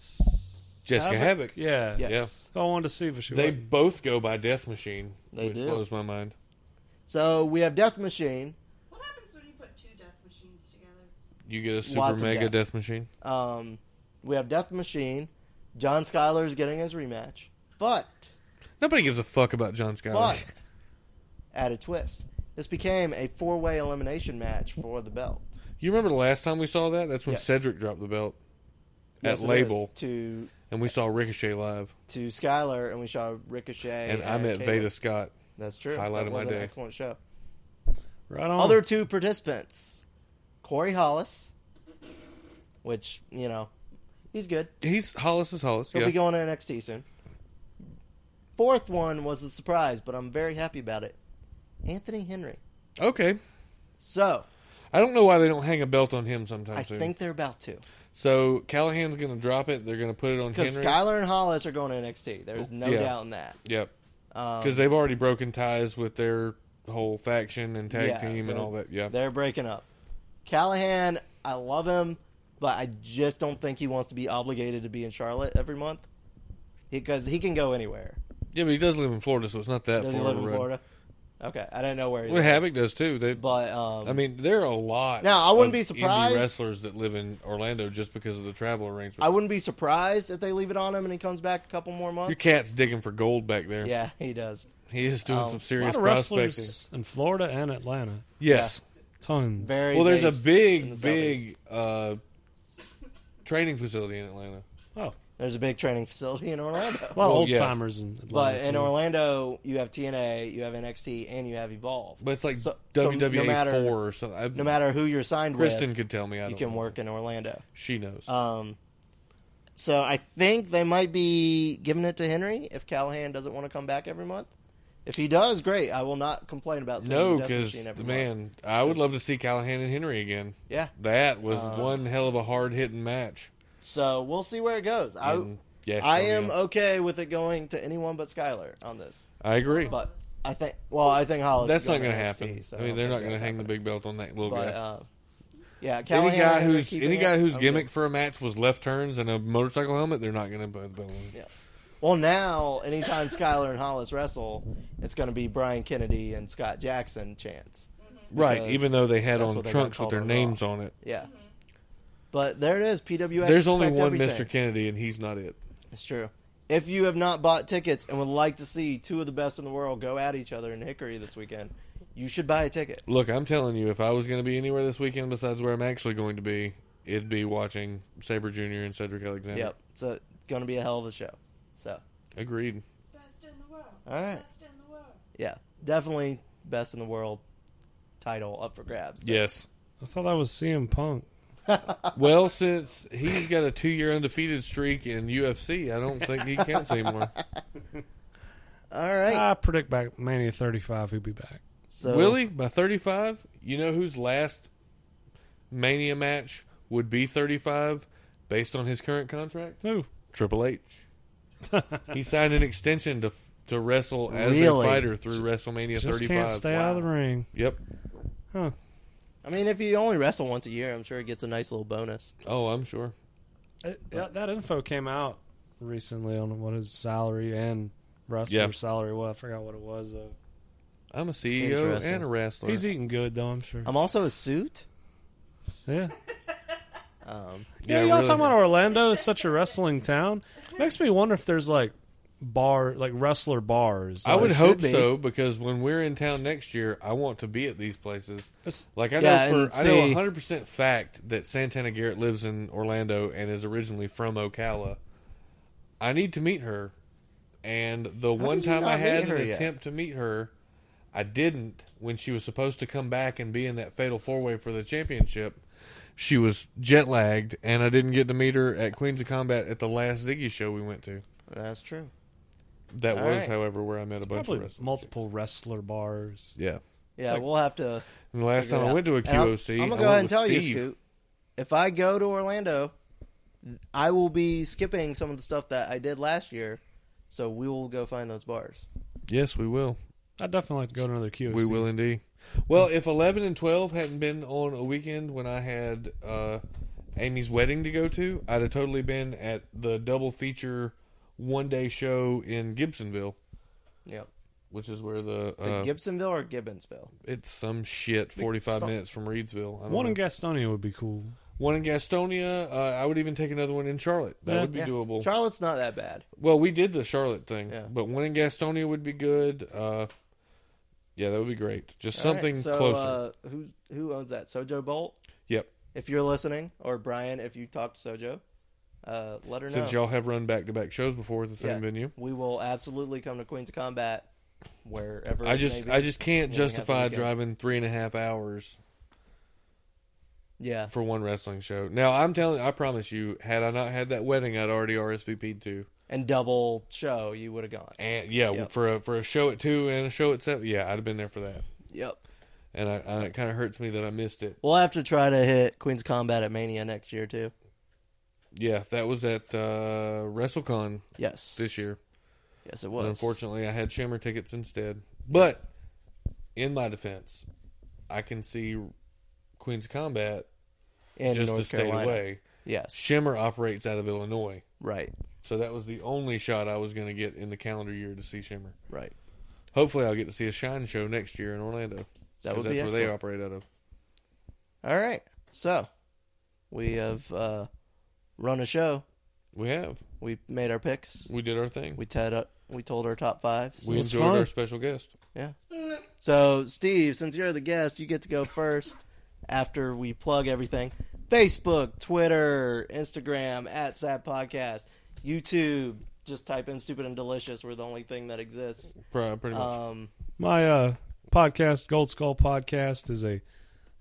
[SPEAKER 3] dates
[SPEAKER 2] Jessica Havoc.
[SPEAKER 3] Yeah.
[SPEAKER 4] yes.
[SPEAKER 3] So I wanted to see if she
[SPEAKER 2] They
[SPEAKER 3] would.
[SPEAKER 2] both go by Death Machine,
[SPEAKER 4] They
[SPEAKER 2] which
[SPEAKER 4] do.
[SPEAKER 2] blows my mind.
[SPEAKER 4] So we have Death Machine.
[SPEAKER 5] What happens when you put two death machines together?
[SPEAKER 2] You get a super
[SPEAKER 4] Lots of
[SPEAKER 2] mega
[SPEAKER 4] death.
[SPEAKER 2] death. Machine.
[SPEAKER 4] Um, we have Death Machine. John Skyler is getting his rematch, but
[SPEAKER 2] Nobody gives a fuck about John Skyler.
[SPEAKER 4] but add a twist. This became a four-way elimination match for the belt.
[SPEAKER 2] You remember the last time we saw that? That's when
[SPEAKER 4] Yes.
[SPEAKER 2] Cedric dropped the belt
[SPEAKER 4] Yes,
[SPEAKER 2] at
[SPEAKER 4] it is.
[SPEAKER 2] Label,
[SPEAKER 4] to
[SPEAKER 2] and we saw Ricochet live,
[SPEAKER 4] to Skyler, and we saw Ricochet.
[SPEAKER 2] and I met
[SPEAKER 4] Caleb.
[SPEAKER 2] Veda Scott.
[SPEAKER 4] That's true.
[SPEAKER 2] Highlight
[SPEAKER 4] that
[SPEAKER 2] of my
[SPEAKER 4] was an
[SPEAKER 2] day. Hmm.
[SPEAKER 4] excellent show.
[SPEAKER 3] right on.
[SPEAKER 4] Other two participants, Corey Hollis, which you know he's good.
[SPEAKER 2] He's Hollis is Hollis.
[SPEAKER 4] He'll
[SPEAKER 2] yeah.
[SPEAKER 4] be going to NXT soon. Fourth one was the surprise, but I'm very happy about it. Anthony Henry.
[SPEAKER 2] okay.
[SPEAKER 4] So
[SPEAKER 2] I don't know why they don't hang a belt on him sometime
[SPEAKER 4] I
[SPEAKER 2] soon.
[SPEAKER 4] think they're about to
[SPEAKER 2] so Callahan's going to drop it. They're going to put it on Henry.
[SPEAKER 4] because Skyler and Hollis are going to NXT. There's no
[SPEAKER 2] Yeah.
[SPEAKER 4] doubt in that.
[SPEAKER 2] yep. Because
[SPEAKER 4] Um,
[SPEAKER 2] they've already broken ties with their whole faction and tag
[SPEAKER 4] Yeah,
[SPEAKER 2] team and
[SPEAKER 4] they're-
[SPEAKER 2] all that. Yeah.
[SPEAKER 4] they're breaking up. Callahan, I love him, but I just don't think he wants to be obligated to be in Charlotte every month because he can go anywhere.
[SPEAKER 2] Yeah, but he does live in Florida, so it's not that
[SPEAKER 4] Does
[SPEAKER 2] far
[SPEAKER 4] he live in
[SPEAKER 2] of a run.
[SPEAKER 4] Florida? Okay, I don't know where. He
[SPEAKER 2] Well,
[SPEAKER 4] lives.
[SPEAKER 2] Havoc does too. They,
[SPEAKER 4] But um,
[SPEAKER 2] I mean, there are a lot.
[SPEAKER 4] Now, I wouldn't
[SPEAKER 2] of
[SPEAKER 4] be surprised-
[SPEAKER 2] Indie wrestlers that live in Orlando just because of the travel arrangement.
[SPEAKER 4] I wouldn't be surprised if they leave it on him and he comes back a couple more months.
[SPEAKER 2] Your cat's digging for gold back there.
[SPEAKER 4] Yeah, he does.
[SPEAKER 2] He is doing
[SPEAKER 4] Um,
[SPEAKER 2] some
[SPEAKER 3] a
[SPEAKER 2] serious
[SPEAKER 3] lot of
[SPEAKER 2] prospecting.
[SPEAKER 3] wrestlers in Florida and Atlanta.
[SPEAKER 2] Yes.
[SPEAKER 3] Tons.
[SPEAKER 4] Very
[SPEAKER 2] Well, there's a
[SPEAKER 4] based in
[SPEAKER 2] big,
[SPEAKER 4] the Southeast.
[SPEAKER 2] big uh, training facility in Atlanta.
[SPEAKER 3] oh,
[SPEAKER 4] There's a big training facility in
[SPEAKER 3] a
[SPEAKER 4] Orlando.
[SPEAKER 3] lot of
[SPEAKER 2] Well,
[SPEAKER 3] old
[SPEAKER 2] yeah.
[SPEAKER 3] timers in Atlanta.
[SPEAKER 4] But in
[SPEAKER 3] too.
[SPEAKER 4] Orlando, you have TNA, you have NXT, and you have Evolve.
[SPEAKER 2] But it's like
[SPEAKER 4] So- so
[SPEAKER 2] WWE
[SPEAKER 4] no matter-
[SPEAKER 2] four or something. I,
[SPEAKER 4] no matter who you're signed
[SPEAKER 2] Kristen
[SPEAKER 4] with,
[SPEAKER 2] could tell me. I
[SPEAKER 4] you
[SPEAKER 2] don't
[SPEAKER 4] can
[SPEAKER 2] know.
[SPEAKER 4] work in Orlando.
[SPEAKER 2] She knows.
[SPEAKER 4] Um, so I think they might be giving it to Henry if Callahan doesn't want to come back every month. If he does, great. I will not complain about seeing E
[SPEAKER 2] no,
[SPEAKER 4] the Death
[SPEAKER 2] because
[SPEAKER 4] Machine every month.
[SPEAKER 2] man, I would love to see Callahan and Henry again.
[SPEAKER 4] Yeah.
[SPEAKER 2] That was
[SPEAKER 4] Uh,
[SPEAKER 2] one hell of a hard hitting match.
[SPEAKER 4] So we'll see where it goes. I
[SPEAKER 2] And yes,
[SPEAKER 4] I
[SPEAKER 2] oh,
[SPEAKER 4] am
[SPEAKER 2] yeah.
[SPEAKER 4] okay with it going to anyone but Skyler on this.
[SPEAKER 2] I agree.
[SPEAKER 4] But I think, well, I think Hollis.
[SPEAKER 2] That's
[SPEAKER 4] is
[SPEAKER 2] not
[SPEAKER 4] going
[SPEAKER 2] going to
[SPEAKER 4] to
[SPEAKER 2] happen.
[SPEAKER 4] NXT, so
[SPEAKER 2] I mean,
[SPEAKER 4] don't
[SPEAKER 2] they're
[SPEAKER 4] think
[SPEAKER 2] not going to
[SPEAKER 4] that's
[SPEAKER 2] hang the
[SPEAKER 4] happening.
[SPEAKER 2] big belt on that little
[SPEAKER 4] But
[SPEAKER 2] guy.
[SPEAKER 4] uh, yeah, Callahan
[SPEAKER 2] any guy
[SPEAKER 4] and Henry
[SPEAKER 2] who's
[SPEAKER 4] keeping
[SPEAKER 2] any
[SPEAKER 4] it,
[SPEAKER 2] guy whose
[SPEAKER 4] I'm good.
[SPEAKER 2] gimmick for a match was left turns and a motorcycle helmet, they're not going to put the belt on.
[SPEAKER 4] Yeah. Well, now anytime Skyler and Hollis wrestle, it's going to be Brian Kennedy and Scott Jackson chance.
[SPEAKER 2] Right,
[SPEAKER 4] Because
[SPEAKER 2] even though they had
[SPEAKER 4] that's
[SPEAKER 2] on
[SPEAKER 4] what they got
[SPEAKER 2] trunks with
[SPEAKER 4] called
[SPEAKER 2] their
[SPEAKER 4] on
[SPEAKER 2] names
[SPEAKER 4] Raw.
[SPEAKER 2] on it.
[SPEAKER 4] Yeah. But there it is. PWX.
[SPEAKER 2] There's only
[SPEAKER 4] expect
[SPEAKER 2] one
[SPEAKER 4] everything.
[SPEAKER 2] Mr. Kennedy, and he's not it.
[SPEAKER 4] It's true. If you have not bought tickets and would like to see two of the best in the world go at each other in Hickory this weekend, you should buy a ticket.
[SPEAKER 2] Look, I'm telling you, if I was going to be anywhere this weekend besides where I'm actually going to be, it'd be watching Saber Jr. and Cedric Alexander.
[SPEAKER 4] Yep. It's going to be a hell of a show. So,
[SPEAKER 2] Agreed.
[SPEAKER 5] Best in the world.
[SPEAKER 4] All right.
[SPEAKER 5] Best in the world.
[SPEAKER 4] yeah. Definitely best in the world title up for grabs.
[SPEAKER 2] Yes.
[SPEAKER 3] I thought that was CM Punk.
[SPEAKER 2] Well, since he's got a two-year undefeated streak in UFC, I don't think he counts anymore.
[SPEAKER 4] All right.
[SPEAKER 3] I predict back Mania 35 he'll be back.
[SPEAKER 4] so,
[SPEAKER 2] Willie, by 35, you know whose last Mania match would be 35 based on his current contract?
[SPEAKER 3] Ooh.
[SPEAKER 2] Triple H. he signed an extension to to wrestle as
[SPEAKER 4] Really?
[SPEAKER 2] a fighter through WrestleMania
[SPEAKER 3] Just
[SPEAKER 2] 35.
[SPEAKER 3] can't stay out of the ring.
[SPEAKER 2] Yep.
[SPEAKER 3] Huh.
[SPEAKER 4] I mean, if you only wrestle once a year, I'm sure it gets a nice little bonus.
[SPEAKER 2] Oh, I'm sure.
[SPEAKER 3] It- that, that info came out recently on what his salary and wrestler
[SPEAKER 2] Yeah.
[SPEAKER 3] salary was. I forgot what it was. Though.
[SPEAKER 2] I'm a CEO
[SPEAKER 4] Interesting.
[SPEAKER 2] and a wrestler.
[SPEAKER 3] He's eating good though, I'm sure.
[SPEAKER 2] Um,
[SPEAKER 4] I'm also a suit.
[SPEAKER 3] yeah.
[SPEAKER 4] Um,
[SPEAKER 2] Yeah,
[SPEAKER 3] Yeah, y'all
[SPEAKER 2] really.
[SPEAKER 3] talking about Orlando is such a wrestling town. Makes me wonder if there's like bar, like wrestler bars.
[SPEAKER 2] I
[SPEAKER 3] Like,
[SPEAKER 2] would
[SPEAKER 4] should
[SPEAKER 2] hope
[SPEAKER 4] be.
[SPEAKER 2] so because when we're in town next year, I want to be at these places.
[SPEAKER 3] it's-
[SPEAKER 2] Like I
[SPEAKER 4] Yeah,
[SPEAKER 2] know
[SPEAKER 4] and
[SPEAKER 2] for I know
[SPEAKER 4] see-
[SPEAKER 2] 100 percent fact that Santana Garrett lives in Orlando and is originally from Ocala. I need to meet her, and the one
[SPEAKER 4] did you
[SPEAKER 2] time I
[SPEAKER 4] not
[SPEAKER 2] had
[SPEAKER 4] meet
[SPEAKER 2] an
[SPEAKER 4] her yet?
[SPEAKER 2] attempt to meet her, I didn't when she was supposed to come back and be in that fatal four way for the championship. She was jet lagged, and I didn't get to meet her at Queens of Combat at the last Ziggy show we went to.
[SPEAKER 6] That's true.
[SPEAKER 2] That
[SPEAKER 6] All
[SPEAKER 2] was,
[SPEAKER 6] right.
[SPEAKER 2] however, where I met a bunch
[SPEAKER 3] Probably
[SPEAKER 2] of wrestlers.
[SPEAKER 3] multiple wrestler bars.
[SPEAKER 2] Yeah.
[SPEAKER 4] Yeah, we'll have to.
[SPEAKER 2] And the last
[SPEAKER 4] figure
[SPEAKER 2] time
[SPEAKER 4] it
[SPEAKER 2] I
[SPEAKER 4] out.
[SPEAKER 2] went to a
[SPEAKER 4] And I'm-
[SPEAKER 6] I'm
[SPEAKER 2] QOC, I
[SPEAKER 6] gonna
[SPEAKER 2] went
[SPEAKER 6] go ahead and
[SPEAKER 2] with
[SPEAKER 6] tell
[SPEAKER 2] Steve.
[SPEAKER 6] you, Scoot.
[SPEAKER 4] If I go to Orlando, I will be skipping some of the stuff that I did last year. So we will go find those bars.
[SPEAKER 2] Yes, we will.
[SPEAKER 3] I'd definitely like to go to another QOC.
[SPEAKER 2] We will indeed. Well, if 11 and 12 hadn't been on a weekend when I had uh, Amy's wedding to go to, I'd have totally been at the double feature one day show in Gibsonville,
[SPEAKER 4] Yep.
[SPEAKER 2] which is where the.
[SPEAKER 4] Is it
[SPEAKER 2] Uh,
[SPEAKER 4] Gibsonville or Gibbonsville?
[SPEAKER 2] it's some shit 45
[SPEAKER 6] some-
[SPEAKER 2] minutes from Reedsville. I don't
[SPEAKER 3] One
[SPEAKER 2] know.
[SPEAKER 3] in Gastonia would be cool.
[SPEAKER 2] one in Gastonia. Uh, I would even take another one in Charlotte. That
[SPEAKER 3] Yeah.
[SPEAKER 2] would be
[SPEAKER 4] Yeah.
[SPEAKER 2] doable.
[SPEAKER 4] Charlotte's not that bad.
[SPEAKER 2] Well, we did the Charlotte thing,
[SPEAKER 4] Yeah.
[SPEAKER 2] but one in Gastonia would be good. Uh, yeah, that would be great. Just
[SPEAKER 4] All right,
[SPEAKER 2] something
[SPEAKER 4] so,
[SPEAKER 2] closer.
[SPEAKER 4] Uh, who who owns that? Sojo Bolt.
[SPEAKER 2] yep.
[SPEAKER 4] If you're listening, or Brian, if you talk to Sojo, uh, let her know.
[SPEAKER 2] Since y'all have run back to back shows before at the same
[SPEAKER 4] Yeah.
[SPEAKER 2] venue,
[SPEAKER 4] We will absolutely come to Queens of Combat wherever.
[SPEAKER 2] I
[SPEAKER 4] it
[SPEAKER 2] just
[SPEAKER 4] may
[SPEAKER 2] I
[SPEAKER 4] be.
[SPEAKER 2] just can't
[SPEAKER 4] Yeah, we have
[SPEAKER 2] justify
[SPEAKER 4] the weekend.
[SPEAKER 2] driving three and a half hours
[SPEAKER 4] yeah.
[SPEAKER 2] for one wrestling show. Now I'm telling, I promise you, had I not had that wedding, I'd already RSVP'd to.
[SPEAKER 4] and double show, you would have gone.
[SPEAKER 2] And yeah,
[SPEAKER 4] Yep.
[SPEAKER 2] for a for a show at two and a show at seven, yeah, I'd have been there for that.
[SPEAKER 4] Yep.
[SPEAKER 2] And I, I it kind of hurts me that I missed it.
[SPEAKER 4] We'll have to try to hit Queen's Combat at Mania next year too.
[SPEAKER 2] Yeah, that was at uh, WrestleCon
[SPEAKER 4] Yes.
[SPEAKER 2] this year.
[SPEAKER 4] Yes, it
[SPEAKER 2] But
[SPEAKER 4] was.
[SPEAKER 2] unfortunately, I had Shimmer tickets instead. But in my defense, I can see Queen's Combat
[SPEAKER 4] in
[SPEAKER 2] just
[SPEAKER 4] North
[SPEAKER 2] a state
[SPEAKER 4] Carolina.
[SPEAKER 2] away.
[SPEAKER 4] Yes.
[SPEAKER 2] Shimmer operates out of Illinois,
[SPEAKER 4] right.
[SPEAKER 2] so that was the only shot I was going to get in the calendar year to see Shimmer.
[SPEAKER 4] Right.
[SPEAKER 2] Hopefully, I'll get to see a Shine show next year in Orlando.
[SPEAKER 4] That would
[SPEAKER 2] that's
[SPEAKER 4] be
[SPEAKER 2] where they
[SPEAKER 4] excellent.
[SPEAKER 2] operate out of.
[SPEAKER 4] All right. So we have uh, run a show.
[SPEAKER 2] We have
[SPEAKER 4] We made our picks.
[SPEAKER 2] we did our thing.
[SPEAKER 4] We ted up. We told our top fives.
[SPEAKER 2] We
[SPEAKER 3] It was
[SPEAKER 2] enjoyed
[SPEAKER 3] fun.
[SPEAKER 2] our special guest.
[SPEAKER 4] yeah. So Steve, since you're the guest, you get to go first. after we plug everything, Facebook, Twitter, Instagram at Sad Podcast, YouTube. Just type in "stupid and delicious." We're the only thing that exists.
[SPEAKER 2] Pro- Pretty much.
[SPEAKER 4] Um,
[SPEAKER 3] My uh, podcast, Gold Skull Podcast, is a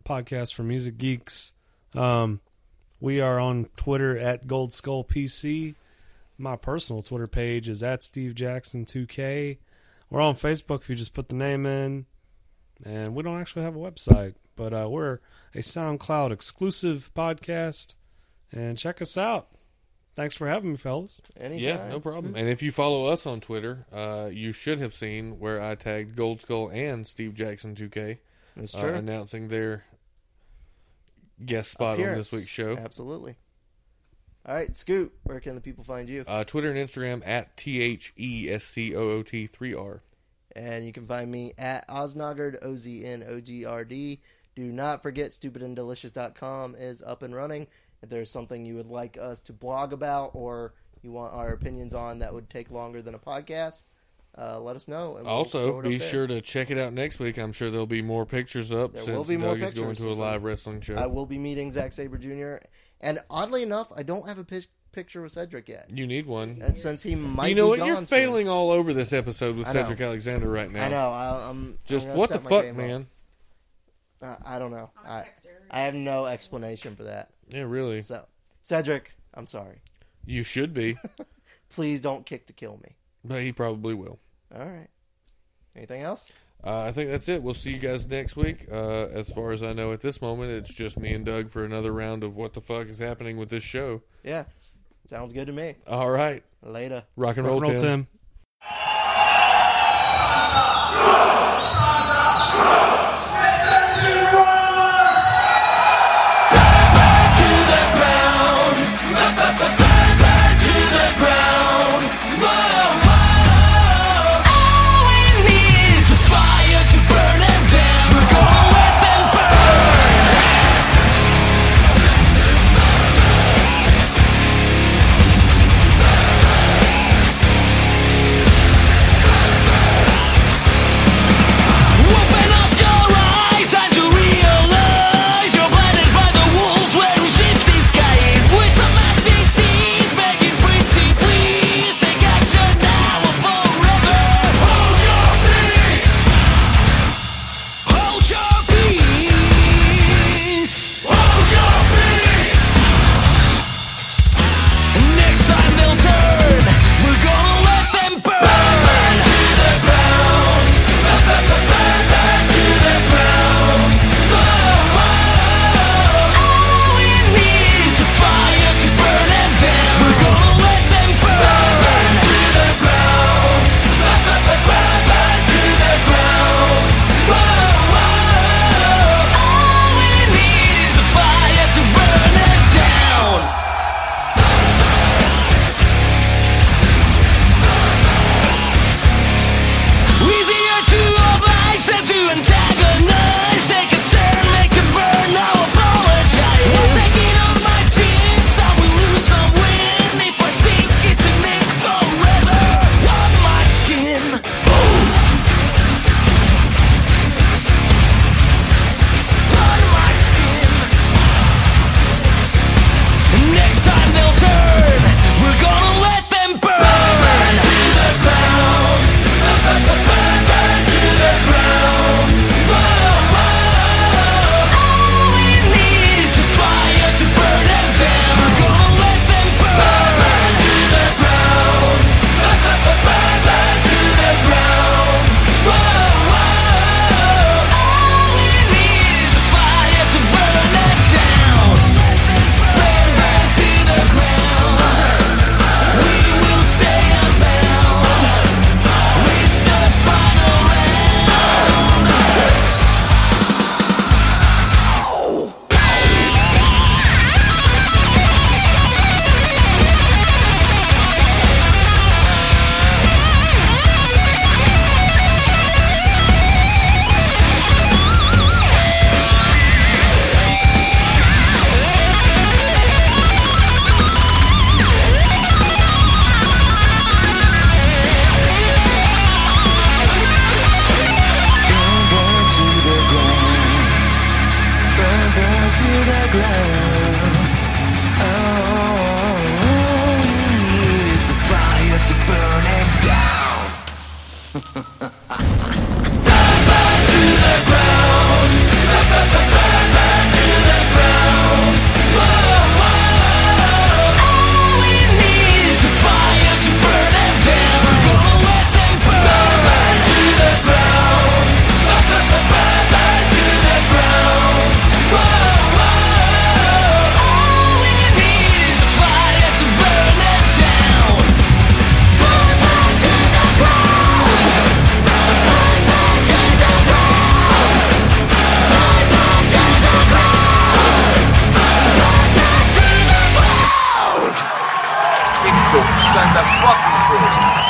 [SPEAKER 3] podcast for music geeks. Um, we are on Twitter at Gold Skull PC. My personal Twitter page is at Steve Jackson 2K. We're on Facebook if you just put the name in. And we don't actually have a website, but uh, we're a SoundCloud exclusive podcast. And check us out. Thanks for having me, fellas.
[SPEAKER 4] anytime.
[SPEAKER 2] yeah, no
[SPEAKER 4] Mm-hmm.
[SPEAKER 2] problem. And if you follow us on Twitter, uh, you should have seen where I tagged Gold Skull and Steve Jackson 2K
[SPEAKER 4] That's
[SPEAKER 2] uh, announcing their guest spot on this
[SPEAKER 4] Appearance.
[SPEAKER 2] week's show.
[SPEAKER 4] Absolutely. All right, Scoot, where can the people find you?
[SPEAKER 2] Uh, Twitter and Instagram at T H E S C O O T 3 R.
[SPEAKER 4] and you can find me at Oznogard, O Z N O G R D. Do not forget stupidanddelicious.com is up and running. If there's something you would like us to blog about or you want our opinions on that would take longer than a podcast, uh, let us know. and we'll throw
[SPEAKER 2] Also,
[SPEAKER 4] it up
[SPEAKER 2] be
[SPEAKER 4] there.
[SPEAKER 2] sure to check it out next week. I'm sure there'll be more pictures up
[SPEAKER 4] There
[SPEAKER 2] since
[SPEAKER 4] will be more
[SPEAKER 2] Doug is going to
[SPEAKER 4] pictures
[SPEAKER 2] a
[SPEAKER 4] since
[SPEAKER 2] live
[SPEAKER 4] I'm-
[SPEAKER 2] wrestling show.
[SPEAKER 4] I will be meeting Zack Sabre Jr. And oddly enough, I don't have a pic- picture with Cedric yet.
[SPEAKER 2] you need one.
[SPEAKER 4] And since he might
[SPEAKER 2] You know
[SPEAKER 4] be
[SPEAKER 2] what?
[SPEAKER 4] gone
[SPEAKER 2] You're
[SPEAKER 4] soon-
[SPEAKER 2] failing all over this episode with
[SPEAKER 4] I know.
[SPEAKER 2] Cedric Alexander right now.
[SPEAKER 4] I know. I, I'm
[SPEAKER 2] Just
[SPEAKER 4] I'm gonna
[SPEAKER 2] what the
[SPEAKER 4] step my game
[SPEAKER 2] fuck,
[SPEAKER 4] up.
[SPEAKER 2] man?
[SPEAKER 4] Uh, I don't know.
[SPEAKER 5] I'm
[SPEAKER 4] I,
[SPEAKER 5] gonna text her.
[SPEAKER 4] I have no explanation for that.
[SPEAKER 2] Yeah, really.
[SPEAKER 4] So, Cedric, I'm sorry.
[SPEAKER 2] You should be,
[SPEAKER 4] Please don't kick to kill me.
[SPEAKER 2] but he probably will.
[SPEAKER 4] All right. Anything else?
[SPEAKER 2] Uh, I think that's it. We'll see you guys next week. Uh, as far as I know at this moment, it's just me and Doug for another round of what the fuck is happening with this show.
[SPEAKER 4] Yeah. Sounds good to me.
[SPEAKER 2] All right.
[SPEAKER 4] Later.
[SPEAKER 2] Rock and roll,
[SPEAKER 3] Rock and
[SPEAKER 2] Tim.
[SPEAKER 7] All we need is a fire to burn them down. We're gonna let them burn.
[SPEAKER 1] like the fucking prison.